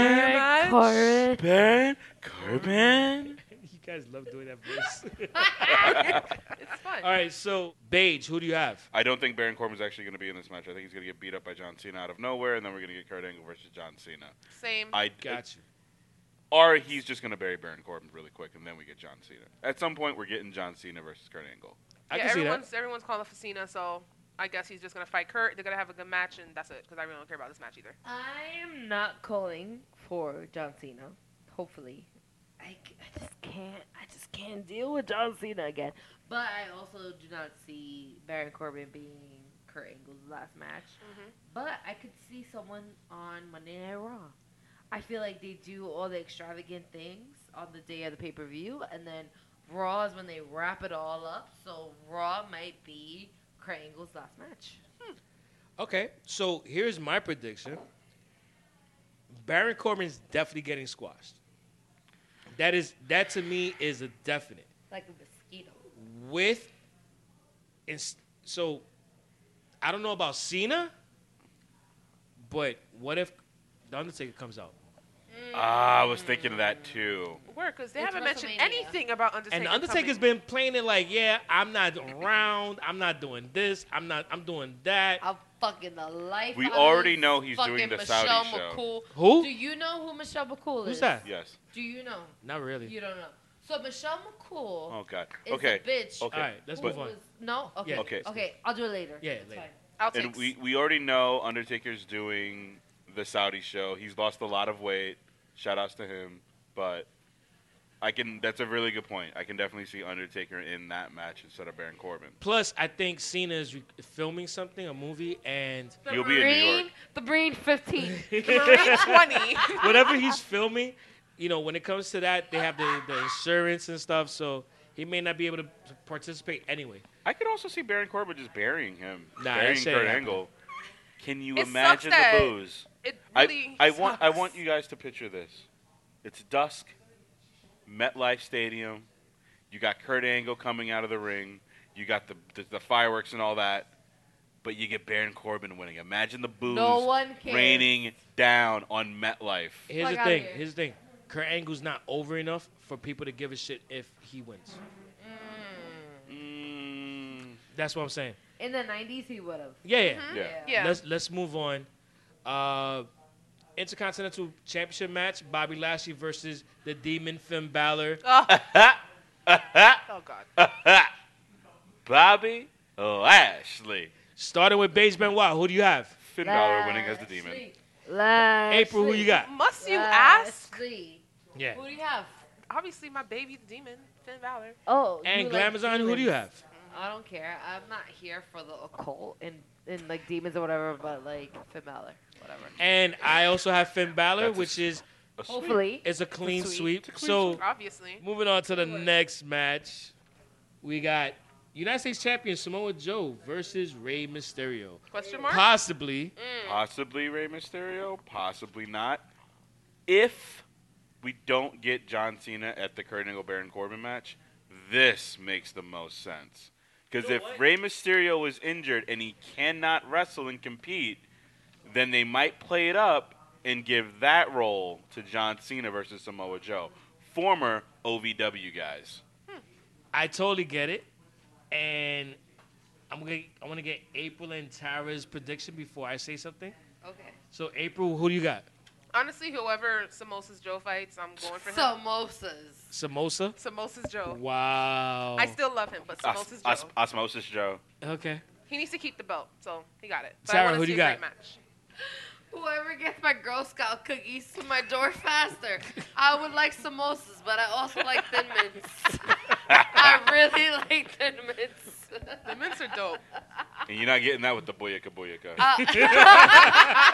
Speaker 9: Baron Corbin.
Speaker 2: *laughs* you guys love doing that voice.
Speaker 7: It's fun.
Speaker 2: All right, so Paige, who do you have?
Speaker 9: I don't think Baron Corbin's actually gonna be in this match. I think he's gonna get beat up by John Cena out of nowhere, and then we're gonna get Kurt Angle versus John Cena.
Speaker 7: Same.
Speaker 9: I
Speaker 2: Got you.
Speaker 9: or he's just gonna bury Baron Corbin really quick, and then we get John Cena. At some point, we're getting John Cena versus Kurt Angle.
Speaker 2: I
Speaker 7: yeah,
Speaker 2: can see that.
Speaker 7: everyone's everyone's calling for Cena, so I guess he's just gonna fight Kurt. They're gonna have a good match, and that's it. Because I really don't care about this match either.
Speaker 10: I'm not calling for John Cena. Hopefully, I, c- I just can't. I just can't deal with John Cena again. But I also do not see Baron Corbin being Kurt Angle's last match. But I could see someone on Monday Night Raw. I feel like they do all the extravagant things on the day of the pay per view, and then Raw is when they wrap it all up. So Raw might be Kurt Angle's last match.
Speaker 2: Okay, so here's my prediction. Baron Corbin's definitely getting squashed. That is that to me is a definite.
Speaker 10: Like a mosquito.
Speaker 2: With ins- so I don't know about Cena, but what if the Undertaker comes out?
Speaker 6: Mm.
Speaker 9: Ah, I was thinking of that too.
Speaker 7: Work, because they
Speaker 6: It's
Speaker 7: haven't mentioned
Speaker 6: WrestleMania.
Speaker 7: anything about Undertaker.
Speaker 2: and the Undertaker's
Speaker 7: coming.
Speaker 2: been playing it like, yeah, I'm not around, I'm not doing this, I'm not, I'm doing that.
Speaker 6: I'm fucking the life.
Speaker 9: We
Speaker 6: out of
Speaker 9: already
Speaker 6: this
Speaker 9: know he's doing
Speaker 6: fucking
Speaker 9: the
Speaker 6: Michelle
Speaker 9: Saudi show.
Speaker 6: McCool.
Speaker 2: Who?
Speaker 6: Do you know who Michelle McCool is?
Speaker 2: Who's that?
Speaker 9: Yes.
Speaker 6: Do you know?
Speaker 2: Not really.
Speaker 6: You don't know. So Michelle McCool
Speaker 9: Oh God.
Speaker 6: is
Speaker 9: okay.
Speaker 6: a bitch.
Speaker 9: Okay.
Speaker 2: All right, let's
Speaker 6: who
Speaker 2: move on.
Speaker 6: was- No. Okay.
Speaker 2: Yeah,
Speaker 9: Okay.
Speaker 6: okay.
Speaker 9: let's
Speaker 6: I'll do it later.
Speaker 2: Yeah,
Speaker 6: It's
Speaker 2: later.
Speaker 6: fine.
Speaker 7: Outtakes. *laughs*
Speaker 9: And we, we already know Undertaker's doing the Saudi show. He's lost a lot of weight. Shout outs to him. But I can that's a really good point. I can definitely see Undertaker in that match instead of Baron Corbin.
Speaker 2: Plus, I think Cena is re- filming something, a movie, and
Speaker 6: The
Speaker 9: You'll be in New
Speaker 6: Marine-
Speaker 9: York.
Speaker 6: The Marine 15.
Speaker 2: *laughs*
Speaker 7: Marine *laughs* 20.
Speaker 2: whatever he's filming, you know, when it comes to that, they have the, the insurance and stuff, so he may not be able to participate anyway.
Speaker 9: I could also see Baron Corbin just burying him.
Speaker 2: Nah,
Speaker 9: burying
Speaker 2: that shit
Speaker 9: Kurt
Speaker 2: ain't
Speaker 9: Angle. Can you
Speaker 7: It
Speaker 9: imagine
Speaker 7: sucks
Speaker 9: the
Speaker 7: that-
Speaker 9: booze?
Speaker 7: It
Speaker 9: I,
Speaker 7: really
Speaker 9: I want I
Speaker 7: sucks.
Speaker 9: want you guys to picture this. It's dusk, MetLife Stadium. You got Kurt Angle coming out of the ring. You got the the, the fireworks and all that, but you get Baron Corbin winning. Imagine the booze
Speaker 6: No one cares.
Speaker 9: raining down on MetLife.
Speaker 2: Here's
Speaker 6: Fuck
Speaker 2: the
Speaker 6: outta
Speaker 2: thing.
Speaker 6: here.
Speaker 2: Here's the thing. Kurt Angle's not over enough for people to give a shit if he wins.
Speaker 9: Mm,
Speaker 2: That's what I'm saying.
Speaker 10: In the '90s, he would have.
Speaker 2: Yeah, yeah.
Speaker 9: yeah.
Speaker 7: Yeah.
Speaker 2: Let's let's move on. Uh, Intercontinental Championship match: Bobby Lashley versus the Demon Finn Balor.
Speaker 7: oh
Speaker 9: *laughs*
Speaker 7: God.
Speaker 9: Bobby Lashley.
Speaker 2: Starting with Beige Benoit. Who do you have?
Speaker 9: Finn Balor winning as the demon.
Speaker 10: Lashley.
Speaker 2: April. Who you got?
Speaker 7: Must you ask?
Speaker 10: Lashley.
Speaker 2: Yeah.
Speaker 6: Who do you have?
Speaker 7: Obviously, my baby, the demon, Finn Balor.
Speaker 10: Oh,
Speaker 2: And
Speaker 10: you like
Speaker 2: Glamazon. Who do you
Speaker 10: demons.
Speaker 2: have?
Speaker 6: I don't care. I'm not here for the occult and, and like demons or whatever, but like Finn Balor, whatever.
Speaker 2: And I also have Finn Balor,
Speaker 9: That's a
Speaker 2: which is
Speaker 9: A sweep.
Speaker 6: Hopefully.
Speaker 2: is a clean
Speaker 6: Sweet.
Speaker 2: sweep.
Speaker 9: It's a clean
Speaker 2: So
Speaker 7: Obviously.
Speaker 2: moving on to the next match, we got United States Champion Samoa Joe versus Rey Mysterio.
Speaker 7: Question mark.
Speaker 2: Possibly.
Speaker 9: Possibly Rey Mysterio, possibly not. If we don't get John Cena at the Kurt Angle Baron Corbin match, this makes the most sense. Because if Rey Mysterio is injured and he cannot wrestle and compete, then they might play it up and give that role to John Cena versus Samoa Joe, former OVW guys.
Speaker 2: I totally get it, and I'm gonna I want to get April and Tara's prediction before I say something.
Speaker 6: Okay.
Speaker 2: So April, who do you got?
Speaker 7: Honestly, whoever Samosas Joe fights, I'm going for him.
Speaker 6: Samosas.
Speaker 2: Samosa.
Speaker 7: Samosas Joe.
Speaker 2: Wow.
Speaker 7: I still love him, but
Speaker 9: Os-
Speaker 7: Samosas
Speaker 9: os-
Speaker 7: Joe.
Speaker 9: osmosis Joe.
Speaker 2: okay.
Speaker 7: He needs to keep the belt, so he got it. But
Speaker 2: Sarah,
Speaker 7: I wanna
Speaker 2: who do
Speaker 7: see
Speaker 2: you
Speaker 7: a great
Speaker 2: got?
Speaker 7: Match.
Speaker 6: Whoever gets my Girl Scout cookies to my door faster. I would like samosas, but I also like thin mints. I really like thin
Speaker 7: *laughs*
Speaker 6: mints.
Speaker 7: The mints are dope.
Speaker 9: And you're not getting that with the Boyaka Boyaka.
Speaker 6: Uh,
Speaker 7: Uh,
Speaker 6: *laughs*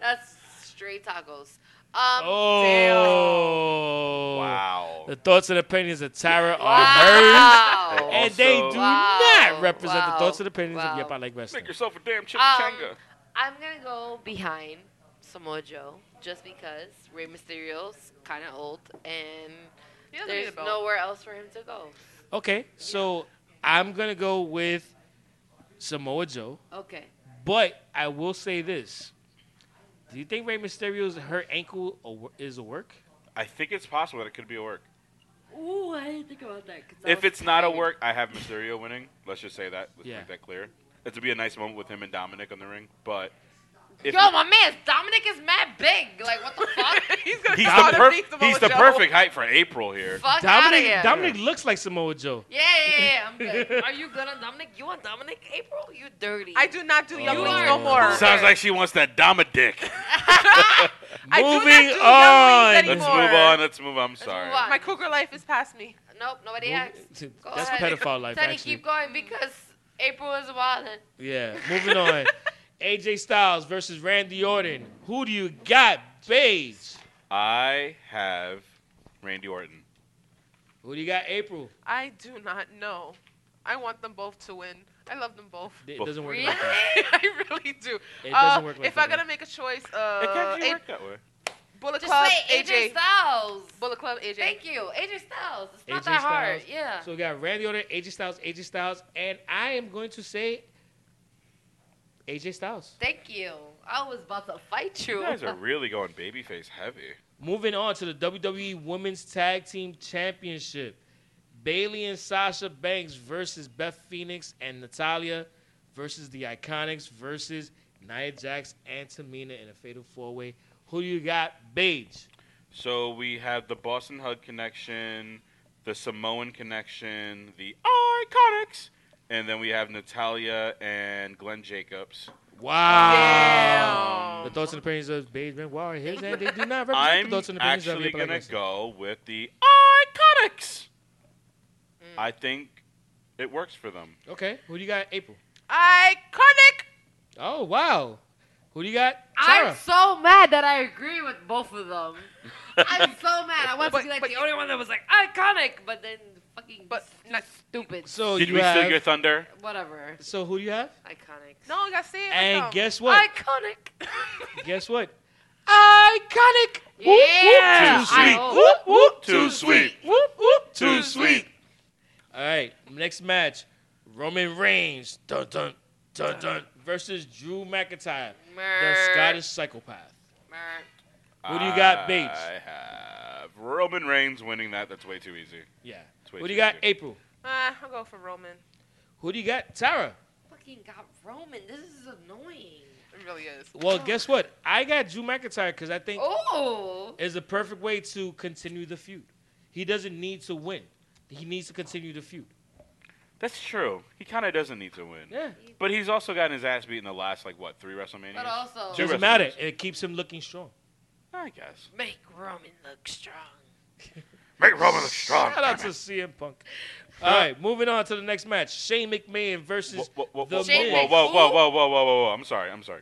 Speaker 6: That's straight tacos. Um,
Speaker 2: Oh.
Speaker 9: wow.
Speaker 2: The thoughts and opinions of Tara are hers.
Speaker 6: Wow.
Speaker 9: Wow.
Speaker 2: And they
Speaker 9: Also-
Speaker 2: do
Speaker 6: Wow.
Speaker 2: not represent the
Speaker 6: Wow.
Speaker 2: thoughts and opinions
Speaker 6: Wow.
Speaker 2: of Yep, I Like Wrestling.
Speaker 9: Make yourself a damn
Speaker 6: Um,
Speaker 9: chimichanga.
Speaker 6: I'm gonna go behind Samoa Joe just because Rey Mysterio's kind of old and
Speaker 7: He doesn't need
Speaker 6: there's
Speaker 7: a belt.
Speaker 6: nowhere else for him to go.
Speaker 2: Okay, so I'm gonna go with Samoa Joe,
Speaker 6: Okay.
Speaker 2: but I will say this: Do you think Rey Mysterio's hurt ankle a wo- is a work?
Speaker 9: I think it's possible that it could be a work.
Speaker 6: Ooh, I didn't think about that. 'cause I
Speaker 9: If
Speaker 6: was
Speaker 9: it's not a
Speaker 6: excited.
Speaker 9: work, I have Mysterio winning. Let's just say that. Let's
Speaker 2: Yeah.
Speaker 9: make that clear. It would be a nice moment with him and Dominic on the ring. But if
Speaker 6: Yo, my man, Dominic is mad big. Like, what the fuck?
Speaker 7: *laughs* He's gonna
Speaker 9: *laughs* he's
Speaker 7: call
Speaker 9: the,
Speaker 7: him
Speaker 9: perf-
Speaker 7: Samoa
Speaker 9: he's the
Speaker 7: Joe.
Speaker 9: perfect height for April here.
Speaker 6: fuck out of
Speaker 2: Dominic,
Speaker 6: here.
Speaker 2: Dominic looks like Samoa Joe.
Speaker 6: Yeah, yeah, yeah. I'm
Speaker 9: *laughs*
Speaker 6: good. Are you good on Dominic? You on Dominic? April? You dirty.
Speaker 7: I do not do young
Speaker 6: You
Speaker 7: wings
Speaker 6: are
Speaker 7: no more.
Speaker 9: Sounds like she wants that Dominic.
Speaker 6: *laughs*
Speaker 7: I do not do
Speaker 2: Moving
Speaker 7: young wings
Speaker 2: on.
Speaker 9: Let's move
Speaker 7: anymore.
Speaker 9: on. Let's move on. I'm
Speaker 6: move
Speaker 9: sorry.
Speaker 6: on.
Speaker 7: My cougar life is past me.
Speaker 6: Nope, nobody asked. Go
Speaker 2: That's
Speaker 6: ahead.
Speaker 2: pedophile life,
Speaker 6: Teddy,
Speaker 2: actually.
Speaker 6: keep going because April is wildin'.
Speaker 2: Yeah,
Speaker 6: *laughs*
Speaker 2: moving on. AJ Styles versus Randy Orton. Who do you got, Paige?
Speaker 9: I have Randy Orton.
Speaker 2: Who do you got, April?
Speaker 7: I do not know. I want them both to win. I love them both. *laughs*
Speaker 2: It
Speaker 9: Well-
Speaker 2: doesn't work
Speaker 6: Really? Oh,
Speaker 2: like that.
Speaker 7: I really do.
Speaker 2: It
Speaker 7: Uh,
Speaker 2: doesn't work like
Speaker 7: if
Speaker 2: that.
Speaker 7: I gotta make a choice,
Speaker 9: It can
Speaker 7: uh,
Speaker 9: actually
Speaker 7: a-
Speaker 9: work that way.
Speaker 7: Bullet
Speaker 6: Just
Speaker 7: Club,
Speaker 6: say AJ,
Speaker 7: AJ,
Speaker 6: Styles.
Speaker 7: Bullet Club, AJ.
Speaker 6: Thank you, AJ Styles. It's not
Speaker 2: AJ
Speaker 6: that hard.
Speaker 2: Styles.
Speaker 6: Yeah.
Speaker 2: So we got Randy Orton, AJ Styles, AJ Styles, and I am going to say AJ Styles.
Speaker 6: Thank you. I was about to fight you.
Speaker 9: You
Speaker 6: *laughs*
Speaker 9: guys are really going babyface heavy.
Speaker 2: Moving on to the WWE Women's Tag Team Championship. Bailey and Sasha Banks versus Beth Phoenix and Natalia versus the Iconics versus Nia Jax and Tamina in a fatal four way. Who do you got, Paige?
Speaker 9: So we have the Boston Hug connection, the Samoan connection, the Iconics, and then we have Natalia and Glenn Jacobs.
Speaker 2: Wow.
Speaker 7: Damn.
Speaker 2: The thoughts and opinions of Paige Benoit are his, and they do not *laughs* represent the
Speaker 9: I'm
Speaker 2: thoughts and opinions of
Speaker 9: actually
Speaker 2: April
Speaker 9: gonna
Speaker 2: Anderson.
Speaker 9: go with the Iconics. I think it works for them.
Speaker 2: Okay, who do you got, April?
Speaker 7: Iconic.
Speaker 2: Oh wow, who do you got,
Speaker 6: I'm
Speaker 2: Sarah?
Speaker 6: so mad that I agree with both of them. I'm so mad. I wanted
Speaker 7: But-
Speaker 6: to be like
Speaker 7: but
Speaker 6: the
Speaker 7: you-
Speaker 6: only one that was like iconic, but then fucking
Speaker 7: But not,
Speaker 6: stupid.
Speaker 2: So
Speaker 9: Did
Speaker 2: you
Speaker 9: we
Speaker 2: have,
Speaker 9: steal your thunder?
Speaker 6: Whatever.
Speaker 2: so who do you have?
Speaker 6: Iconic.
Speaker 7: no, you gotta say it. like
Speaker 2: And
Speaker 7: them.
Speaker 2: guess what?
Speaker 6: Iconic.
Speaker 2: guess what? Iconic.
Speaker 6: Yeah.
Speaker 9: Too sweet.
Speaker 6: I-
Speaker 2: Whoop whoop.
Speaker 9: Too sweet.
Speaker 2: Whoop whoop.
Speaker 9: Too sweet.
Speaker 2: All right, next match: Roman Reigns. Dun dun dun dun versus Drew McIntyre, the
Speaker 6: Mer-
Speaker 2: Scottish psychopath.
Speaker 6: mer-
Speaker 2: Who do you got, Bates?
Speaker 9: I have Roman Reigns winning that. That's way too easy.
Speaker 2: Yeah.
Speaker 9: It's way
Speaker 2: Who do
Speaker 9: too
Speaker 2: you got,
Speaker 9: easy.
Speaker 2: April?
Speaker 7: Uh, I'll go for Roman.
Speaker 2: Who do you got, Tara?
Speaker 6: Fucking got Roman. This is annoying.
Speaker 7: It really is.
Speaker 2: Well, guess what? I got Drew McIntyre because I think
Speaker 6: Oh.
Speaker 2: is the perfect way to continue the feud. He doesn't need to win. He needs to continue the feud.
Speaker 9: That's true. He kind of doesn't need to win.
Speaker 2: Yeah.
Speaker 9: But he's also gotten his ass beat in the last like what three WrestleManias.
Speaker 6: But also,
Speaker 9: Drew-
Speaker 2: Doesn't matter. It keeps him looking strong.
Speaker 9: I guess.
Speaker 6: make Roman look strong.
Speaker 9: Make Roman look strong.
Speaker 2: Shout out *laughs* to CM Punk. All right, moving on to the next match: Shane McMahon
Speaker 9: Whoa,
Speaker 2: versus
Speaker 9: whoa, whoa,
Speaker 2: the
Speaker 9: whoa,
Speaker 6: Shane
Speaker 2: Miz.
Speaker 9: whoa, whoa, whoa, whoa, whoa, whoa, whoa, whoa! I'm sorry. I'm sorry.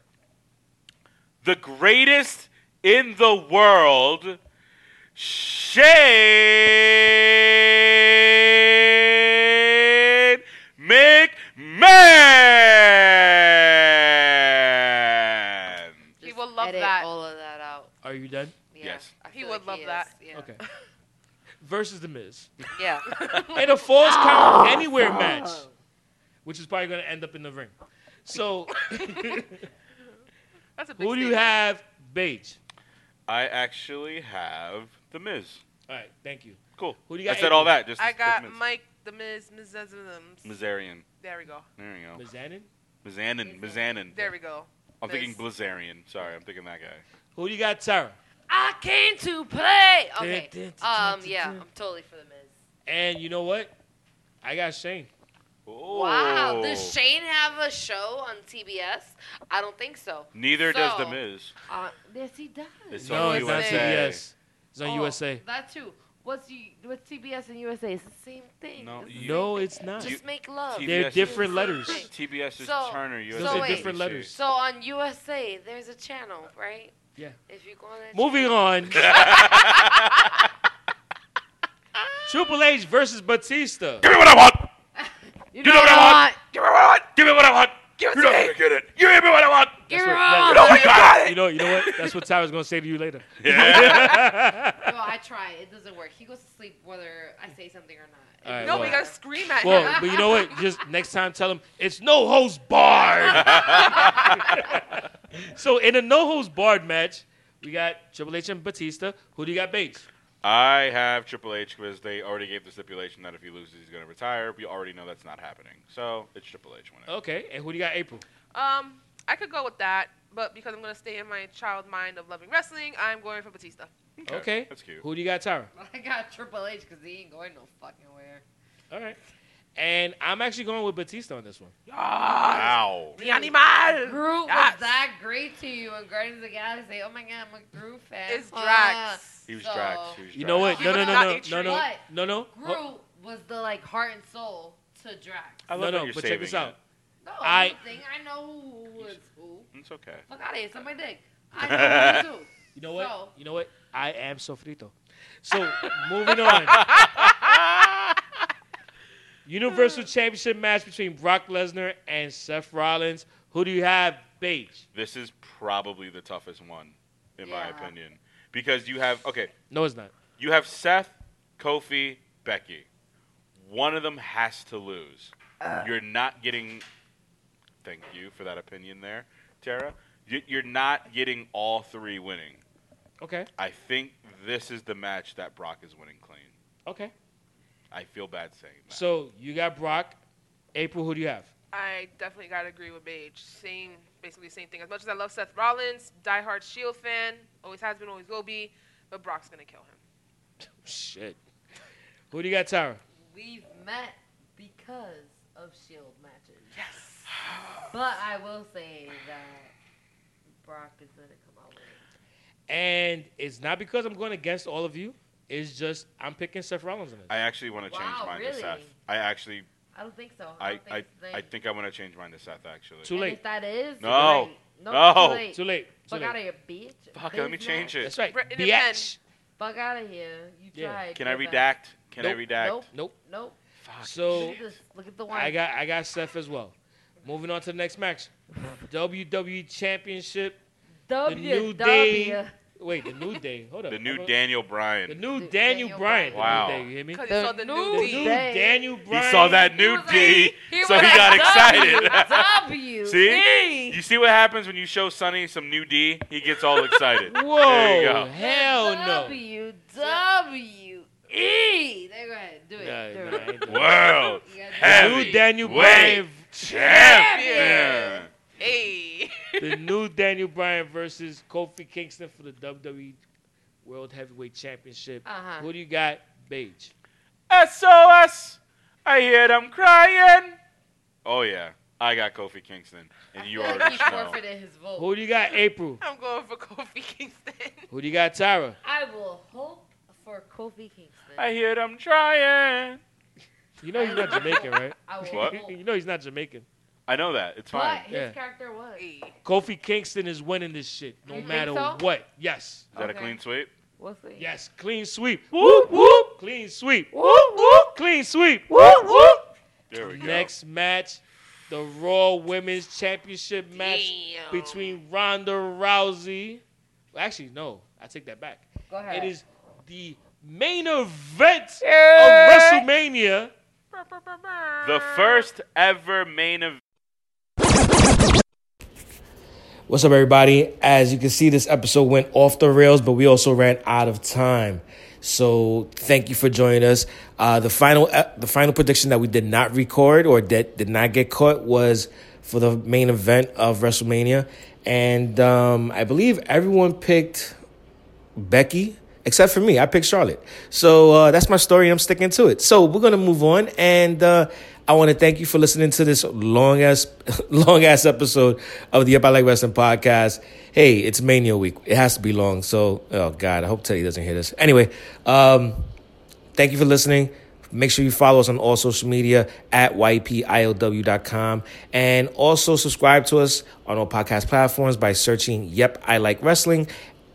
Speaker 9: The greatest in the world, Shane McMahon.
Speaker 7: He
Speaker 6: Just
Speaker 7: will love
Speaker 6: edit
Speaker 7: that.
Speaker 6: all of that out.
Speaker 2: Are you done?
Speaker 6: Yeah,
Speaker 9: Yes.
Speaker 6: I
Speaker 7: He
Speaker 6: feel
Speaker 7: would
Speaker 6: like
Speaker 7: love
Speaker 6: is. Yeah.
Speaker 2: Okay. *laughs* Versus the *laughs* Miz
Speaker 6: *laughs* Yeah.
Speaker 2: in a falls count anywhere match, which is probably going to end up in the ring. *laughs* So,
Speaker 7: That's a big
Speaker 2: who do you
Speaker 7: statement.
Speaker 2: have, Paige?
Speaker 9: I actually have the Miz.
Speaker 2: All right, thank you.
Speaker 9: Cool.
Speaker 2: Who do you got,
Speaker 9: I said all
Speaker 2: April?
Speaker 9: that. Just
Speaker 7: I
Speaker 9: the
Speaker 7: got
Speaker 9: Miz.
Speaker 7: Mike The Miz, Miz, Miz, Miz.
Speaker 9: Mizarian.
Speaker 7: There we go.
Speaker 9: There
Speaker 2: Oh.
Speaker 9: you go.
Speaker 2: Mizanin?
Speaker 9: Mizanin. Mizanin.
Speaker 7: There we go.
Speaker 9: I'm thinking
Speaker 7: Miz.
Speaker 9: Blazarian. Sorry, I'm thinking that guy.
Speaker 2: Who you got, Tara?
Speaker 6: *laughs* I came to play.
Speaker 2: Dun,
Speaker 6: Okay.
Speaker 2: dun, dun,
Speaker 6: Um.
Speaker 2: dun,
Speaker 6: Yeah.
Speaker 2: dun.
Speaker 6: I'm totally for the Miz.
Speaker 2: And you know what? I got Shane.
Speaker 6: Wow.
Speaker 9: Oh.
Speaker 6: Does Shane have a show on TBS? I don't think so.
Speaker 9: Neither does the
Speaker 6: So-
Speaker 9: Miz.
Speaker 10: Uh, yes, he does.
Speaker 9: It's
Speaker 2: no,
Speaker 9: on
Speaker 2: it's not
Speaker 9: USA.
Speaker 2: TBS. It's on
Speaker 10: Oh,
Speaker 2: USA.
Speaker 10: That too. What's you? What's TBS and USA? It's the same thing.
Speaker 9: No,
Speaker 10: It's the
Speaker 9: you-
Speaker 2: No,
Speaker 10: same
Speaker 2: it's not.
Speaker 9: You-
Speaker 6: Just make love.
Speaker 9: TBS
Speaker 2: They're
Speaker 9: is-
Speaker 2: different letters.
Speaker 9: TBS is
Speaker 6: So-
Speaker 9: Turner. USA.
Speaker 2: Those
Speaker 6: are
Speaker 9: is
Speaker 6: different
Speaker 9: ABC.
Speaker 2: letters.
Speaker 6: So on USA, there's a channel, right?
Speaker 2: Yeah.
Speaker 6: If you go on that
Speaker 2: Moving on. *laughs* Triple H versus Batista.
Speaker 9: Give me what I want.
Speaker 6: channel. You know what I want?
Speaker 9: Give me what I want. Give me what I want. Give it you don't get it. You give me what I
Speaker 6: *laughs*
Speaker 9: want.
Speaker 6: Give
Speaker 2: what-
Speaker 6: her
Speaker 2: that's-
Speaker 6: all.
Speaker 9: No, you got
Speaker 2: You know, you know what? That's what Tyra's gonna say to you
Speaker 6: *laughs*
Speaker 2: later.
Speaker 6: Yo, I try. It doesn't work. He goes to sleep whether I say something or not.
Speaker 2: All right,
Speaker 7: No,
Speaker 2: well,
Speaker 7: we gotta scream at
Speaker 2: well,
Speaker 7: him. *laughs*
Speaker 2: but you know what? Just next time, tell him it's no holds barred. *laughs* so in a no holds barred match, we got Triple H and Batista. Who do you got, Bates?
Speaker 9: I have Triple H because they already gave the stipulation that if he loses, he's going to retire. We already know that's not happening. So it's Triple H winning.
Speaker 2: Okay, and who do you got, April?
Speaker 7: Um, I could go with that, but because I'm gonna stay in my child mind of loving wrestling, I'm going for Batista.
Speaker 2: Okay,
Speaker 9: That's cute.
Speaker 2: Who do you got, Tyra?
Speaker 6: I got Triple H because he ain't going no fucking where.
Speaker 2: All right, and I'm actually going with Batista on this one.
Speaker 9: Wow.
Speaker 7: The animal
Speaker 6: Groot
Speaker 7: Yes.
Speaker 6: was that great to you in Guardians of the Galaxy. Oh my god, I'm a Groot fan.
Speaker 7: is Drax.
Speaker 9: He was
Speaker 6: So-
Speaker 9: Drax. He was
Speaker 2: You know what?
Speaker 6: *laughs*
Speaker 9: Drax.
Speaker 2: No, no, no,
Speaker 7: Not
Speaker 2: no,
Speaker 7: a
Speaker 2: no, no,
Speaker 6: tree.
Speaker 2: no, no.
Speaker 6: Ah, Groot was the like heart and soul to Drax.
Speaker 9: I love
Speaker 2: no,
Speaker 9: that
Speaker 2: no,
Speaker 9: you're
Speaker 2: but check
Speaker 9: saving
Speaker 2: this out.
Speaker 6: No,
Speaker 2: I-
Speaker 6: I don't think I know who was who.
Speaker 9: it. It's okay.
Speaker 6: Fuck out of here, suck my
Speaker 2: *laughs*
Speaker 6: dick. I know who was who.
Speaker 2: You know what?
Speaker 6: So-
Speaker 2: You know what? I am sofrito. So moving on.
Speaker 8: Hmm.
Speaker 2: Universal Championship match between Brock Lesnar and Seth Rollins. Who do you have, Paige?
Speaker 9: This is probably the toughest one, in my
Speaker 6: Yeah.
Speaker 9: opinion, because you have okay,
Speaker 2: No, it's not.
Speaker 9: you have Seth, Kofi, Becky. One of them has to lose. You're not getting. Thank you for that opinion there, Tara. You- You're not getting all three winning.
Speaker 2: Okay.
Speaker 9: I think this is the match that Brock is winning clean.
Speaker 2: Okay.
Speaker 9: I feel bad saying that.
Speaker 2: So you got Brock. April, who do you have?
Speaker 7: I definitely gotta agree with Paige. Same, basically same thing. As much as I love Seth Rollins, diehard Shield E fan, always has been, always will be, but Brock's gonna kill him.
Speaker 2: Shit. Who do you got, Tyra?
Speaker 10: We've met because of Shield E matches. Yes. But I will say that Brock is gonna come out with it.
Speaker 2: And it's not because I'm going against all of you. It's just I'm picking Seth Rollins in this.
Speaker 9: I actually want to change
Speaker 10: Wow,
Speaker 9: mine to
Speaker 10: really?
Speaker 9: Seth. I actually,
Speaker 10: I don't think so. I
Speaker 9: I,
Speaker 10: don't
Speaker 9: I,
Speaker 10: think it's
Speaker 9: I
Speaker 10: the
Speaker 9: think I want to change mine to Seth. Actually,
Speaker 2: Too
Speaker 10: And
Speaker 2: late.
Speaker 10: If that is
Speaker 9: No.
Speaker 10: tonight- no,
Speaker 9: No.
Speaker 10: Too late.
Speaker 2: Too late. Too
Speaker 10: Fuck out of
Speaker 2: late.
Speaker 10: here, bitch.
Speaker 9: fuck. Let me
Speaker 10: Bitch,
Speaker 9: change
Speaker 10: no.
Speaker 9: it.
Speaker 2: That's right.
Speaker 7: Written in
Speaker 2: Bitch.
Speaker 10: Fuck out of here. You
Speaker 2: Yeah.
Speaker 10: tried.
Speaker 9: Can I
Speaker 10: but-
Speaker 9: redact? Can I
Speaker 2: Nope.
Speaker 9: redact?
Speaker 10: Nope.
Speaker 2: Nope.
Speaker 10: Nope.
Speaker 2: So
Speaker 10: Look at this. Look at the one.
Speaker 2: I got I got Seth as well. Moving on to the next match. WWE Championship.
Speaker 10: W,
Speaker 2: New
Speaker 10: W.
Speaker 6: *laughs*
Speaker 2: Day. Wait, the New Day. Hold up.
Speaker 9: The new
Speaker 2: I'm a-
Speaker 9: Daniel
Speaker 2: The
Speaker 9: Bryan.
Speaker 2: new
Speaker 10: The
Speaker 2: Daniel,
Speaker 10: Daniel Bryan.
Speaker 2: Bryan. The
Speaker 9: Wow.
Speaker 2: New Day, you hear me?
Speaker 7: Because
Speaker 10: The
Speaker 7: he saw the
Speaker 10: new
Speaker 7: new
Speaker 2: The
Speaker 10: D.
Speaker 2: new
Speaker 10: Day.
Speaker 2: Daniel
Speaker 9: He
Speaker 2: Bryan.
Speaker 9: saw that new
Speaker 6: was like-
Speaker 9: D,
Speaker 6: he
Speaker 9: so
Speaker 6: was
Speaker 9: he got
Speaker 6: like,
Speaker 9: excited. *laughs*
Speaker 10: W.
Speaker 9: See, you see what happens when you show Sonny some new D? He gets all
Speaker 6: *laughs*
Speaker 9: excited.
Speaker 2: Whoa.
Speaker 9: There you go.
Speaker 2: Hell no.
Speaker 10: W.
Speaker 6: W E. There, go ahead, do it.
Speaker 2: Nah,
Speaker 6: do
Speaker 2: nah,
Speaker 6: it.
Speaker 2: I ain't doing that.
Speaker 9: World
Speaker 2: The
Speaker 9: heavy
Speaker 2: new Daniel
Speaker 9: weight
Speaker 2: Bryan.
Speaker 9: champion.
Speaker 7: Hey. *laughs*
Speaker 2: The new Daniel Bryan versus Kofi Kingston for the WWE World Heavyweight Championship.
Speaker 6: Uh-huh.
Speaker 2: Who do you got, Paige?
Speaker 9: SOS. I hear them crying. Oh yeah, I got Kofi Kingston, and
Speaker 6: *laughs*
Speaker 9: you
Speaker 6: I feel
Speaker 9: already
Speaker 6: like he
Speaker 9: know.
Speaker 6: forfeited his vote.
Speaker 2: Who do you got, April?
Speaker 7: I'm going for Kofi Kingston.
Speaker 2: Who do you got, Tyra?
Speaker 10: I will hope for Kofi Kingston.
Speaker 9: I hear them trying.
Speaker 2: You know he's not Jamaican, *laughs* right?
Speaker 10: I will
Speaker 9: What? *laughs*
Speaker 10: hope.
Speaker 2: you know he's not Jamaican.
Speaker 9: I know that. It's
Speaker 10: But
Speaker 9: fine.
Speaker 10: his
Speaker 2: Yeah.
Speaker 10: character was.
Speaker 7: Hey.
Speaker 2: Kofi Kingston is winning this shit, no
Speaker 6: You think
Speaker 2: matter
Speaker 6: so?
Speaker 2: what. Yes.
Speaker 9: Is that a
Speaker 6: Okay.
Speaker 9: clean sweep?
Speaker 10: We'll see.
Speaker 2: Yes, clean sweep. Whoop whoop. Clean sweep. Whoop whoop. Clean sweep. Whoop whoop.
Speaker 9: There we go.
Speaker 2: Next match, the Raw Women's Championship match
Speaker 7: Damn.
Speaker 2: between Ronda Rousey. Well, actually, no, I take that back.
Speaker 10: Go ahead.
Speaker 2: It is the main event of WrestleMania.
Speaker 6: Uh,
Speaker 9: The first ever main event.
Speaker 2: What's up, everybody? As you can see, this episode went off the rails, but we also ran out of time. So thank you for joining us. Uh, the final uh, the final prediction that we did not record or that did not get caught was for the main event of WrestleMania, and um, I believe everyone picked Becky, except for me. I picked Charlotte. So uh, that's my story. I'm sticking to it. So we're gonna move on, and uh, I want to thank you for listening to this long ass, *laughs* long ass episode of the Up I Like Wrestling podcast. Hey, it's Mania week. It has to be long. So, oh God, I hope Teddy doesn't hear this. Anyway, um, thank you for listening. Make sure you follow us on all social media at ypilw.com and also subscribe to us on all podcast platforms by searching Yep, I Like Wrestling.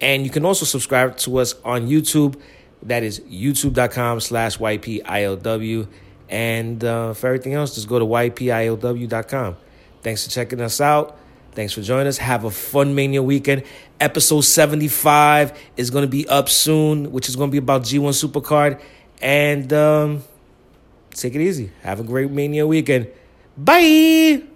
Speaker 2: And you can also subscribe to us on YouTube. That is youtube.com slash ypilw. And uh, for everything else, just go to ypilw.com. Thanks for checking us out. Thanks for joining us. Have a fun Mania weekend. Episode 75 is going to be up soon, which is going to be about G1 Supercard. And um, take it easy. Have a great Mania weekend. Bye.